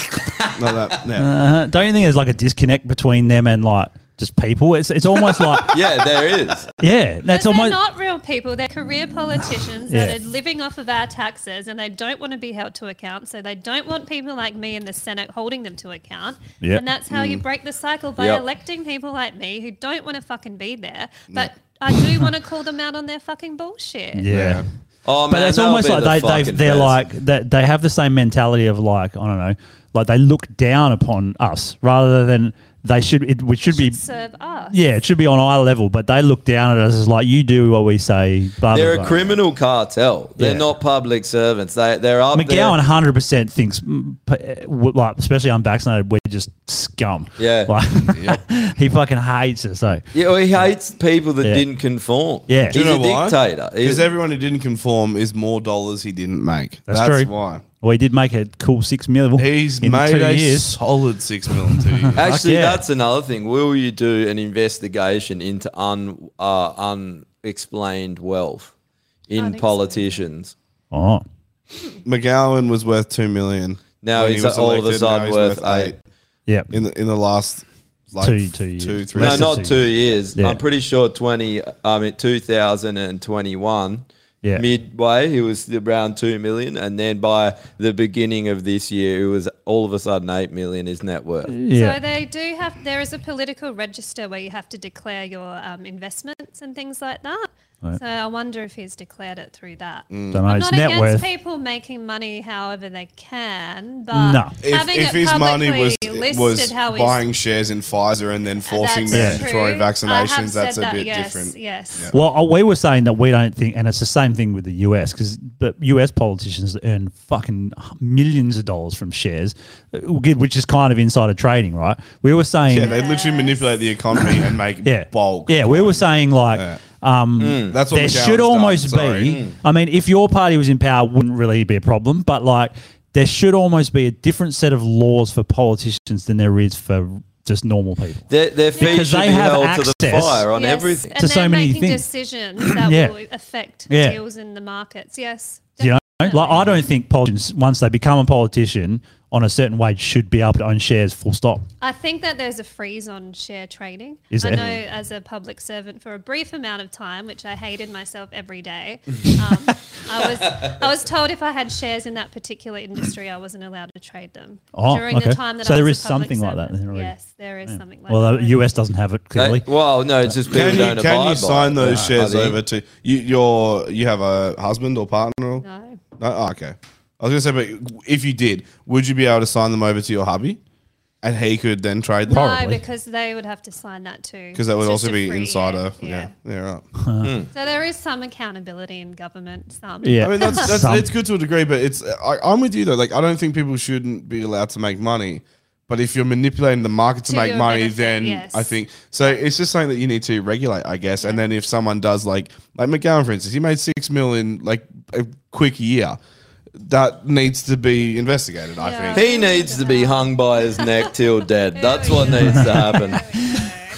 [SPEAKER 2] like that. Yeah.
[SPEAKER 6] uh, don't you think there's like a disconnect between them and like just people it's, it's almost like
[SPEAKER 4] yeah, there is.
[SPEAKER 6] yeah that's
[SPEAKER 5] They're
[SPEAKER 6] almost
[SPEAKER 5] not real people. They're career politicians
[SPEAKER 6] Yeah.
[SPEAKER 5] that are living off of our taxes and they don't want to be held to account. So they don't want people like me in the Senate holding them to account.
[SPEAKER 6] Yep.
[SPEAKER 5] And that's how you break the cycle by
[SPEAKER 6] Mm. Yep. Mm.
[SPEAKER 5] electing people like me who don't want to fucking be there. But I do want to call them out on their fucking bullshit.
[SPEAKER 6] Yeah.
[SPEAKER 4] Oh,
[SPEAKER 6] but
[SPEAKER 4] man,
[SPEAKER 6] it's
[SPEAKER 4] that'll
[SPEAKER 6] almost
[SPEAKER 4] be
[SPEAKER 6] like
[SPEAKER 4] the
[SPEAKER 6] they, they
[SPEAKER 4] fucking
[SPEAKER 6] they're
[SPEAKER 4] best.
[SPEAKER 6] like that they have the same mentality of like I don't know, like they look down upon us rather than they should it we should be
[SPEAKER 5] Serve us.
[SPEAKER 6] yeah it should be on our level, but they look down at us as like you do what we say. Blah,
[SPEAKER 4] They're
[SPEAKER 6] blah,
[SPEAKER 4] a
[SPEAKER 6] blah.
[SPEAKER 4] criminal cartel. They're
[SPEAKER 6] Yeah.
[SPEAKER 4] not public servants. They they're up
[SPEAKER 6] McGowan
[SPEAKER 4] there.
[SPEAKER 6] hundred percent thinks mm, p- eh, w- like especially unvaccinated we're just scum.
[SPEAKER 4] Yeah.
[SPEAKER 6] like, he fucking hates us. So
[SPEAKER 4] Yeah, well, he hates people that
[SPEAKER 6] Yeah.
[SPEAKER 4] didn't conform.
[SPEAKER 6] Yeah.
[SPEAKER 4] he's a dictator.
[SPEAKER 2] Because everyone who didn't conform is more dollars he didn't make.
[SPEAKER 6] that's,
[SPEAKER 2] That's,
[SPEAKER 6] true.
[SPEAKER 2] why.
[SPEAKER 6] Well, he did make a cool six million. He's
[SPEAKER 2] made
[SPEAKER 6] two
[SPEAKER 2] a
[SPEAKER 6] years.
[SPEAKER 2] solid six million two years.
[SPEAKER 4] Actually,
[SPEAKER 6] yeah.
[SPEAKER 4] that's another thing. Will you do an investigation into un uh, unexplained wealth in politicians?
[SPEAKER 6] Oh.
[SPEAKER 2] McGowan was worth two million.
[SPEAKER 4] Now
[SPEAKER 2] when he
[SPEAKER 4] he's
[SPEAKER 2] was
[SPEAKER 4] all of a
[SPEAKER 2] elected,
[SPEAKER 4] sudden
[SPEAKER 2] now he's
[SPEAKER 4] worth eight.
[SPEAKER 6] Yeah.
[SPEAKER 2] In the in the last like
[SPEAKER 6] Two- two
[SPEAKER 2] two
[SPEAKER 6] years.
[SPEAKER 2] three
[SPEAKER 4] No,
[SPEAKER 2] years.
[SPEAKER 4] not two years.
[SPEAKER 2] Yeah.
[SPEAKER 4] I'm pretty sure 20, I mean, 2021,
[SPEAKER 6] Yeah.
[SPEAKER 4] midway, he was around 2 million. And then by the beginning of this year, it was all of a sudden 8 million his net worth.
[SPEAKER 6] Mm.
[SPEAKER 5] So they do have. There is a political register where you have to declare your um, investments and things like that.
[SPEAKER 6] Right.
[SPEAKER 5] So I wonder if he's declared it through that.
[SPEAKER 6] Mm. Dunno,
[SPEAKER 5] I'm
[SPEAKER 6] his
[SPEAKER 5] not
[SPEAKER 6] net
[SPEAKER 5] against
[SPEAKER 6] worth.
[SPEAKER 5] people making money however they can, but
[SPEAKER 2] No. If,
[SPEAKER 5] having
[SPEAKER 2] if
[SPEAKER 5] it
[SPEAKER 2] his money was
[SPEAKER 5] publicly listed
[SPEAKER 2] was
[SPEAKER 5] how he's-
[SPEAKER 2] buying shares in Pfizer and then forcing
[SPEAKER 5] That's
[SPEAKER 2] mandatory
[SPEAKER 5] true. I have
[SPEAKER 2] vaccinations, that's a
[SPEAKER 5] said that,
[SPEAKER 2] bit
[SPEAKER 5] yes,
[SPEAKER 2] different.
[SPEAKER 5] Yes.
[SPEAKER 6] Well, uh, we were saying that we don't think, and it's the same thing with the US because the US politicians earn fucking millions of dollars from shares, uh, which is kind of insider trading, right? We were saying,
[SPEAKER 2] Yeah, they literally manipulate the economy and make
[SPEAKER 6] Yeah.
[SPEAKER 2] bulk.
[SPEAKER 6] yeah, we were saying like, um,
[SPEAKER 2] Mm, that's what
[SPEAKER 6] there
[SPEAKER 2] McGowan's
[SPEAKER 6] should
[SPEAKER 2] done,
[SPEAKER 6] almost
[SPEAKER 2] sorry.
[SPEAKER 6] be.
[SPEAKER 2] Mm.
[SPEAKER 6] I mean, if your party was in power, it wouldn't really be a problem, but like, there should almost be a different set of laws for politicians than there is for just normal people.
[SPEAKER 4] Their, their feet
[SPEAKER 6] Because
[SPEAKER 4] should
[SPEAKER 6] they
[SPEAKER 4] be
[SPEAKER 6] have
[SPEAKER 4] held
[SPEAKER 6] access
[SPEAKER 4] to the fire on everything.
[SPEAKER 5] And they're making decisions that
[SPEAKER 6] Yeah.
[SPEAKER 5] will affect
[SPEAKER 6] Yeah.
[SPEAKER 5] deals in the markets. Yes.
[SPEAKER 6] You know, like I don't think politicians once they become a politician on a certain wage should be able to own shares. Full stop.
[SPEAKER 5] I think that there's a freeze on share trading.
[SPEAKER 6] Is
[SPEAKER 5] I
[SPEAKER 6] there?
[SPEAKER 5] know as a public servant for a brief amount of time, which I hated myself every day. Um, I was I was told if I had shares in that particular industry, I wasn't allowed to trade them
[SPEAKER 6] Oh,
[SPEAKER 5] during
[SPEAKER 6] okay.
[SPEAKER 5] the time that
[SPEAKER 6] so
[SPEAKER 5] I
[SPEAKER 6] there
[SPEAKER 5] was
[SPEAKER 6] is
[SPEAKER 5] a public
[SPEAKER 6] something like that. Then, already.
[SPEAKER 5] Yes, there is something like
[SPEAKER 6] well,
[SPEAKER 5] that.
[SPEAKER 6] the US doesn't have it clearly.
[SPEAKER 4] They- well, no, it's just people
[SPEAKER 2] Can
[SPEAKER 4] don't
[SPEAKER 2] you, can
[SPEAKER 4] abide by
[SPEAKER 2] you sign
[SPEAKER 4] it.
[SPEAKER 2] those
[SPEAKER 4] Yeah,
[SPEAKER 2] shares
[SPEAKER 4] I think-
[SPEAKER 2] over to you? Your you have a husband or partner? No.
[SPEAKER 5] No.
[SPEAKER 2] Oh, okay. I was gonna say, but if you did, would you be able to sign them over to your hubby, and he could then trade them?
[SPEAKER 5] No, because they would have to sign that too.
[SPEAKER 2] because that would
[SPEAKER 5] It's
[SPEAKER 2] also
[SPEAKER 5] just a
[SPEAKER 2] be
[SPEAKER 5] free-
[SPEAKER 2] insider. Yeah, yeah, right.
[SPEAKER 5] So there is some accountability in government. Some.
[SPEAKER 2] I mean that's, that's it's good to a degree, but it's I, I'm with you though. Like I don't think people shouldn't be allowed to make money, but if you're manipulating the market to,
[SPEAKER 5] To
[SPEAKER 2] make
[SPEAKER 5] your
[SPEAKER 2] money,
[SPEAKER 5] benefit,
[SPEAKER 2] then
[SPEAKER 5] yes.
[SPEAKER 2] I think so. It's just something that you need to regulate, I guess. And then if someone does like like McGowan, for instance, he made six mil in like a quick year. That needs to be investigated. I think
[SPEAKER 4] He needs to be hung by his neck till dead. That's what needs to happen.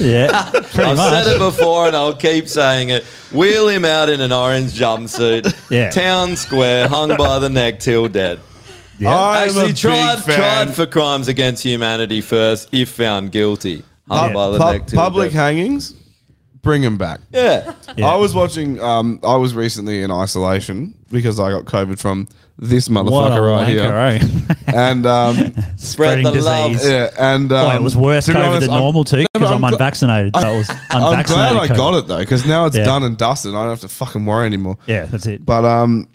[SPEAKER 6] Yeah, pretty
[SPEAKER 4] I've
[SPEAKER 6] much.
[SPEAKER 4] said it before and I'll keep saying it. Wheel him out in an orange jumpsuit,
[SPEAKER 6] Yeah.
[SPEAKER 4] town square, hung by the neck till dead.
[SPEAKER 2] I'm a
[SPEAKER 4] Actually,
[SPEAKER 2] big
[SPEAKER 4] tried,
[SPEAKER 2] fan.
[SPEAKER 4] tried for crimes against humanity first, if found guilty. Hung by the
[SPEAKER 2] Pub-
[SPEAKER 4] neck till
[SPEAKER 2] public
[SPEAKER 4] dead.
[SPEAKER 2] hangings, bring him back.
[SPEAKER 4] Yeah.
[SPEAKER 2] I was watching. Um, I was recently in isolation because I got COVID from this motherfucker
[SPEAKER 6] What a
[SPEAKER 2] right
[SPEAKER 6] wanker, eh?
[SPEAKER 2] here, and um,
[SPEAKER 6] Spreading disease.
[SPEAKER 2] Yeah, and um,
[SPEAKER 6] oh, it was worse
[SPEAKER 2] to be
[SPEAKER 6] COVID
[SPEAKER 2] honest,
[SPEAKER 6] than
[SPEAKER 2] I'm-
[SPEAKER 6] normal too because I'm, unvaccinated. That was
[SPEAKER 2] I'm glad
[SPEAKER 6] unvaccinated.
[SPEAKER 2] I got it though, because now it's
[SPEAKER 6] Yeah.
[SPEAKER 2] done and dusted. And I don't have to fucking worry anymore.
[SPEAKER 6] Yeah, that's it.
[SPEAKER 2] But um,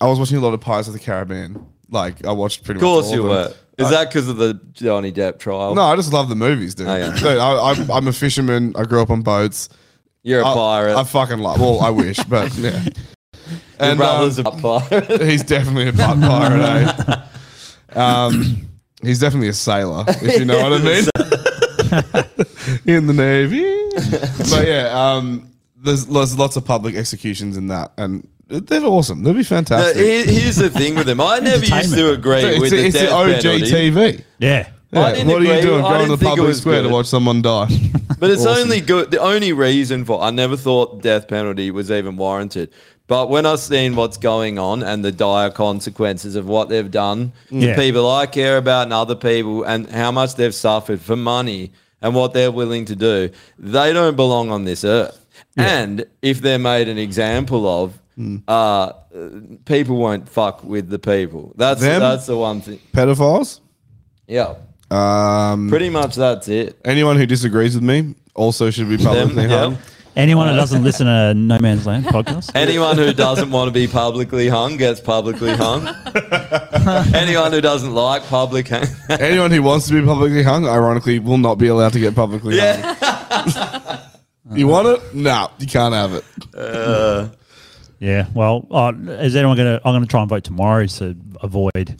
[SPEAKER 2] I was watching a lot of Pirates of the Caribbean. Like I watched pretty
[SPEAKER 4] Of
[SPEAKER 2] much.
[SPEAKER 4] course
[SPEAKER 2] all
[SPEAKER 4] you
[SPEAKER 2] of
[SPEAKER 4] were.
[SPEAKER 2] them.
[SPEAKER 4] Is
[SPEAKER 2] I-
[SPEAKER 4] that because of the Johnny Depp trial?
[SPEAKER 2] No, I just love the movies, dude.
[SPEAKER 4] Oh, yeah.
[SPEAKER 2] Dude, I, I'm, I'm a fisherman. I grew up on boats.
[SPEAKER 4] You're a
[SPEAKER 2] I-
[SPEAKER 4] pirate.
[SPEAKER 2] I fucking love. Well, I wish, but yeah. um,
[SPEAKER 4] Your brother's a pirate.
[SPEAKER 2] He's definitely a butt pirate. eh? Um, he's definitely a sailor, if you know what I mean. in the navy. but yeah, um, there's, there's lots of public executions in that, and they're awesome. They'll be
[SPEAKER 4] No,
[SPEAKER 2] fantastic.
[SPEAKER 4] here- here's the thing with him. I never used to
[SPEAKER 2] Entertainment.
[SPEAKER 4] agree
[SPEAKER 2] It's-
[SPEAKER 4] with the
[SPEAKER 2] it's the
[SPEAKER 4] death
[SPEAKER 2] OG
[SPEAKER 4] penalty.
[SPEAKER 2] TV.
[SPEAKER 6] Yeah.
[SPEAKER 4] I
[SPEAKER 2] Yeah,
[SPEAKER 4] didn't
[SPEAKER 2] what are you
[SPEAKER 4] agree.
[SPEAKER 2] doing?
[SPEAKER 4] I
[SPEAKER 2] Going
[SPEAKER 4] didn't
[SPEAKER 2] to the
[SPEAKER 4] think it
[SPEAKER 2] public
[SPEAKER 4] was
[SPEAKER 2] square to
[SPEAKER 4] good.
[SPEAKER 2] watch someone die.
[SPEAKER 4] But it's
[SPEAKER 2] Awesome.
[SPEAKER 4] only good. The only reason for I never thought death penalty was even warranted. But when I've seen what's going on and the dire consequences of what they've done
[SPEAKER 2] Yeah.
[SPEAKER 4] to people I care about and other people, and how much they've suffered for money and what they're willing to do, they don't belong on this earth. And if they're made an example of,
[SPEAKER 2] Mm.
[SPEAKER 4] uh, uh, people won't fuck with the people. That's
[SPEAKER 2] Them?
[SPEAKER 4] that's the one thing.
[SPEAKER 2] Pedophiles.
[SPEAKER 4] Yeah,
[SPEAKER 2] Um,
[SPEAKER 4] pretty much that's it.
[SPEAKER 2] Anyone who disagrees with me also should be publicly
[SPEAKER 4] yeah.
[SPEAKER 2] hung.
[SPEAKER 6] Anyone who doesn't listen to No Man's Land podcast,
[SPEAKER 4] Anyone who doesn't want to be publicly hung gets publicly hung. Anyone who doesn't like public hang.
[SPEAKER 2] Anyone who wants to be publicly hung, ironically, will not be allowed to get publicly
[SPEAKER 4] Yeah.
[SPEAKER 2] hung. You want it? No, you can't have it.
[SPEAKER 4] Uh,
[SPEAKER 6] yeah. Well, uh, is anyone gonna? I'm gonna try and vote tomorrow to avoid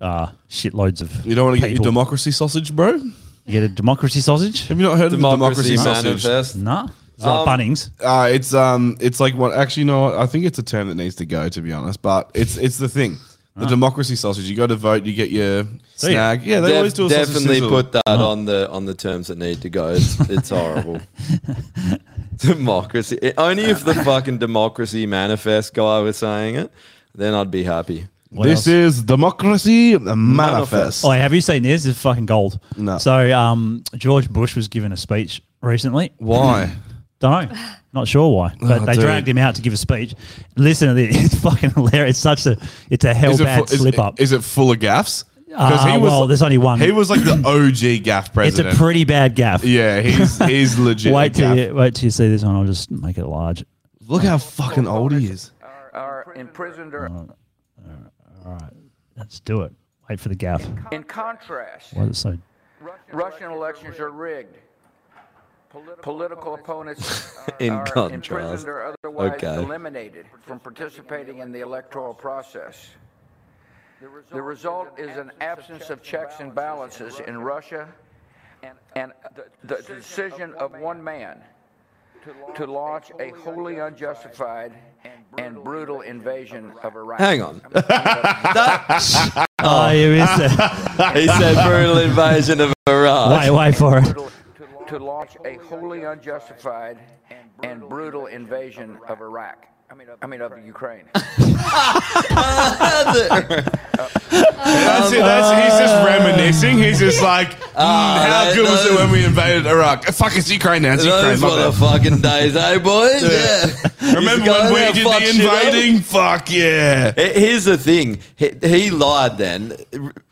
[SPEAKER 6] uh, shitloads of.
[SPEAKER 2] You don't want to get your
[SPEAKER 6] people.
[SPEAKER 2] democracy sausage, bro? You
[SPEAKER 6] get a democracy sausage?
[SPEAKER 2] Have you not heard
[SPEAKER 4] Democracy
[SPEAKER 2] of the democracy
[SPEAKER 4] manifest?
[SPEAKER 2] sausage?
[SPEAKER 6] No. It's like Bunnings.
[SPEAKER 2] Uh, it's um, it's like what? Actually, no. I think it's a term that needs to go. To be honest, but it's it's the thing. The democracy sausage. You go to vote. You get your
[SPEAKER 4] So, yeah.
[SPEAKER 2] snag. Yeah, they
[SPEAKER 4] Def-
[SPEAKER 2] always do a sausage
[SPEAKER 4] definitely
[SPEAKER 2] sizzle. Oh.
[SPEAKER 4] put that on the on the terms that need to go. It's, it's horrible. democracy. It- only if the fucking democracy manifest guy was saying it, then I'd be happy.
[SPEAKER 2] this is democracy manifest.
[SPEAKER 6] Oh, have you seen this? It's fucking gold.
[SPEAKER 2] No.
[SPEAKER 6] So, um, George Bush was given a speech recently.
[SPEAKER 2] Why?
[SPEAKER 6] Don't know. Not sure why. But
[SPEAKER 2] Oh,
[SPEAKER 6] they
[SPEAKER 2] dude.
[SPEAKER 6] dragged him out to give a speech. Listen to this. It's fucking hilarious. It's such a. It's a hell
[SPEAKER 2] Is it
[SPEAKER 6] bad
[SPEAKER 2] fu- is-
[SPEAKER 6] slip up.
[SPEAKER 2] Is it full of gaffes?
[SPEAKER 6] Uh, well, there's only one.
[SPEAKER 2] He was like the OG gaff
[SPEAKER 6] It's
[SPEAKER 2] president.
[SPEAKER 6] a pretty bad gaff.
[SPEAKER 2] yeah, he's he's legit.
[SPEAKER 6] wait
[SPEAKER 2] a
[SPEAKER 6] till
[SPEAKER 2] gaff.
[SPEAKER 6] you, wait till you see this one. I'll just make it large.
[SPEAKER 2] Look how fucking old he is.
[SPEAKER 10] are imprisoned or
[SPEAKER 6] All right, let's do it. Wait for the gaff.
[SPEAKER 10] in contrast
[SPEAKER 6] Why is it so?
[SPEAKER 10] russian elections are rigged political opponents are-
[SPEAKER 4] In
[SPEAKER 10] are
[SPEAKER 4] contrast.
[SPEAKER 10] imprisoned or otherwise
[SPEAKER 4] Okay.
[SPEAKER 10] eliminated from participating in the electoral process the result is an absence of checks and balances in russia and the decision of one man to launch a wholly unjustified and brutal invasion of iraq
[SPEAKER 4] Hang on. That-
[SPEAKER 6] Oh, you missed it.
[SPEAKER 4] he said brutal invasion of Iraq.
[SPEAKER 6] Wait, wait for it.
[SPEAKER 10] to launch a wholly unjustified and brutal invasion of Iraq. I mean, of Ukraine.
[SPEAKER 11] That's it. That's, he's just reminiscing. He's just like, mm, how
[SPEAKER 4] Ah, that-
[SPEAKER 11] good was it
[SPEAKER 4] those-
[SPEAKER 11] when we invaded Iraq? Uh, Fuck, it's Ukraine now. It's Ukraine.
[SPEAKER 4] Those
[SPEAKER 11] my
[SPEAKER 4] were the fucking days, eh, boys? Yeah.
[SPEAKER 11] Remember when we did the invading?
[SPEAKER 4] Fuck yeah. Here's the thing. He, he lied then.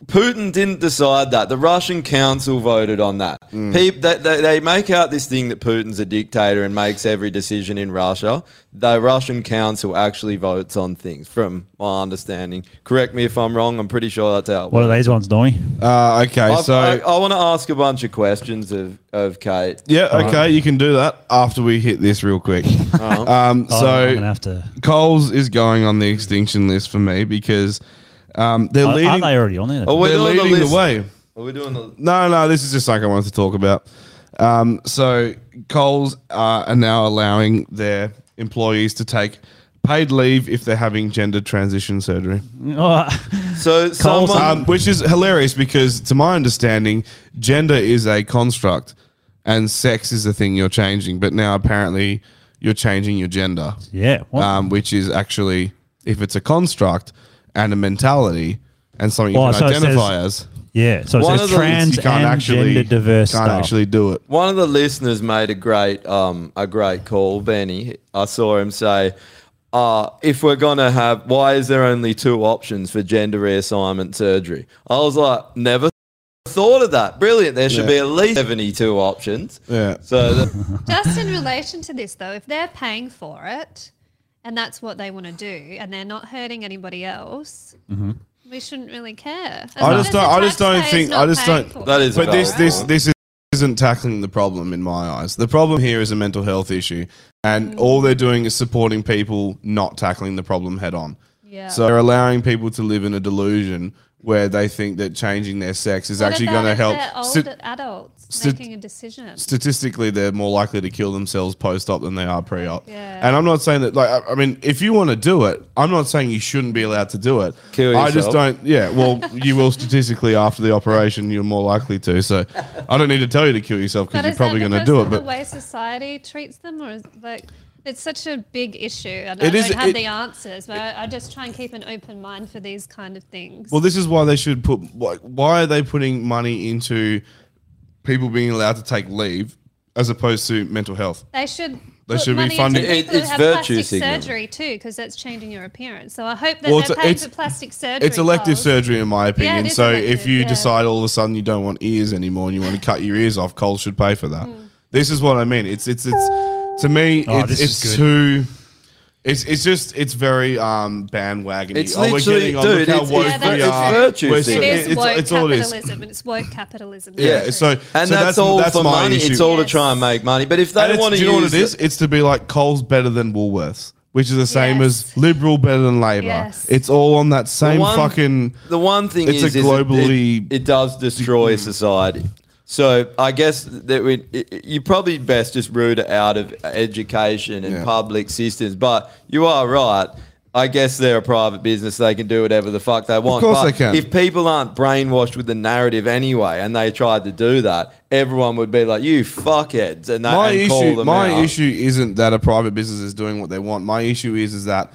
[SPEAKER 4] Putin didn't decide that. The Russian Council voted on that. Peop- they, they, they make out this thing that Putin's a dictator and makes every decision in Russia. The Russian Council actually votes on things, from my understanding. Correct me if I'm wrong. I'm pretty sure that's how it
[SPEAKER 6] What are these ones doing?
[SPEAKER 2] Uh, okay,
[SPEAKER 4] I've-
[SPEAKER 2] so
[SPEAKER 4] I, I want to ask a bunch of questions of, of Kate.
[SPEAKER 2] yeah,
[SPEAKER 4] All right.
[SPEAKER 2] okay, you can do that after we hit this real quick.
[SPEAKER 4] Alright.
[SPEAKER 2] Um,
[SPEAKER 4] Oh,
[SPEAKER 2] so
[SPEAKER 4] I'm gonna have to-
[SPEAKER 2] Coles is going on the extinction list for me because um, they're
[SPEAKER 6] Are- are
[SPEAKER 2] leading. Oh,
[SPEAKER 6] they already on there?
[SPEAKER 2] They're
[SPEAKER 6] Are we doing the
[SPEAKER 2] leading the,
[SPEAKER 6] list?
[SPEAKER 2] way.
[SPEAKER 4] Are we doing the?
[SPEAKER 2] No, no, this is just something I wanted to talk about. Um, so Coles uh, are now allowing their employees to take paid leave if they're having gender transition surgery.
[SPEAKER 6] Oh, uh,
[SPEAKER 4] So someone,
[SPEAKER 2] Um, which is hilarious because, to my understanding, gender is a construct, and sex is the thing you're changing. But now apparently, you're changing your gender.
[SPEAKER 6] Yeah, what?
[SPEAKER 2] um, which is actually if it's a construct and a mentality and something you
[SPEAKER 6] Oh,
[SPEAKER 2] can
[SPEAKER 6] so it says-
[SPEAKER 2] identify as.
[SPEAKER 6] Yeah, so it One says of the- trans
[SPEAKER 2] you can't
[SPEAKER 6] and
[SPEAKER 2] actually-
[SPEAKER 6] gender-diverse
[SPEAKER 2] Can't
[SPEAKER 6] stuff.
[SPEAKER 2] actually do it.
[SPEAKER 4] One of the listeners made a great um, a great call, Benny. I saw him say, uh, if we're gonna have why is there only two options for gender reassignment surgery? I was like, never thought of that. Brilliant. There should
[SPEAKER 2] Yeah.
[SPEAKER 4] be at least seventy two options.
[SPEAKER 2] Yeah.
[SPEAKER 4] So that,
[SPEAKER 5] Just in relation to this, though, if they're paying for it and that's what they want to do and they're not hurting anybody else, we shouldn't really care. As
[SPEAKER 2] I
[SPEAKER 5] long
[SPEAKER 2] just
[SPEAKER 5] as
[SPEAKER 2] don't.
[SPEAKER 5] the
[SPEAKER 2] I just don't
[SPEAKER 5] taxpayer's
[SPEAKER 2] think.
[SPEAKER 5] not
[SPEAKER 2] I just
[SPEAKER 5] paying
[SPEAKER 2] don't.
[SPEAKER 5] for it.
[SPEAKER 2] But this, this, this isn't tackling the problem in my eyes. The problem here is a mental health issue, and
[SPEAKER 5] Mm.
[SPEAKER 2] all they're doing is supporting people, not tackling the problem head on.
[SPEAKER 5] Yeah.
[SPEAKER 2] So they're allowing people to live in a delusion where they think that changing their sex is
[SPEAKER 5] What
[SPEAKER 2] actually
[SPEAKER 5] about
[SPEAKER 2] going to
[SPEAKER 5] if
[SPEAKER 2] help.
[SPEAKER 5] they're
[SPEAKER 2] St-
[SPEAKER 5] older adults
[SPEAKER 2] st-
[SPEAKER 5] making a decision.
[SPEAKER 2] statistically, they're more likely to kill themselves post-op than they are pre-op.
[SPEAKER 5] Yeah.
[SPEAKER 2] And I'm not saying that. Like, I, I mean, if you want to do it, I'm not saying you shouldn't be allowed to do it.
[SPEAKER 4] Kill
[SPEAKER 2] I just
[SPEAKER 4] yourself.
[SPEAKER 2] don't. Yeah. Well, you will statistically after the operation, you're more likely to. So, I don't need to tell you to kill yourself because
[SPEAKER 5] But
[SPEAKER 2] you're
[SPEAKER 5] is
[SPEAKER 2] probably
[SPEAKER 5] that
[SPEAKER 2] going
[SPEAKER 5] because
[SPEAKER 2] to do
[SPEAKER 5] of
[SPEAKER 2] it. But
[SPEAKER 5] the way society treats them, or is like it's such a big issue, and I
[SPEAKER 2] It is-
[SPEAKER 5] don't have
[SPEAKER 2] it-
[SPEAKER 5] the answers. But I I just try and keep an open mind for these kind of things.
[SPEAKER 2] Well, this is why they should put. Why, why are they putting money into people being allowed to take leave as opposed to mental health?
[SPEAKER 5] they should.
[SPEAKER 2] They
[SPEAKER 5] put
[SPEAKER 2] should be
[SPEAKER 5] money into
[SPEAKER 2] funded-
[SPEAKER 5] people
[SPEAKER 2] It-
[SPEAKER 5] who
[SPEAKER 2] it's
[SPEAKER 5] have
[SPEAKER 2] virtue
[SPEAKER 5] plastic
[SPEAKER 2] signaling.
[SPEAKER 5] surgery too, because that's changing your appearance. So I hope that
[SPEAKER 2] Well, it's
[SPEAKER 5] they're
[SPEAKER 2] a-
[SPEAKER 5] paying
[SPEAKER 2] it's-
[SPEAKER 5] for plastic surgery.
[SPEAKER 2] It's elective
[SPEAKER 5] Carl.
[SPEAKER 2] surgery, in my
[SPEAKER 5] Yeah, it
[SPEAKER 2] opinion.
[SPEAKER 5] is
[SPEAKER 2] so if
[SPEAKER 5] elective,
[SPEAKER 2] you
[SPEAKER 5] yeah.
[SPEAKER 2] decide all of a sudden you don't want ears anymore and you want to cut your ears off, Cole should pay for that.
[SPEAKER 5] Hmm.
[SPEAKER 2] This is what I mean. It's it's it's to me,
[SPEAKER 11] Oh,
[SPEAKER 2] it's,
[SPEAKER 11] this is
[SPEAKER 2] it's
[SPEAKER 11] good.
[SPEAKER 2] too. It's it's just it's very um bandwagon.
[SPEAKER 4] It's literally-
[SPEAKER 2] oh,
[SPEAKER 4] dude, it's- it's vir- it's virtue signaling.
[SPEAKER 2] We're so-
[SPEAKER 5] It is
[SPEAKER 2] it's,
[SPEAKER 5] woke
[SPEAKER 2] it's all it is.
[SPEAKER 5] capitalism, and it's woke capitalism.
[SPEAKER 2] Yeah, so
[SPEAKER 4] and
[SPEAKER 2] so
[SPEAKER 4] that's,
[SPEAKER 2] that's-
[SPEAKER 4] all
[SPEAKER 2] that's
[SPEAKER 4] for
[SPEAKER 2] my
[SPEAKER 4] money.
[SPEAKER 2] issue.
[SPEAKER 4] It's all to try and make money. But if
[SPEAKER 2] And
[SPEAKER 4] they
[SPEAKER 2] it's-
[SPEAKER 4] want to
[SPEAKER 2] do
[SPEAKER 4] use
[SPEAKER 2] you know what it
[SPEAKER 4] the-
[SPEAKER 2] is? It's to be like Cole's better than Woolworths, which is the same as Liberal better than Labor.
[SPEAKER 4] Yes.
[SPEAKER 2] It's all on that
[SPEAKER 4] The
[SPEAKER 2] same
[SPEAKER 4] one-
[SPEAKER 2] fucking.
[SPEAKER 4] The one thing
[SPEAKER 2] it's
[SPEAKER 4] is,
[SPEAKER 2] a
[SPEAKER 4] is it-
[SPEAKER 2] globally.
[SPEAKER 4] it, it does destroy society. So I guess that we, it, you probably best just root it out of education and public systems. But you are right. I guess they're a private business; they can do whatever the fuck they want.
[SPEAKER 2] course
[SPEAKER 4] but
[SPEAKER 2] they can.
[SPEAKER 4] If people aren't brainwashed with the narrative anyway, and they tried to do that, everyone would be like, "You fuckheads," and they
[SPEAKER 2] my
[SPEAKER 4] and call
[SPEAKER 2] issue,
[SPEAKER 4] them
[SPEAKER 2] my
[SPEAKER 4] out.
[SPEAKER 2] issue isn't that a private business is doing what they want. My issue is is that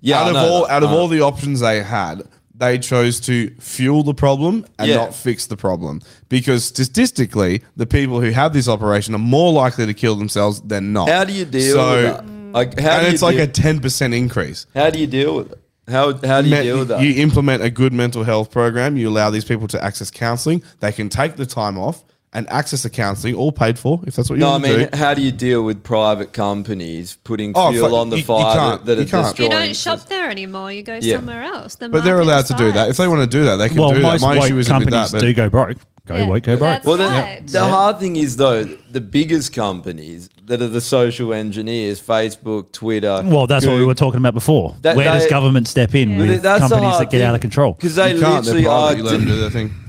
[SPEAKER 4] Yeah,
[SPEAKER 2] out
[SPEAKER 4] I
[SPEAKER 2] of
[SPEAKER 4] know Uh-huh.
[SPEAKER 2] all
[SPEAKER 4] that.
[SPEAKER 2] out of
[SPEAKER 4] I
[SPEAKER 2] all
[SPEAKER 4] know.
[SPEAKER 2] the options they had, they chose to fuel the problem and
[SPEAKER 4] Yeah.
[SPEAKER 2] not fix the problem because statistically, the people who have this operation are more likely to kill themselves than not.
[SPEAKER 4] How do you deal
[SPEAKER 2] So,
[SPEAKER 4] with that? Like, how do
[SPEAKER 2] and
[SPEAKER 4] you
[SPEAKER 2] it's like
[SPEAKER 4] deal-
[SPEAKER 2] a ten percent increase.
[SPEAKER 4] How do you deal with it? How how do you
[SPEAKER 2] Me-
[SPEAKER 4] deal with that?
[SPEAKER 2] You implement a good mental health program. You allow these people to access counselling. They can take the time off and access the counselling, all paid for, if that's what you
[SPEAKER 4] No, I
[SPEAKER 2] want to
[SPEAKER 4] mean,
[SPEAKER 2] do.
[SPEAKER 4] how do you deal with private companies putting
[SPEAKER 2] Oh,
[SPEAKER 4] fuel
[SPEAKER 2] fuck,
[SPEAKER 4] on the
[SPEAKER 2] you- you
[SPEAKER 4] fire
[SPEAKER 2] can't,
[SPEAKER 4] that, that
[SPEAKER 2] you
[SPEAKER 4] are
[SPEAKER 2] can't.
[SPEAKER 5] You
[SPEAKER 4] destroying?
[SPEAKER 5] don't shop there anymore. You go
[SPEAKER 2] Yeah.
[SPEAKER 5] somewhere else. The
[SPEAKER 2] But they're
[SPEAKER 5] market
[SPEAKER 2] allowed to do that. If they want to do that, they can
[SPEAKER 6] Well,
[SPEAKER 2] do
[SPEAKER 6] most
[SPEAKER 2] that. My
[SPEAKER 6] white
[SPEAKER 2] issue is
[SPEAKER 6] companies do go broke. Go Yeah, woke, go broke. that's
[SPEAKER 4] Well, the,
[SPEAKER 6] right.
[SPEAKER 4] the
[SPEAKER 6] Yeah.
[SPEAKER 4] hard thing is though, the biggest companies that are the social engineers, Facebook, Twitter.
[SPEAKER 6] Well, that's what we were talking about before.
[SPEAKER 4] That-
[SPEAKER 6] Where does
[SPEAKER 4] they-
[SPEAKER 6] government step in
[SPEAKER 4] But
[SPEAKER 6] with
[SPEAKER 4] that's the
[SPEAKER 6] companies
[SPEAKER 4] hard
[SPEAKER 6] that get
[SPEAKER 4] thing,
[SPEAKER 6] out of control?
[SPEAKER 4] because they literally are.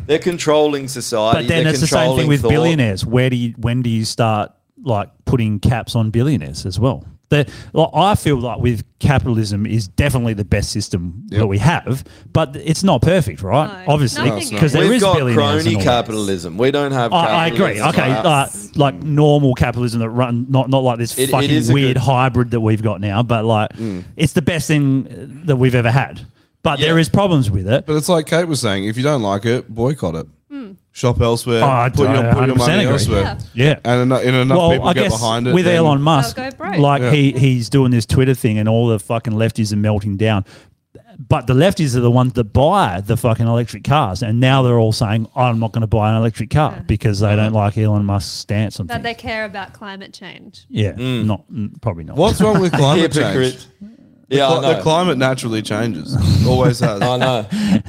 [SPEAKER 4] They're controlling society.
[SPEAKER 6] But then
[SPEAKER 4] they're
[SPEAKER 6] it's the same thing
[SPEAKER 4] controlling
[SPEAKER 6] with
[SPEAKER 4] thought.
[SPEAKER 6] billionaires. Where do you when do you start like putting caps on billionaires as well? The, well, I feel like with capitalism is definitely the best system that we have, but it's not perfect, right? Obviously, because there
[SPEAKER 4] We've
[SPEAKER 6] is
[SPEAKER 4] got
[SPEAKER 6] billionaires and
[SPEAKER 4] crony
[SPEAKER 6] all that.
[SPEAKER 4] capitalism. We don't have.
[SPEAKER 6] I, I agree.
[SPEAKER 4] capitalism.
[SPEAKER 6] Okay,
[SPEAKER 4] Right.
[SPEAKER 6] uh, like normal capitalism that run not not like this
[SPEAKER 4] It- it
[SPEAKER 6] fucking
[SPEAKER 4] is a
[SPEAKER 6] weird
[SPEAKER 4] good- Mm.
[SPEAKER 6] hybrid that we've got now, but like it's the best thing that we've ever had. But there is problems with it.
[SPEAKER 2] But it's like Kate was saying: if you don't like it, boycott it. Shop elsewhere.
[SPEAKER 6] Oh, I
[SPEAKER 2] put, your,
[SPEAKER 6] don't-
[SPEAKER 2] put your
[SPEAKER 6] 100%
[SPEAKER 2] money
[SPEAKER 6] agree.
[SPEAKER 2] elsewhere.
[SPEAKER 6] Yeah. Yeah.
[SPEAKER 2] and enough, and enough
[SPEAKER 6] well,
[SPEAKER 2] people
[SPEAKER 6] I
[SPEAKER 2] get
[SPEAKER 6] guess
[SPEAKER 2] behind it.
[SPEAKER 6] with
[SPEAKER 2] then-
[SPEAKER 6] Elon Musk, like
[SPEAKER 2] Yeah.
[SPEAKER 6] he he's doing this Twitter thing, and all the fucking lefties are melting down. But the lefties are the ones that buy the fucking electric cars, and now they're all saying, "I'm not going to buy an electric car because they don't like Elon Musk's stance on
[SPEAKER 5] that
[SPEAKER 6] things."
[SPEAKER 5] they care about climate change.
[SPEAKER 6] Yeah, not mm, probably not.
[SPEAKER 2] What's wrong with climate change?
[SPEAKER 6] Hypocrite.
[SPEAKER 2] The
[SPEAKER 6] Yeah, I
[SPEAKER 4] Oh,
[SPEAKER 2] cli- the
[SPEAKER 6] know.
[SPEAKER 2] climate naturally changes. Always has.
[SPEAKER 4] I know.
[SPEAKER 2] Like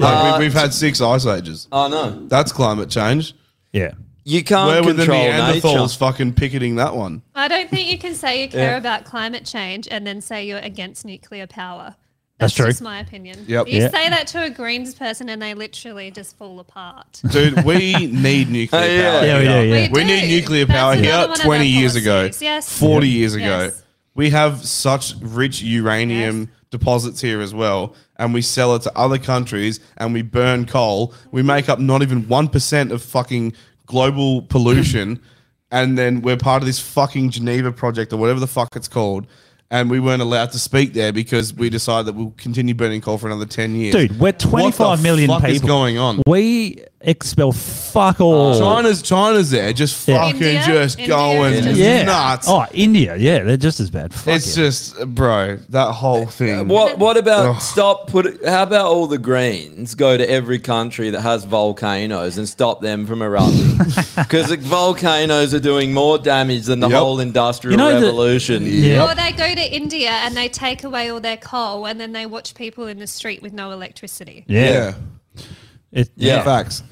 [SPEAKER 4] Oh, Uh,
[SPEAKER 2] we, we've had six ice ages.
[SPEAKER 4] I know.
[SPEAKER 2] That's climate change.
[SPEAKER 6] Yeah.
[SPEAKER 4] Oh, You can't
[SPEAKER 2] Where were the
[SPEAKER 4] control
[SPEAKER 2] Neanderthals
[SPEAKER 4] nature.
[SPEAKER 2] fucking picketing that one?
[SPEAKER 5] I don't think you can say you care
[SPEAKER 2] Yeah.
[SPEAKER 5] about climate change and then say you're against nuclear power.
[SPEAKER 2] That's true.
[SPEAKER 5] just my opinion.
[SPEAKER 2] Yep.
[SPEAKER 5] You
[SPEAKER 2] Yeah.
[SPEAKER 5] say that to a Greens person and they literally just fall apart.
[SPEAKER 2] Dude, we need nuclear
[SPEAKER 11] Oh, yeah.
[SPEAKER 2] power.
[SPEAKER 11] Yeah, we
[SPEAKER 2] here.
[SPEAKER 11] do, yeah. We
[SPEAKER 2] We need nuclear power
[SPEAKER 5] another
[SPEAKER 2] here
[SPEAKER 5] one of our
[SPEAKER 2] 20 years ago,
[SPEAKER 5] policies, yes.
[SPEAKER 2] 40
[SPEAKER 5] Yep.
[SPEAKER 2] years ago.
[SPEAKER 5] Yes.
[SPEAKER 2] We have such rich uranium deposits here as well, and we sell it to other countries and we burn coal. We
[SPEAKER 6] Mm-hmm.
[SPEAKER 2] make up not even 1% of fucking global pollution, and then we're part of this fucking Geneva project or whatever the fuck it's called. And we weren't allowed to speak there because we decided that we'll continue burning coal for another 10 years.
[SPEAKER 6] Dude, we're
[SPEAKER 2] What the
[SPEAKER 6] 25 million
[SPEAKER 2] fuck
[SPEAKER 6] people.
[SPEAKER 2] is going on?
[SPEAKER 6] We expel fuck all.
[SPEAKER 2] Oh. China's China's there, just
[SPEAKER 6] Yeah.
[SPEAKER 2] fucking
[SPEAKER 6] India?
[SPEAKER 2] just
[SPEAKER 6] India
[SPEAKER 2] going
[SPEAKER 6] is just- Yeah.
[SPEAKER 2] nuts.
[SPEAKER 6] Oh, India, yeah, they're just as bad. Fuck Uh,
[SPEAKER 2] it's just, bro, that whole thing.
[SPEAKER 4] What What about
[SPEAKER 2] Ugh.
[SPEAKER 4] stop? Put it- how about all the Greens go to every country that has volcanoes and stop them from erupting? Because volcanoes are doing more damage than the
[SPEAKER 2] Yep.
[SPEAKER 4] whole industrial
[SPEAKER 2] You know the-
[SPEAKER 4] revolution.
[SPEAKER 5] Or they go to India and they take away all their coal and then they watch people in the street with no electricity.
[SPEAKER 2] Yeah.
[SPEAKER 6] It, Oh,
[SPEAKER 4] Yeah.
[SPEAKER 2] Facts.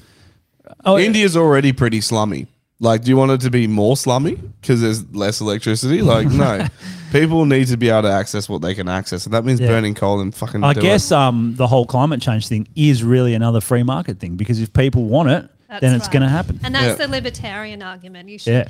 [SPEAKER 2] India's already pretty slummy. Like, do you want it to be more slummy because there's less electricity? Like, no. People need to be able to access what they can access. And that means
[SPEAKER 6] Yeah.
[SPEAKER 2] burning coal and fucking
[SPEAKER 6] I
[SPEAKER 2] do it.
[SPEAKER 6] guess um, the whole climate change thing is really another free market thing because if people want it,
[SPEAKER 5] That's
[SPEAKER 6] then it's
[SPEAKER 5] right.
[SPEAKER 6] going to happen.
[SPEAKER 5] And that's the libertarian argument. You should uh,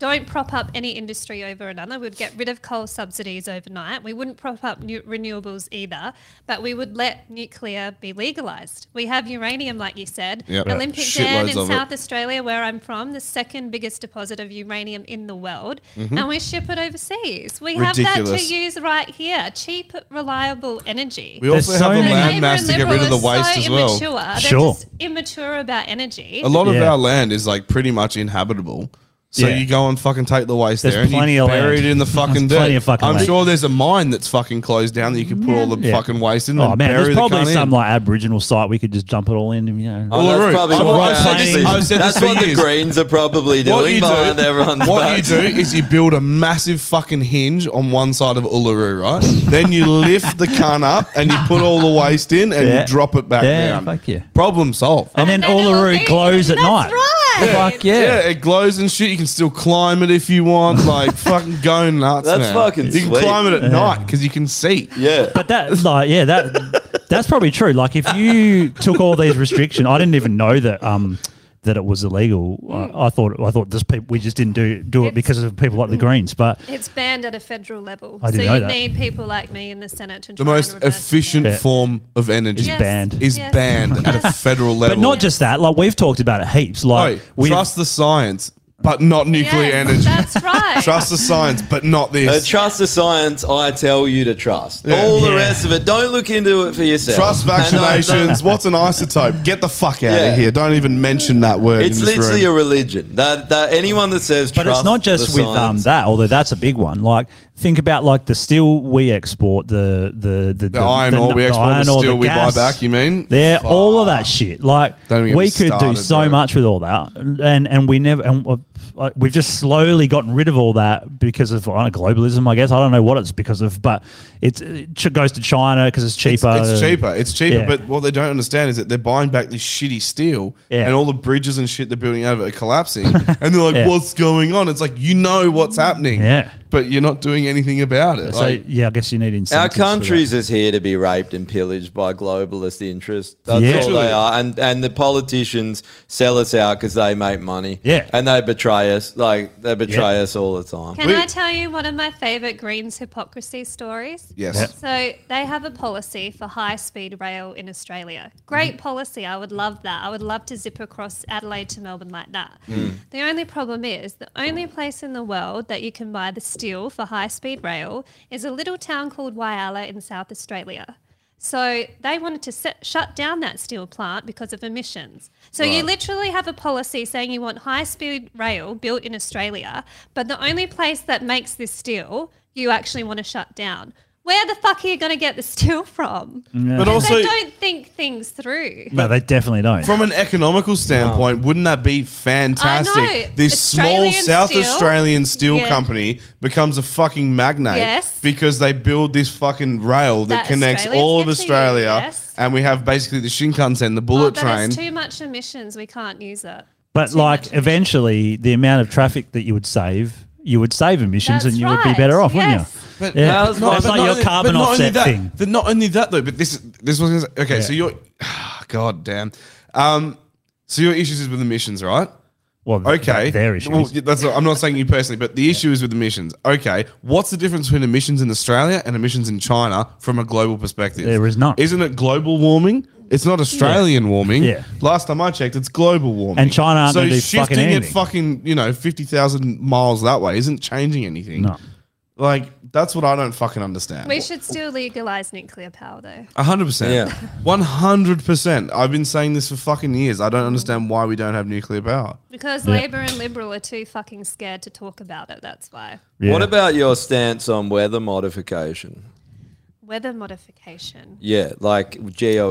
[SPEAKER 5] don't prop up any industry over another. We'd get rid of coal subsidies overnight. We wouldn't prop up new renewables either, but we would let nuclear be legalized. We have uranium, like you said.
[SPEAKER 12] Yep. Yeah.
[SPEAKER 5] Olympic Dam
[SPEAKER 12] Shitloads
[SPEAKER 5] in
[SPEAKER 12] of it.
[SPEAKER 5] South Australia, where I'm from, the second biggest deposit of uranium in the world,
[SPEAKER 12] Mhm.
[SPEAKER 5] and we ship it overseas. We have that to
[SPEAKER 2] Mm-hmm. Ridiculous.
[SPEAKER 5] use right here. Cheap, reliable energy.
[SPEAKER 2] We also have a
[SPEAKER 5] The Labor
[SPEAKER 2] landmass
[SPEAKER 5] and
[SPEAKER 2] to get rid of
[SPEAKER 5] Liberal
[SPEAKER 2] the
[SPEAKER 5] are
[SPEAKER 2] waste
[SPEAKER 5] so
[SPEAKER 2] as well.
[SPEAKER 5] immature. They're
[SPEAKER 2] Sure.
[SPEAKER 5] just immature about energy.
[SPEAKER 2] A lot of
[SPEAKER 6] Yeah.
[SPEAKER 2] our land is like pretty much inhabitable. So
[SPEAKER 6] Yeah.
[SPEAKER 2] you go and fucking take the waste
[SPEAKER 6] There's
[SPEAKER 2] there and
[SPEAKER 6] plenty
[SPEAKER 2] you
[SPEAKER 6] of
[SPEAKER 2] bury
[SPEAKER 6] land.
[SPEAKER 2] it in the fucking
[SPEAKER 6] There's
[SPEAKER 2] dirt.
[SPEAKER 6] plenty of fucking
[SPEAKER 2] I'm
[SPEAKER 6] land.
[SPEAKER 2] sure there's a mine that's fucking closed down that you could put all the
[SPEAKER 6] Yeah.
[SPEAKER 2] fucking waste in.
[SPEAKER 6] Oh
[SPEAKER 2] and
[SPEAKER 6] man,
[SPEAKER 2] bury
[SPEAKER 6] there's
[SPEAKER 2] the
[SPEAKER 6] probably
[SPEAKER 2] cunt
[SPEAKER 6] some
[SPEAKER 2] in.
[SPEAKER 6] like Aboriginal site we could just dump it all in. You know,
[SPEAKER 2] Oh, that's Uluru. probably I've what always said this- I've said
[SPEAKER 4] That's
[SPEAKER 2] this for
[SPEAKER 4] what the
[SPEAKER 2] years.
[SPEAKER 4] Greens are probably doing
[SPEAKER 2] What you
[SPEAKER 4] behind everyone's
[SPEAKER 2] do, what you
[SPEAKER 4] backs.
[SPEAKER 2] do is you build a massive fucking hinge on one side of Uluru, right? then you lift the can up and you put all the waste in and
[SPEAKER 6] Yeah.
[SPEAKER 2] you drop it back
[SPEAKER 6] Yeah,
[SPEAKER 2] down.
[SPEAKER 6] fuck yeah.
[SPEAKER 2] Problem solved.
[SPEAKER 6] and then Uluru glows at night. Fuck yeah.
[SPEAKER 2] Yeah, it glows and shit. You can still climb it if you want. Like fucking go nuts.
[SPEAKER 6] That's
[SPEAKER 2] man.
[SPEAKER 6] fucking
[SPEAKER 2] You can
[SPEAKER 6] sweet.
[SPEAKER 2] climb it at
[SPEAKER 6] Yeah.
[SPEAKER 2] night because you can see.
[SPEAKER 4] Yeah.
[SPEAKER 6] But that, like, yeah, that that's probably true. Like, if you took all these restrictions, I didn't even know that um that it was illegal. I, I thought I thought this people we just didn't do do it because of people like the Greens. But
[SPEAKER 5] It's banned at a federal level.
[SPEAKER 6] I didn't
[SPEAKER 5] so
[SPEAKER 6] know
[SPEAKER 5] you
[SPEAKER 6] that.
[SPEAKER 5] need people like me in the Senate to
[SPEAKER 2] The
[SPEAKER 5] try
[SPEAKER 2] most
[SPEAKER 5] and reverse
[SPEAKER 2] efficient
[SPEAKER 6] Yeah.
[SPEAKER 2] form of energy
[SPEAKER 5] Is Yes. banned.
[SPEAKER 2] Is
[SPEAKER 5] Yes.
[SPEAKER 2] banned at a federal level.
[SPEAKER 6] but not just that. Like we've talked about it heaps. Like
[SPEAKER 2] we
[SPEAKER 6] we
[SPEAKER 2] Oh, trust the science, but not nuclear
[SPEAKER 5] Yes,
[SPEAKER 2] energy.
[SPEAKER 5] That's right.
[SPEAKER 2] Trust the science, but not
[SPEAKER 4] Uh,
[SPEAKER 2] this.
[SPEAKER 4] trust the science I tell you to trust. All the rest of it, don't look into it for yourself.
[SPEAKER 2] Trust
[SPEAKER 4] And I don't-
[SPEAKER 2] vaccinations. What's an isotope? Get the fuck out
[SPEAKER 4] Yeah.
[SPEAKER 2] of here. Don't even mention that word.
[SPEAKER 4] It's
[SPEAKER 2] in this
[SPEAKER 4] literally
[SPEAKER 2] room.
[SPEAKER 4] a religion. That, that anyone that says
[SPEAKER 6] But
[SPEAKER 4] trust
[SPEAKER 6] it's not just
[SPEAKER 4] the
[SPEAKER 6] with um,
[SPEAKER 4] science-
[SPEAKER 6] that, although that's a big one. Like think about like the steel we export, the the the,
[SPEAKER 2] The iron ore we export, the steel we buy back, You mean?
[SPEAKER 6] Yeah, all of that shit. Like
[SPEAKER 2] Don't even get
[SPEAKER 6] we
[SPEAKER 2] me
[SPEAKER 6] could do
[SPEAKER 2] started,
[SPEAKER 6] so
[SPEAKER 2] bro.
[SPEAKER 6] much with all that, and and we never and uh, like, we've just slowly gotten rid of all that because of I don't know, globalism. I guess I don't know what it's because of, but it's, it ch- goes to China because it's cheaper.
[SPEAKER 2] It's cheaper. It's cheaper.
[SPEAKER 6] Yeah.
[SPEAKER 2] But what they don't understand is that they're buying back this shitty steel,
[SPEAKER 6] Yeah.
[SPEAKER 2] and all the bridges and shit they're building out of it are collapsing. and they're like,
[SPEAKER 6] Yeah.
[SPEAKER 2] "What's going on?" It's like you know what's happening.
[SPEAKER 6] Yeah.
[SPEAKER 2] but you're not doing anything about it.
[SPEAKER 6] So
[SPEAKER 2] Like,
[SPEAKER 6] yeah, I guess you
[SPEAKER 4] Our
[SPEAKER 6] need incentives. for that.
[SPEAKER 4] country's is here to be raped and pillaged by globalist interests. That's
[SPEAKER 6] Yeah.
[SPEAKER 4] all they are, and and the politicians sell us out because they make money. Yeah, and they betray us. Like they betray us all the time.
[SPEAKER 5] Can I tell you one of my favorite Greens hypocrisy stories?
[SPEAKER 4] Yes. Yep.
[SPEAKER 5] So they have a policy for high speed rail in Australia. Great
[SPEAKER 2] Mm-hmm.
[SPEAKER 5] policy. I would love that. I would love to zip across Adelaide to Melbourne like that.
[SPEAKER 2] Mm.
[SPEAKER 5] The only problem is the only place in the world that you can buy the steel for high speed rail is a little town called Wyala in South Australia. So they wanted to set, shut down that steel plant because of emissions. So you
[SPEAKER 12] Right.
[SPEAKER 5] literally have a policy saying you want high speed rail built in Australia, but the only place that makes this steel you actually want to shut down. Where the fuck are you going to get the steel from?
[SPEAKER 2] Yeah. But
[SPEAKER 5] Because
[SPEAKER 2] also-
[SPEAKER 5] they don't think things through.
[SPEAKER 6] No, they definitely don't.
[SPEAKER 2] From an economical standpoint, wouldn't that be fantastic?
[SPEAKER 5] I know.
[SPEAKER 2] This
[SPEAKER 5] Australian
[SPEAKER 2] small South
[SPEAKER 5] steel.
[SPEAKER 2] Australian steel
[SPEAKER 5] Yeah.
[SPEAKER 2] company becomes a fucking magnate
[SPEAKER 5] Yes.
[SPEAKER 2] because they build this fucking rail that,
[SPEAKER 5] That
[SPEAKER 2] connects
[SPEAKER 5] Australia's
[SPEAKER 2] all of
[SPEAKER 5] getting,
[SPEAKER 2] Australia,
[SPEAKER 5] yes. Oh,
[SPEAKER 2] and we have basically the Shinkansen, the bullet
[SPEAKER 5] but
[SPEAKER 2] train.
[SPEAKER 5] it's too much emissions. We can't use it.
[SPEAKER 6] But like eventually, the amount of traffic that you would save, you would save emissions, and you would
[SPEAKER 5] right.
[SPEAKER 6] be better off,
[SPEAKER 5] Yes.
[SPEAKER 6] wouldn't
[SPEAKER 2] But
[SPEAKER 6] you?
[SPEAKER 2] no,
[SPEAKER 6] Yeah.
[SPEAKER 2] it's not-
[SPEAKER 6] It's
[SPEAKER 2] but
[SPEAKER 6] like
[SPEAKER 2] not
[SPEAKER 6] your
[SPEAKER 2] only-
[SPEAKER 6] carbon
[SPEAKER 2] but not only
[SPEAKER 6] offset
[SPEAKER 2] that,
[SPEAKER 6] thing.
[SPEAKER 2] But not only that though. But this this was okay. So
[SPEAKER 6] Yeah.
[SPEAKER 2] you're, ah, God damn. Um, so your issues is with emissions, right?
[SPEAKER 6] Well,
[SPEAKER 2] okay,
[SPEAKER 6] their issues.
[SPEAKER 2] Well, yeah, that's what- I'm not saying you personally, but the issue is with emissions. Okay, what's the difference between emissions in Australia and emissions in China from a global perspective?
[SPEAKER 6] There is none.
[SPEAKER 2] Isn't it global warming? It's not Australian warming.
[SPEAKER 6] Yeah.
[SPEAKER 2] Last time I checked, it's global warming.
[SPEAKER 6] And China aren't
[SPEAKER 2] so
[SPEAKER 6] gonna do fucking
[SPEAKER 2] shifting it
[SPEAKER 6] anything.
[SPEAKER 2] fucking you know fifty thousand miles that way isn't changing anything.
[SPEAKER 6] No.
[SPEAKER 2] Like that's what I don't fucking understand.
[SPEAKER 5] We should still legalize nuclear power, though.
[SPEAKER 2] A hundred percent.
[SPEAKER 5] Yeah.
[SPEAKER 2] One hundred percent. I've been saying this for fucking years. I don't understand why we don't have nuclear power.
[SPEAKER 5] Because
[SPEAKER 2] Yeah.
[SPEAKER 5] Labor and Liberal are too fucking scared to talk about it. That's why.
[SPEAKER 4] What about your stance on weather modification?
[SPEAKER 5] Weather modification.
[SPEAKER 4] Yeah, like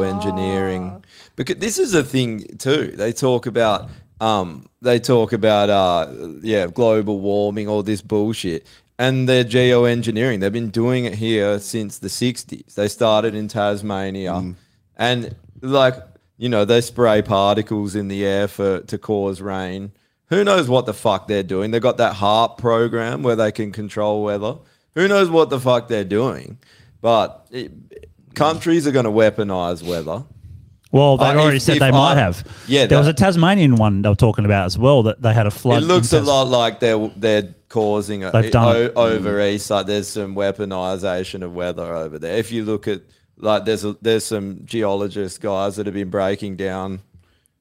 [SPEAKER 4] geoengineering. Because this is a thing too. They talk about um they talk about uh yeah, global warming, all this bullshit. And they're geoengineering. They've been doing it here since the sixties. They started in Tasmania and like you know, they spray particles in the air for to cause rain. Who knows what the fuck they're doing? They've got that HARP program where they can control weather. Who knows what the fuck they're doing? But it, countries are going to weaponize weather.
[SPEAKER 6] Well, they've
[SPEAKER 4] Uh,
[SPEAKER 6] already
[SPEAKER 4] if-
[SPEAKER 6] said
[SPEAKER 4] if
[SPEAKER 6] they might
[SPEAKER 4] I-
[SPEAKER 6] have.
[SPEAKER 4] Yeah,
[SPEAKER 6] there was a Tasmanian one they were talking about as well that they had a flood.
[SPEAKER 4] it looks a
[SPEAKER 6] in Tas-
[SPEAKER 4] lot like they're they're causing it
[SPEAKER 6] They've done
[SPEAKER 4] o-
[SPEAKER 2] Mm.
[SPEAKER 6] it.
[SPEAKER 4] over east. Like there's some weaponization of weather over there. If you look at like there's a, there's some geologist guys that have been breaking down.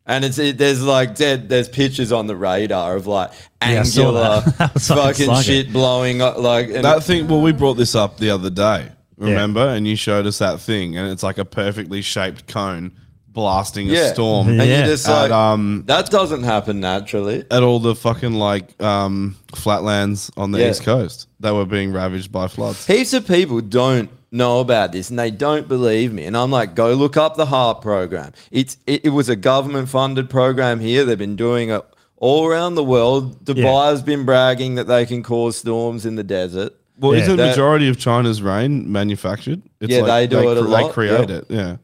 [SPEAKER 4] And it's it, there's like dead, there's pictures on the radar of like
[SPEAKER 2] Yeah, I saw
[SPEAKER 4] angular
[SPEAKER 2] that. That was like-
[SPEAKER 4] fucking
[SPEAKER 2] it's like
[SPEAKER 4] shit
[SPEAKER 2] it.
[SPEAKER 4] blowing up like and-
[SPEAKER 2] that thing. Well, we brought this up the other day. Remember, and you showed us that thing, and it's like a perfectly shaped cone blasting a storm.
[SPEAKER 4] And you're just
[SPEAKER 2] at,
[SPEAKER 4] like,
[SPEAKER 2] um, uh,
[SPEAKER 4] that doesn't happen naturally.
[SPEAKER 2] at all the fucking like um, flatlands on the
[SPEAKER 4] Yeah.
[SPEAKER 2] east coast that were being ravaged by floods.
[SPEAKER 4] Heaps of people don't know about this and they don't believe me. And I'm like, go look up the HARP program. It's it, it was a government funded program here. They've been doing it all around the world. Dubai's been bragging that they can cause storms in the desert.
[SPEAKER 2] Well, isn't the
[SPEAKER 4] That-
[SPEAKER 2] majority of China's rain manufactured?
[SPEAKER 4] Yeah, they do it a
[SPEAKER 2] cre-
[SPEAKER 4] lot,
[SPEAKER 2] They create
[SPEAKER 4] yeah.
[SPEAKER 2] it. Yeah,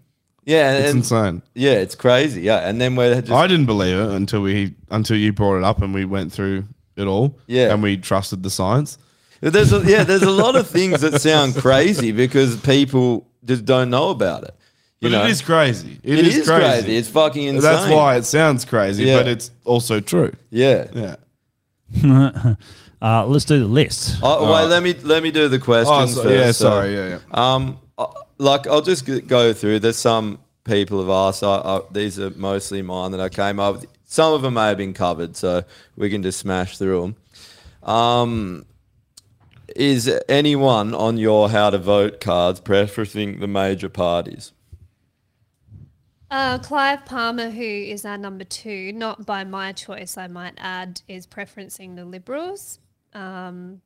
[SPEAKER 4] Yeah,
[SPEAKER 2] it's
[SPEAKER 4] and-
[SPEAKER 2] insane.
[SPEAKER 4] Yeah, it's crazy. Yeah, and then we're just
[SPEAKER 2] I didn't believe it until we until you brought it up and we went through it all.
[SPEAKER 4] Yeah.
[SPEAKER 2] and we trusted the science.
[SPEAKER 4] There's a, yeah, there's a lot of things that sound crazy because people just don't know about it. You
[SPEAKER 2] But
[SPEAKER 4] know?
[SPEAKER 2] it is crazy.
[SPEAKER 4] It is crazy. It's fucking insane.
[SPEAKER 2] That's why it sounds crazy,
[SPEAKER 4] Yeah.
[SPEAKER 2] but it's also true.
[SPEAKER 4] Yeah.
[SPEAKER 2] Yeah.
[SPEAKER 6] uh, let's do the list.
[SPEAKER 4] Oh, wait, let me let me do the questions
[SPEAKER 2] Oh, so-
[SPEAKER 4] first.
[SPEAKER 2] yeah, sorry, yeah,
[SPEAKER 4] yeah. Um, uh, like I'll just g- go through. There's some people have asked. I, I, these are mostly mine that I came up. with. Some of them may have been covered, so we can just smash through them. Um, is anyone on your how to vote cards preferencing the major parties?
[SPEAKER 5] Uh, Clive Palmer, who is our number two, not by my choice, I might add, is preferencing the Liberals. Um,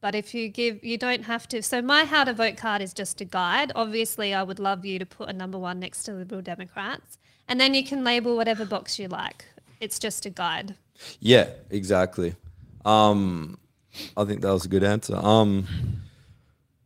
[SPEAKER 5] but if you give, you don't have to. So my how to vote card is just a guide. Obviously, I would love you to put a number one next to Liberal Democrats, and then you can label whatever box you like. It's just a guide.
[SPEAKER 4] Yeah, exactly. Um, I think that was a good answer. Um,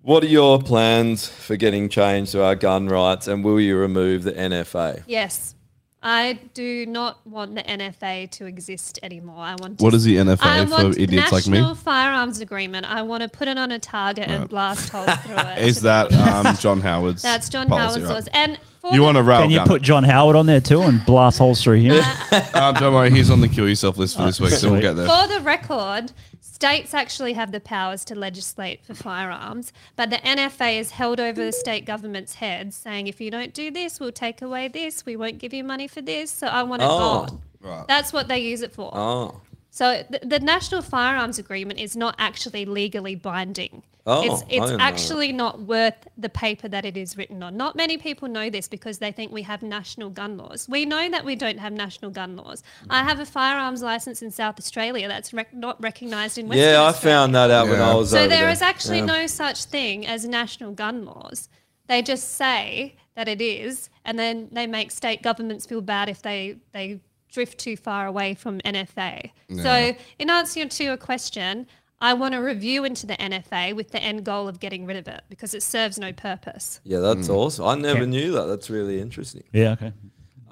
[SPEAKER 4] what are your plans for getting change to our gun rights, and will you remove the NFA?
[SPEAKER 5] Yes, I do not want the NFA to exist anymore. I want.
[SPEAKER 2] What
[SPEAKER 5] to,
[SPEAKER 2] is the NFA
[SPEAKER 5] I
[SPEAKER 2] for
[SPEAKER 5] want
[SPEAKER 2] idiots like me?
[SPEAKER 5] National Firearms Agreement. I want to put it on a target and blast holes through it.
[SPEAKER 2] Is that um, John Howard's?
[SPEAKER 5] That's John
[SPEAKER 2] policy,
[SPEAKER 5] Howard's
[SPEAKER 2] right?
[SPEAKER 5] laws. And for
[SPEAKER 2] You want a
[SPEAKER 4] Oh,
[SPEAKER 2] rail
[SPEAKER 6] Can you
[SPEAKER 2] gun?
[SPEAKER 6] put John Howard on there too and blast holes through him?
[SPEAKER 2] Uh, don't worry, he's on the kill yourself list for this week, so we'll get there.
[SPEAKER 5] For the record, states actually have the powers to legislate for firearms, but the NFA is held over the state government's heads, saying if you don't do this, we'll take away this, we won't give you money for this. So I want it
[SPEAKER 4] Oh,
[SPEAKER 5] gone.
[SPEAKER 4] right.
[SPEAKER 5] That's what they use it for.
[SPEAKER 4] Oh.
[SPEAKER 5] So th- the National Firearms Agreement is not actually legally binding.
[SPEAKER 4] Oh,
[SPEAKER 5] it's
[SPEAKER 4] I
[SPEAKER 5] it's
[SPEAKER 4] didn't know that.
[SPEAKER 5] actually not worth the paper that it is written on. Not many people know this because they think we have national gun laws. We know that we don't have national gun laws. I have a firearms license in South Australia that's rec- not recognised in Western
[SPEAKER 4] Yeah, I
[SPEAKER 5] Australia.
[SPEAKER 4] found that out when I was
[SPEAKER 5] So
[SPEAKER 4] over
[SPEAKER 5] there
[SPEAKER 4] there
[SPEAKER 5] is actually
[SPEAKER 4] Yeah.
[SPEAKER 5] no such thing as national gun laws. They just say that it is, and then they make state governments feel bad if they they drift too far away from NFA.
[SPEAKER 12] Yeah.
[SPEAKER 5] So, in answer to your question, I want to review into the NFA with the end goal of getting rid of it because it serves no purpose.
[SPEAKER 4] Yeah, that's
[SPEAKER 2] Hmm.
[SPEAKER 4] awesome. I never
[SPEAKER 5] Yeah.
[SPEAKER 4] knew that. That's really interesting.
[SPEAKER 6] Yeah, okay.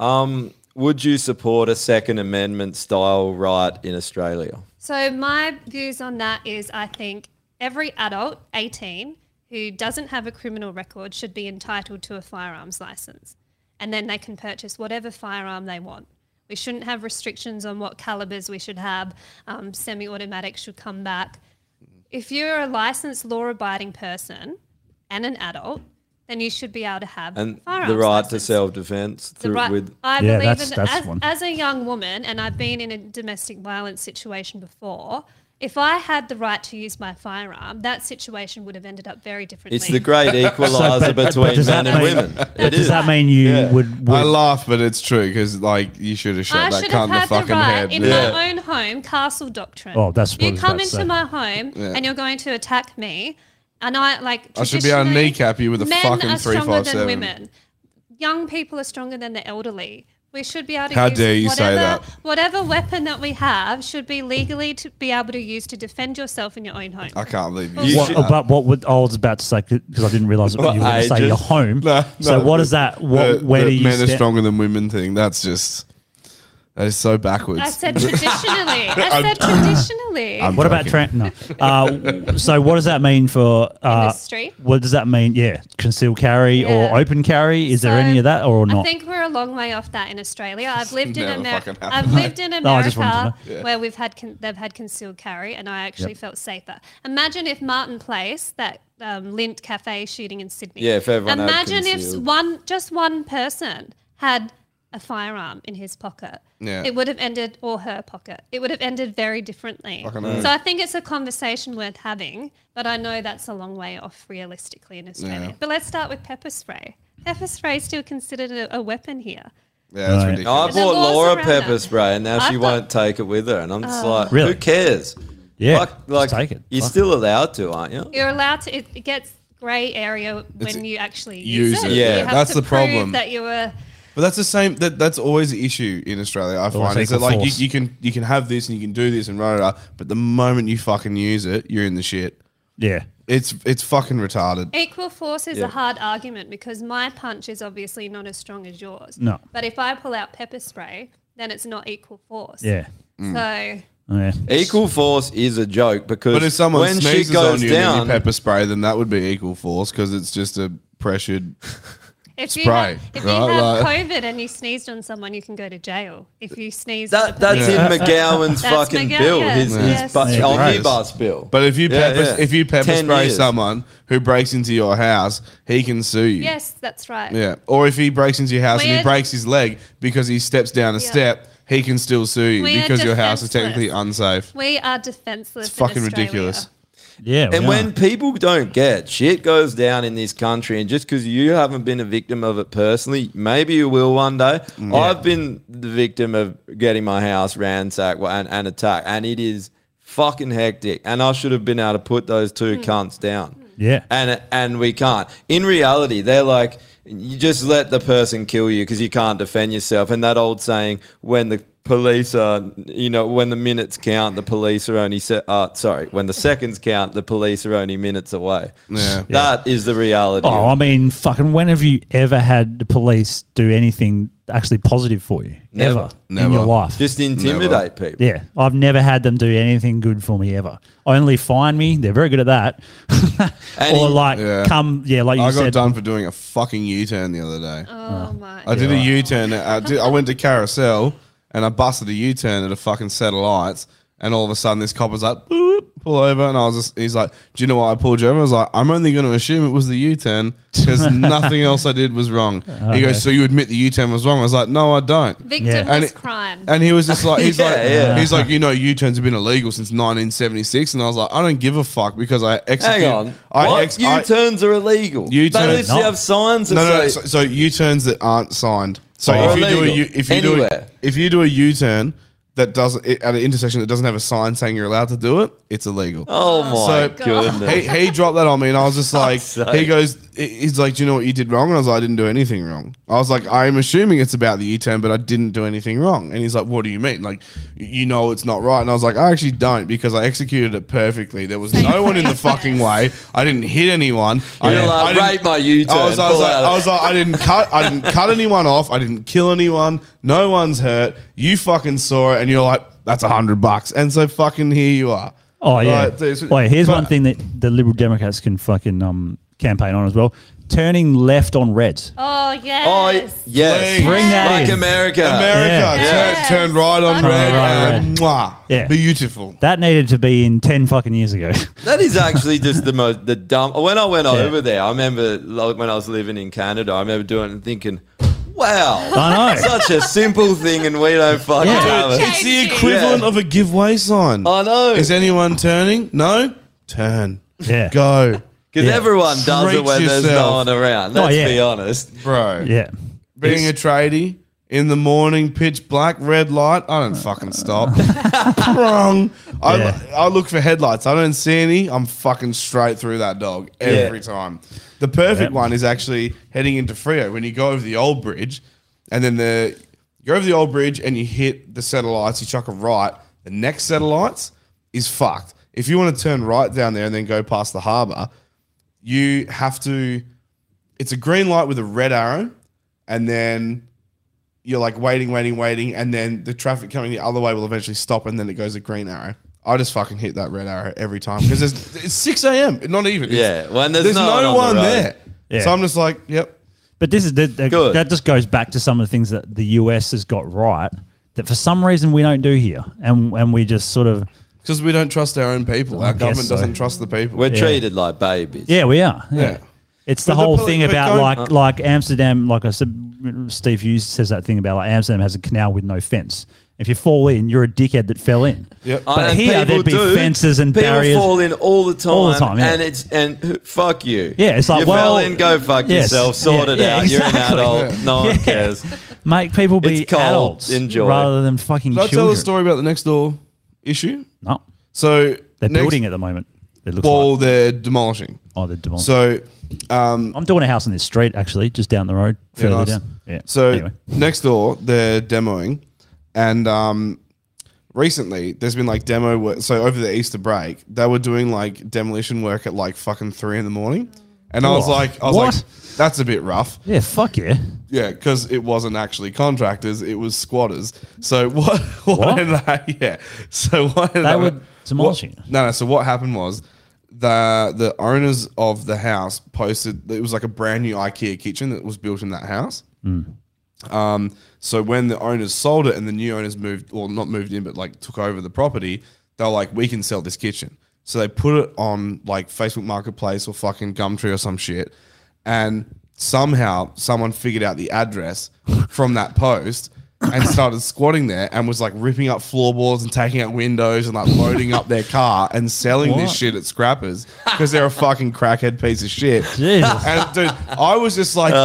[SPEAKER 4] Um, would you support a Second Amendment style right in Australia?
[SPEAKER 5] So my views on that is I think every adult 18 who doesn't have a criminal record should be entitled to a firearms license and then they can purchase whatever firearm they want. We shouldn't have restrictions on what calibers we should have. Um, semi-automatic should come back. If you're a licensed law-abiding person and an adult, then you should be able to have
[SPEAKER 4] And
[SPEAKER 5] firearms
[SPEAKER 4] the right to self defense
[SPEAKER 5] the
[SPEAKER 4] through
[SPEAKER 5] right-
[SPEAKER 4] with
[SPEAKER 5] I believe in, as, as a young woman, and I've been in a domestic violence situation before. If I had the right to use my firearm, that situation would have ended up very differently.
[SPEAKER 4] It's the great equalizer
[SPEAKER 2] but- but
[SPEAKER 4] between
[SPEAKER 2] does that
[SPEAKER 4] men and
[SPEAKER 2] mean-
[SPEAKER 4] women.
[SPEAKER 2] but
[SPEAKER 4] It
[SPEAKER 2] does
[SPEAKER 4] is.
[SPEAKER 2] that
[SPEAKER 6] mean you
[SPEAKER 2] would, I laugh, but it's true because like you should have
[SPEAKER 5] I
[SPEAKER 2] shot that
[SPEAKER 5] should have
[SPEAKER 2] cunt in the
[SPEAKER 5] had the,
[SPEAKER 2] fucking
[SPEAKER 5] right
[SPEAKER 2] head.
[SPEAKER 5] in my own home, castle doctrine.
[SPEAKER 2] Oh, that's what I
[SPEAKER 5] you
[SPEAKER 2] was
[SPEAKER 5] come
[SPEAKER 2] about to
[SPEAKER 5] into
[SPEAKER 2] say.
[SPEAKER 5] my home
[SPEAKER 2] Yeah.
[SPEAKER 5] and you're going to attack me, and I like.
[SPEAKER 2] I should be able to
[SPEAKER 5] traditionally,
[SPEAKER 2] kneecap you with a
[SPEAKER 5] men
[SPEAKER 2] fucking
[SPEAKER 5] are stronger than
[SPEAKER 2] 357.
[SPEAKER 5] women. Young people are stronger than the elderly. We should be able to
[SPEAKER 2] How
[SPEAKER 5] use
[SPEAKER 2] dare you
[SPEAKER 5] whatever,
[SPEAKER 2] say that.
[SPEAKER 5] whatever weapon that we have should be legally to be able to use to defend yourself in your own home.
[SPEAKER 2] I can't believe you.
[SPEAKER 6] What,
[SPEAKER 2] said that.
[SPEAKER 6] but what would oh, I was about to say because I didn't realize what you were going to
[SPEAKER 2] I
[SPEAKER 6] say. Your
[SPEAKER 2] just-
[SPEAKER 6] home.
[SPEAKER 2] No,
[SPEAKER 6] so
[SPEAKER 2] no,
[SPEAKER 6] what
[SPEAKER 2] the-
[SPEAKER 6] is that? What?
[SPEAKER 2] the-
[SPEAKER 6] where
[SPEAKER 2] the
[SPEAKER 6] do you?
[SPEAKER 2] men are
[SPEAKER 6] stand-
[SPEAKER 2] stronger than women thing? That's just that is so backwards.
[SPEAKER 5] I said traditionally. I said traditionally.
[SPEAKER 6] what about Trent? No. Uh, so what does that mean for uh,
[SPEAKER 5] Industry?
[SPEAKER 6] What does that mean? Yeah, concealed carry
[SPEAKER 5] Yeah.
[SPEAKER 6] or open carry? Is there any of that or
[SPEAKER 5] Um, I
[SPEAKER 6] not?
[SPEAKER 5] think we're a long way off that in Australia. I've lived in
[SPEAKER 6] Never fucking
[SPEAKER 5] America.
[SPEAKER 6] happened.
[SPEAKER 5] I've lived in
[SPEAKER 6] No, I just
[SPEAKER 5] America
[SPEAKER 6] wanted to know. Yeah.
[SPEAKER 5] where we've had con- they've had concealed carry, and I actually
[SPEAKER 4] Yep.
[SPEAKER 5] felt safer. Imagine if Martin Place, that um, Lint Cafe shooting in Sydney.
[SPEAKER 4] Yeah, if everyone had
[SPEAKER 5] Imagine if
[SPEAKER 4] concealed.
[SPEAKER 5] one just one person had a firearm in his pocket.
[SPEAKER 4] Yeah.
[SPEAKER 5] It would have ended, or her pocket. It would have ended very differently.
[SPEAKER 4] Fucking hell.
[SPEAKER 5] So I think it's a conversation worth having, but I know that's a long way off realistically in Australia.
[SPEAKER 4] Yeah.
[SPEAKER 5] But let's start with pepper spray. Pepper spray is still considered a, a weapon here.
[SPEAKER 2] Yeah, that's
[SPEAKER 4] I
[SPEAKER 2] ridiculous.
[SPEAKER 4] bought
[SPEAKER 5] And the laws
[SPEAKER 4] Laura
[SPEAKER 5] around
[SPEAKER 4] pepper
[SPEAKER 5] that.
[SPEAKER 4] spray, and now
[SPEAKER 5] I
[SPEAKER 4] she
[SPEAKER 5] thought-
[SPEAKER 4] won't take it with her. And I'm just
[SPEAKER 5] Oh.
[SPEAKER 4] like,
[SPEAKER 6] Really?
[SPEAKER 4] who cares?
[SPEAKER 6] Yeah,
[SPEAKER 4] like, like take it. You're still allowed to, aren't you?
[SPEAKER 5] You're allowed to. It, it gets grey area when you actually use,
[SPEAKER 2] use
[SPEAKER 5] it.
[SPEAKER 2] it. Yeah,
[SPEAKER 5] You have
[SPEAKER 2] that's
[SPEAKER 5] to
[SPEAKER 2] the
[SPEAKER 5] prove
[SPEAKER 2] problem.
[SPEAKER 5] That you were.
[SPEAKER 2] But that's the same. That that's always the issue in Australia. I
[SPEAKER 6] Always
[SPEAKER 2] find is that
[SPEAKER 6] equal
[SPEAKER 2] like you,
[SPEAKER 6] force.
[SPEAKER 2] you can you can have this and you can do this and rah rah, rah, but the moment you fucking use it, you're in the shit.
[SPEAKER 6] Yeah,
[SPEAKER 2] it's it's fucking retarded.
[SPEAKER 5] Equal force is
[SPEAKER 2] Yeah.
[SPEAKER 5] a hard argument because my punch is obviously not as strong as yours.
[SPEAKER 6] No.
[SPEAKER 5] But if I pull out pepper spray, then it's not equal force.
[SPEAKER 4] Yeah.
[SPEAKER 2] Mm.
[SPEAKER 5] So
[SPEAKER 4] Equal force is a joke because
[SPEAKER 2] But if someone
[SPEAKER 4] when she
[SPEAKER 2] sneezes
[SPEAKER 4] goes
[SPEAKER 2] on you and
[SPEAKER 4] down,
[SPEAKER 2] then you pepper spray, then that would be equal force because it's just a pressured.
[SPEAKER 5] if you
[SPEAKER 2] Spray,
[SPEAKER 5] have, if you
[SPEAKER 2] right,
[SPEAKER 5] have
[SPEAKER 2] like-
[SPEAKER 5] COVID and you sneezed on someone, you can go to jail. If you sneeze,
[SPEAKER 4] That- that's in McGowan's fucking bill, his- his
[SPEAKER 5] yes.
[SPEAKER 4] bu- Yeah. omnibus bill.
[SPEAKER 2] But if you
[SPEAKER 4] Yeah,
[SPEAKER 2] pepper
[SPEAKER 4] yeah.
[SPEAKER 2] if you pepper
[SPEAKER 4] Ten
[SPEAKER 2] spray
[SPEAKER 4] years.
[SPEAKER 2] someone who breaks into your house, he can sue you.
[SPEAKER 5] Yes, that's right.
[SPEAKER 2] Yeah. Or if he breaks into your house and
[SPEAKER 5] We're-
[SPEAKER 2] he breaks his leg because he steps down a step, he can still sue you
[SPEAKER 5] We are
[SPEAKER 2] because your house is
[SPEAKER 5] defenseless.
[SPEAKER 2] technically unsafe.
[SPEAKER 5] We are defenseless.
[SPEAKER 2] It's fucking
[SPEAKER 5] in Australia.
[SPEAKER 2] ridiculous.
[SPEAKER 6] Yeah.
[SPEAKER 4] And when people don't get shit goes down in this country, and just because you haven't been a victim of it personally, maybe you will one day. I've been the victim of getting my house ransacked and, and attacked, and it is fucking hectic. And I should have been able to put those two cunts down.
[SPEAKER 6] Yeah.
[SPEAKER 4] And and we can't. In reality, they're like you just let the person kill you because you can't defend yourself. And that old saying, when the police are, you know, when the minutes count, the police are only se- uh, sorry, when the seconds count, the police are only minutes away.
[SPEAKER 2] Yeah.
[SPEAKER 4] That is the reality.
[SPEAKER 6] Oh, I mean, fucking. When have you ever had the police do anything actually positive for you
[SPEAKER 4] Never.
[SPEAKER 6] ever in
[SPEAKER 4] Never.
[SPEAKER 6] your life.
[SPEAKER 4] Just intimidate Never. people.
[SPEAKER 6] Yeah, I've never had them do anything good for me ever. Only find me. They're very good at that. or like come, yeah, like you
[SPEAKER 2] I got
[SPEAKER 6] said,
[SPEAKER 2] done for doing a fucking U-turn the other day.
[SPEAKER 5] Oh my!
[SPEAKER 2] I did a U-turn. I, did, I went to Carousel and I busted a U-turn at a fucking set of lights. And all of a sudden, this cop was like, "Boop, "Pull over," and I was just—he's like, "Do you know why I pulled you over?" I was like, "I'm only going to assume it was the U-turn because nothing else I did was wrong." He
[SPEAKER 6] Okay.
[SPEAKER 2] goes, "So you admit the U-turn was wrong?" I was like, "No, I don't."
[SPEAKER 5] Victimless
[SPEAKER 2] And it-
[SPEAKER 5] crime.
[SPEAKER 2] And he was just like, he's like,
[SPEAKER 5] Yeah, yeah.
[SPEAKER 2] he's like, you know, U-turns have been illegal since 1976, and I was like, I don't give a fuck because I execute.
[SPEAKER 4] Hang on.
[SPEAKER 2] I
[SPEAKER 4] What?
[SPEAKER 2] ex- I-
[SPEAKER 4] U-turns are illegal. They
[SPEAKER 2] U-turns
[SPEAKER 4] literally have signs that
[SPEAKER 2] No, no, no,
[SPEAKER 4] say-
[SPEAKER 2] so, so U-turns that aren't signed. So
[SPEAKER 4] Or
[SPEAKER 2] if you do a
[SPEAKER 4] illegal.
[SPEAKER 2] U, if you
[SPEAKER 4] Anywhere.
[SPEAKER 2] do a, if you do a U-turn that doesn't it- at an intersection that doesn't have a sign saying you're allowed to do it, it's illegal.
[SPEAKER 4] Oh my goodness.
[SPEAKER 2] He, he dropped that on me, and I was just like,
[SPEAKER 4] sake.
[SPEAKER 2] he goes, he- he's like, do you know what you did wrong? And I was like, I didn't do anything wrong. I was like, I am assuming it's about the U-turn, but I didn't do anything wrong. And he's like, what do you mean? Like, you know, it's not right. And I was like, I actually don't because I executed it perfectly. There was no one in the fucking way. I didn't hit anyone. I
[SPEAKER 4] You're
[SPEAKER 2] didn't,
[SPEAKER 4] like,
[SPEAKER 2] I didn't-
[SPEAKER 4] "Rape my U-turn,
[SPEAKER 2] I was, I was
[SPEAKER 4] pull
[SPEAKER 2] like,
[SPEAKER 4] out."
[SPEAKER 2] I was like, I didn't cut. I didn't cut anyone off. I didn't kill anyone. No one's hurt. You fucking saw it, and you're like, that's a hundred bucks. And so fucking here you are.
[SPEAKER 6] Oh yeah.
[SPEAKER 2] Like, this-
[SPEAKER 6] Wait, here's
[SPEAKER 2] but-
[SPEAKER 6] one thing that the Liberal Democrats can fucking um campaign on as well: turning left on reds.
[SPEAKER 5] Oh yes.
[SPEAKER 4] yes.
[SPEAKER 6] Please. Bring that
[SPEAKER 4] like
[SPEAKER 6] in.
[SPEAKER 4] America.
[SPEAKER 2] America, Turn, turn right on
[SPEAKER 6] Turn
[SPEAKER 2] red.
[SPEAKER 6] right on
[SPEAKER 2] and Mwah.
[SPEAKER 6] Yeah,
[SPEAKER 2] beautiful.
[SPEAKER 6] That needed to be in ten fucking years ago.
[SPEAKER 4] That is actually just the most the dumb. When I went over there, I remember like, when I was living in Canada, I remember doing it and thinking, "Wow,
[SPEAKER 6] I
[SPEAKER 4] know. such a simple thing, and we don't fucking have it."
[SPEAKER 2] It's the equivalent of a giveaway sign. I
[SPEAKER 4] know.
[SPEAKER 2] Is anyone turning? No? Turn.
[SPEAKER 6] Yeah.
[SPEAKER 2] Go.
[SPEAKER 4] because everyone does
[SPEAKER 2] Treat
[SPEAKER 4] it when there's no
[SPEAKER 2] yourself.
[SPEAKER 4] one around.
[SPEAKER 6] Oh,
[SPEAKER 4] Let's be honest,
[SPEAKER 2] bro.
[SPEAKER 6] Yeah.
[SPEAKER 2] Being a tradie in the morning, pitch black, red light. I don't fucking stop. Wrong. I,
[SPEAKER 6] Yeah.
[SPEAKER 2] I look for headlights. I don't see any. I'm fucking straight through that dog every
[SPEAKER 6] Yeah.
[SPEAKER 2] time. The perfect
[SPEAKER 6] Yeah.
[SPEAKER 2] one is actually heading into Frio when you go over the old bridge, and then the you go over the old bridge and you hit the satellites. You chuck a right. The next satellites is fucked. If you want to turn right down there and then go past the harbour, you have to it's a green light with a red arrow, and then you're like waiting, waiting, waiting, and then the traffic coming the other way will eventually stop, and then it goes a green arrow. I just fucking hit that red arrow every time because it's 6 a.m. Not even. It's-
[SPEAKER 4] Yeah, when there's no one on the
[SPEAKER 2] one
[SPEAKER 4] road.
[SPEAKER 2] there.
[SPEAKER 6] Yeah.
[SPEAKER 2] So I'm just like, yep.
[SPEAKER 6] But this is the, the-
[SPEAKER 2] Good.
[SPEAKER 6] that just goes back to some of the things that the US has got right that for some reason we don't do here, and and we just sort of
[SPEAKER 2] Because we don't trust our own people.
[SPEAKER 6] I
[SPEAKER 2] Our
[SPEAKER 6] guess
[SPEAKER 2] government
[SPEAKER 6] so.
[SPEAKER 2] doesn't trust the people.
[SPEAKER 4] we're treated like babies.
[SPEAKER 6] yeah we are yeah.
[SPEAKER 4] Yeah.
[SPEAKER 6] It's
[SPEAKER 4] But
[SPEAKER 6] the
[SPEAKER 4] the
[SPEAKER 6] whole
[SPEAKER 4] poli-
[SPEAKER 6] thing
[SPEAKER 4] but
[SPEAKER 6] about
[SPEAKER 4] don't-
[SPEAKER 6] like
[SPEAKER 4] Uh.
[SPEAKER 6] like Amsterdam, like I said, Steve Hughes says that thing about like Amsterdam has a canal with no fence. If you fall in, you're a dickhead that fell in.
[SPEAKER 4] Yep.
[SPEAKER 6] But here there'd be fences and
[SPEAKER 4] people
[SPEAKER 6] barriers.
[SPEAKER 4] fall in all the time,
[SPEAKER 6] All the time, yeah.
[SPEAKER 4] and it's and who- fuck you.
[SPEAKER 6] Yeah, it's like,
[SPEAKER 4] you fell
[SPEAKER 6] well,
[SPEAKER 4] in, go fuck
[SPEAKER 6] yes,
[SPEAKER 4] yourself, sort
[SPEAKER 6] yeah,
[SPEAKER 4] it
[SPEAKER 6] yeah,
[SPEAKER 4] out.
[SPEAKER 6] exactly.
[SPEAKER 4] You're an adult. No one
[SPEAKER 6] Yeah.
[SPEAKER 4] cares.
[SPEAKER 6] Make people be
[SPEAKER 4] It's cold.
[SPEAKER 6] adults
[SPEAKER 4] Enjoy.
[SPEAKER 6] rather than fucking
[SPEAKER 2] Did I tell
[SPEAKER 6] children.
[SPEAKER 2] the story about the next door issue?
[SPEAKER 6] No.
[SPEAKER 2] So
[SPEAKER 6] They're
[SPEAKER 2] next-
[SPEAKER 6] building at the moment. It looks
[SPEAKER 2] Well, they're demolishing.
[SPEAKER 6] Oh, they're demolishing.
[SPEAKER 2] So um,
[SPEAKER 6] I'm doing a house on this street actually, just down the road,
[SPEAKER 2] Yeah,
[SPEAKER 6] further
[SPEAKER 2] nice.
[SPEAKER 6] down. Yeah.
[SPEAKER 2] So
[SPEAKER 6] anyway.
[SPEAKER 2] next door, they're demoing, and um, recently there's been like demo work. So over the Easter break, they were doing like demolition work at like fucking three in the morning, and I was
[SPEAKER 6] Oh,
[SPEAKER 2] like, I was
[SPEAKER 6] what?
[SPEAKER 2] like, that's a bit rough.
[SPEAKER 6] yeah, fuck yeah.
[SPEAKER 2] Yeah, because it wasn't actually contractors; it was squatters. So what? What?
[SPEAKER 6] What?
[SPEAKER 2] Ended up, yeah. So what? ended
[SPEAKER 6] They
[SPEAKER 2] up-
[SPEAKER 6] were demolishing
[SPEAKER 2] what- No, no. So what happened was the the owners of the house posted it was like a brand new IKEA kitchen that was built in that house. Um, so when the owners sold it and the new owners moved, or not moved in, but like took over the property, they were like, we can sell this kitchen. So they put it on like Facebook Marketplace or fucking Gumtree or some shit. And somehow someone figured out the address from that post and started squatting there and was like ripping up floorboards and taking out windows and like loading up their car and selling this
[SPEAKER 6] What?
[SPEAKER 2] shit at scrappers because they're a fucking crackhead piece of shit.
[SPEAKER 6] Jesus.
[SPEAKER 2] And dude, I was just like,
[SPEAKER 4] Uh.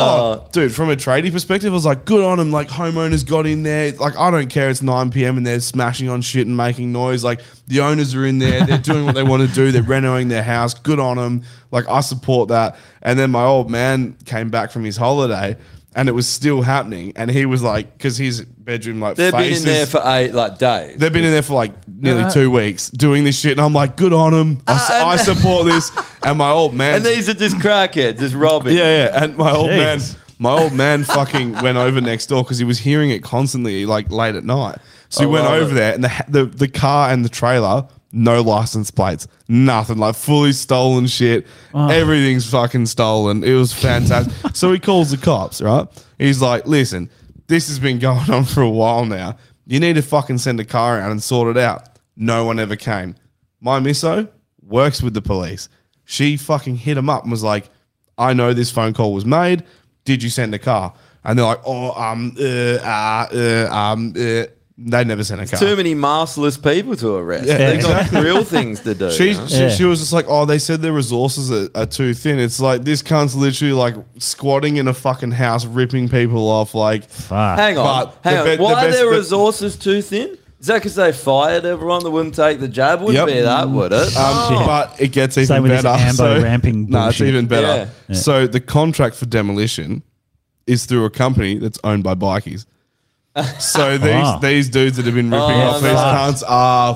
[SPEAKER 2] oh, dude, from a tradie perspective, I was like, good on them. Like, homeowners got in there. Like, I don't care. It's 9 p.m. and they're smashing on shit and making noise. Like, the owners are in there. They're doing what they want to do. They're renovating their house. Good on them. Like, I support that. And then my old man came back from his holiday and it was still happening. And he was like, because his bedroom, like,
[SPEAKER 4] They've been in
[SPEAKER 2] faces-
[SPEAKER 4] there for eight like days.
[SPEAKER 2] They've been in there for like nearly
[SPEAKER 4] Yeah.
[SPEAKER 2] two weeks doing this shit. And I'm like, good on them.
[SPEAKER 4] Uh,
[SPEAKER 2] I, su- I support this. And my old man.
[SPEAKER 4] And these are just crackheads, just robbing.
[SPEAKER 2] Yeah, yeah. And my old man, My old man fucking went over next door because he was hearing it constantly, like late at night. So he
[SPEAKER 4] I
[SPEAKER 2] went
[SPEAKER 4] love
[SPEAKER 2] over
[SPEAKER 4] it.
[SPEAKER 2] there, and the, the the car and the trailer, no license plates, nothing, like fully stolen shit. Everything's fucking stolen. It was fantastic. so he calls the cops, right? He's like, "Listen, this has been going on for a while now. You need to fucking send a car out and sort it out." No one ever came. My misso works with the police. She fucking hit him up and was like, I know this phone call was made. Did you send a car? And they're like, oh, um, uh, uh, uh, um, uh. they never sent a car.
[SPEAKER 4] Too many maskless people to arrest.
[SPEAKER 2] Yeah,
[SPEAKER 4] They've
[SPEAKER 2] exactly.
[SPEAKER 4] got real things to do.
[SPEAKER 2] She,
[SPEAKER 4] you know?
[SPEAKER 2] she, she was just like, oh, they said their resources are, are too thin. It's like this cunt's literally like squatting in a fucking house, ripping people off. Like,
[SPEAKER 4] Hang on,
[SPEAKER 2] But
[SPEAKER 4] hang
[SPEAKER 2] the
[SPEAKER 4] on.
[SPEAKER 2] be- the
[SPEAKER 4] Why are
[SPEAKER 2] best-
[SPEAKER 4] their
[SPEAKER 2] the-
[SPEAKER 4] resources too thin? Is that because they fired everyone that wouldn't take the jab? Wouldn't be that, would it?
[SPEAKER 2] Um, But it gets even
[SPEAKER 6] Oh, Same with this
[SPEAKER 2] better.
[SPEAKER 6] Ambo ramping
[SPEAKER 2] No, it's
[SPEAKER 6] bullshit.
[SPEAKER 2] even better.
[SPEAKER 6] Yeah. Yeah.
[SPEAKER 2] So the contract for demolition is through a company that's owned by bikies. So these
[SPEAKER 4] Ah.
[SPEAKER 2] these dudes that have been ripping
[SPEAKER 4] Oh,
[SPEAKER 2] off these
[SPEAKER 4] fucked.
[SPEAKER 2] cunts are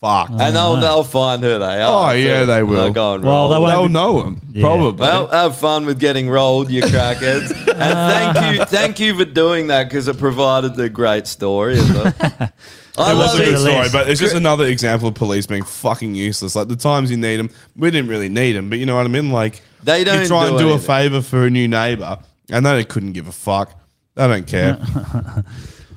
[SPEAKER 2] fucked.
[SPEAKER 6] Uh,
[SPEAKER 4] and they'll, they'll find who they
[SPEAKER 2] oh
[SPEAKER 4] are.
[SPEAKER 2] yeah,
[SPEAKER 4] too.
[SPEAKER 2] they will.
[SPEAKER 4] They're going rogue.
[SPEAKER 2] they'll, know them probably.
[SPEAKER 4] Well, have fun with getting rolled, you crackheads. and thank you, thank you for doing that because it provided the great story. Of it. I
[SPEAKER 2] it was
[SPEAKER 4] love
[SPEAKER 2] a good story,
[SPEAKER 4] it.
[SPEAKER 2] but it's just another example of police being fucking useless. Like the times you need them, we didn't really need them, but you know what I mean. Like
[SPEAKER 4] They
[SPEAKER 2] you
[SPEAKER 4] don't
[SPEAKER 2] try and
[SPEAKER 4] do
[SPEAKER 2] do a
[SPEAKER 4] anything.
[SPEAKER 2] favor for a new neighbor, and they couldn't give a fuck. They don't care.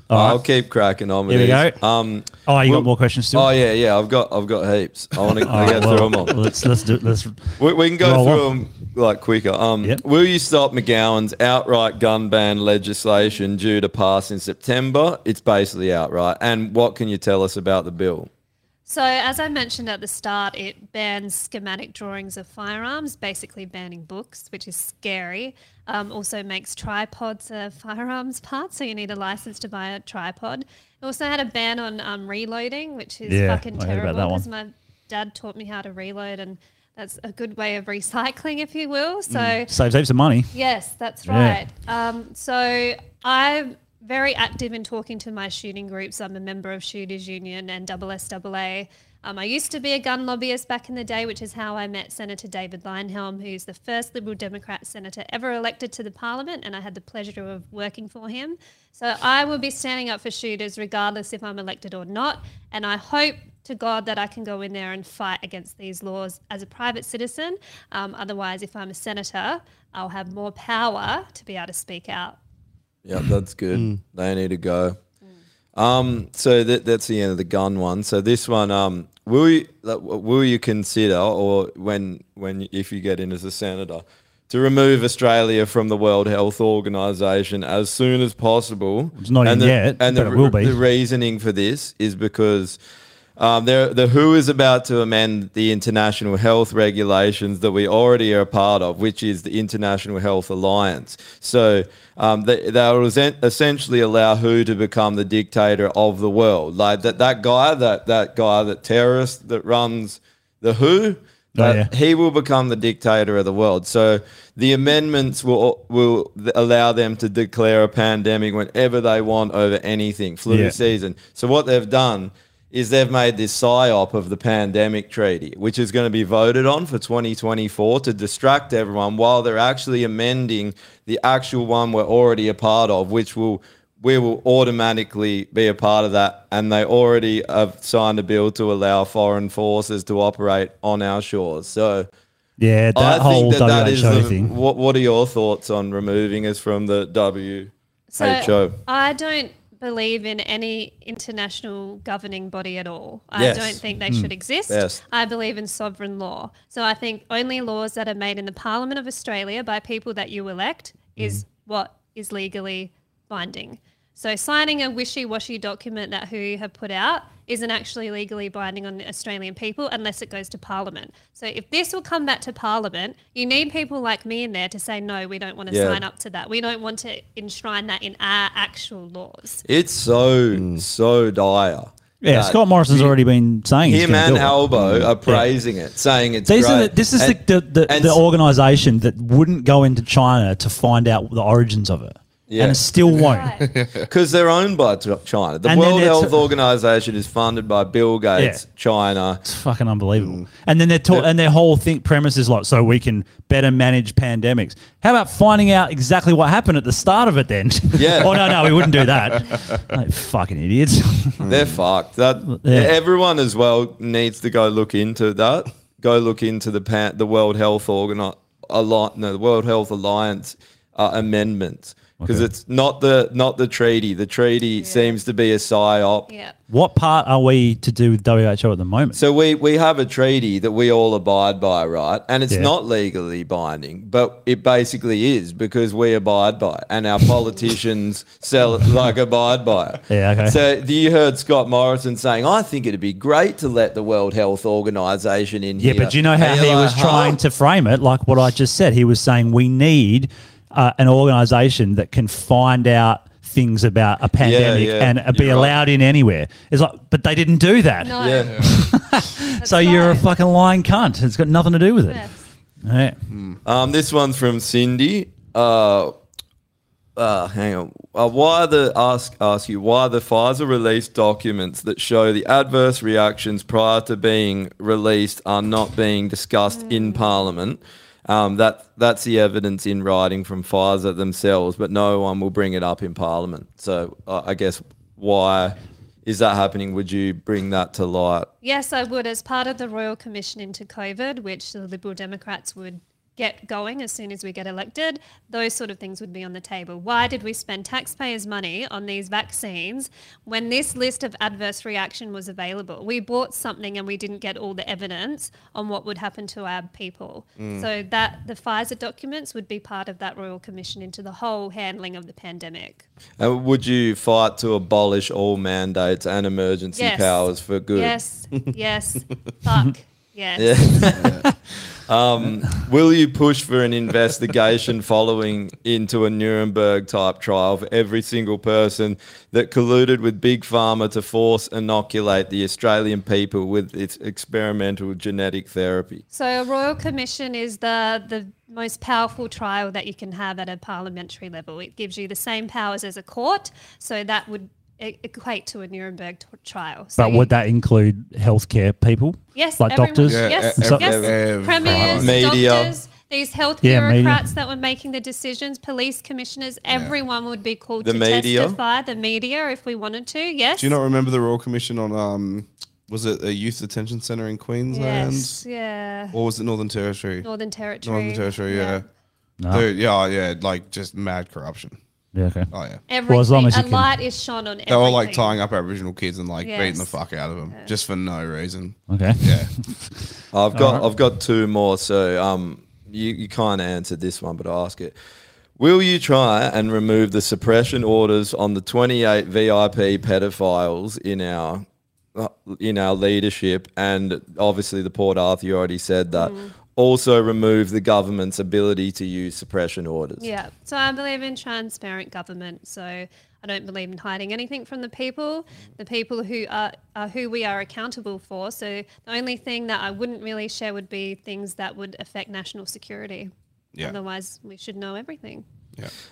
[SPEAKER 4] I'll keep cracking on with
[SPEAKER 2] Here we
[SPEAKER 4] these.
[SPEAKER 2] go.
[SPEAKER 4] Um,
[SPEAKER 6] Oh, you got
[SPEAKER 4] we'll-
[SPEAKER 6] more questions still?
[SPEAKER 4] Oh yeah, yeah. I've got, I've got heaps. I want to
[SPEAKER 6] All right,
[SPEAKER 4] get
[SPEAKER 6] well,
[SPEAKER 4] through them all.
[SPEAKER 6] Let's let's do let's.
[SPEAKER 4] We, we can go
[SPEAKER 6] roll
[SPEAKER 4] through
[SPEAKER 6] on.
[SPEAKER 4] them like quicker. Um, Will you stop McGowan's outright gun ban legislation due to pass in September? It's basically outright. And what can you tell us about the bill?
[SPEAKER 5] So, as I mentioned at the start, it bans schematic drawings of firearms, basically banning books, which is scary. Um, also makes tripods a firearms part, so you need a license to buy a tripod. It also had a ban on um, reloading, which is
[SPEAKER 6] Yeah,
[SPEAKER 5] fucking
[SPEAKER 6] I heard about
[SPEAKER 5] terrible
[SPEAKER 6] that one.
[SPEAKER 5] because my dad taught me how to reload, and that's a good way of recycling, if you will. So,
[SPEAKER 6] Saves heaps of money.
[SPEAKER 5] Yes, that's
[SPEAKER 6] Yeah.
[SPEAKER 5] right. Um, so I'm very active in talking to my shooting groups. I'm a member of Shooters Union and SSAA. Um, I used to be a gun lobbyist back in the day, which is how I met Senator David Linehelm, who's the first Liberal Democrat senator ever elected to the parliament, and I had the pleasure of working for him. So I will be standing up for shooters regardless if I'm elected or not, and I hope to God that I can go in there and fight against these laws as a private citizen. Um, otherwise, if I'm a senator, I'll have more power to be able to speak out.
[SPEAKER 4] Yeah, that's good.
[SPEAKER 6] Mm.
[SPEAKER 4] They need to go. Um, so that that's the end of the gun one. So this one, um, will you like, w- will you consider, or when when if you get in as a senator, to remove Australia from the World Health Organization as soon as possible?
[SPEAKER 6] It's not in
[SPEAKER 4] the,
[SPEAKER 6] yet,
[SPEAKER 4] and
[SPEAKER 6] but
[SPEAKER 4] the,
[SPEAKER 6] it will be.
[SPEAKER 4] the reasoning for this is because. Um, there, the WHO is about to amend the international health regulations that we already are a part of, which is the International Health Alliance. So um, they, they'll resent, essentially allow WHO to become the dictator of the world. Like that, that guy, that, that guy, that terrorist that runs the WHO, that
[SPEAKER 6] Oh, yeah.
[SPEAKER 4] he will become the dictator of the world. So the amendments will will allow them to declare a pandemic whenever they want over anything, flu
[SPEAKER 6] Yeah.
[SPEAKER 4] season. So what they've done is they've made this psyop of the pandemic treaty, which is going to be voted on for 2024 to distract everyone while they're actually amending the actual one we're already a part of, which will we will automatically be a part of that. And they already have signed a bill to allow foreign forces to operate on our shores. So
[SPEAKER 6] Yeah, that
[SPEAKER 4] I
[SPEAKER 6] whole
[SPEAKER 4] think that that is
[SPEAKER 6] WHO
[SPEAKER 4] the,
[SPEAKER 6] thing.
[SPEAKER 4] What, what are your thoughts on removing us from the WHO?
[SPEAKER 5] So I don't believe in any international governing body at all. I
[SPEAKER 4] Yes.
[SPEAKER 5] don't think they
[SPEAKER 4] Mm.
[SPEAKER 5] should exist.
[SPEAKER 4] Yes.
[SPEAKER 5] I believe in sovereign law. So I think only laws that are made in the Parliament of Australia by people that you elect
[SPEAKER 4] Hmm.
[SPEAKER 5] is what is legally binding. So signing a wishy-washy document that who have put out isn't actually legally binding on the Australian people unless it goes to Parliament. So if this will come back to Parliament, you need people like me in there to say no, we don't want to
[SPEAKER 4] Yeah.
[SPEAKER 5] sign up to that. We don't want to enshrine that in our actual laws.
[SPEAKER 4] It's so so dire.
[SPEAKER 6] Mm. Yeah,
[SPEAKER 4] that
[SPEAKER 6] Scott Morrison's already been saying he's
[SPEAKER 4] Him
[SPEAKER 6] gonna
[SPEAKER 4] and
[SPEAKER 6] do it.
[SPEAKER 4] Albo
[SPEAKER 6] Mm.
[SPEAKER 4] are praising it, saying it's
[SPEAKER 6] These
[SPEAKER 4] great.
[SPEAKER 6] are the, this is
[SPEAKER 4] And-
[SPEAKER 6] the, the, the, the organisation that wouldn't go into China to find out the origins of it. and it still won't.
[SPEAKER 4] Because they're owned by Ch- China. The
[SPEAKER 6] And then
[SPEAKER 4] World
[SPEAKER 6] they're
[SPEAKER 4] Health
[SPEAKER 6] t-
[SPEAKER 4] Organization is funded by Bill Gates, China.
[SPEAKER 6] It's fucking unbelievable.
[SPEAKER 4] Mm.
[SPEAKER 6] And then they're ta- and their whole think premise is like, so we can better manage pandemics. How about finding out exactly what happened at the start of it then?
[SPEAKER 4] Yeah.
[SPEAKER 6] oh no, no, we wouldn't do that. like, fucking idiots.
[SPEAKER 4] They're fucked. That
[SPEAKER 6] Hmm. Yeah.
[SPEAKER 4] everyone as well needs to go look into that. Go look into the pan, the World Health Organ a lot. No, the World Health Alliance uh, amendments because
[SPEAKER 6] Okay.
[SPEAKER 4] it's not the not the treaty. The treaty seems to be a psyop.
[SPEAKER 6] what part are we to do with WHO at the moment?
[SPEAKER 4] So we we have a treaty that we all abide by, right? And it's
[SPEAKER 6] Yeah.
[SPEAKER 4] not legally binding, but it basically is because we abide by it, and our politicians sell like abide by it.
[SPEAKER 6] Yeah, okay.
[SPEAKER 4] So do you heard Scott Morrison saying, "I think it'd be great to let the World Health Organization in
[SPEAKER 6] Yeah,
[SPEAKER 4] here."
[SPEAKER 6] but do you know
[SPEAKER 4] And
[SPEAKER 6] how
[SPEAKER 4] you're
[SPEAKER 6] he
[SPEAKER 4] like,
[SPEAKER 6] was
[SPEAKER 4] "Huh?"
[SPEAKER 6] trying to frame it? Like what I just said, he was saying we need uh, an organization that can find out things about a pandemic
[SPEAKER 4] yeah,
[SPEAKER 6] and uh, be
[SPEAKER 4] you're right.
[SPEAKER 6] allowed in anywhere. It's like, but they didn't do that.
[SPEAKER 5] No.
[SPEAKER 4] Yeah.
[SPEAKER 6] so you're a fucking lying cunt. It's got nothing to do with it. Yeah.
[SPEAKER 4] Um, this one's from Cindy. Uh, uh, hang on. Uh, why the ask ask you why the Pfizer released documents that show the adverse reactions prior to being released are not being discussed in
[SPEAKER 5] Hmm.
[SPEAKER 4] Parliament? Um, that that's the evidence in writing from Pfizer themselves, but no one will bring it up in Parliament. So uh, I guess why is that happening? Would you bring that to light?
[SPEAKER 5] Yes, I would, as part of the Royal Commission into COVID, which the Liberal Democrats would get going as soon as we get elected, those sort of things would be on the table. Why did we spend taxpayers' money on these vaccines when this list of adverse reaction was available? We bought something and we didn't get all the evidence on what would happen to our people.
[SPEAKER 12] Mm.
[SPEAKER 5] So that the Pfizer documents would be part of that Royal Commission into the whole handling of the pandemic.
[SPEAKER 4] Uh, would you fight to abolish all mandates and emergency
[SPEAKER 5] Yes.
[SPEAKER 4] powers for good?
[SPEAKER 5] Yes. Yes. Fuck. Yes.
[SPEAKER 4] Yeah. um, will you push for an investigation following into a Nuremberg type trial for every single person that colluded with Big Pharma to force inoculate the Australian people with its experimental genetic therapy?
[SPEAKER 5] So a royal commission is the the most powerful trial that you can have at a parliamentary level. It gives you the same powers as a court, so that would e- equate to a Nuremberg t- trial. So
[SPEAKER 6] But
[SPEAKER 5] you-
[SPEAKER 6] would that include healthcare people?
[SPEAKER 5] Yes,
[SPEAKER 6] Like
[SPEAKER 5] everyone-
[SPEAKER 6] doctors?
[SPEAKER 5] Yes,
[SPEAKER 6] So-
[SPEAKER 5] yes. Premiers,
[SPEAKER 4] Media.
[SPEAKER 5] doctors, these health
[SPEAKER 6] Yeah, media.
[SPEAKER 5] bureaucrats that were making the decisions, police commissioners, everyone would be called
[SPEAKER 2] The
[SPEAKER 5] to
[SPEAKER 2] media.
[SPEAKER 5] testify. The media, if we wanted to, yes.
[SPEAKER 2] Do you not remember the Royal Commission on um was it a youth detention center in Queensland?
[SPEAKER 5] Yes, yeah.
[SPEAKER 2] Or was it Northern Territory?
[SPEAKER 5] Northern Territory.
[SPEAKER 2] Northern Territory, yeah.
[SPEAKER 6] No.
[SPEAKER 2] Dude, yeah, yeah, like just mad corruption.
[SPEAKER 6] Yeah, okay.
[SPEAKER 2] Oh yeah.
[SPEAKER 5] Everything. a light is shone on
[SPEAKER 2] They were like
[SPEAKER 5] everything.
[SPEAKER 2] tying up Aboriginal kids and like beating the
[SPEAKER 5] Yes.
[SPEAKER 2] fuck out of them just for no reason.
[SPEAKER 6] Okay.
[SPEAKER 2] Yeah.
[SPEAKER 4] I've got
[SPEAKER 2] Alright.
[SPEAKER 4] I've got two more, so um you, you can't answer this one, but I'll ask it. Will you try and remove the suppression orders on the 28 VIP pedophiles in our uh, in our leadership and obviously the Port Arthur you already said that. Also remove the government's ability to use suppression orders.
[SPEAKER 5] Yeah. So I believe in transparent government. So I don't believe in hiding anything from the people. The people who are, are who we are accountable for. So the only thing that I wouldn't really share would be things that would affect national security.
[SPEAKER 4] Yeah.
[SPEAKER 5] Otherwise, we should know everything.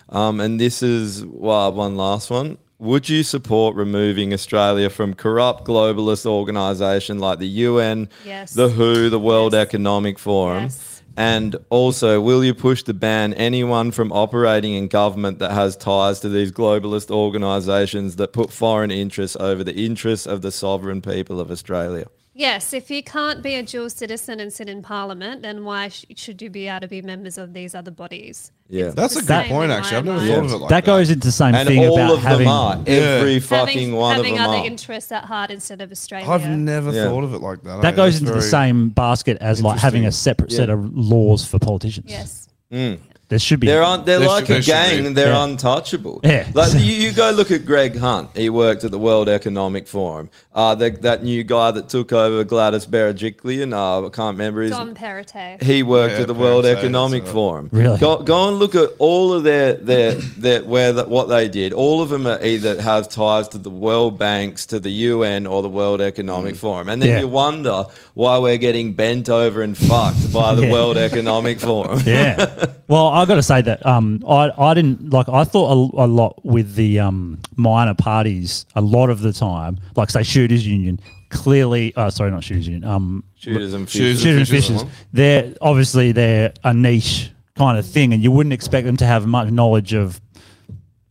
[SPEAKER 4] Um, and this is well, one last one. Would you support removing Australia from corrupt globalist organisation like the UN,
[SPEAKER 5] Yes.
[SPEAKER 4] the WHO, the World Economic Forum? And also, will you push to ban anyone from operating in government that has ties to these globalist organisations that put foreign interests over the interests of the sovereign people of Australia?
[SPEAKER 5] Yes, if you can't be a dual citizen and sit in parliament, then why sh- should you be able to be members of these other bodies?
[SPEAKER 4] Yeah,
[SPEAKER 2] that's a good point. Actually, I've never thought of it like that.
[SPEAKER 6] That goes into the same
[SPEAKER 2] And
[SPEAKER 6] thing
[SPEAKER 2] all
[SPEAKER 6] about
[SPEAKER 2] of them
[SPEAKER 6] having
[SPEAKER 2] are. Every fucking
[SPEAKER 5] having
[SPEAKER 2] one of
[SPEAKER 5] having
[SPEAKER 2] them
[SPEAKER 5] other
[SPEAKER 2] are.
[SPEAKER 5] interests at heart instead of Australia.
[SPEAKER 2] I've never
[SPEAKER 6] Yeah.
[SPEAKER 2] thought of it like that.
[SPEAKER 6] that
[SPEAKER 2] eh?
[SPEAKER 6] goes
[SPEAKER 2] That's
[SPEAKER 6] into the
[SPEAKER 2] very-
[SPEAKER 6] same basket as like having a separate
[SPEAKER 2] Yeah.
[SPEAKER 6] set of laws for politicians.
[SPEAKER 5] Yes.
[SPEAKER 4] Mm.
[SPEAKER 6] There should be.
[SPEAKER 4] They're on. They're like a gang. They're
[SPEAKER 6] Yeah.
[SPEAKER 4] untouchable.
[SPEAKER 6] Yeah.
[SPEAKER 4] Like you, you go look at Greg Hunt. He worked at the World Economic Forum. Uh, the, that new guy that took over Gladys Berejiklian. Uh, I can't remember his.
[SPEAKER 5] Dom Perrottet.
[SPEAKER 4] He worked
[SPEAKER 5] Yeah,
[SPEAKER 4] at the World
[SPEAKER 5] Perrottet,
[SPEAKER 4] Economic
[SPEAKER 5] that's right.
[SPEAKER 4] Forum.
[SPEAKER 6] Really?
[SPEAKER 4] Go, go and look at all of their their their where the, what they did. All of them are either have ties to the World Banks, to the UN, or the World Economic Forum. And then
[SPEAKER 6] Mm. Yeah.
[SPEAKER 4] you wonder why we're getting bent over and fucked by the
[SPEAKER 6] Yeah.
[SPEAKER 4] World Economic Forum.
[SPEAKER 6] Yeah. Well, I I got to say that um, I I didn't like I thought a, a lot with the um, minor parties a lot of the time, like say shooters union. Clearly, uh, sorry, not shooters union. Um,
[SPEAKER 4] Shooters and Fishers.
[SPEAKER 6] shooters, and
[SPEAKER 4] Shooters and
[SPEAKER 6] fishers. They're obviously they're a niche kind of thing, and you wouldn't expect them to have much knowledge of.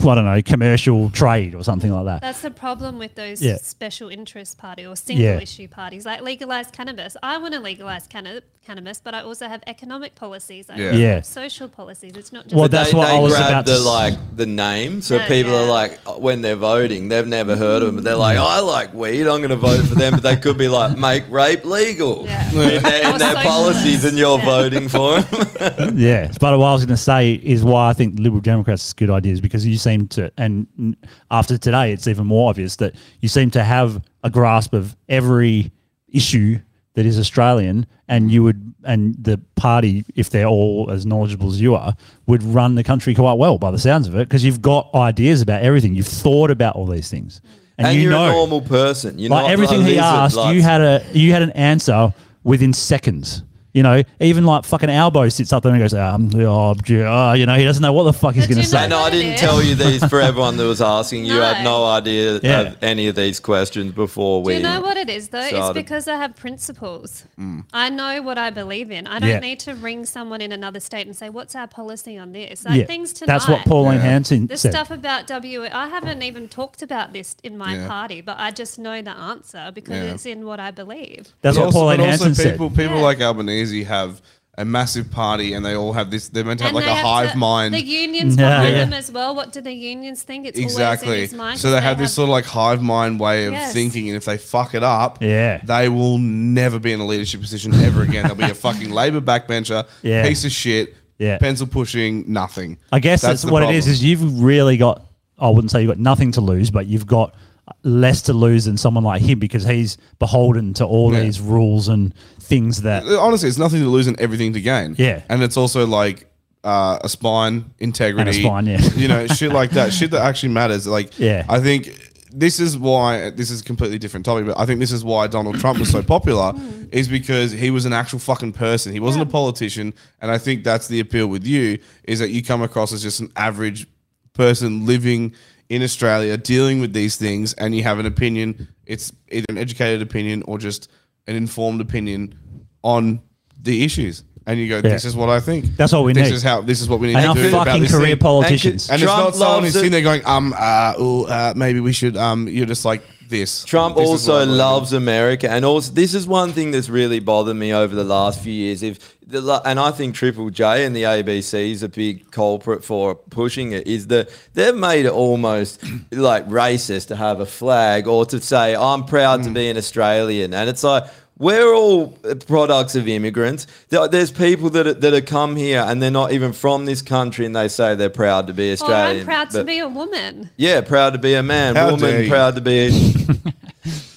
[SPEAKER 6] I don't know, commercial trade or something like that.
[SPEAKER 5] That's the problem with those
[SPEAKER 6] Yeah.
[SPEAKER 5] special interest party or single
[SPEAKER 6] Yeah.
[SPEAKER 5] issue parties, like legalized cannabis. I want to legalize canna- cannabis, but I also have economic policies. I
[SPEAKER 4] Yeah.
[SPEAKER 5] also
[SPEAKER 4] Yeah.
[SPEAKER 5] have social policies. It's not just
[SPEAKER 6] Well, that's
[SPEAKER 4] they,
[SPEAKER 6] what
[SPEAKER 4] they
[SPEAKER 6] I was
[SPEAKER 4] grab
[SPEAKER 6] about
[SPEAKER 4] the
[SPEAKER 6] to s-
[SPEAKER 4] like the name, so
[SPEAKER 5] No,
[SPEAKER 4] people
[SPEAKER 5] yeah.
[SPEAKER 4] are like uh, when they're voting, they've never heard of them, but they're
[SPEAKER 6] Mm.
[SPEAKER 4] like, I like weed, I'm going to vote for them, but they could be like, make rape legal in their, in their policies, and you're voting for them.
[SPEAKER 6] yeah, but what I was going to say is why I think Liberal Democrats is good ideas because you seem to, and n- after today, it's even more obvious that you seem to have a grasp of every issue that is Australian, and you would, and the party, if they're all as knowledgeable as you are, would run the country quite well by the sounds of it because you've got ideas about everything, you've thought about all these things, and, you
[SPEAKER 4] are
[SPEAKER 6] know
[SPEAKER 4] a normal person. You're
[SPEAKER 6] like
[SPEAKER 4] not
[SPEAKER 6] everything
[SPEAKER 4] a
[SPEAKER 6] he
[SPEAKER 4] lizard,
[SPEAKER 6] asked,
[SPEAKER 4] like-
[SPEAKER 6] you had a you had an answer within seconds. You know, even like fucking Albo sits up there and goes, um, oh, gee, oh," you know, he doesn't know what the fuck he's going to say.
[SPEAKER 4] No, I didn't tell you these for everyone that was asking. You had no idea
[SPEAKER 6] Yeah.
[SPEAKER 4] of any of these questions before
[SPEAKER 5] Do
[SPEAKER 4] we.
[SPEAKER 5] you know what it is though? It's
[SPEAKER 4] started.
[SPEAKER 5] because I have principles.
[SPEAKER 4] Mm.
[SPEAKER 5] I know what I believe in. I don't
[SPEAKER 6] Yeah.
[SPEAKER 5] need to ring someone in another state and say, "What's our policy on this?" Like
[SPEAKER 6] Yeah.
[SPEAKER 5] things tonight.
[SPEAKER 6] That's what Pauline Yeah. Hanson
[SPEAKER 5] The
[SPEAKER 6] said.
[SPEAKER 5] stuff about W. I haven't even talked about this in my
[SPEAKER 2] Yeah.
[SPEAKER 5] party, but I just know the answer because
[SPEAKER 2] Yeah.
[SPEAKER 5] it's in what I believe.
[SPEAKER 6] That's
[SPEAKER 2] But
[SPEAKER 6] what
[SPEAKER 2] also-
[SPEAKER 6] Pauline
[SPEAKER 2] but also
[SPEAKER 6] Hanson said.
[SPEAKER 2] people, People like Albanese have a massive party, and they all have this. They're meant to have
[SPEAKER 5] And
[SPEAKER 2] like a
[SPEAKER 5] they have
[SPEAKER 2] hive
[SPEAKER 5] to-
[SPEAKER 2] mind.
[SPEAKER 5] The unions
[SPEAKER 2] Yeah.
[SPEAKER 5] behind
[SPEAKER 2] Yeah.
[SPEAKER 5] them as well. What do the unions think? It's
[SPEAKER 2] exactly.
[SPEAKER 5] Always in his mind
[SPEAKER 2] So
[SPEAKER 5] 'cause
[SPEAKER 2] they have this sort of like hive mind way of
[SPEAKER 5] Yes.
[SPEAKER 2] thinking, and if they fuck it up,
[SPEAKER 6] yeah,
[SPEAKER 2] they will never be in a leadership position ever again. They'll be a fucking Labour backbencher,
[SPEAKER 6] Yeah.
[SPEAKER 2] piece of shit,
[SPEAKER 6] Yeah.
[SPEAKER 2] pencil pushing, nothing.
[SPEAKER 6] I guess that's,
[SPEAKER 2] the
[SPEAKER 6] what it
[SPEAKER 2] problem.
[SPEAKER 6] is. Is you've really got. I wouldn't say you've got nothing to lose, but you've got less to lose than someone like him because he's beholden to all
[SPEAKER 2] Yeah.
[SPEAKER 6] these rules and things that
[SPEAKER 2] Uh, honestly, it's nothing to lose and everything to gain.
[SPEAKER 6] Yeah.
[SPEAKER 2] and it's also like uh, a spine integrity,
[SPEAKER 6] spine, yeah.
[SPEAKER 2] you know, shit like that, shit that actually matters. Like,
[SPEAKER 6] Yeah.
[SPEAKER 2] I think this is why this is a completely different topic, but I think this is why Donald Trump was so popular, is because he was an actual fucking person. He wasn't a politician, and I think that's the appeal with you is that you come across as just an average person living in Australia dealing with these things and you have an opinion. It's either an educated opinion or just an informed opinion on the issues. And you go, this
[SPEAKER 6] Yeah.
[SPEAKER 2] is what I think.
[SPEAKER 6] That's what we
[SPEAKER 2] this
[SPEAKER 6] need.
[SPEAKER 2] Is how, this is what we need
[SPEAKER 6] And
[SPEAKER 2] to
[SPEAKER 6] our
[SPEAKER 2] do. about
[SPEAKER 6] fucking
[SPEAKER 2] this
[SPEAKER 6] career
[SPEAKER 2] thing.
[SPEAKER 6] politicians.
[SPEAKER 2] And,
[SPEAKER 4] Trump
[SPEAKER 2] it's not someone
[SPEAKER 4] loves
[SPEAKER 2] who's
[SPEAKER 4] it.
[SPEAKER 2] sitting there going, um, uh, ooh, uh, maybe we should, um, you're just like this.
[SPEAKER 4] Trump
[SPEAKER 2] This is what
[SPEAKER 4] also
[SPEAKER 2] I believe.
[SPEAKER 4] loves America, and also this is one thing that's really bothered me over the last few years. If the, la- and I think Triple J and the ABC is a big culprit for pushing it. Is that they've made it almost like racist to have a flag or to say I'm proud to be an Australian, and it's like. We're all products of immigrants. There- There's people that are, that have come here and they're not even from this country, and they say they're proud to be
[SPEAKER 5] Or Oh, I'm
[SPEAKER 4] Australian.
[SPEAKER 5] proud to
[SPEAKER 4] but-
[SPEAKER 5] be a woman.
[SPEAKER 4] yeah, proud to be a man,
[SPEAKER 2] How dare
[SPEAKER 4] woman,
[SPEAKER 2] you.
[SPEAKER 4] proud to be.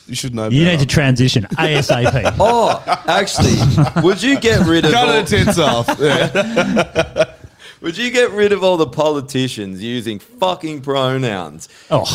[SPEAKER 2] you should know.
[SPEAKER 6] you need to transition ASAP.
[SPEAKER 4] Oh, actually, would you get rid of
[SPEAKER 2] Cut
[SPEAKER 4] all-
[SPEAKER 2] the tits off.
[SPEAKER 4] would you get rid of all the politicians using fucking pronouns?
[SPEAKER 6] Oh,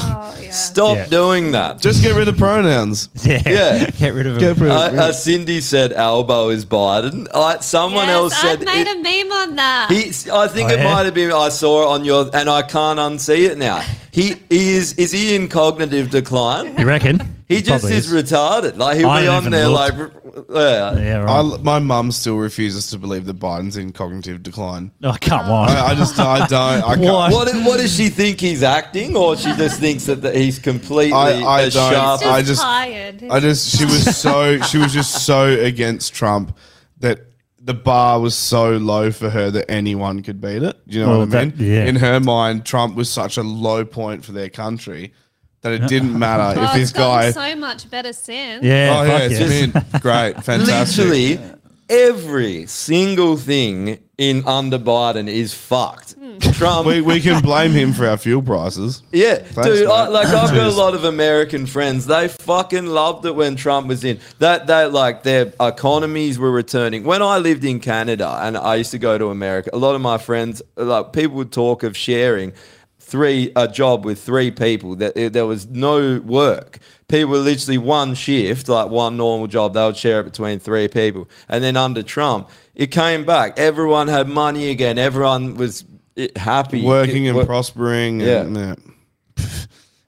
[SPEAKER 4] stop
[SPEAKER 2] Yeah.
[SPEAKER 4] doing that.
[SPEAKER 2] Just get rid of pronouns.
[SPEAKER 6] Yeah.
[SPEAKER 4] Yeah.
[SPEAKER 6] Get rid of
[SPEAKER 2] Get
[SPEAKER 6] him.
[SPEAKER 2] rid
[SPEAKER 4] Uh, uh, Cindy said elbow is Biden. Uh, someone
[SPEAKER 5] Yes,
[SPEAKER 4] else said
[SPEAKER 5] I've made a meme on that.
[SPEAKER 4] He, I think
[SPEAKER 6] Oh,
[SPEAKER 4] it
[SPEAKER 6] yeah?
[SPEAKER 4] might have been. I saw it on your, and I can't unsee it now. He is. Is he in cognitive decline?
[SPEAKER 6] You reckon?
[SPEAKER 4] He just
[SPEAKER 2] Probably
[SPEAKER 4] is
[SPEAKER 2] is.
[SPEAKER 4] retarded. Like he'll
[SPEAKER 2] I
[SPEAKER 4] be
[SPEAKER 2] haven't
[SPEAKER 4] on
[SPEAKER 2] even
[SPEAKER 4] there like, yeah.
[SPEAKER 2] I, my mum still refuses to believe that Biden's in cognitive decline.
[SPEAKER 6] Oh, come on.
[SPEAKER 2] I, I just, I don't. I can't.
[SPEAKER 4] What, what does she think he's acting, or she just thinks that, that he's completely
[SPEAKER 2] I, I
[SPEAKER 4] a
[SPEAKER 2] don't.
[SPEAKER 4] sharp?
[SPEAKER 2] I just, I just. She was so. she was just so against Trump that the bar was so low for her that anyone could beat it. Do you know
[SPEAKER 6] Well,
[SPEAKER 2] what I mean?
[SPEAKER 6] that- yeah.
[SPEAKER 2] In her mind, Trump was such a low point for their country that it didn't matter
[SPEAKER 5] Oh,
[SPEAKER 2] if this
[SPEAKER 5] it's gotten
[SPEAKER 2] guy.
[SPEAKER 5] so much better since.
[SPEAKER 2] oh yeah,
[SPEAKER 4] fuck
[SPEAKER 2] it's
[SPEAKER 4] yeah.
[SPEAKER 2] been great, fantastic.
[SPEAKER 4] Literally every single thing in under Biden is fucked. Trump.
[SPEAKER 2] we, we can blame him for our fuel prices.
[SPEAKER 4] Yeah,
[SPEAKER 2] Thanks,
[SPEAKER 4] dude. I,
[SPEAKER 2] mate.
[SPEAKER 4] like I've got a
[SPEAKER 2] Cheers.
[SPEAKER 4] lot of American friends. They fucking loved it when Trump was in. That they like their economies were returning. When I lived in Canada and I used to go to America, a lot of my friends, like people would talk of sharing. three a job with three people that it- there was no work. People were literally one shift, like one normal job, they would share it between three people. And then under Trump, it came back. Everyone had money again. Everyone was eh, happy,
[SPEAKER 2] Working
[SPEAKER 4] It
[SPEAKER 2] and
[SPEAKER 4] wa-
[SPEAKER 2] prospering.
[SPEAKER 4] Yeah.
[SPEAKER 2] And, yeah.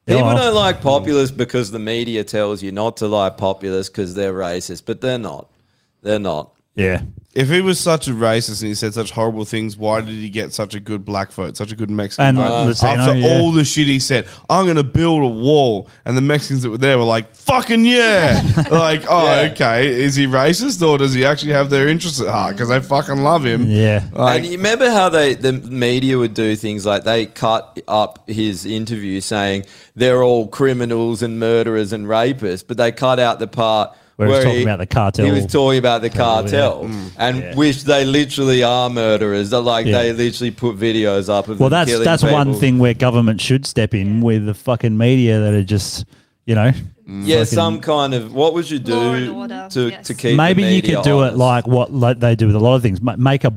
[SPEAKER 4] People
[SPEAKER 2] Yeah.
[SPEAKER 4] don't like populists because the media tells you not to like populists because they're racist, but they're not. They're not.
[SPEAKER 6] Yeah.
[SPEAKER 2] If he was such a racist and he said such horrible things, why did he get such a good black vote, such a good Mexican
[SPEAKER 6] And
[SPEAKER 2] vote?
[SPEAKER 6] Latino,
[SPEAKER 2] After
[SPEAKER 6] yeah.
[SPEAKER 2] all the shit he said, I'm going to build a wall. And the Mexicans that were there were like, fucking yeah. like, oh, okay. Is he racist or does he actually have their interests at heart? Because they fucking love him.
[SPEAKER 6] Yeah.
[SPEAKER 2] Like,
[SPEAKER 4] and you remember how they the media would do things like they cut up his interview saying they're all criminals and murderers and rapists, but they cut out the part
[SPEAKER 6] Where he was talking about the cartel.
[SPEAKER 4] He was talking about the cartel,
[SPEAKER 6] yeah. Mm.
[SPEAKER 4] and which they literally are murderers. They're like
[SPEAKER 6] Yeah.
[SPEAKER 4] they literally put videos up of
[SPEAKER 6] Well,
[SPEAKER 4] them
[SPEAKER 6] that's
[SPEAKER 4] killing
[SPEAKER 6] that's one
[SPEAKER 4] people.
[SPEAKER 6] thing where government should step in with the fucking media that are just, you know.
[SPEAKER 4] Yeah,
[SPEAKER 6] fucking-
[SPEAKER 4] some kind of what would you do to, to keep
[SPEAKER 6] Maybe
[SPEAKER 4] the
[SPEAKER 6] you
[SPEAKER 4] media
[SPEAKER 6] could do
[SPEAKER 4] on?
[SPEAKER 6] it like what like they do with a lot of things. Ma- Make a,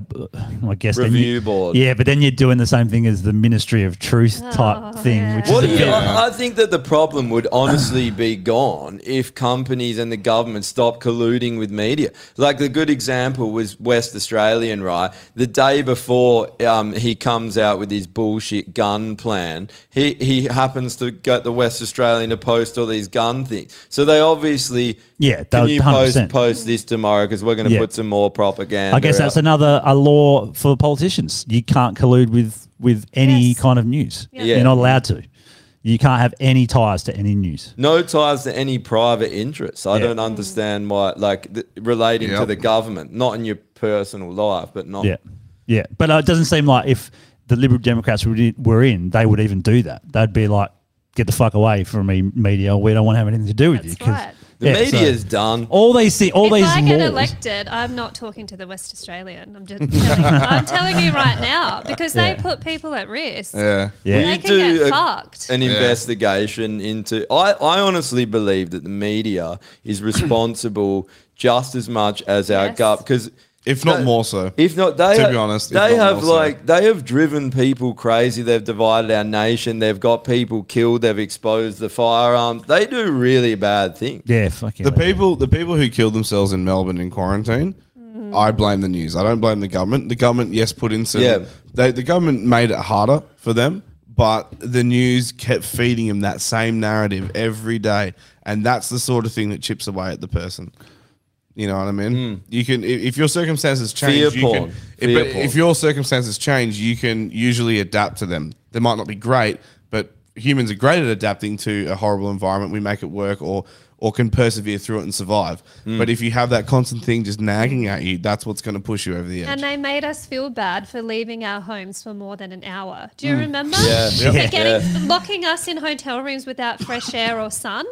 [SPEAKER 6] I guess then
[SPEAKER 4] Review
[SPEAKER 6] you-
[SPEAKER 4] board.
[SPEAKER 6] Yeah, but then you're doing the same thing as the Ministry of Truth type thing, which
[SPEAKER 4] What
[SPEAKER 6] is
[SPEAKER 4] do you,
[SPEAKER 6] a bit,
[SPEAKER 4] I, I think that the problem would honestly be gone if companies and the government stopped colluding with media. Like the good example was West Australian, right? The day before um, he comes out with his bullshit gun plan, he, he happens to get the West Australian to post all these gun things. So they obviously
[SPEAKER 6] Yeah, that
[SPEAKER 4] can
[SPEAKER 6] was
[SPEAKER 4] you post
[SPEAKER 6] 100%.
[SPEAKER 4] post this tomorrow because we're going to
[SPEAKER 6] Yeah.
[SPEAKER 4] put some more propaganda.
[SPEAKER 6] I guess
[SPEAKER 4] out.
[SPEAKER 6] that's another a law for politicians. You can't collude with with any kind of news.
[SPEAKER 4] Yeah. Yeah.
[SPEAKER 6] You're not allowed to. You can't have any ties to any news.
[SPEAKER 4] No ties to any private interests. I
[SPEAKER 6] Yeah.
[SPEAKER 4] don't understand why, like th- relating to
[SPEAKER 6] Yep.
[SPEAKER 4] the government, not in your personal life, but
[SPEAKER 2] Oh.
[SPEAKER 4] not.
[SPEAKER 6] Yeah, yeah. But uh, it doesn't seem like if the Liberal Democrats were in- were in, they would even do that. They'd be like, "Get the fuck away from me, media. We don't want to have anything to do with you." 'cause-
[SPEAKER 4] The
[SPEAKER 6] yeah, so- Oh,
[SPEAKER 4] media is done.
[SPEAKER 6] all these thi- all
[SPEAKER 5] if
[SPEAKER 6] these
[SPEAKER 5] I
[SPEAKER 6] laws.
[SPEAKER 5] get elected, I'm not talking to the West Australian. I'm just telling, I'm telling you right now because they
[SPEAKER 4] Yeah.
[SPEAKER 5] put people at risk.
[SPEAKER 4] Yeah.
[SPEAKER 5] Yeah. They can get fucked.
[SPEAKER 4] an
[SPEAKER 5] Yeah.
[SPEAKER 4] investigation into. I, I honestly believe that the media is responsible just as much as our gov because.
[SPEAKER 2] If not more so.
[SPEAKER 4] If not, they
[SPEAKER 2] To
[SPEAKER 4] are-
[SPEAKER 2] be honest, if
[SPEAKER 4] they
[SPEAKER 2] not
[SPEAKER 4] have
[SPEAKER 2] more so.
[SPEAKER 4] like they have driven people crazy. They've divided our nation. They've got people killed. They've exposed the firearms. They do really bad things.
[SPEAKER 6] Yeah, fucking.
[SPEAKER 2] the people, the people who killed themselves in Melbourne in quarantine, I blame the news. I don't blame the government. The government, yes, put in some.
[SPEAKER 4] Yeah.
[SPEAKER 2] They, the government made it harder for them, but the news kept feeding them that same narrative every day, and that's the sort of thing that chips away at the person. You know what I mean? You can, i- if your circumstances
[SPEAKER 4] Mm. Fear
[SPEAKER 2] change, you
[SPEAKER 4] porn.
[SPEAKER 2] can. If,
[SPEAKER 4] Fear
[SPEAKER 2] but
[SPEAKER 4] porn.
[SPEAKER 2] if your circumstances change, you can usually adapt to them. They might not be great, but humans are great at adapting to a horrible environment. We make it work, or or can persevere through it and survive.
[SPEAKER 4] Mm.
[SPEAKER 2] But if you have that constant thing just nagging at you, that's what's going to push you over the edge.
[SPEAKER 5] And they made us feel bad for leaving our homes for more than an hour. Do you
[SPEAKER 2] Mm.
[SPEAKER 5] remember?
[SPEAKER 2] Yeah.
[SPEAKER 5] For
[SPEAKER 2] Yeah.
[SPEAKER 5] getting
[SPEAKER 2] Yeah.
[SPEAKER 5] locking us in hotel rooms without fresh air or sun.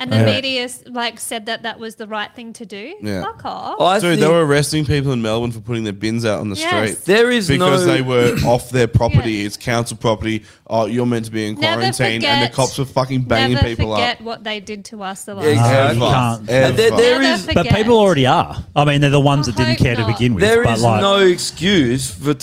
[SPEAKER 5] And the
[SPEAKER 2] Yeah.
[SPEAKER 5] media like said that that was the right thing to do. Fuck off.
[SPEAKER 2] Dude, they were arresting people in Melbourne for putting their bins out on the
[SPEAKER 5] Yes.
[SPEAKER 2] street.
[SPEAKER 4] There is
[SPEAKER 2] because
[SPEAKER 4] no-
[SPEAKER 2] they were off their property. It's council property. Oh, you're meant to be in
[SPEAKER 5] Never
[SPEAKER 2] quarantine, and the
[SPEAKER 5] forget-
[SPEAKER 2] cops were fucking banging
[SPEAKER 5] Never
[SPEAKER 2] people up.
[SPEAKER 5] forget what they did to us the last time.
[SPEAKER 2] Exactly. Ever.
[SPEAKER 6] Can't-
[SPEAKER 2] Ever.
[SPEAKER 4] There- there
[SPEAKER 5] Never is-
[SPEAKER 6] but
[SPEAKER 5] forget.
[SPEAKER 6] people already are. I mean, they're the ones that didn't
[SPEAKER 5] hope
[SPEAKER 6] care to
[SPEAKER 5] not.
[SPEAKER 6] begin with.
[SPEAKER 4] There
[SPEAKER 6] but
[SPEAKER 4] is
[SPEAKER 6] like,
[SPEAKER 4] no excuse for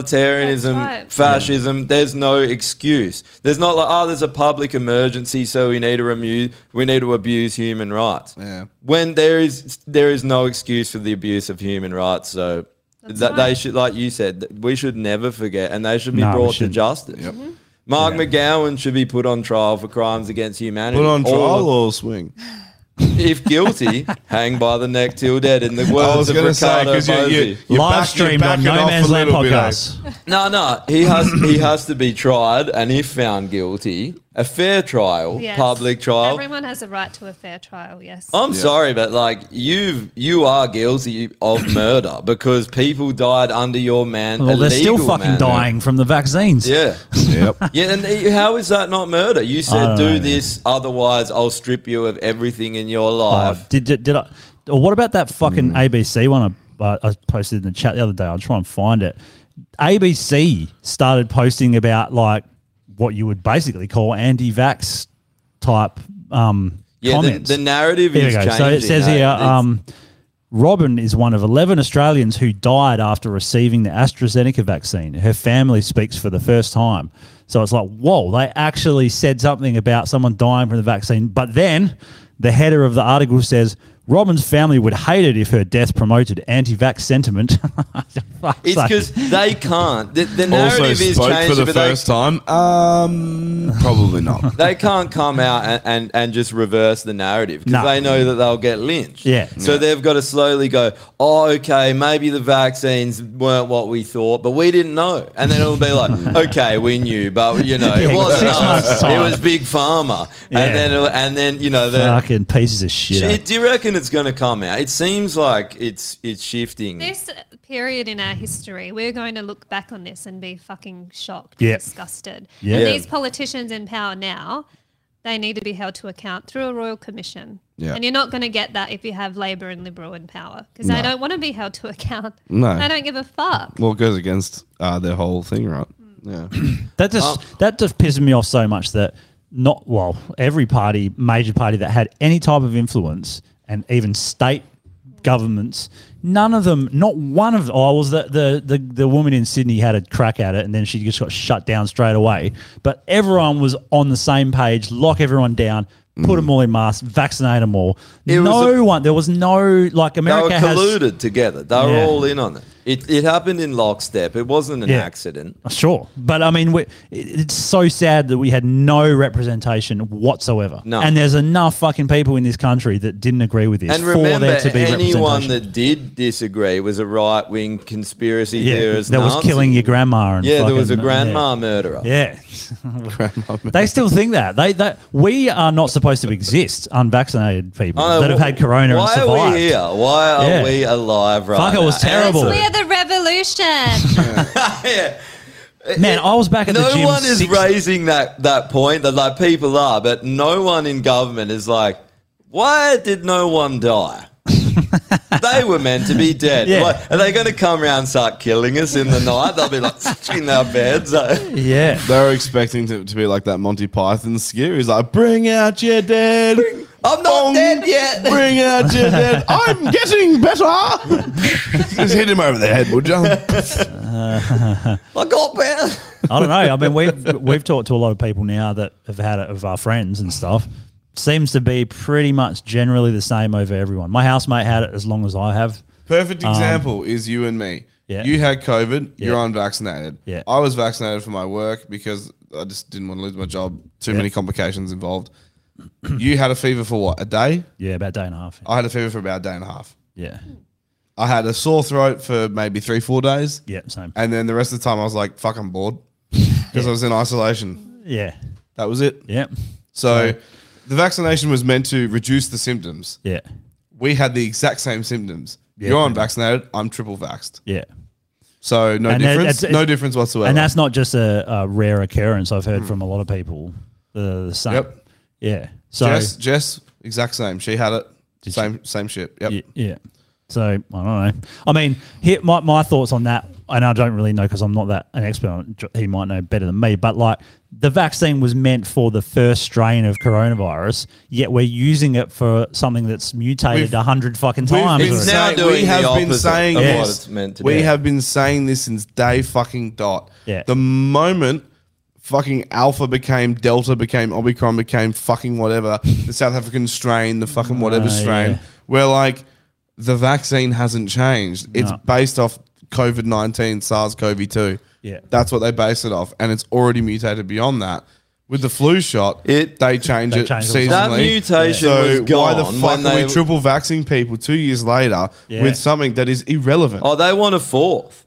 [SPEAKER 4] totalitarianism,
[SPEAKER 5] That's right.
[SPEAKER 4] fascism. There's no excuse. There's not like oh, there's a public emergency, so we need to abuse we need to abuse human rights.
[SPEAKER 2] Yeah.
[SPEAKER 4] When there is there is no excuse for the abuse of human rights, so that they should, like you said, th- we should never forget, and they should be
[SPEAKER 2] No, we
[SPEAKER 4] brought to
[SPEAKER 2] shouldn't.
[SPEAKER 4] justice.
[SPEAKER 5] Mm-hmm.
[SPEAKER 4] Mark McGowan should be put on trial for crimes against humanity.
[SPEAKER 2] Put on
[SPEAKER 4] All of-
[SPEAKER 2] trial or swing.
[SPEAKER 4] if guilty, hang by the neck till dead. In the
[SPEAKER 2] I
[SPEAKER 4] words
[SPEAKER 2] was
[SPEAKER 4] of
[SPEAKER 2] gonna
[SPEAKER 4] Ricardo
[SPEAKER 2] say, 'cause you- you-
[SPEAKER 4] Bozzi.
[SPEAKER 2] you're Live back- you're streamed on backing No off Man's a Land little bit, eh? podcast.
[SPEAKER 4] No, no, he has he has to be tried, and if found guilty, a fair trial,
[SPEAKER 5] Yes.
[SPEAKER 4] public trial.
[SPEAKER 5] Everyone has a right to a fair trial, yes.
[SPEAKER 4] I'm sorry, but like you, you are guilty of murder because people died under your man.
[SPEAKER 6] well, they're still
[SPEAKER 4] illegal
[SPEAKER 6] fucking
[SPEAKER 4] mandate.
[SPEAKER 6] dying from the vaccines.
[SPEAKER 4] Yeah. Yeah, and he- how is that not murder? You said
[SPEAKER 6] don't
[SPEAKER 4] do
[SPEAKER 6] know,
[SPEAKER 4] this, otherwise I'll strip you of everything in your life.
[SPEAKER 6] Oh, did, did did I? Or what about that fucking ABC one I, uh, I posted in the chat the other day? I'll try and find it. ABC started posting about like what you would basically call anti-vax type um,
[SPEAKER 4] Yeah, the,
[SPEAKER 6] comments.
[SPEAKER 4] the narrative
[SPEAKER 6] Here
[SPEAKER 4] is
[SPEAKER 6] we go.
[SPEAKER 4] changing.
[SPEAKER 6] So it says
[SPEAKER 4] eh?
[SPEAKER 6] here,
[SPEAKER 4] It's-
[SPEAKER 6] um, Robin is one of 11 Australians who died after receiving the AstraZeneca vaccine. Her family speaks for the first time. So it's like, whoa, they actually said something about someone dying from the vaccine. But then the header of the article says, Robin's family would hate it if her death promoted anti vax sentiment.
[SPEAKER 4] It's
[SPEAKER 6] like-
[SPEAKER 4] because they can't. The, the narrative
[SPEAKER 2] Also
[SPEAKER 4] is
[SPEAKER 2] spoke
[SPEAKER 4] changed
[SPEAKER 2] for the
[SPEAKER 4] but they-
[SPEAKER 2] first time. Um, probably not.
[SPEAKER 4] they can't come out and, and, and just reverse the narrative because
[SPEAKER 2] No.
[SPEAKER 4] they know that they'll get lynched.
[SPEAKER 2] Yeah.
[SPEAKER 4] So they've got to slowly go, oh, okay, maybe the vaccines weren't what we thought, but we didn't know. And then it'll be like, okay, we knew, but you know, it
[SPEAKER 6] Yeah,
[SPEAKER 4] wasn't
[SPEAKER 6] six months'
[SPEAKER 4] us. It
[SPEAKER 6] time.
[SPEAKER 4] was Big Pharma.
[SPEAKER 6] Yeah.
[SPEAKER 4] And then, it'll- and then you know, the,
[SPEAKER 6] Fucking pieces of shit. eh?
[SPEAKER 4] Shit, do you reckon it's going to come out? It seems like it's it's
[SPEAKER 2] Mm.
[SPEAKER 4] shifting.
[SPEAKER 5] This period in our history, we're going to look back on this and be fucking shocked,
[SPEAKER 4] Yeah.
[SPEAKER 5] disgusted.
[SPEAKER 4] Yeah.
[SPEAKER 5] And these politicians in power now, they need to be held to account through a royal commission.
[SPEAKER 2] Yeah.
[SPEAKER 5] And you're not going to get that if you have Labor and Liberal in power because they
[SPEAKER 2] No.
[SPEAKER 5] don't want to be held to account.
[SPEAKER 2] No.
[SPEAKER 5] I don't give a fuck.
[SPEAKER 2] Well, it goes against uh, their whole thing, right? Yeah.
[SPEAKER 6] That just
[SPEAKER 4] Um,
[SPEAKER 6] that just pisses me off so much that not well every party, major party that had any type of influence, and even state governments, none of them, not one of. Oh, I was the the the, the woman in Sydney had a crack at it, and then she just got shut down straight away. But everyone was on the same page. Lock everyone down. Put them all in masks. Vaccinate them all.
[SPEAKER 4] Mm. It was
[SPEAKER 6] no
[SPEAKER 4] a-
[SPEAKER 6] one. There was no like America
[SPEAKER 4] they were
[SPEAKER 6] has-
[SPEAKER 4] colluded together. They were
[SPEAKER 6] Yeah.
[SPEAKER 4] all in on it. it. It happened in lockstep. It wasn't an
[SPEAKER 6] Yeah.
[SPEAKER 4] accident.
[SPEAKER 6] Sure, but I mean, we, it- it's so sad that we had no representation whatsoever.
[SPEAKER 4] No.
[SPEAKER 6] and there's enough fucking people in this country that didn't agree with this
[SPEAKER 4] and
[SPEAKER 6] for
[SPEAKER 4] remember,
[SPEAKER 6] there to be
[SPEAKER 4] anyone
[SPEAKER 6] representation.
[SPEAKER 4] that did disagree was a right wing conspiracy
[SPEAKER 6] yeah,
[SPEAKER 4] theorist.
[SPEAKER 6] that was
[SPEAKER 4] Nazi.
[SPEAKER 6] killing your grandma. And
[SPEAKER 4] Yeah, there was a
[SPEAKER 6] fucking- uh,
[SPEAKER 4] grandma murderer.
[SPEAKER 6] Yeah. yeah. they still think that they that we are not supposed to exist, unvaccinated people
[SPEAKER 4] I know,
[SPEAKER 6] that have had corona and
[SPEAKER 4] Why
[SPEAKER 6] survived.
[SPEAKER 4] are we here? Why are
[SPEAKER 6] Yeah.
[SPEAKER 4] we alive right
[SPEAKER 6] Fuck, it was
[SPEAKER 4] now?
[SPEAKER 6] terrible.
[SPEAKER 5] We are the revolution.
[SPEAKER 6] Man, I was back at
[SPEAKER 4] no
[SPEAKER 6] the gym.
[SPEAKER 4] one is
[SPEAKER 6] six-
[SPEAKER 4] raising that that point that like people are, but no one in government is like, why did no one die? they were meant to be dead.
[SPEAKER 6] Yeah.
[SPEAKER 4] Like, are they going to come around and start killing us in the night? They'll be like in our beds. Like,
[SPEAKER 6] Yeah.
[SPEAKER 2] They were expecting to, to be like that Monty Python skit. He's like, bring out your dead.
[SPEAKER 4] I'm not dead yet.
[SPEAKER 2] Bring out your dead. I'm getting better.
[SPEAKER 11] Just hit him over the head, would you?
[SPEAKER 6] Uh,
[SPEAKER 4] I got better.
[SPEAKER 6] I don't know. I mean, we've we've talked to a lot of people now that have had it of our friends and stuff. Seems to be pretty much generally the same over everyone. My housemate had it as long as I have.
[SPEAKER 2] Perfect
[SPEAKER 6] Um,
[SPEAKER 2] example is you and me.
[SPEAKER 6] Yeah.
[SPEAKER 2] You had COVID.
[SPEAKER 6] Yeah.
[SPEAKER 2] You're unvaccinated.
[SPEAKER 6] Yeah.
[SPEAKER 2] I was vaccinated for my work because I just didn't want to lose my job. Too
[SPEAKER 6] Yeah.
[SPEAKER 2] many complications involved. you had a fever for what? A day?
[SPEAKER 6] Yeah, about a day and a half.
[SPEAKER 2] I had a fever for about a day and a half.
[SPEAKER 6] Yeah.
[SPEAKER 2] I had a sore throat for maybe three, four days.
[SPEAKER 6] Yeah, same.
[SPEAKER 2] And then the rest of the time I was like, fuck, I'm bored because I was in isolation.
[SPEAKER 6] Yeah.
[SPEAKER 2] That was it.
[SPEAKER 6] Yeah.
[SPEAKER 2] So the vaccination was meant to reduce the symptoms.
[SPEAKER 6] Yeah.
[SPEAKER 2] We had the exact same symptoms.
[SPEAKER 6] Yeah.
[SPEAKER 2] You're unvaccinated. I'm triple vaxxed.
[SPEAKER 6] Yeah.
[SPEAKER 2] So no
[SPEAKER 6] And that-
[SPEAKER 2] difference.
[SPEAKER 6] it's- it's-
[SPEAKER 2] no difference whatsoever.
[SPEAKER 6] And that's not just a, a rare occurrence. I've heard from a lot of people the, the same.
[SPEAKER 2] Hmm. Yep.
[SPEAKER 6] Yeah. So
[SPEAKER 2] Jess, Jess, exact same. She had it. Same, same shit. Yep.
[SPEAKER 6] Yeah. So I don't know. I mean, here, my my thoughts on that, and I don't really know because I'm not that an expert. on it. He might know better than me, but like the vaccine was meant for the first strain of coronavirus, yet we're using it for something that's mutated
[SPEAKER 2] We've-
[SPEAKER 6] a hundred fucking
[SPEAKER 2] We've
[SPEAKER 6] times.
[SPEAKER 2] been
[SPEAKER 6] already.
[SPEAKER 2] saying- we have been saying
[SPEAKER 4] of what
[SPEAKER 2] this.
[SPEAKER 4] it's meant to
[SPEAKER 2] we
[SPEAKER 4] be.
[SPEAKER 2] have been saying this since day fucking dot.
[SPEAKER 6] Yeah.
[SPEAKER 2] The moment fucking Alpha became Delta, became Omicron, became fucking whatever, the South African strain, the fucking whatever
[SPEAKER 6] Ah,
[SPEAKER 2] strain,
[SPEAKER 6] yeah.
[SPEAKER 2] we're like, the vaccine hasn't changed. It's
[SPEAKER 6] No.
[SPEAKER 2] based off COVID 19, SARS CoV 2.
[SPEAKER 6] Yeah.
[SPEAKER 2] That's what they base it off. And it's already mutated beyond that. With the flu shot, it, they change
[SPEAKER 4] They
[SPEAKER 2] it
[SPEAKER 4] change
[SPEAKER 2] seasonally.
[SPEAKER 4] it. That mutation
[SPEAKER 2] so
[SPEAKER 4] was
[SPEAKER 2] why the
[SPEAKER 4] gone
[SPEAKER 2] fuck
[SPEAKER 4] when
[SPEAKER 2] are
[SPEAKER 4] they-
[SPEAKER 2] we triple vaccinating people two years later
[SPEAKER 4] Yeah.
[SPEAKER 2] with something that is irrelevant?
[SPEAKER 4] Oh, they want a fourth.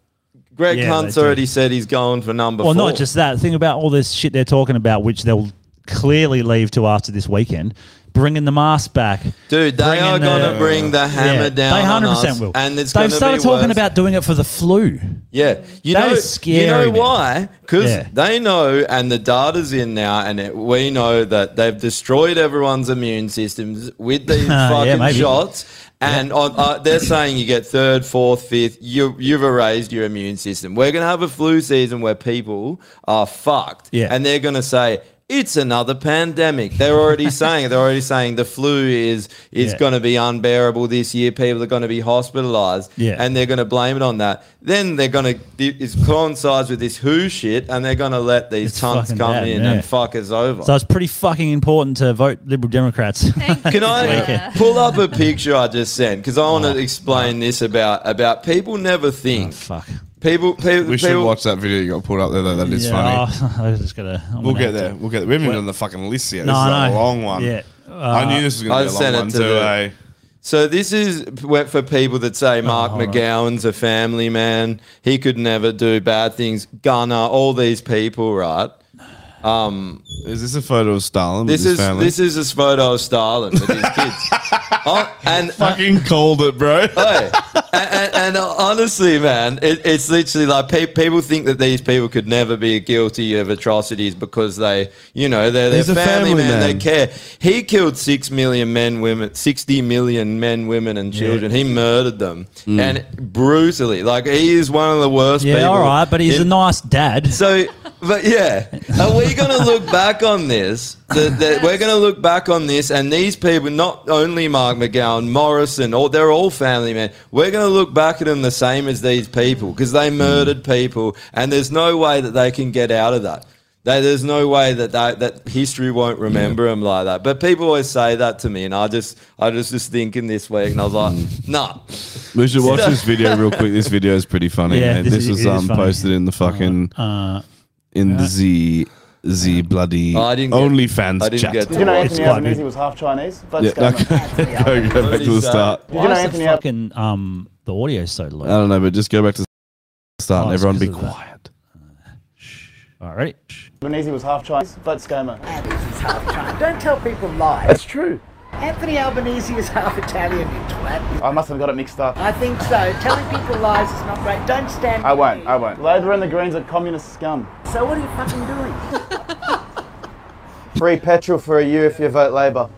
[SPEAKER 4] Greg
[SPEAKER 6] Yeah,
[SPEAKER 4] Hunt's
[SPEAKER 6] they do.
[SPEAKER 4] already said he's going for number
[SPEAKER 6] Well,
[SPEAKER 4] four.
[SPEAKER 6] not just that. Think about all this shit they're talking about, which they'll clearly leave to after this weekend. Bringing the mask back,
[SPEAKER 4] Dude, they
[SPEAKER 6] bringing
[SPEAKER 4] are going to bring the hammer down.
[SPEAKER 6] They
[SPEAKER 4] on
[SPEAKER 6] hundred
[SPEAKER 4] us,
[SPEAKER 6] percent will.
[SPEAKER 4] And it's
[SPEAKER 6] They've
[SPEAKER 4] gonna
[SPEAKER 6] started
[SPEAKER 4] be
[SPEAKER 6] talking
[SPEAKER 4] worse.
[SPEAKER 6] about doing it for the flu.
[SPEAKER 4] Yeah, you
[SPEAKER 6] That
[SPEAKER 4] know,
[SPEAKER 6] is
[SPEAKER 4] You
[SPEAKER 6] scary,
[SPEAKER 4] know
[SPEAKER 6] man.
[SPEAKER 4] why? Because
[SPEAKER 6] Yeah.
[SPEAKER 4] they know, and the data's in now, and it, we know that they've destroyed everyone's immune systems with these
[SPEAKER 6] Yeah,
[SPEAKER 4] fucking
[SPEAKER 6] maybe.
[SPEAKER 4] shots. And on, uh, they're saying you get third, fourth, fifth. You you've erased your immune system. We're gonna have a flu season where people are fucked.
[SPEAKER 6] Yeah.
[SPEAKER 4] and they're gonna say It's another pandemic. They're already saying it. They're already saying the flu is is
[SPEAKER 2] Yeah.
[SPEAKER 4] going to be unbearable this year. People are going to be hospitalized,
[SPEAKER 2] Yeah.
[SPEAKER 4] and they're going to blame it on that. Then they're going to it coincides with this WHO shit, and they're going to let these
[SPEAKER 6] fucking
[SPEAKER 4] cunts come
[SPEAKER 6] bad,
[SPEAKER 4] in
[SPEAKER 6] yeah.
[SPEAKER 4] and fuck us over.
[SPEAKER 6] So it's pretty fucking important to vote Liberal Democrats.
[SPEAKER 4] Can I pull up a picture I just sent? Because I want to explain this about about people never think.
[SPEAKER 6] Oh, fuck.
[SPEAKER 4] People, people,
[SPEAKER 2] We should
[SPEAKER 4] people
[SPEAKER 2] watch that video you got pulled up there, though. That is
[SPEAKER 4] Oh,
[SPEAKER 6] Yeah, Oh,
[SPEAKER 2] funny.
[SPEAKER 6] I was just gonna. I'm
[SPEAKER 2] We'll get
[SPEAKER 6] gonna have
[SPEAKER 2] there.
[SPEAKER 6] to-
[SPEAKER 2] We'll get there. We haven't
[SPEAKER 6] Well-
[SPEAKER 2] even done the fucking list yet.
[SPEAKER 6] No,
[SPEAKER 2] this is
[SPEAKER 6] I
[SPEAKER 2] a
[SPEAKER 6] know.
[SPEAKER 2] long one.
[SPEAKER 6] Yeah. Uh,
[SPEAKER 2] I knew this was
[SPEAKER 4] I
[SPEAKER 2] going to be a long
[SPEAKER 4] sent it
[SPEAKER 2] one
[SPEAKER 4] to
[SPEAKER 2] too.
[SPEAKER 4] the-
[SPEAKER 2] eh?
[SPEAKER 4] So this is went for people that
[SPEAKER 6] Oh,
[SPEAKER 4] say Mark McGowan's a family man. He could never do bad things. Gunner, all these people, right? Um,
[SPEAKER 2] eh? is this a photo of Stalin?
[SPEAKER 4] This
[SPEAKER 2] with his
[SPEAKER 4] is
[SPEAKER 2] family?
[SPEAKER 4] this is a photo of Stalin with his kids. Oh, and
[SPEAKER 2] fucking called it, bro.
[SPEAKER 4] Uh, and, and, and uh, honestly, man, it, it's literally like pe- people think that these people could never be guilty of atrocities because they, you know, they're their
[SPEAKER 2] He's a
[SPEAKER 4] family,
[SPEAKER 2] family
[SPEAKER 4] man.
[SPEAKER 2] man.
[SPEAKER 4] They care. He killed six million men, women, sixty million men, women, and children. He murdered them
[SPEAKER 6] Mm.
[SPEAKER 4] and brutally. Like he is one of the worst.
[SPEAKER 6] Yeah,
[SPEAKER 4] people
[SPEAKER 6] all right, but he's
[SPEAKER 4] in-
[SPEAKER 6] a nice dad.
[SPEAKER 4] so, but yeah, are we going to look back on this? That, that we're going to look back on this, and these people, not only Mark McGowan, Morrison, all they're all family men. We're going to look back at them the same as these people because they
[SPEAKER 2] Hmm.
[SPEAKER 4] murdered people, and there's no way that they can get out of that. They, there's no way that they, that history won't remember them like that. But people always say that to me, and I just I just was thinking this week, and I was like,
[SPEAKER 2] Hmm.
[SPEAKER 4] nah.
[SPEAKER 2] We should watch this video real quick. This video is pretty funny.
[SPEAKER 4] Yeah,
[SPEAKER 2] man.
[SPEAKER 4] this
[SPEAKER 2] This,
[SPEAKER 4] is- it
[SPEAKER 2] was
[SPEAKER 4] is
[SPEAKER 2] um,
[SPEAKER 4] funny.
[SPEAKER 2] posted in the fucking
[SPEAKER 6] Uh,
[SPEAKER 2] in
[SPEAKER 12] yeah.
[SPEAKER 2] the the bloody
[SPEAKER 12] Oh, I didn't get-
[SPEAKER 2] OnlyFans
[SPEAKER 12] I didn't
[SPEAKER 2] chat.
[SPEAKER 12] Did you know
[SPEAKER 2] It's
[SPEAKER 12] Anthony
[SPEAKER 2] quite
[SPEAKER 12] Albanese
[SPEAKER 2] good.
[SPEAKER 12] was half Chinese?
[SPEAKER 2] Yeah,
[SPEAKER 12] Blood
[SPEAKER 2] okay. go, go back to the start.
[SPEAKER 6] Why
[SPEAKER 12] you know
[SPEAKER 6] is
[SPEAKER 12] Anthony
[SPEAKER 6] the
[SPEAKER 12] Al-
[SPEAKER 6] fucking um the audio so
[SPEAKER 2] I
[SPEAKER 6] low?
[SPEAKER 2] don't know, but just go back to the start.
[SPEAKER 6] Oh,
[SPEAKER 2] and
[SPEAKER 6] it's
[SPEAKER 2] everyone be
[SPEAKER 6] 'cause of that.
[SPEAKER 2] quiet.
[SPEAKER 6] All right.
[SPEAKER 12] Albanese was half Chinese. Blood scammer.
[SPEAKER 13] Don't tell people lies.
[SPEAKER 12] That's true.
[SPEAKER 13] Anthony Albanese is half Italian, you twat.
[SPEAKER 12] I must have got it mixed up.
[SPEAKER 13] I think so. Telling people lies is not great. Don't stand.
[SPEAKER 12] I won't. I won't. Labour and the Greens are communist scum.
[SPEAKER 13] So what are you fucking doing?
[SPEAKER 12] Free petrol for a year if you vote Labour.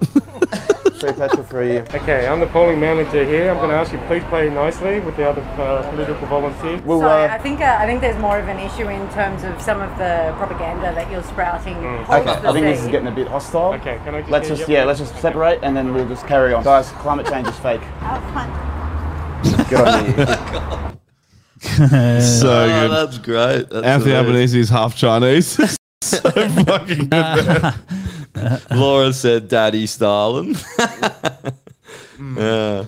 [SPEAKER 12] Free petrol for a year.
[SPEAKER 14] Okay, I'm the polling manager here. I'm going to ask you please play nicely with the other uh, political volunteers.
[SPEAKER 12] We'll,
[SPEAKER 15] Sorry,
[SPEAKER 12] uh,
[SPEAKER 15] I think uh, I think there's more of an issue in terms of some of the propaganda that you're sprouting.
[SPEAKER 12] Mm. Okay, I think this is getting a bit hostile. Okay, can I just let's just yeah, let's just separate and then we'll just carry on. Guys, climate change is fake. Good on you.
[SPEAKER 2] so
[SPEAKER 4] Oh,
[SPEAKER 2] good.
[SPEAKER 4] that's great. That's
[SPEAKER 2] Anthony
[SPEAKER 4] hilarious.
[SPEAKER 2] Albanese is half Chinese. so fucking good. man.
[SPEAKER 4] Laura said, "Daddy Stalin." yeah.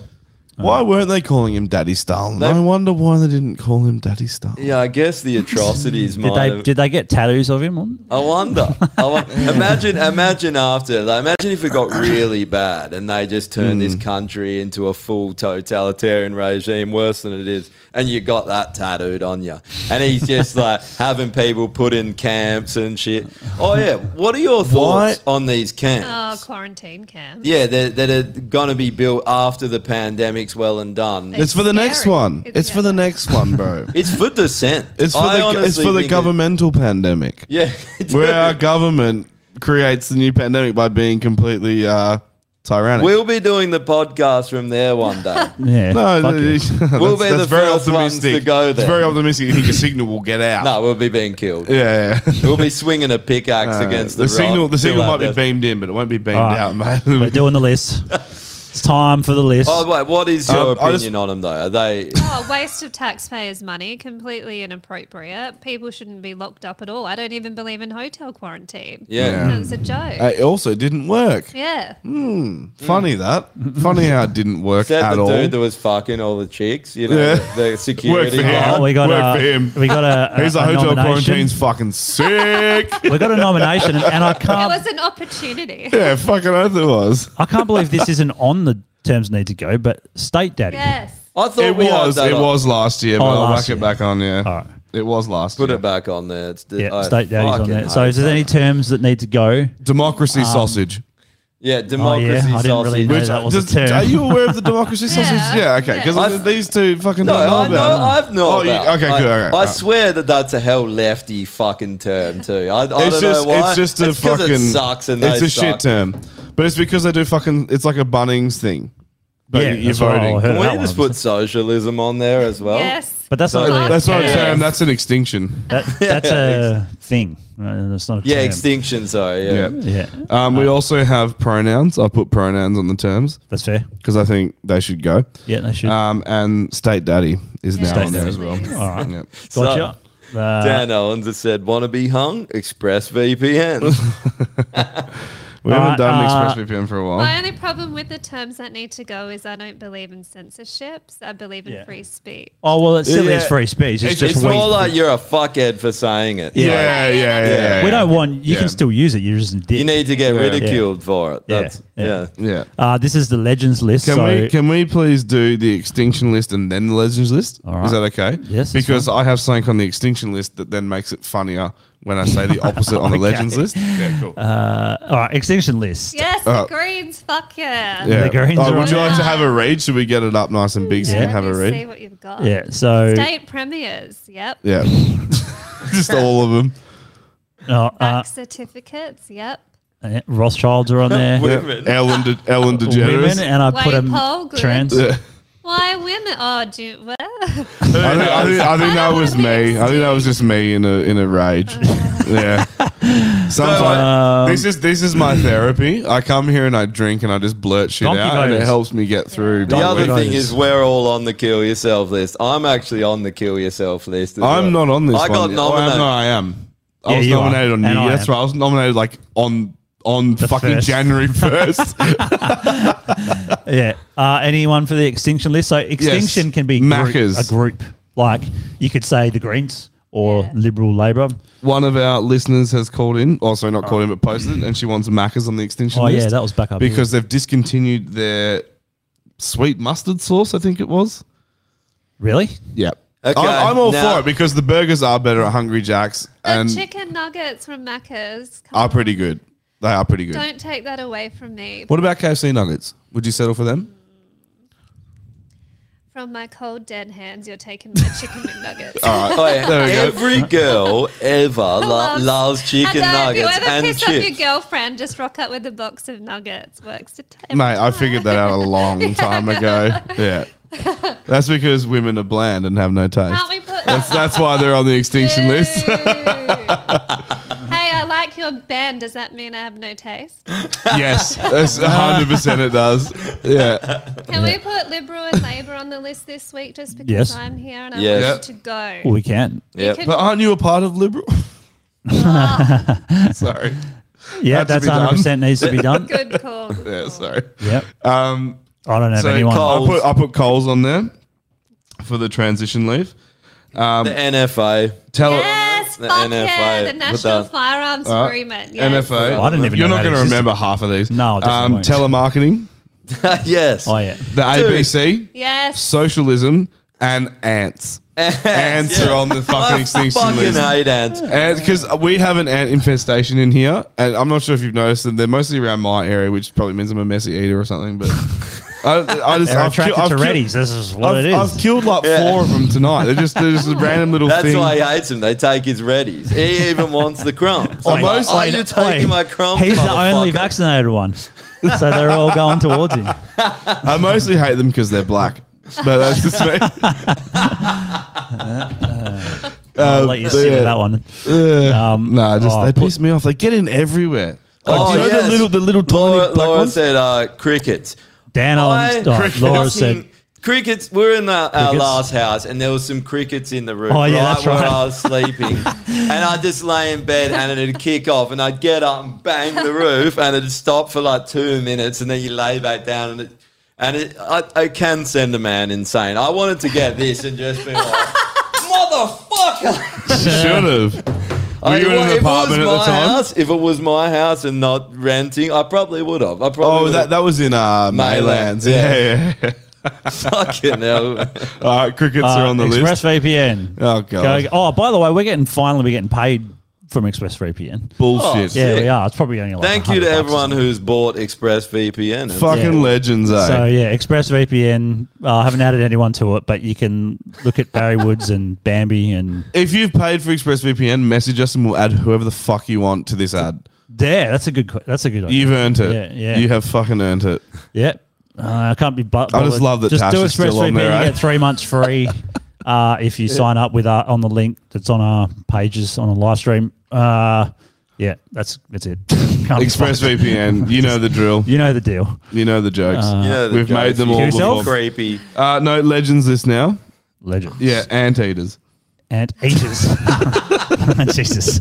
[SPEAKER 2] Why weren't they calling him Daddy Stalin?
[SPEAKER 4] Uh-huh. They-
[SPEAKER 2] I wonder why they didn't call him Daddy Stalin.
[SPEAKER 4] yeah, I guess the atrocities
[SPEAKER 6] Did
[SPEAKER 4] might.
[SPEAKER 6] they
[SPEAKER 4] have-
[SPEAKER 6] did they get tattoos of him? On?
[SPEAKER 4] I wonder. I won- imagine, imagine after. Like, imagine if it got really bad and they just turned
[SPEAKER 2] Hmm.
[SPEAKER 4] this country into a full totalitarian regime, worse than it is, and you got that tattooed on you. And he's just like having people put in camps and shit. Oh yeah, what are your thoughts on these camps?
[SPEAKER 5] Oh, quarantine camp.
[SPEAKER 4] Yeah, that, that are going to be built after the pandemic's well and done.
[SPEAKER 2] It's for the next one. It's for the next one, bro.
[SPEAKER 4] It's for dissent.
[SPEAKER 2] It's for
[SPEAKER 4] I
[SPEAKER 2] the it's
[SPEAKER 4] honestly
[SPEAKER 2] for the
[SPEAKER 4] think it-
[SPEAKER 2] governmental pandemic.
[SPEAKER 4] Yeah,
[SPEAKER 2] where our government creates the new pandemic by being completely uh, tyrannic.
[SPEAKER 4] We'll be doing the podcast from there one day.
[SPEAKER 2] yeah, no,
[SPEAKER 4] fuck
[SPEAKER 2] that's,
[SPEAKER 4] yeah. We'll be
[SPEAKER 2] that's
[SPEAKER 4] the
[SPEAKER 2] very
[SPEAKER 4] first ones
[SPEAKER 2] optimistic.
[SPEAKER 4] to go
[SPEAKER 2] It's
[SPEAKER 4] there.
[SPEAKER 2] very optimistic. You think a signal will get out?
[SPEAKER 4] no, we'll be being killed.
[SPEAKER 2] Yeah,
[SPEAKER 4] we'll be swinging a pickaxe
[SPEAKER 2] Uh,
[SPEAKER 4] against the,
[SPEAKER 2] the signal.
[SPEAKER 4] rock
[SPEAKER 2] The signal
[SPEAKER 4] till
[SPEAKER 2] might
[SPEAKER 4] that
[SPEAKER 2] be
[SPEAKER 4] does-
[SPEAKER 2] beamed in, but it won't be beamed
[SPEAKER 6] All right.
[SPEAKER 2] out, mate.
[SPEAKER 6] We're doing the list. It's time for the list.
[SPEAKER 4] Oh wait, what is your
[SPEAKER 6] Um, I
[SPEAKER 4] opinion
[SPEAKER 6] just-
[SPEAKER 4] on them though? Are they?
[SPEAKER 5] Oh, waste of taxpayers' money, completely inappropriate. People shouldn't be locked up at all. I don't even believe in hotel quarantine.
[SPEAKER 2] Yeah.
[SPEAKER 5] That's a joke.
[SPEAKER 2] Uh, It also didn't work.
[SPEAKER 5] yeah.
[SPEAKER 2] Hmm. Funny that. Funny how it didn't work
[SPEAKER 4] Is that
[SPEAKER 2] at
[SPEAKER 4] the
[SPEAKER 2] all.
[SPEAKER 4] dude that was fucking all the chicks? You know,
[SPEAKER 2] Yeah.
[SPEAKER 4] the, the security.
[SPEAKER 2] Work for him.
[SPEAKER 4] guard?
[SPEAKER 6] we got
[SPEAKER 2] Work
[SPEAKER 6] a-
[SPEAKER 2] for him.
[SPEAKER 6] we got a-
[SPEAKER 2] He's
[SPEAKER 6] a-
[SPEAKER 2] a,
[SPEAKER 6] a
[SPEAKER 2] hotel
[SPEAKER 6] nomination.
[SPEAKER 2] quarantine's fucking sick.
[SPEAKER 6] We got a nomination, and, and I
[SPEAKER 5] It
[SPEAKER 6] can't.
[SPEAKER 5] was an opportunity.
[SPEAKER 2] yeah, fucking oath it was.
[SPEAKER 6] I can't believe this isn't on the terms need to go, but state daddy.
[SPEAKER 5] Yes.
[SPEAKER 4] I thought
[SPEAKER 2] It
[SPEAKER 4] we had
[SPEAKER 2] was.
[SPEAKER 4] that
[SPEAKER 2] It
[SPEAKER 4] on.
[SPEAKER 2] was last year,
[SPEAKER 6] Oh,
[SPEAKER 2] but I'll
[SPEAKER 6] last
[SPEAKER 2] whack it back on. Yeah. It was last
[SPEAKER 4] Put
[SPEAKER 2] year.
[SPEAKER 4] it back on there. It's
[SPEAKER 6] Yeah,
[SPEAKER 4] I
[SPEAKER 6] state daddy's on
[SPEAKER 4] fucking
[SPEAKER 6] there. So
[SPEAKER 4] hate
[SPEAKER 6] if there's
[SPEAKER 4] that.
[SPEAKER 6] any terms that need to go,
[SPEAKER 2] democracy sausage.
[SPEAKER 4] Yeah, democracy
[SPEAKER 6] Oh, I didn't
[SPEAKER 4] sausage.
[SPEAKER 6] really know Um, that was a
[SPEAKER 2] Does-
[SPEAKER 6] term.
[SPEAKER 2] Are you aware of the democracy sausage? Yeah, okay. Because these two fucking don't know
[SPEAKER 4] I
[SPEAKER 2] about
[SPEAKER 4] know,
[SPEAKER 2] it.
[SPEAKER 4] I've known
[SPEAKER 2] Oh, you-
[SPEAKER 4] about it.
[SPEAKER 2] okay,
[SPEAKER 4] I,
[SPEAKER 2] good, okay,
[SPEAKER 4] I
[SPEAKER 2] alright.
[SPEAKER 4] swear that that's a hell lefty fucking term too. I, I
[SPEAKER 2] it's
[SPEAKER 4] don't
[SPEAKER 2] just,
[SPEAKER 4] know why.
[SPEAKER 2] it's just a
[SPEAKER 4] 'cause
[SPEAKER 2] fucking.
[SPEAKER 4] It sucks and
[SPEAKER 2] it's
[SPEAKER 4] they
[SPEAKER 2] a
[SPEAKER 4] suck.
[SPEAKER 2] shit term, but it's because they do fucking. It's like a Bunnings thing. But
[SPEAKER 6] Yeah,
[SPEAKER 2] you- you're
[SPEAKER 6] that's what I
[SPEAKER 2] voting.
[SPEAKER 6] heard
[SPEAKER 4] Can we just put socialism on there as well?
[SPEAKER 5] Yes.
[SPEAKER 6] But that's not really-
[SPEAKER 2] that's not a
[SPEAKER 6] Yeah.
[SPEAKER 2] term. That's an extinction.
[SPEAKER 6] That, that's a thing. Uh, That's not a
[SPEAKER 4] Yeah,
[SPEAKER 6] term.
[SPEAKER 4] extinction. Sorry. Yeah.
[SPEAKER 6] Yeah.
[SPEAKER 2] Um,
[SPEAKER 6] Ah.
[SPEAKER 2] we also have pronouns. I put pronouns on the terms.
[SPEAKER 6] That's fair.
[SPEAKER 2] Because I think they should go.
[SPEAKER 6] Yeah, they
[SPEAKER 4] Uh,
[SPEAKER 6] should.
[SPEAKER 2] Um, and state daddy is now
[SPEAKER 6] State
[SPEAKER 2] on there
[SPEAKER 6] daddy.
[SPEAKER 2] as well.
[SPEAKER 6] All right.
[SPEAKER 2] Yep.
[SPEAKER 6] Gotcha.
[SPEAKER 4] So,
[SPEAKER 6] Uh,
[SPEAKER 4] Dan Owens has said, "Want to be hung? ExpressVPN."
[SPEAKER 2] We haven't
[SPEAKER 4] Right,
[SPEAKER 2] done
[SPEAKER 4] uh,
[SPEAKER 2] ExpressVPN for a
[SPEAKER 5] My
[SPEAKER 2] while.
[SPEAKER 5] only problem with the terms that need to go is I don't believe in censorships. I believe in free speech.
[SPEAKER 6] Oh well, it's still is free speech. It's, just we-
[SPEAKER 4] more like you're a fuckhead for saying it.
[SPEAKER 6] Yeah.
[SPEAKER 4] Like,
[SPEAKER 6] Yeah,
[SPEAKER 2] yeah, yeah,
[SPEAKER 6] we don't want. You
[SPEAKER 4] Yeah.
[SPEAKER 6] can still use it. You're just a dick.
[SPEAKER 4] You need to get
[SPEAKER 6] Yeah.
[SPEAKER 4] ridiculed for it. That's,
[SPEAKER 6] Yeah.
[SPEAKER 4] yeah.
[SPEAKER 2] Yeah.
[SPEAKER 6] Uh, this is the legends list.
[SPEAKER 2] Can
[SPEAKER 6] so
[SPEAKER 2] we can we please do the extinction list and then the legends list? Is that okay?
[SPEAKER 6] Yes, that's
[SPEAKER 2] Because I have something on the extinction list that then makes it funnier when I say the opposite on the
[SPEAKER 6] Okay.
[SPEAKER 2] legends list. Yeah, cool.
[SPEAKER 6] Uh, all right, extinction list.
[SPEAKER 5] Yes,
[SPEAKER 2] Uh,
[SPEAKER 5] the Greens. Fuck yeah.
[SPEAKER 2] Yeah.
[SPEAKER 6] The Greens
[SPEAKER 2] oh,
[SPEAKER 6] are
[SPEAKER 2] would you
[SPEAKER 6] on.
[SPEAKER 2] like to have a read? Should we get it up nice and big so you can have a
[SPEAKER 5] Let's see
[SPEAKER 2] read?
[SPEAKER 5] what you've got.
[SPEAKER 2] Yeah, so-
[SPEAKER 5] state premiers. Yep.
[SPEAKER 2] Yeah. Just all of them.
[SPEAKER 6] Oh, uh,
[SPEAKER 5] Certificates. Yep.
[SPEAKER 6] yeah, Rothschilds are on there.
[SPEAKER 2] Women. Ellen De- Ellen DeGeneres.
[SPEAKER 6] Women, and I put
[SPEAKER 5] Wait,
[SPEAKER 6] them
[SPEAKER 5] Paul Good.
[SPEAKER 6] trans.
[SPEAKER 2] Yeah.
[SPEAKER 5] Why women? Oh, do you, what?
[SPEAKER 2] I think, I think, I think that was me. I think that was just me in a in a rage. yeah.
[SPEAKER 4] uh,
[SPEAKER 6] um,
[SPEAKER 2] Sometimes this is this is my therapy. I come here and I drink and I just blurt shit
[SPEAKER 4] Donkey
[SPEAKER 2] out, and it
[SPEAKER 4] voters.
[SPEAKER 2] helps me get through.
[SPEAKER 4] The other thing is, we're all on the kill yourself list. I'm actually on the kill yourself list. as
[SPEAKER 2] I'm
[SPEAKER 4] well.
[SPEAKER 2] not on this.
[SPEAKER 4] I got
[SPEAKER 2] one. Oh,
[SPEAKER 4] nominated.
[SPEAKER 2] no, I am. I
[SPEAKER 4] Yeah,
[SPEAKER 2] was
[SPEAKER 4] you are.
[SPEAKER 2] nominated on New
[SPEAKER 4] And I
[SPEAKER 2] Year. That's
[SPEAKER 4] am.
[SPEAKER 2] right. I was nominated like on on fucking
[SPEAKER 6] first.
[SPEAKER 2] January first.
[SPEAKER 6] Yeah. Uh, anyone for the extinction list? So extinction can be group-
[SPEAKER 2] Maccas.
[SPEAKER 6] a group. Like you could say the Greens or Liberal Labor.
[SPEAKER 2] One of our listeners has called in, also not called in, but posted, and she wants Macca's on the extinction
[SPEAKER 6] Oh,
[SPEAKER 2] list.
[SPEAKER 6] yeah, that was back up
[SPEAKER 2] Because they've discontinued their sweet mustard sauce, I think it was.
[SPEAKER 6] Really?
[SPEAKER 2] Yeah.
[SPEAKER 4] Okay,
[SPEAKER 2] I'm, I'm all
[SPEAKER 4] now-
[SPEAKER 2] for it because the burgers are better at Hungry Jack's and
[SPEAKER 5] Chicken nuggets from Macca's. Come
[SPEAKER 2] are pretty good. They are pretty good.
[SPEAKER 5] Don't take that away from me.
[SPEAKER 2] What about KFC nuggets? Would you settle for them?
[SPEAKER 5] From my cold dead hands, you're taking my chicken McNuggets.
[SPEAKER 2] All right.
[SPEAKER 4] Oh, yeah.
[SPEAKER 2] There we go.
[SPEAKER 4] Every girl ever lo-
[SPEAKER 5] Loves-
[SPEAKER 4] loves, chicken
[SPEAKER 5] Adam,
[SPEAKER 4] nuggets
[SPEAKER 5] uh, If you ever
[SPEAKER 4] and
[SPEAKER 5] piss off your
[SPEAKER 4] chips.
[SPEAKER 5] girlfriend, just rock up with a box of nuggets. Works to time.
[SPEAKER 2] Mate, I figured that out a long time ago. Yeah. That's because women are bland and have no taste.
[SPEAKER 5] Can't we put-
[SPEAKER 2] that's, that's why they're on the extinction list.
[SPEAKER 5] Hey, I like your band. Does that mean I have no taste?
[SPEAKER 2] yes, that's 100% it does. Yeah.
[SPEAKER 5] Can we put Liberal and Labour on the list this week just because
[SPEAKER 2] Yes. Oh,
[SPEAKER 5] I'm here and I
[SPEAKER 2] Yes.
[SPEAKER 5] want you to go?
[SPEAKER 6] We can.
[SPEAKER 5] Yeah. can-
[SPEAKER 2] But aren't you a part of Liberal? sorry.
[SPEAKER 6] Yeah,
[SPEAKER 2] Had to
[SPEAKER 6] that's
[SPEAKER 2] be done.
[SPEAKER 6] 100% needs to be done.
[SPEAKER 5] Good call.
[SPEAKER 2] yeah, sorry.
[SPEAKER 6] Yep.
[SPEAKER 2] Um,
[SPEAKER 6] I don't have anyone.
[SPEAKER 2] I put, I put Coles on there for the transition leave. Um,
[SPEAKER 4] The NFA.
[SPEAKER 2] Tell
[SPEAKER 5] Yes,
[SPEAKER 4] The
[SPEAKER 5] fuck
[SPEAKER 4] NFA.
[SPEAKER 5] yeah, the
[SPEAKER 4] Put
[SPEAKER 5] National
[SPEAKER 4] that-
[SPEAKER 5] Firearms
[SPEAKER 2] All right.
[SPEAKER 5] Agreement. Yes.
[SPEAKER 2] NFA.
[SPEAKER 6] I didn't even
[SPEAKER 2] You're
[SPEAKER 6] know
[SPEAKER 2] not
[SPEAKER 6] that
[SPEAKER 2] going to
[SPEAKER 6] existed.
[SPEAKER 2] remember half of these. No,
[SPEAKER 6] definitely
[SPEAKER 2] um,
[SPEAKER 6] won't.
[SPEAKER 2] telemarketing.
[SPEAKER 4] yes.
[SPEAKER 6] Oh yeah.
[SPEAKER 2] The ABC.
[SPEAKER 5] Yes.
[SPEAKER 2] Socialism and ants. Ants, are on the fucking
[SPEAKER 4] I
[SPEAKER 2] extinction
[SPEAKER 4] fucking
[SPEAKER 2] list.
[SPEAKER 4] hate ants.
[SPEAKER 2] Because we have an ant infestation in here, and I'm not sure if you've noticed them. They're mostly around my area, which probably means I'm a messy eater or something. But I, I just
[SPEAKER 6] They're
[SPEAKER 2] I've
[SPEAKER 6] attracted
[SPEAKER 2] ki- I've
[SPEAKER 6] to
[SPEAKER 2] ki-
[SPEAKER 6] reddies. This is what
[SPEAKER 2] I've-
[SPEAKER 6] it is.
[SPEAKER 2] I've killed like four of them tonight. They're just they're just a random little
[SPEAKER 4] That's
[SPEAKER 2] thing.
[SPEAKER 4] why he hates them. They take his readies. He even wants the crumbs.
[SPEAKER 6] Oi,
[SPEAKER 4] I'm like,
[SPEAKER 6] oi,
[SPEAKER 4] oh, you're taking
[SPEAKER 6] oi.
[SPEAKER 4] my crumbs.
[SPEAKER 6] He's the only vaccinated one, so they're all going towards him.
[SPEAKER 2] I mostly hate them because they're black. But that's just me. Uh,
[SPEAKER 6] I'll let you
[SPEAKER 2] but
[SPEAKER 6] sit with that one.
[SPEAKER 2] Uh, nah, just
[SPEAKER 6] oh,
[SPEAKER 2] they
[SPEAKER 6] put-
[SPEAKER 2] piss me off. They get in everywhere. Like,
[SPEAKER 4] Oh,
[SPEAKER 2] do you know
[SPEAKER 4] yes.
[SPEAKER 2] the little, the little tiny
[SPEAKER 4] Laura,
[SPEAKER 2] black
[SPEAKER 4] Laura
[SPEAKER 2] ones?
[SPEAKER 4] said uh, crickets.
[SPEAKER 6] Dan Owens. oh,
[SPEAKER 4] Crickets.
[SPEAKER 6] Laura said.
[SPEAKER 4] Crickets. We're in our, our
[SPEAKER 6] Crickets?
[SPEAKER 4] last house, and there was some crickets in the room.
[SPEAKER 6] Oh,
[SPEAKER 4] right
[SPEAKER 6] yeah, that's
[SPEAKER 4] Where
[SPEAKER 6] right.
[SPEAKER 4] I was sleeping, and I'd just lay in bed, and it'd kick off, and I'd get up and bang the roof, and it'd stop for like two minutes, and then you lay back down, and it, and it, I, I can send a man insane. I wanted to get this and just be like, motherfucker.
[SPEAKER 2] Should have. Were you in
[SPEAKER 4] well,
[SPEAKER 2] an
[SPEAKER 4] if it was
[SPEAKER 2] apartment at the
[SPEAKER 4] my
[SPEAKER 2] time?
[SPEAKER 4] House, if it was my house and not renting, I probably would have. I probably
[SPEAKER 2] Oh,
[SPEAKER 4] would
[SPEAKER 2] that, that was in uh,
[SPEAKER 4] Maylands,
[SPEAKER 2] Maylands. Yeah, yeah.
[SPEAKER 4] Fucking hell.
[SPEAKER 2] All right,
[SPEAKER 6] Uh,
[SPEAKER 2] crickets are on the list.
[SPEAKER 6] ExpressVPN.
[SPEAKER 2] Oh
[SPEAKER 6] Go,
[SPEAKER 2] god.
[SPEAKER 6] oh, by the way, we're getting finally we're getting paid from ExpressVPN.
[SPEAKER 2] Bullshit.
[SPEAKER 6] Oh, yeah,
[SPEAKER 4] sick.
[SPEAKER 6] we are. It's probably only like
[SPEAKER 4] Thank you to
[SPEAKER 6] 100 bucks.
[SPEAKER 4] everyone who's bought ExpressVPN.
[SPEAKER 2] Fucking legends, eh?
[SPEAKER 6] So yeah, ExpressVPN. uh, I haven't added anyone to it, but you can look at Barry Woods and Bambi and
[SPEAKER 2] If you've paid for ExpressVPN, message us and we'll add whoever the fuck you want to this ad.
[SPEAKER 6] there. That's a good. que- That's a good. Idea.
[SPEAKER 2] You've earned it.
[SPEAKER 6] Yeah, yeah.
[SPEAKER 2] You have fucking earned it.
[SPEAKER 6] Yep. Uh, I can't be but.
[SPEAKER 2] I just love that
[SPEAKER 6] Just
[SPEAKER 2] Tash
[SPEAKER 6] do
[SPEAKER 2] is still on
[SPEAKER 6] ExpressVPN.
[SPEAKER 2] there, eh?
[SPEAKER 6] You get three months free uh, if you
[SPEAKER 2] Yeah.
[SPEAKER 6] sign up with our, on the link that's on our pages on the live stream. Uh, yeah, that's that's it. Can't be fucked.
[SPEAKER 2] ExpressVPN, you know the drill.
[SPEAKER 6] You know the deal.
[SPEAKER 2] You know the jokes.
[SPEAKER 6] Uh, You know the
[SPEAKER 2] We've
[SPEAKER 6] jokes.
[SPEAKER 2] made them all
[SPEAKER 6] Kill yourself?
[SPEAKER 2] before.
[SPEAKER 4] Creepy.
[SPEAKER 2] Uh, no, legends this now.
[SPEAKER 6] Legends.
[SPEAKER 2] Yeah, anteaters.
[SPEAKER 6] and eaters. Jesus.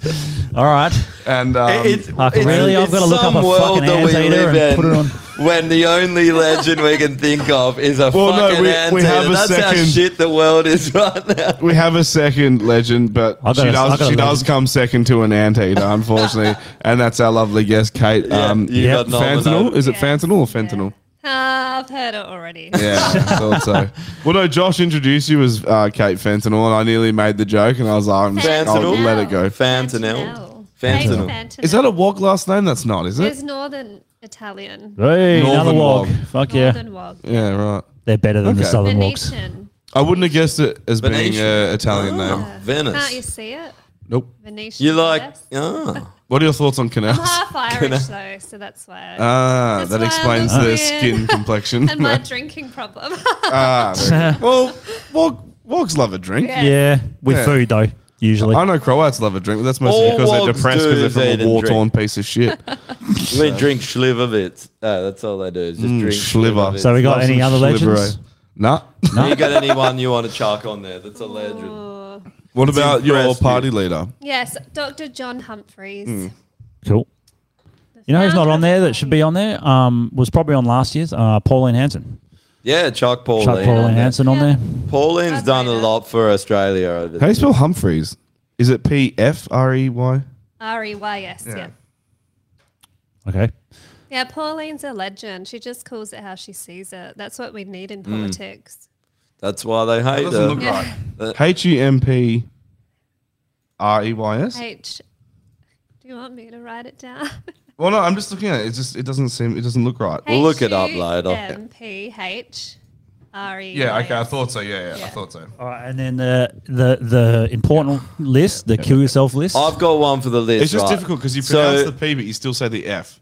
[SPEAKER 6] All right.
[SPEAKER 2] And um,
[SPEAKER 4] It- it's,
[SPEAKER 6] Fuck,
[SPEAKER 4] it's-
[SPEAKER 6] really, I've
[SPEAKER 4] it's
[SPEAKER 6] got to look up a
[SPEAKER 4] some world
[SPEAKER 6] fucking
[SPEAKER 4] that we
[SPEAKER 6] anteater
[SPEAKER 4] live
[SPEAKER 6] and
[SPEAKER 4] in
[SPEAKER 6] put it on.
[SPEAKER 4] when the only legend we can think of is a
[SPEAKER 2] Well, no,
[SPEAKER 4] fucking
[SPEAKER 2] we- we
[SPEAKER 4] anteater.
[SPEAKER 2] have a
[SPEAKER 4] That's how
[SPEAKER 2] second-
[SPEAKER 4] shit the world is right now.
[SPEAKER 2] We have a second legend, but
[SPEAKER 6] I got
[SPEAKER 2] she
[SPEAKER 6] a- I
[SPEAKER 2] does
[SPEAKER 6] got a
[SPEAKER 2] she does
[SPEAKER 6] legend.
[SPEAKER 2] come second to an anteater, unfortunately. and that's our lovely guest, Kate. um,
[SPEAKER 4] you got Yep. nominated.
[SPEAKER 2] fentanyl? Is it fentanyl or fentanyl?
[SPEAKER 5] Ah, I've heard it already.
[SPEAKER 2] Yeah, I thought so. Well, no, Josh introduced you as uh, Kate Fentanyl, and I nearly made the joke, and I was like, I'm just, I'll
[SPEAKER 4] Fentanyl?
[SPEAKER 2] let it go.
[SPEAKER 4] Fentanyl. Fentanyl.
[SPEAKER 5] Fentanyl.
[SPEAKER 2] Is that a wog last name? That's not, is it?
[SPEAKER 5] There's Northern Italian.
[SPEAKER 6] Hey, another
[SPEAKER 2] Northern
[SPEAKER 6] wog.
[SPEAKER 2] wog.
[SPEAKER 6] Fuck yeah.
[SPEAKER 5] Northern wog.
[SPEAKER 2] Yeah, right.
[SPEAKER 6] They're better than the
[SPEAKER 2] Okay.
[SPEAKER 6] southern wogs.
[SPEAKER 5] Venetian.
[SPEAKER 2] I wouldn't have guessed it as being
[SPEAKER 4] Venetian.
[SPEAKER 2] an Italian name.
[SPEAKER 5] Ah. Can't you see it?
[SPEAKER 2] Nope.
[SPEAKER 5] Venetian. yes.
[SPEAKER 4] ah.
[SPEAKER 2] What are your thoughts on
[SPEAKER 5] I'm
[SPEAKER 2] canals?
[SPEAKER 5] half Irish
[SPEAKER 2] Canal-
[SPEAKER 5] though, so that's why. I-
[SPEAKER 2] Ah,
[SPEAKER 5] that's
[SPEAKER 2] that
[SPEAKER 5] why I
[SPEAKER 2] explains
[SPEAKER 5] look
[SPEAKER 2] their
[SPEAKER 5] weird.
[SPEAKER 2] skin complexion.
[SPEAKER 5] and my drinking problem.
[SPEAKER 2] ah, very good. well, wog, wogs love a drink.
[SPEAKER 5] Yeah. Yeah,
[SPEAKER 6] with food, though, usually.
[SPEAKER 2] I know Croats love a drink, but that's mostly
[SPEAKER 4] All
[SPEAKER 2] because they're
[SPEAKER 4] wogs
[SPEAKER 2] depressed
[SPEAKER 4] do
[SPEAKER 2] because they're
[SPEAKER 4] is eat
[SPEAKER 2] from a
[SPEAKER 4] and
[SPEAKER 2] war torn
[SPEAKER 4] drink.
[SPEAKER 2] piece of shit.
[SPEAKER 4] We drink Schlivovitz. Uh, that's all they do is just
[SPEAKER 2] Mm,
[SPEAKER 4] drink
[SPEAKER 2] sliver.
[SPEAKER 4] Schlivovitz.
[SPEAKER 6] So we got Love any some other sliver, legends? eh?
[SPEAKER 2] Nah.
[SPEAKER 4] You got anyone you want to chuck on there? That's a legend.
[SPEAKER 2] What
[SPEAKER 4] It's
[SPEAKER 2] about your
[SPEAKER 4] impressed
[SPEAKER 2] party leader?
[SPEAKER 5] yes, Dr. John Humphreys.
[SPEAKER 2] Hmm.
[SPEAKER 6] Cool. You know who's not on there that should be on there? Um, was probably on last year's. Uh, Pauline Hanson.
[SPEAKER 4] Yeah, Chuck Pauline.
[SPEAKER 6] Chuck Pauline Hanson on there.
[SPEAKER 4] Pauline's done a lot for Australia over
[SPEAKER 2] How do
[SPEAKER 4] there.
[SPEAKER 2] you spell Humphreys? Is it P F R E Y?
[SPEAKER 5] R E Y S. Yeah. yeah.
[SPEAKER 6] Okay.
[SPEAKER 5] Pauline's a legend. She just calls it how she sees it. That's what we need in
[SPEAKER 2] Mm.
[SPEAKER 5] politics.
[SPEAKER 4] That's why they hate
[SPEAKER 2] doesn't
[SPEAKER 4] her.
[SPEAKER 2] look
[SPEAKER 5] Yeah. right.
[SPEAKER 2] H U M P R E Y S?
[SPEAKER 5] H. Do you want me to write it down?
[SPEAKER 2] Well, no, I'm just looking at it. It just it doesn't seem it doesn't look right.
[SPEAKER 5] M P H R E.
[SPEAKER 2] Yeah, okay, I thought so. Yeah, yeah, I thought so.
[SPEAKER 6] All right, and then the the the important list, the kill yourself list.
[SPEAKER 4] I've got one for the list.
[SPEAKER 2] It's just
[SPEAKER 4] right?
[SPEAKER 2] difficult because you
[SPEAKER 4] So-
[SPEAKER 2] pronounce the P, but you still say the F.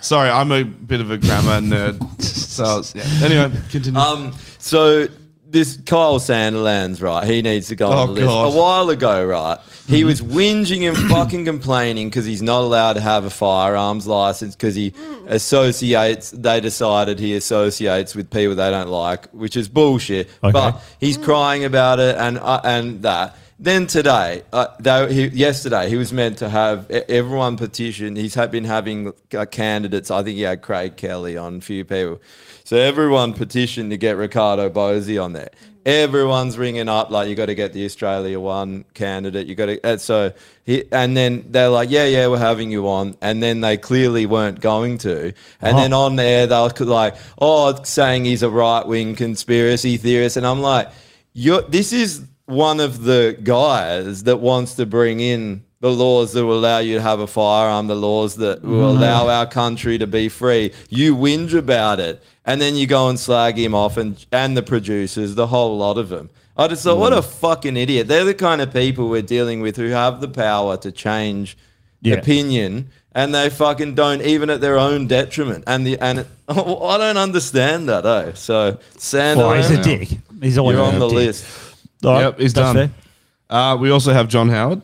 [SPEAKER 2] Sorry, I'm a bit of a grammar nerd. So yeah. anyway, continue.
[SPEAKER 4] Um, so this Kyle Sanderlands, right? He needs to go
[SPEAKER 2] Oh,
[SPEAKER 4] on the list.
[SPEAKER 2] God.
[SPEAKER 4] A while ago, right? He was whinging and fucking complaining because he's not allowed to have a firearms license because he associates. They decided he associates with people they don't like, which is bullshit. But he's crying about it and uh, and that. Then today, uh, though he, yesterday, he was meant to have e- everyone petition. He's had been having uh, candidates. I think he had Craig Kelly on, a few people. So everyone petitioned to get Ricardo Bozzi on there. Everyone's ringing up like you got to get the Australia one candidate. You got to and so he and then they're like, yeah, yeah, we're having you on, and then they clearly weren't going to. And
[SPEAKER 16] Oh.
[SPEAKER 4] then on there they were like, oh, it's saying he's a right wing conspiracy theorist, and I'm like, you this is one of the guys that wants to bring in the laws that will allow you to have a firearm, the laws that will
[SPEAKER 16] Mm.
[SPEAKER 4] allow our country to be free. You whinge about it, and then you go and slag him off, and and the producers, the whole lot of them. I just thought, what a fucking idiot! They're the kind of people we're dealing with who have the power to change
[SPEAKER 6] Yeah.
[SPEAKER 4] opinion, and they fucking don't, even at their own detriment. And the and it, I don't understand that, eh? So, Sandler,
[SPEAKER 6] Well, he's a dick. He's always
[SPEAKER 4] you're
[SPEAKER 6] been
[SPEAKER 4] on
[SPEAKER 6] a
[SPEAKER 4] the
[SPEAKER 6] dick.
[SPEAKER 4] list.
[SPEAKER 6] All right,
[SPEAKER 2] yep, he's
[SPEAKER 6] that's
[SPEAKER 2] done. Uh, we also have John Howard.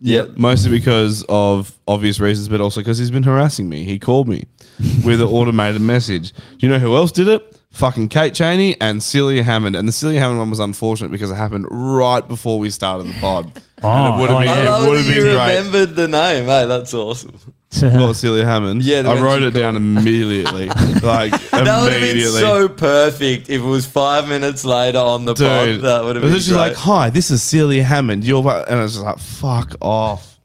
[SPEAKER 4] Yep.
[SPEAKER 2] Mostly because of obvious reasons, but also because he's been harassing me. He called me with an automated message. Do you know who else did it? Fucking Kate Cheney and Celia Hammond. And the Celia Hammond one was unfortunate because it happened right before we started the pod. and
[SPEAKER 4] Oh,
[SPEAKER 2] it would have
[SPEAKER 4] oh,
[SPEAKER 2] been,
[SPEAKER 4] yeah.
[SPEAKER 2] it
[SPEAKER 4] I love
[SPEAKER 2] would have
[SPEAKER 4] that you
[SPEAKER 2] been great.
[SPEAKER 4] remembered the name, hey, that's awesome.
[SPEAKER 2] Well, Celia Hammond.
[SPEAKER 4] Yeah, the
[SPEAKER 2] I
[SPEAKER 4] one
[SPEAKER 2] wrote
[SPEAKER 4] she
[SPEAKER 2] it down immediately. like
[SPEAKER 4] That would have
[SPEAKER 2] immediately.
[SPEAKER 4] been so perfect if it was five minutes later on the pod. That would have
[SPEAKER 2] But
[SPEAKER 4] been
[SPEAKER 2] then she's
[SPEAKER 4] great.
[SPEAKER 2] like, "Hi, this is Celia Hammond." You're wa-" and I was just like, "Fuck off."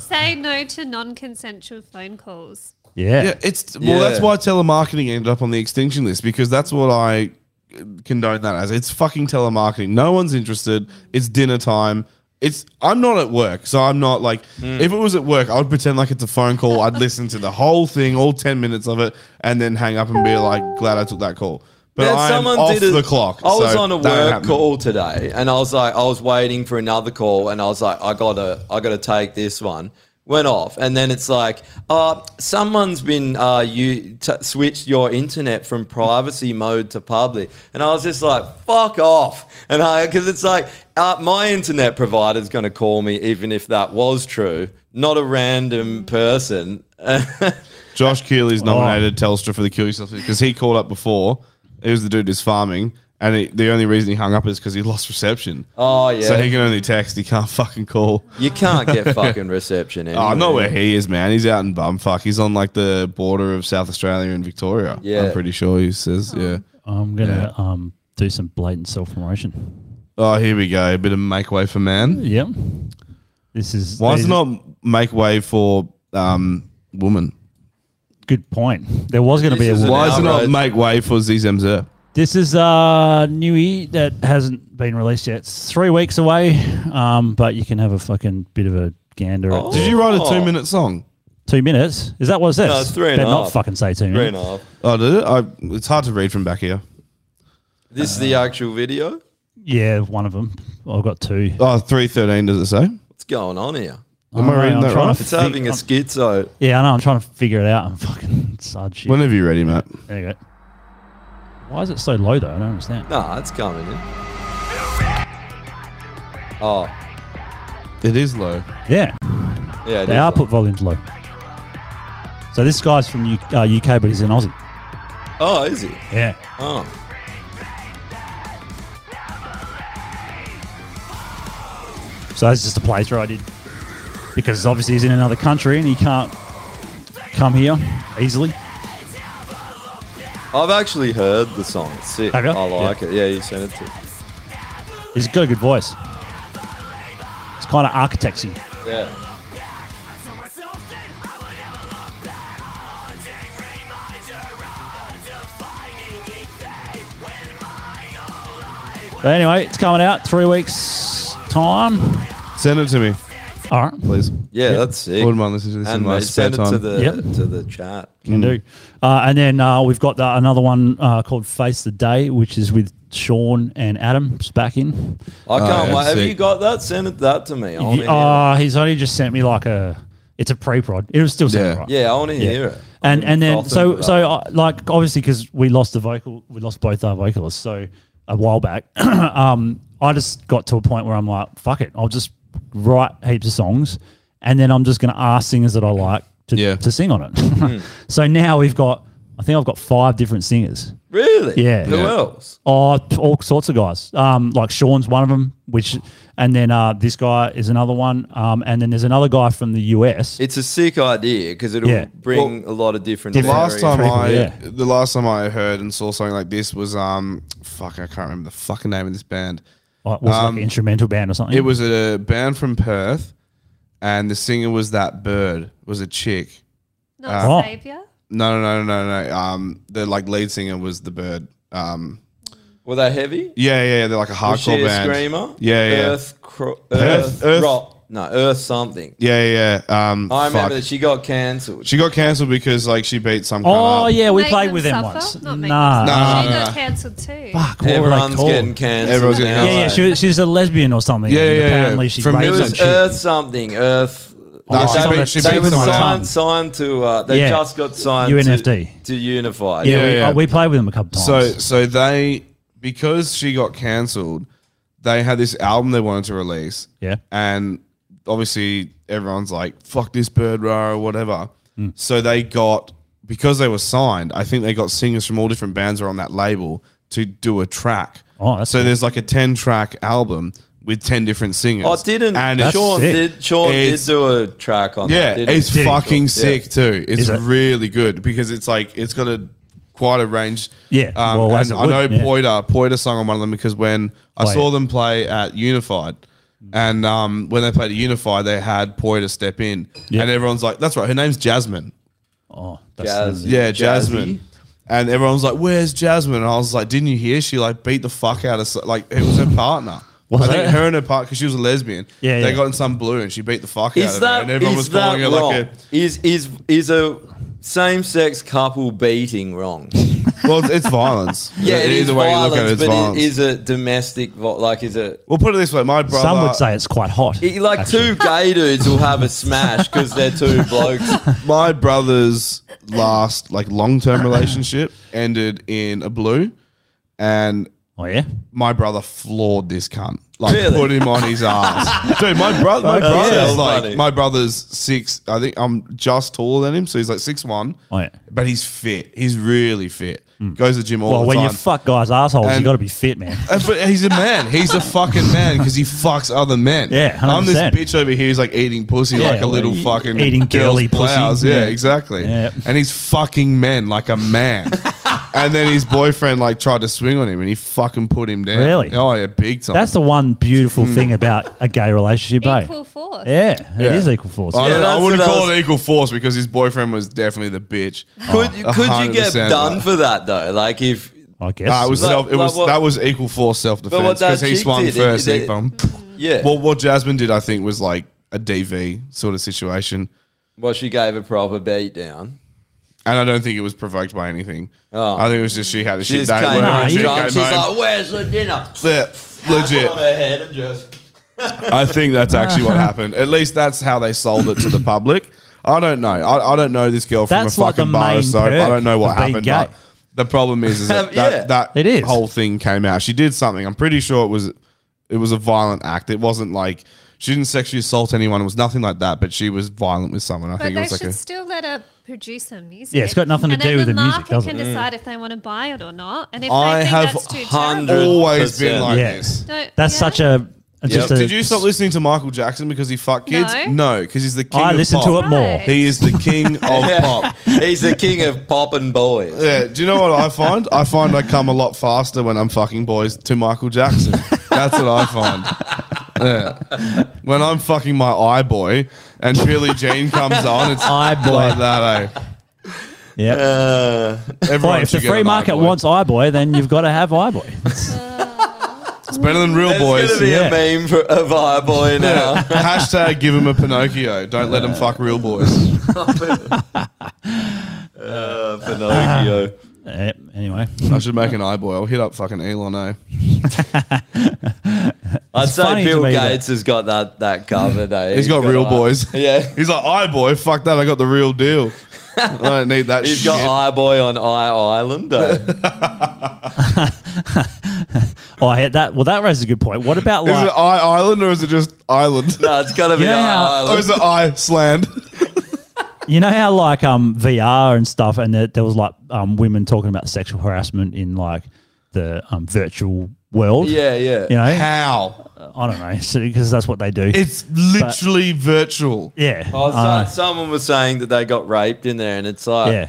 [SPEAKER 5] Say no to non-consensual phone calls.
[SPEAKER 6] Yeah.
[SPEAKER 2] it's well, that's
[SPEAKER 6] Yeah.
[SPEAKER 2] why telemarketing ended up on the extinction list because that's what I condone that as. It's fucking telemarketing. No one's interested. It's dinner time. It's I'm not at work, so I'm not like
[SPEAKER 16] Mm.
[SPEAKER 4] Hmm.
[SPEAKER 2] if it was at work, I would pretend like it's a phone call. I'd listen to the whole thing, all ten minutes of it, and then hang up and be like, "Glad I took that call." But
[SPEAKER 4] Man,
[SPEAKER 2] I'm off
[SPEAKER 4] a-
[SPEAKER 2] the clock.
[SPEAKER 4] I was
[SPEAKER 2] so
[SPEAKER 4] on a
[SPEAKER 2] that
[SPEAKER 4] work
[SPEAKER 2] happened.
[SPEAKER 4] call today, and I was like, I was waiting for another call, and I was like, I gotta, I gotta take this one. went off, and then it's like, uh, someone's been uh, you t- switched your internet from privacy mode to public, and I was just like, fuck off, and I because it's like uh, my internet provider's going to call me even if that was true, not a random person. Oh,
[SPEAKER 2] Josh Keely's nominated Telstra for the Keely stuff because he called up before. He was the dude who's farming, and he, the only reason he hung up is because he lost reception.
[SPEAKER 4] Oh, yeah.
[SPEAKER 2] So he can only text. He can't fucking call.
[SPEAKER 4] You can't get fucking reception. Anyway.
[SPEAKER 2] Oh, I know where he is, man. He's out in bumfuck. He's on like the border of South Australia and Victoria.
[SPEAKER 4] Yeah.
[SPEAKER 2] I'm pretty sure he says. Yeah.
[SPEAKER 6] I'm gonna um do some blatant self promotion.
[SPEAKER 2] Oh, here we go. A bit of make way for man.
[SPEAKER 6] Yep. This is
[SPEAKER 2] why is
[SPEAKER 6] these-
[SPEAKER 2] it not make way for um woman?
[SPEAKER 6] Good point. There was going to be a
[SPEAKER 2] why is it not make way for Zizem Zer?
[SPEAKER 6] This is uh new E that hasn't been released yet. It's three weeks away, um, but you can have a fucking bit of a gander. at
[SPEAKER 2] Oh. Did
[SPEAKER 4] Oh.
[SPEAKER 2] you write a two minute song?
[SPEAKER 6] Two minutes? Is that what it says?
[SPEAKER 2] No, it's three and
[SPEAKER 6] Better
[SPEAKER 2] a
[SPEAKER 6] not
[SPEAKER 2] half.
[SPEAKER 6] fucking say two minutes.
[SPEAKER 2] Oh, did it? I, it's hard to read from back here.
[SPEAKER 4] This is
[SPEAKER 6] Uh-huh.
[SPEAKER 4] the actual video.
[SPEAKER 6] Yeah, one of them. I've got two.
[SPEAKER 2] Oh, 313, does it say?
[SPEAKER 4] What's going on here?
[SPEAKER 6] I Am I know, reading I'm that trying right? to
[SPEAKER 4] It's having a schizo.
[SPEAKER 6] Yeah, I know. I'm trying to figure it out. I'm fucking it's hard shit.
[SPEAKER 2] Whenever you're ready, Matt.
[SPEAKER 6] There you go. Why is it so low though? I don't understand.
[SPEAKER 4] Nah, it's coming in. Oh,
[SPEAKER 2] It is low.
[SPEAKER 6] Yeah.
[SPEAKER 4] Yeah, it
[SPEAKER 6] They
[SPEAKER 4] is
[SPEAKER 6] are
[SPEAKER 4] low.
[SPEAKER 6] put volumes low. So this guy's from U- uh, UK, but he's in Aussie.
[SPEAKER 4] oh, is he?
[SPEAKER 6] Yeah.
[SPEAKER 4] Oh,
[SPEAKER 6] So that's just a playthrough I did because obviously he's in another country and he can't come here easily.
[SPEAKER 4] I've actually heard the song. It's sick.
[SPEAKER 6] Have you?
[SPEAKER 4] I like it. Yeah, you sent it to. me.
[SPEAKER 6] He's got a good voice. It's kind of architectsy.
[SPEAKER 4] Yeah.
[SPEAKER 6] But anyway, it's coming out three weeks time.
[SPEAKER 2] Send it to me.
[SPEAKER 6] All right,
[SPEAKER 2] please.
[SPEAKER 4] Yeah, that's sick.
[SPEAKER 2] Wouldn't mind listening to this
[SPEAKER 4] And
[SPEAKER 2] in my
[SPEAKER 4] they
[SPEAKER 2] spare
[SPEAKER 4] sent it
[SPEAKER 2] time.
[SPEAKER 4] to the
[SPEAKER 6] Yep.
[SPEAKER 4] to the chat.
[SPEAKER 6] Can do. Uh, and then uh, we've got the, another one uh, called Face the Day, which is with Sean and Adam It's back in.
[SPEAKER 2] Oh,
[SPEAKER 4] I can't
[SPEAKER 6] Uh,
[SPEAKER 4] wait. Have you got that? Send it that to me. I want to
[SPEAKER 6] Uh, he's only just sent me like a. It's a pre-prod. It was still sent right.
[SPEAKER 4] hear it. Yeah, I want to hear it.
[SPEAKER 6] And
[SPEAKER 4] I'm
[SPEAKER 6] and then
[SPEAKER 4] frothing for
[SPEAKER 6] so
[SPEAKER 4] that.
[SPEAKER 6] so uh, like obviously because we lost the vocal, we lost both our vocalists. So a while back, um, I just got to a point where I'm like, fuck it, I'll just write heaps of songs, and then I'm just going to ask singers that I like to to sing on it.
[SPEAKER 2] Hmm.
[SPEAKER 6] so now we've got, I think I've got five different singers.
[SPEAKER 4] Really?
[SPEAKER 6] Yeah.
[SPEAKER 4] Who else?
[SPEAKER 6] Oh, t- all sorts of guys. Um, like Sean's one of them, which, and then uh, this guy is another one, um, and then there's another guy from the US.
[SPEAKER 4] It's a sick idea because it'll
[SPEAKER 6] Yeah.
[SPEAKER 4] bring a lot of different.
[SPEAKER 2] The last time
[SPEAKER 4] variations.
[SPEAKER 2] I the last time I heard and saw something like this was um fuck I can't remember the fucking name of this band.
[SPEAKER 6] Like, uh, was it like
[SPEAKER 2] Um,
[SPEAKER 6] an instrumental band or something.
[SPEAKER 2] It was a band from Perth, and the singer was that bird was a chick.
[SPEAKER 5] Not
[SPEAKER 2] Uh,
[SPEAKER 5] Saviour?
[SPEAKER 2] No, no, no, no, no. Um, the like lead singer was the bird. Um,
[SPEAKER 4] Were they heavy?
[SPEAKER 2] yeah, yeah, yeah, they're like a
[SPEAKER 4] Was she
[SPEAKER 2] hardcore
[SPEAKER 4] a
[SPEAKER 2] band.
[SPEAKER 4] Screamer.
[SPEAKER 2] Yeah, yeah,
[SPEAKER 4] Earth. Cro-
[SPEAKER 2] Earth-
[SPEAKER 4] Earth.
[SPEAKER 2] Earth-
[SPEAKER 4] Rock. No, Earth something.
[SPEAKER 2] yeah, yeah. yeah. Um,
[SPEAKER 4] I
[SPEAKER 2] fuck.
[SPEAKER 4] remember that she got cancelled.
[SPEAKER 2] She got cancelled because like she beat some.
[SPEAKER 6] Oh yeah, we
[SPEAKER 5] Make
[SPEAKER 6] played
[SPEAKER 5] them
[SPEAKER 6] with them
[SPEAKER 5] suffer?
[SPEAKER 6] once.
[SPEAKER 5] Not
[SPEAKER 6] Nah,
[SPEAKER 5] make
[SPEAKER 2] them
[SPEAKER 6] nah,
[SPEAKER 2] suffer.
[SPEAKER 5] She
[SPEAKER 2] nah.
[SPEAKER 5] got cancelled too.
[SPEAKER 6] Fuck, what were they
[SPEAKER 4] Everyone's
[SPEAKER 6] called?
[SPEAKER 4] getting cancelled
[SPEAKER 2] Everyone's getting
[SPEAKER 6] Yeah, yeah,
[SPEAKER 2] cancelled.
[SPEAKER 6] she, she's a lesbian or something.
[SPEAKER 2] Yeah,
[SPEAKER 6] and
[SPEAKER 2] yeah, yeah.
[SPEAKER 6] Apparently she
[SPEAKER 2] From
[SPEAKER 6] raped
[SPEAKER 4] It
[SPEAKER 6] some
[SPEAKER 4] was
[SPEAKER 6] chick.
[SPEAKER 4] Earth something. Earth.
[SPEAKER 6] Oh,
[SPEAKER 4] They-
[SPEAKER 6] she
[SPEAKER 4] they,
[SPEAKER 6] beat- she
[SPEAKER 4] they
[SPEAKER 6] beat
[SPEAKER 4] were
[SPEAKER 6] someone
[SPEAKER 4] signed,
[SPEAKER 6] up.
[SPEAKER 4] signed to. Uh, they
[SPEAKER 6] Yeah.
[SPEAKER 4] just got signed
[SPEAKER 6] UNFD.
[SPEAKER 4] to, to Unify.
[SPEAKER 6] Yeah, we, uh, we played with them a couple times.
[SPEAKER 2] So so they because she got cancelled, they had this album they wanted to release.
[SPEAKER 6] Yeah.
[SPEAKER 2] And obviously everyone's like, fuck this bird rah or whatever.
[SPEAKER 6] Hmm.
[SPEAKER 2] So they got because they were signed, I think they got singers from all different bands that were on that label to do a track.
[SPEAKER 6] Oh, that's
[SPEAKER 2] so there's like a ten track album with ten different singers.
[SPEAKER 4] I didn't.
[SPEAKER 2] And it's-
[SPEAKER 4] Sean did. Sean
[SPEAKER 2] It's-
[SPEAKER 4] did do a track on
[SPEAKER 2] yeah,
[SPEAKER 4] that. didn't
[SPEAKER 2] it's
[SPEAKER 4] he?
[SPEAKER 2] fucking
[SPEAKER 4] Yeah.
[SPEAKER 2] sick too. It's
[SPEAKER 4] Is it?
[SPEAKER 2] really good because it's like it's got a quite a range.
[SPEAKER 6] Yeah,
[SPEAKER 2] um,
[SPEAKER 6] well, as
[SPEAKER 2] and
[SPEAKER 6] it
[SPEAKER 2] I know
[SPEAKER 6] would, yeah.
[SPEAKER 2] Poiter Poiter sung on one of them because when I
[SPEAKER 6] Play
[SPEAKER 2] saw them play at Unified, and um, when they played at Unified, they had Poiter step in, and everyone's like, "That's right, her name's Jasmine."
[SPEAKER 6] Oh,
[SPEAKER 2] Jasmine. yeah, Jasmine. And everyone was like, "Where's Jasmine?" And I was like, "Didn't you hear? She like beat the fuck out of so- like it was her partner."
[SPEAKER 6] Was
[SPEAKER 2] I think
[SPEAKER 6] it?
[SPEAKER 2] her and her partner, because she was a lesbian,
[SPEAKER 6] Yeah,
[SPEAKER 2] they
[SPEAKER 6] yeah.
[SPEAKER 2] got in some blue and she beat the fuck out
[SPEAKER 4] Is
[SPEAKER 2] of her.
[SPEAKER 4] that
[SPEAKER 2] And everyone was
[SPEAKER 4] is
[SPEAKER 2] calling
[SPEAKER 4] that
[SPEAKER 2] her
[SPEAKER 4] wrong?
[SPEAKER 2] like a
[SPEAKER 4] Is is is a same sex couple beating wrong?
[SPEAKER 2] Well, it's, it's violence.
[SPEAKER 4] Yeah, it is
[SPEAKER 2] Either way
[SPEAKER 4] violence,
[SPEAKER 2] you look at it, it's
[SPEAKER 4] but
[SPEAKER 2] violence.
[SPEAKER 4] it is a domestic, vi- like, is it
[SPEAKER 2] well, put it this way, my brother.
[SPEAKER 6] Some would say it's quite hot.
[SPEAKER 4] It- like two gay dudes will have a smash because they're two blokes.
[SPEAKER 2] my brother's last like long term relationship ended in a blue, and
[SPEAKER 6] oh yeah,
[SPEAKER 2] my brother floored this cunt. Like
[SPEAKER 11] Really?
[SPEAKER 2] put him on his ass, dude. My brother, my
[SPEAKER 11] That's
[SPEAKER 2] brother's
[SPEAKER 11] so
[SPEAKER 2] like
[SPEAKER 11] funny.
[SPEAKER 2] my brother's six. I think I'm just taller than him, so he's like six one.
[SPEAKER 6] Oh, yeah. Hmm.
[SPEAKER 2] But he's fit. He's really fit. Goes to the gym all
[SPEAKER 6] well,
[SPEAKER 2] the
[SPEAKER 6] when
[SPEAKER 2] time.
[SPEAKER 6] you fuck guys' assholes, you
[SPEAKER 2] And-
[SPEAKER 6] got to be fit, man.
[SPEAKER 2] And- Uh, But he's a man. He's a fucking man because he fucks other men.
[SPEAKER 6] Yeah,
[SPEAKER 2] i am this
[SPEAKER 6] 100%.
[SPEAKER 2] bitch over here who's like eating pussy
[SPEAKER 6] Yeah,
[SPEAKER 2] like a little
[SPEAKER 6] like, e-,
[SPEAKER 2] fucking
[SPEAKER 6] eating
[SPEAKER 2] girl's
[SPEAKER 6] girly pussy.
[SPEAKER 2] blouse. Yeah,
[SPEAKER 6] Yeah.
[SPEAKER 2] exactly.
[SPEAKER 6] Yeah.
[SPEAKER 2] And he's fucking men like a man. and then his boyfriend like tried to swing on him and he fucking put him down.
[SPEAKER 6] Really?
[SPEAKER 2] Oh yeah, big time.
[SPEAKER 6] That's the one beautiful
[SPEAKER 2] Mm.
[SPEAKER 6] thing about a gay relationship, eh?
[SPEAKER 5] Equal force.
[SPEAKER 6] Yeah, it is equal force.
[SPEAKER 2] I, don't know, I wouldn't
[SPEAKER 4] what I
[SPEAKER 2] call
[SPEAKER 4] was-
[SPEAKER 2] it equal force because his boyfriend was definitely the bitch.
[SPEAKER 4] Could could you get
[SPEAKER 2] 100%.
[SPEAKER 4] done for that though? Like if
[SPEAKER 6] I
[SPEAKER 2] Nah, Ah, it was self, it
[SPEAKER 4] Like-
[SPEAKER 2] was
[SPEAKER 4] like what-
[SPEAKER 2] that was equal force self
[SPEAKER 4] But what
[SPEAKER 2] defense
[SPEAKER 4] that
[SPEAKER 2] because he
[SPEAKER 4] chick
[SPEAKER 2] swung
[SPEAKER 4] did, it-
[SPEAKER 2] first.
[SPEAKER 4] it-
[SPEAKER 2] he bum.
[SPEAKER 4] Yeah.
[SPEAKER 2] Well, what Jasmine did, I think, was like a DV sort of situation,
[SPEAKER 4] well, she gave a proper beat down.
[SPEAKER 2] and I don't think it was provoked by anything.
[SPEAKER 4] Oh.
[SPEAKER 2] I think it was just she had a
[SPEAKER 4] She
[SPEAKER 2] shit
[SPEAKER 4] just
[SPEAKER 2] day. at
[SPEAKER 4] came
[SPEAKER 2] work
[SPEAKER 4] home
[SPEAKER 2] and she
[SPEAKER 4] drunk. She's
[SPEAKER 2] came home.
[SPEAKER 4] like, "Where's the dinner?"
[SPEAKER 2] Yeah, legit.
[SPEAKER 4] On her head and just.
[SPEAKER 2] I think that's actually what happened. At least that's how they sold it to the public. I don't know. I, I don't know this girl from
[SPEAKER 6] That's
[SPEAKER 2] a
[SPEAKER 6] like the
[SPEAKER 2] fucking bar
[SPEAKER 6] main
[SPEAKER 2] or soap. I
[SPEAKER 6] perk
[SPEAKER 2] don't know what
[SPEAKER 6] of being
[SPEAKER 2] happened.
[SPEAKER 6] gay.
[SPEAKER 2] But the problem is, is that,
[SPEAKER 6] Yeah.
[SPEAKER 2] that, that
[SPEAKER 6] It is.
[SPEAKER 2] whole thing came out. She did something. I'm pretty sure it was it was a violent act. It wasn't like she didn't sexually assault anyone. It was nothing like that. But she was violent with someone. I
[SPEAKER 5] But
[SPEAKER 2] think it
[SPEAKER 5] they
[SPEAKER 2] was like
[SPEAKER 5] should
[SPEAKER 2] a
[SPEAKER 5] still let her produce her music.
[SPEAKER 2] Yeah, it's got nothing to
[SPEAKER 5] and
[SPEAKER 2] do
[SPEAKER 5] then
[SPEAKER 2] with
[SPEAKER 5] the
[SPEAKER 2] the music,
[SPEAKER 5] market
[SPEAKER 2] does it?
[SPEAKER 5] can
[SPEAKER 2] Mm.
[SPEAKER 5] decide if they want to buy it or not. And if
[SPEAKER 2] I
[SPEAKER 5] they think
[SPEAKER 2] have
[SPEAKER 5] that's too terrible,
[SPEAKER 2] always been like
[SPEAKER 6] Yeah.
[SPEAKER 2] this.
[SPEAKER 5] Don't-
[SPEAKER 6] That's such a. Just a
[SPEAKER 2] Did you stop listening to Michael Jackson because he fucked kids? No, because he's the king.
[SPEAKER 6] I
[SPEAKER 2] of
[SPEAKER 6] listen to
[SPEAKER 2] pop.
[SPEAKER 6] it more. Right.
[SPEAKER 2] He is the king of pop.
[SPEAKER 4] He's the king of pop and boys.
[SPEAKER 2] Yeah. Do you know what I find? I find I come a lot faster when I'm fucking boys to Michael Jackson. That's what I find. Yeah. When I'm fucking my eye boy and Billy Jean comes on, it's eye boy like that. Eh?
[SPEAKER 6] Yeah.
[SPEAKER 2] Everyone
[SPEAKER 6] if the
[SPEAKER 2] should get
[SPEAKER 6] free
[SPEAKER 2] an
[SPEAKER 6] market wants iBoy, then you've got to have iBoy.
[SPEAKER 2] It's better than real
[SPEAKER 4] There's
[SPEAKER 2] boys.
[SPEAKER 4] gonna be a meme for a vibe boy now.
[SPEAKER 2] Hashtag give him a Pinocchio. Don't let him fuck real boys.
[SPEAKER 4] Uh, Pinocchio.
[SPEAKER 6] Uh, anyway,
[SPEAKER 2] I should make an eye boy. I'll hit up fucking Elon. Eh?
[SPEAKER 4] I'd
[SPEAKER 2] It's
[SPEAKER 4] say
[SPEAKER 2] funny to
[SPEAKER 4] Bill
[SPEAKER 2] me that-
[SPEAKER 4] Gates has got that that covered. Eh?
[SPEAKER 2] He's got, real
[SPEAKER 4] like-
[SPEAKER 2] boys.
[SPEAKER 4] Yeah.
[SPEAKER 2] He's like, I boy, fuck that. I got the real deal. I don't need that
[SPEAKER 4] He's
[SPEAKER 2] shit.
[SPEAKER 4] got Eye Boy on Eye Island. eh?
[SPEAKER 6] oh, I had that. Well, that raises a good point. What about
[SPEAKER 2] Is
[SPEAKER 6] like?
[SPEAKER 2] it I Island or is it just Island?
[SPEAKER 4] No, it's gotta
[SPEAKER 6] be You know I how- Island.
[SPEAKER 2] Or is it I Sland?
[SPEAKER 6] You know how like um VR and stuff, and there, there was like um women talking about sexual harassment in like the um virtual world.
[SPEAKER 4] Yeah, yeah.
[SPEAKER 6] You know
[SPEAKER 2] how?
[SPEAKER 6] I don't know because that's what they do.
[SPEAKER 2] It's literally virtual.
[SPEAKER 6] Yeah.
[SPEAKER 4] Oh, so-
[SPEAKER 6] Uh,
[SPEAKER 4] someone was saying that they got raped in there, and it's like,
[SPEAKER 6] Yeah.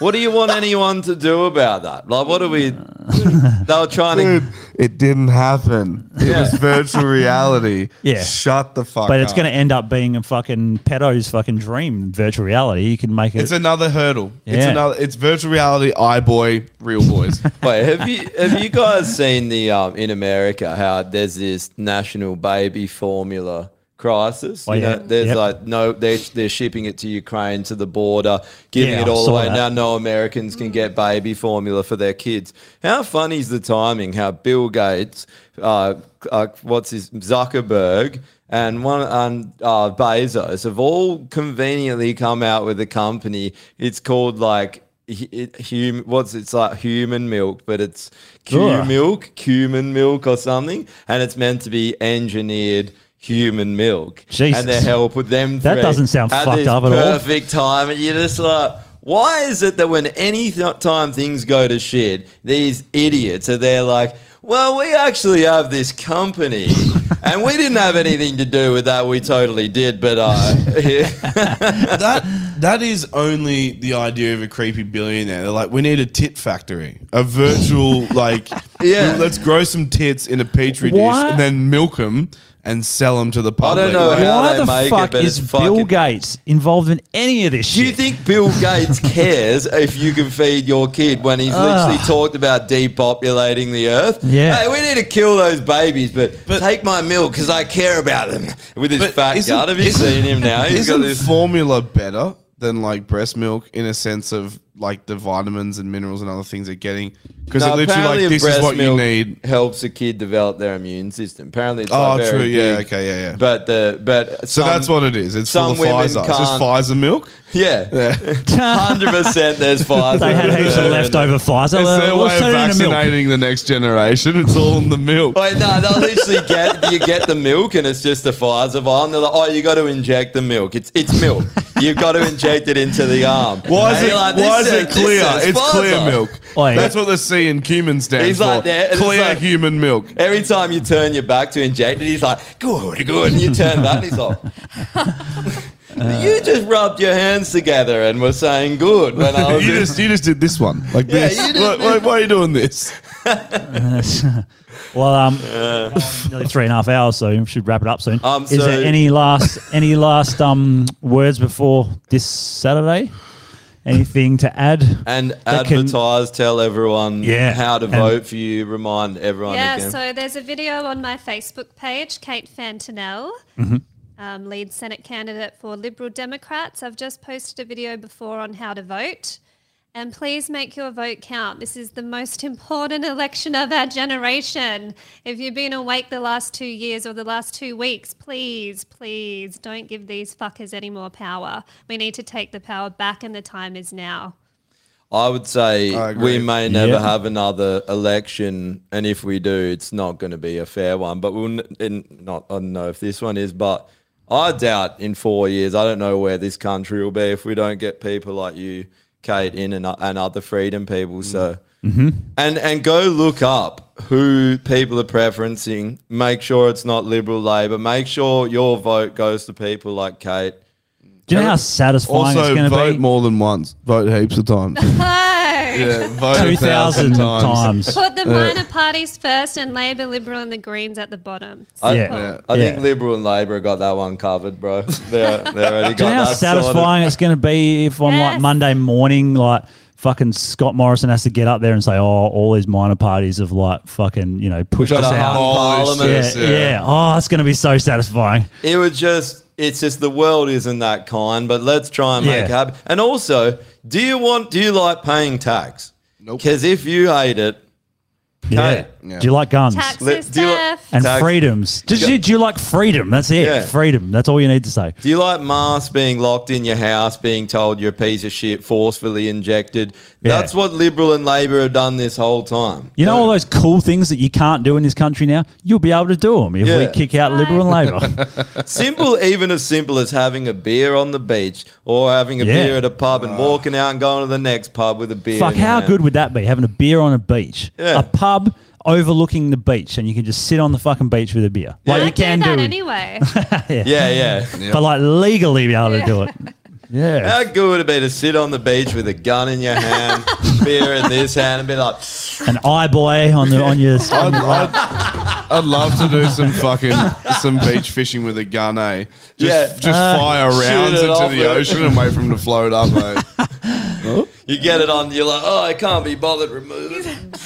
[SPEAKER 4] what do you want anyone to do about that? Like, what are we? they were trying to.
[SPEAKER 2] it didn't happen. It
[SPEAKER 4] Yeah.
[SPEAKER 2] was virtual reality.
[SPEAKER 6] Yeah.
[SPEAKER 2] Shut the fuck
[SPEAKER 6] but
[SPEAKER 2] up.
[SPEAKER 6] it's going to end up being a fucking pedo's fucking dream virtual reality. You can make it.
[SPEAKER 2] It's another hurdle. It's
[SPEAKER 6] Yeah.
[SPEAKER 2] another. It's virtual reality. I boy, real boys.
[SPEAKER 4] Wait, have you have you guys seen the um in America how there's this national baby formula crisis?
[SPEAKER 6] Oh,
[SPEAKER 4] You
[SPEAKER 6] yeah.
[SPEAKER 4] know, there's
[SPEAKER 6] Yep.
[SPEAKER 4] like no, they're they're shipping it to Ukraine to the border, giving
[SPEAKER 6] Yeah,
[SPEAKER 4] it
[SPEAKER 6] I
[SPEAKER 4] all
[SPEAKER 6] saw
[SPEAKER 4] away.
[SPEAKER 6] that.
[SPEAKER 4] Now no Americans can get baby formula for their kids. How funny is the timing? How Bill Gates, uh, uh what's his Zuckerberg. And one and uh, Bezos have all conveniently come out with a company. It's called like hu- it, hum, what's it's like human milk, but it's Q
[SPEAKER 6] Ugh.
[SPEAKER 4] milk, cumin milk, or something, and it's meant to be engineered human milk.
[SPEAKER 6] Jesus.
[SPEAKER 4] And they help with them.
[SPEAKER 6] That
[SPEAKER 4] three
[SPEAKER 6] doesn't sound
[SPEAKER 4] at
[SPEAKER 6] fucked
[SPEAKER 4] this
[SPEAKER 6] up at all.
[SPEAKER 4] Perfect time, and you're just like. Why is it that when any th- time things go to shit, these idiots are there like, well, we actually have this company and we didn't have anything to do with that. We totally did, but uh,
[SPEAKER 2] that that is only the idea of a creepy billionaire. They're like, we need a tit factory, a virtual like,
[SPEAKER 4] Yeah.
[SPEAKER 2] let's grow some tits in a petri
[SPEAKER 6] Why?
[SPEAKER 2] dish and then milk them and sell them to the
[SPEAKER 4] I don't
[SPEAKER 2] public.
[SPEAKER 4] know how
[SPEAKER 6] Why
[SPEAKER 4] they
[SPEAKER 6] the
[SPEAKER 4] make
[SPEAKER 6] fuck
[SPEAKER 4] it, but
[SPEAKER 6] is
[SPEAKER 4] it's
[SPEAKER 6] Bill
[SPEAKER 4] fucking-
[SPEAKER 6] Gates involved in any of this shit?
[SPEAKER 4] Do you think Bill Gates cares if you can feed your kid when he's literally
[SPEAKER 6] Ugh.
[SPEAKER 4] talked about depopulating the earth?
[SPEAKER 6] Yeah.
[SPEAKER 4] Hey, we need to kill those babies, but, take my milk because I care about them. With his fat
[SPEAKER 2] Isn't-
[SPEAKER 4] gut, have you
[SPEAKER 2] isn't-
[SPEAKER 4] seen him now? He's got
[SPEAKER 2] isn't
[SPEAKER 4] this.
[SPEAKER 2] formula better than like breast milk in a sense of like the vitamins and minerals and other things they're getting because
[SPEAKER 4] No,
[SPEAKER 2] it literally
[SPEAKER 4] apparently
[SPEAKER 2] like this is
[SPEAKER 4] breast
[SPEAKER 2] what you
[SPEAKER 4] milk
[SPEAKER 2] need.
[SPEAKER 4] Helps a kid develop their immune system. Apparently, it's
[SPEAKER 2] Oh,
[SPEAKER 4] like very
[SPEAKER 2] true, yeah,
[SPEAKER 4] big.
[SPEAKER 2] okay, yeah, yeah.
[SPEAKER 4] But the but
[SPEAKER 2] So
[SPEAKER 4] some-
[SPEAKER 2] that's what it is. It's for
[SPEAKER 4] some
[SPEAKER 2] the
[SPEAKER 4] women
[SPEAKER 2] Pfizer. It's just
[SPEAKER 4] can't-
[SPEAKER 2] Pfizer milk.
[SPEAKER 4] Yeah, hundred percent. There's Pfizer.
[SPEAKER 6] They had heaps of
[SPEAKER 4] Yeah.
[SPEAKER 6] leftover Pfizer.
[SPEAKER 2] It's
[SPEAKER 6] Well,
[SPEAKER 2] their
[SPEAKER 6] we'll
[SPEAKER 2] way of
[SPEAKER 6] turn it into milk.
[SPEAKER 2] vaccinating the next generation. It's all in the milk.
[SPEAKER 4] Wait, no, they'll literally get you get the milk and it's just the Pfizer vial. And they're like, oh, you got to inject the milk. It's it's milk. You've got to inject it into the arm.
[SPEAKER 2] Why is
[SPEAKER 4] And
[SPEAKER 2] it,
[SPEAKER 4] you're like,
[SPEAKER 2] why
[SPEAKER 4] this
[SPEAKER 2] is it
[SPEAKER 4] this
[SPEAKER 2] clear?
[SPEAKER 4] says
[SPEAKER 2] It's clear
[SPEAKER 4] Pfizer.
[SPEAKER 2] milk. That's what the C in cumin stands
[SPEAKER 4] He's
[SPEAKER 2] for.
[SPEAKER 4] like that, and it's
[SPEAKER 2] clear
[SPEAKER 4] like-
[SPEAKER 2] human milk.
[SPEAKER 4] Every time you turn your back to inject it, he's like, good, good. And you turn back and he's like, you just rubbed your hands together and were saying good when I was
[SPEAKER 2] you,
[SPEAKER 4] in-
[SPEAKER 2] just, you just did this one. Like
[SPEAKER 4] Yeah,
[SPEAKER 2] this.
[SPEAKER 4] you did
[SPEAKER 2] Why-
[SPEAKER 4] this.
[SPEAKER 2] why- why are you doing this?
[SPEAKER 6] well, um, nearly three and a half hours, so we should wrap it up soon.
[SPEAKER 4] Um,
[SPEAKER 6] Is
[SPEAKER 4] so-
[SPEAKER 6] there any last any last um words before this Saturday? Anything to add?
[SPEAKER 4] And
[SPEAKER 6] That can-
[SPEAKER 4] advertise, tell everyone
[SPEAKER 6] Yeah,
[SPEAKER 4] how to
[SPEAKER 6] and-
[SPEAKER 4] vote for you, remind everyone
[SPEAKER 5] Yeah,
[SPEAKER 4] again.
[SPEAKER 5] so there's a video on my Facebook page, Kate Fantanel,
[SPEAKER 4] Mhm.
[SPEAKER 5] um, lead Senate candidate for Liberal Democrats. I've just posted a video before on how to vote. And please make your vote count. This is the most important election of our generation. If you've been awake the last two years or the last two weeks, please, please don't give these fuckers any more power. We need to take the power back, and the time is now.
[SPEAKER 4] I would say
[SPEAKER 2] I
[SPEAKER 4] we
[SPEAKER 2] agree.
[SPEAKER 4] may never
[SPEAKER 2] Yeah.
[SPEAKER 4] have another election, and if we do, it's not going to be a fair one. But we'll n- and not. I don't know if this one is, but I doubt in four years. I don't know where this country will be if we don't get people like you, Kate, in and, o- and other freedom people.
[SPEAKER 2] Mm-hmm.
[SPEAKER 4] So. And and go look up who people are preferencing. Make sure it's not Liberal Labor. Make sure your vote goes to people like Kate.
[SPEAKER 6] Do you know how satisfying
[SPEAKER 2] also,
[SPEAKER 6] it's going to
[SPEAKER 2] vote
[SPEAKER 6] be?
[SPEAKER 2] more than once. Vote heaps of times. yeah, vote a
[SPEAKER 6] 2,000
[SPEAKER 2] thousand times.
[SPEAKER 5] Put the
[SPEAKER 2] Yeah.
[SPEAKER 5] minor parties first and Labour, Liberal, and the Greens at the bottom.
[SPEAKER 4] I,
[SPEAKER 6] Yeah.
[SPEAKER 4] I think
[SPEAKER 6] Yeah.
[SPEAKER 4] Liberal and Labor got that one covered, bro. They're, they already
[SPEAKER 6] Do you
[SPEAKER 4] got
[SPEAKER 6] know how
[SPEAKER 4] that sorted.
[SPEAKER 6] satisfying it's going to be if on like Monday morning, like fucking Scott Morrison has to get up there and say, "Oh, all these minor parties have like fucking you know pushed
[SPEAKER 4] got
[SPEAKER 6] us
[SPEAKER 4] a
[SPEAKER 6] out."
[SPEAKER 4] whole
[SPEAKER 6] yeah,
[SPEAKER 4] parliament.
[SPEAKER 6] yeah. Oh, it's going to be so satisfying.
[SPEAKER 4] It was just, it's just the world isn't that kind, but let's try and make
[SPEAKER 6] Yeah.
[SPEAKER 4] it happen. And also, do you want, do you like paying tax? Nope. Because if you hate it,
[SPEAKER 6] Yeah. Do you like guns
[SPEAKER 4] Let- do, you, li-
[SPEAKER 6] and
[SPEAKER 4] tax-
[SPEAKER 6] freedoms? Did you, do you like freedom? That's it.
[SPEAKER 4] Yeah.
[SPEAKER 6] Freedom. That's all you need to say.
[SPEAKER 4] do you like masks being locked in your house, being told you're a piece of shit, forcefully injected?
[SPEAKER 6] Yeah.
[SPEAKER 4] That's what Liberal and Labor have done this whole time.
[SPEAKER 6] You know all those cool things that you can't do in this country now. You'll be able to do them if we
[SPEAKER 4] Yeah.
[SPEAKER 6] kick out Liberal and Labor.
[SPEAKER 4] simple, even as simple as having a beer on the beach or having a
[SPEAKER 6] Yeah.
[SPEAKER 4] beer at a pub and walking out and going to the next pub with a beer.
[SPEAKER 6] Fuck,
[SPEAKER 4] in your
[SPEAKER 6] how
[SPEAKER 4] hand.
[SPEAKER 6] good would that be? Having a beer on a beach,
[SPEAKER 4] Yeah.
[SPEAKER 6] a pub overlooking the beach, and you can just sit on the fucking beach with a beer. Like
[SPEAKER 5] I
[SPEAKER 6] you can
[SPEAKER 5] do that
[SPEAKER 6] do.
[SPEAKER 5] anyway.
[SPEAKER 6] yeah.
[SPEAKER 4] Yeah, yeah.
[SPEAKER 6] But like legally be able to do it. Yeah.
[SPEAKER 4] How good would it be to sit on the beach with a gun in your hand, beer in this hand, and be like,
[SPEAKER 6] An eye boy on the on your.
[SPEAKER 2] I'd,
[SPEAKER 6] on your lap.
[SPEAKER 2] I'd, I'd love to do some fucking some beach fishing with a gun, eh? Just,
[SPEAKER 4] Yeah.
[SPEAKER 2] just
[SPEAKER 4] Uh,
[SPEAKER 2] fire
[SPEAKER 4] shoot
[SPEAKER 2] rounds
[SPEAKER 4] it
[SPEAKER 2] into
[SPEAKER 4] off
[SPEAKER 2] the
[SPEAKER 4] it.
[SPEAKER 2] ocean and wait for them to float up, eh?
[SPEAKER 4] you get it on, you're like, oh, I can't be bothered removing.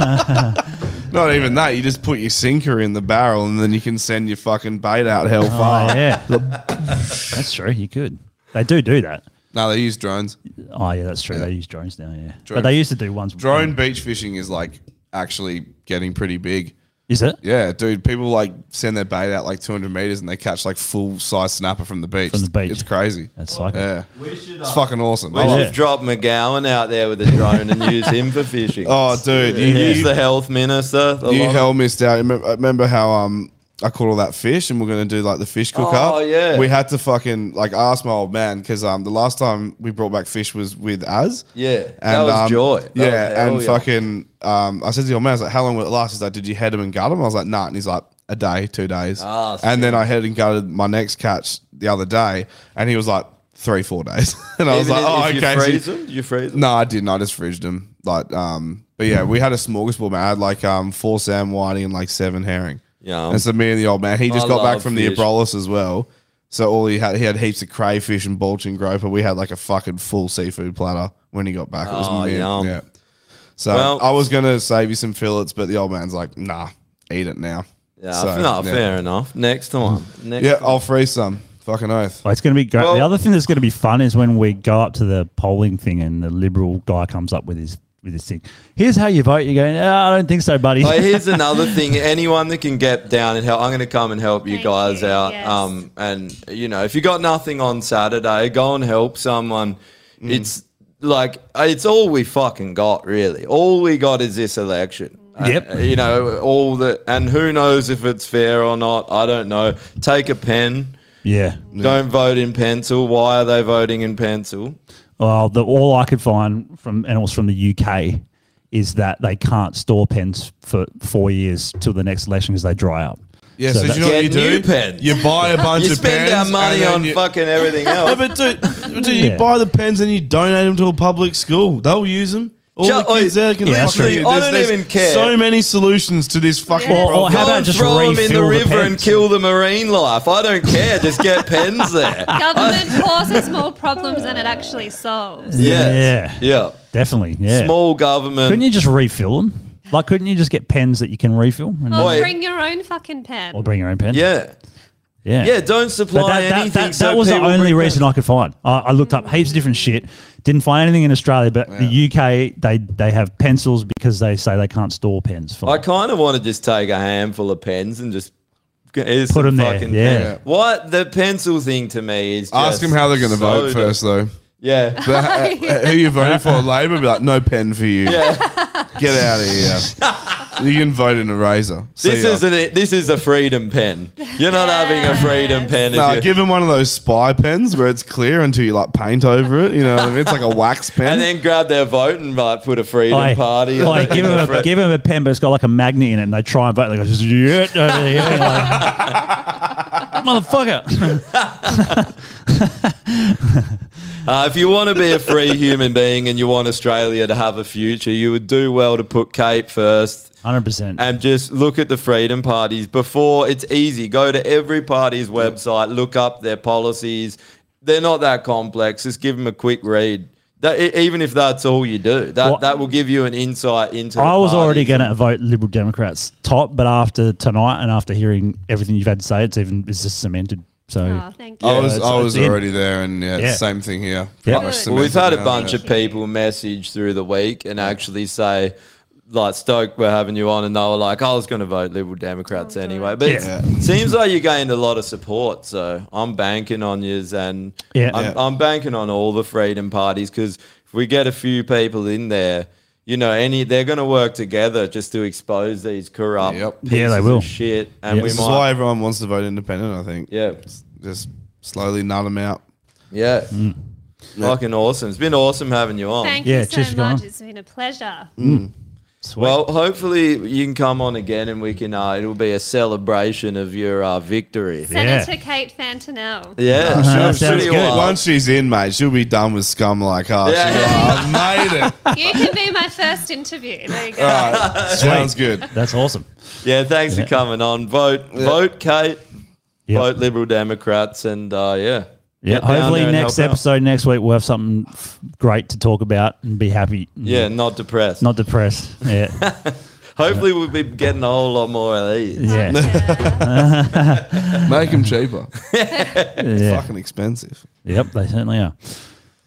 [SPEAKER 2] Not even that. You just put your sinker in the barrel and then you can send your fucking bait out hell far.
[SPEAKER 6] Oh, yeah. that's true. You could. They do do that.
[SPEAKER 2] No, they use drones.
[SPEAKER 6] Oh yeah, that's true. They use drones now. Yeah.
[SPEAKER 2] Drone-
[SPEAKER 6] But they used to do ones.
[SPEAKER 2] Drone beach fishing is like actually getting pretty big.
[SPEAKER 6] Is it?
[SPEAKER 2] Yeah, dude. People like send their bait out like 200 meters and they catch like full size snapper from the beach. From the beach. It's crazy.
[SPEAKER 6] That's like
[SPEAKER 2] yeah. it's fucking awesome.
[SPEAKER 4] We
[SPEAKER 2] I love
[SPEAKER 4] should drop McGowan out there with a drone and use him for fishing.
[SPEAKER 2] Oh, dude,
[SPEAKER 4] You
[SPEAKER 2] you-
[SPEAKER 4] use the health minister. I
[SPEAKER 2] You
[SPEAKER 4] love it.
[SPEAKER 2] hell missed out. Remember, uh, remember how um I caught all that fish and we're gonna do like the fish cook up.
[SPEAKER 4] Oh, yeah.
[SPEAKER 2] We had to fucking like ask my old man because um the last time we brought back fish was with Az. um,
[SPEAKER 4] Yeah, that was joy. That
[SPEAKER 2] yeah,
[SPEAKER 4] was hell
[SPEAKER 2] and
[SPEAKER 4] yeah.
[SPEAKER 2] fucking um I said to the old man, I was like, how long will it last? He's like, did you head him and gut him? I was like, nah. And he's like, a day, two days.
[SPEAKER 4] Ah,
[SPEAKER 2] and then I headed and gutted my next catch the other day, and he was like. Three, four days. And I was
[SPEAKER 4] Even
[SPEAKER 2] like,
[SPEAKER 4] if you
[SPEAKER 2] oh, okay. so-
[SPEAKER 4] freeze 'em? Did you freeze 'em?
[SPEAKER 2] no, I didn't. I just fridged them. Like, um, but yeah, we had a smorgasbord, man. I had like um four Sam Whiting and like seven herring.
[SPEAKER 4] Yeah.
[SPEAKER 2] And so me and the old man, he just
[SPEAKER 4] I
[SPEAKER 2] got back
[SPEAKER 4] love
[SPEAKER 2] from the
[SPEAKER 4] fish.
[SPEAKER 2] Abrolhos as well. So all he had, he had heaps of crayfish and bulging groper. We had like a fucking full seafood platter when he got back. It was
[SPEAKER 4] Oh,
[SPEAKER 2] mint.
[SPEAKER 4] yum.
[SPEAKER 2] Yeah. So
[SPEAKER 4] Well-
[SPEAKER 2] I was gonna save you some fillets, but the old man's like, nah, eat it now.
[SPEAKER 4] Yeah,
[SPEAKER 2] So,
[SPEAKER 4] no,
[SPEAKER 2] yeah.
[SPEAKER 4] fair enough. Next time. Next
[SPEAKER 2] yeah,
[SPEAKER 4] time.
[SPEAKER 2] I'll freeze some. Fucking oath.
[SPEAKER 6] Like, it's going to be great. the other thing that's going to be fun is when we go up to the polling thing and the liberal guy comes up with his with his thing. Here's how you vote. You're going, "Ah, I don't think so, buddy.
[SPEAKER 4] Oh, here's another thing. Anyone that can get down and help, I'm going to come and help you guys out. Um, and you know, if you got nothing on Saturday, go and help someone.
[SPEAKER 2] Mm.
[SPEAKER 4] It's like it's all we fucking got, really. All we got is this election.
[SPEAKER 6] Yep.
[SPEAKER 4] Uh, you know, all the and who knows if it's fair or not? I don't know. Take a pen.
[SPEAKER 6] Yeah.
[SPEAKER 2] Mm.
[SPEAKER 4] Don't vote in pencil. Why are they voting in pencil?
[SPEAKER 6] Well, the, all I could find from and it was from the UK is that they can't store pens for four years till the next election because they dry up.
[SPEAKER 2] Yeah, so, do you know what you do? You buy a bunch
[SPEAKER 4] You
[SPEAKER 2] of
[SPEAKER 4] spend
[SPEAKER 2] pens.
[SPEAKER 4] our money
[SPEAKER 2] and then
[SPEAKER 4] on
[SPEAKER 2] you-
[SPEAKER 4] fucking everything
[SPEAKER 2] No,
[SPEAKER 4] else.
[SPEAKER 2] but dude, but dude, you
[SPEAKER 4] Yeah.
[SPEAKER 2] buy the pens and you donate them to a public school. They'll use them. All
[SPEAKER 4] Ju-
[SPEAKER 2] the kids
[SPEAKER 4] oh,
[SPEAKER 2] there can
[SPEAKER 4] yeah, that's
[SPEAKER 2] fucking-
[SPEAKER 4] true. I don't even care.
[SPEAKER 2] So many solutions to this fucking
[SPEAKER 4] Yeah.
[SPEAKER 2] problem.
[SPEAKER 4] Go and throw them in the river and kill the marine life? I don't care. Just get pens there.
[SPEAKER 5] Government causes more problems than it actually solves.
[SPEAKER 4] Yes.
[SPEAKER 6] Yeah.
[SPEAKER 4] Yeah.
[SPEAKER 6] Definitely. Yeah.
[SPEAKER 4] Small government.
[SPEAKER 6] Couldn't you just refill them? Like, couldn't you just get pens that you can refill? and-
[SPEAKER 5] Or bring your own fucking pen.
[SPEAKER 6] or bring your own pen?
[SPEAKER 4] Yeah.
[SPEAKER 6] Yeah.
[SPEAKER 4] Yeah, don't supply
[SPEAKER 6] But that, that,
[SPEAKER 4] anything.
[SPEAKER 6] that,
[SPEAKER 4] so
[SPEAKER 6] that was the
[SPEAKER 4] people
[SPEAKER 6] only
[SPEAKER 4] bring pens.
[SPEAKER 6] reason I could find. I, I looked up heaps of different shit. Didn't find anything in Australia, but the UK they they have pencils because they say they can't store pens. For
[SPEAKER 4] I kind of want to just take a handful of pens and just put
[SPEAKER 6] Put 'em there, yeah.
[SPEAKER 4] What the pencil thing to me is. just
[SPEAKER 2] Ask them how they're going to
[SPEAKER 4] so
[SPEAKER 2] vote
[SPEAKER 4] dumb.
[SPEAKER 2] first, though.
[SPEAKER 4] Yeah.
[SPEAKER 2] But, uh, Who you voting for? Labor? Be like, no pen for you.
[SPEAKER 4] Yeah.
[SPEAKER 2] Get out of here. You can vote in a razor. See
[SPEAKER 4] This
[SPEAKER 2] ya.
[SPEAKER 4] is a this is a freedom pen. You're not having a freedom pen. if
[SPEAKER 2] Nah,
[SPEAKER 4] you-
[SPEAKER 2] give him one of those spy pens where it's clear until you like paint over it. You know what I mean? It's like a wax pen.
[SPEAKER 4] and then grab their vote and like put a freedom
[SPEAKER 6] Oi,
[SPEAKER 4] party.
[SPEAKER 6] oi, give him a give him a pen, but it's got like a magnet in it, and they try and vote. They go, just yeah, over here, like, motherfucker.
[SPEAKER 4] Uh, if you want to be a free human being and you want Australia to have a future, you would do well to put Cape first.
[SPEAKER 6] 100%.
[SPEAKER 4] And just look at the freedom parties before it's easy. Go to every party's website, look up their policies. They're not that complex. Just give them a quick read. That, e- even if that's all you do, that,
[SPEAKER 6] Well-
[SPEAKER 4] that will give you an insight into. the
[SPEAKER 6] I was
[SPEAKER 4] party.
[SPEAKER 6] already going to vote Liberal Democrats top, but after tonight and after hearing everything you've had to say, it's even it's just cemented. So
[SPEAKER 5] Oh,
[SPEAKER 2] I was
[SPEAKER 6] it's-
[SPEAKER 2] I
[SPEAKER 6] it's
[SPEAKER 2] was
[SPEAKER 6] in.
[SPEAKER 2] already there, and yeah,
[SPEAKER 6] Yeah.
[SPEAKER 2] same thing here.
[SPEAKER 6] Yeah.
[SPEAKER 2] Pretty much
[SPEAKER 4] Well, we've
[SPEAKER 2] cemented
[SPEAKER 4] had a
[SPEAKER 2] now,
[SPEAKER 4] bunch
[SPEAKER 2] yeah.
[SPEAKER 4] of people message through the week and actually say, like, Stoke, we're having you on. And they were like, "Oh, I was going to vote Liberal Democrats anyway. But it's-
[SPEAKER 2] Yeah.
[SPEAKER 4] it seems like you gained a lot of support. So I'm banking on yous. And
[SPEAKER 6] Yeah.
[SPEAKER 4] I'm,
[SPEAKER 6] Yeah.
[SPEAKER 4] I'm banking on all the freedom parties because if we get a few people in there, you know, any they're going to work together just to expose these corrupt pieces
[SPEAKER 2] Yeah, they will.
[SPEAKER 4] of shit, and we
[SPEAKER 2] this is
[SPEAKER 4] might
[SPEAKER 2] why everyone wants to vote independent. I think.
[SPEAKER 4] Yeah.
[SPEAKER 2] Just slowly nut them out.
[SPEAKER 4] Yeah. fucking awesome. It's been awesome having you on.
[SPEAKER 5] Thank you so much. It's been a pleasure.
[SPEAKER 4] Well, hopefully you can come on again and we can. Uh, it'll be a celebration of your uh, victory.
[SPEAKER 5] Senator Kate Fantanel.
[SPEAKER 4] Yeah, sure, I'm sure you are.
[SPEAKER 2] Once she's in, mate, she'll be done with scum like us.
[SPEAKER 4] Yeah.
[SPEAKER 2] I've made it.
[SPEAKER 5] You can be my first interview. There you go.
[SPEAKER 2] All right, sounds good.
[SPEAKER 6] That's awesome.
[SPEAKER 4] Yeah, thanks for coming on. Vote, vote, Kate. Vote Liberal Democrats, and uh, yeah,
[SPEAKER 6] Yeah,
[SPEAKER 4] Get down
[SPEAKER 6] hopefully
[SPEAKER 4] there and
[SPEAKER 6] next
[SPEAKER 4] help out.
[SPEAKER 6] episode next week we'll have something f- great to talk about and be happy.
[SPEAKER 4] Yeah, not depressed.
[SPEAKER 6] Not depressed. Yeah.
[SPEAKER 4] Hopefully we'll be getting a whole lot more of these.
[SPEAKER 6] yeah.
[SPEAKER 2] Make them cheaper.
[SPEAKER 6] Yeah.
[SPEAKER 2] Fucking expensive.
[SPEAKER 6] Yep, they certainly are.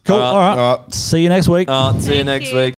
[SPEAKER 6] Cool.
[SPEAKER 2] All right.
[SPEAKER 6] All right. See you next week.
[SPEAKER 4] Uh, see you next week.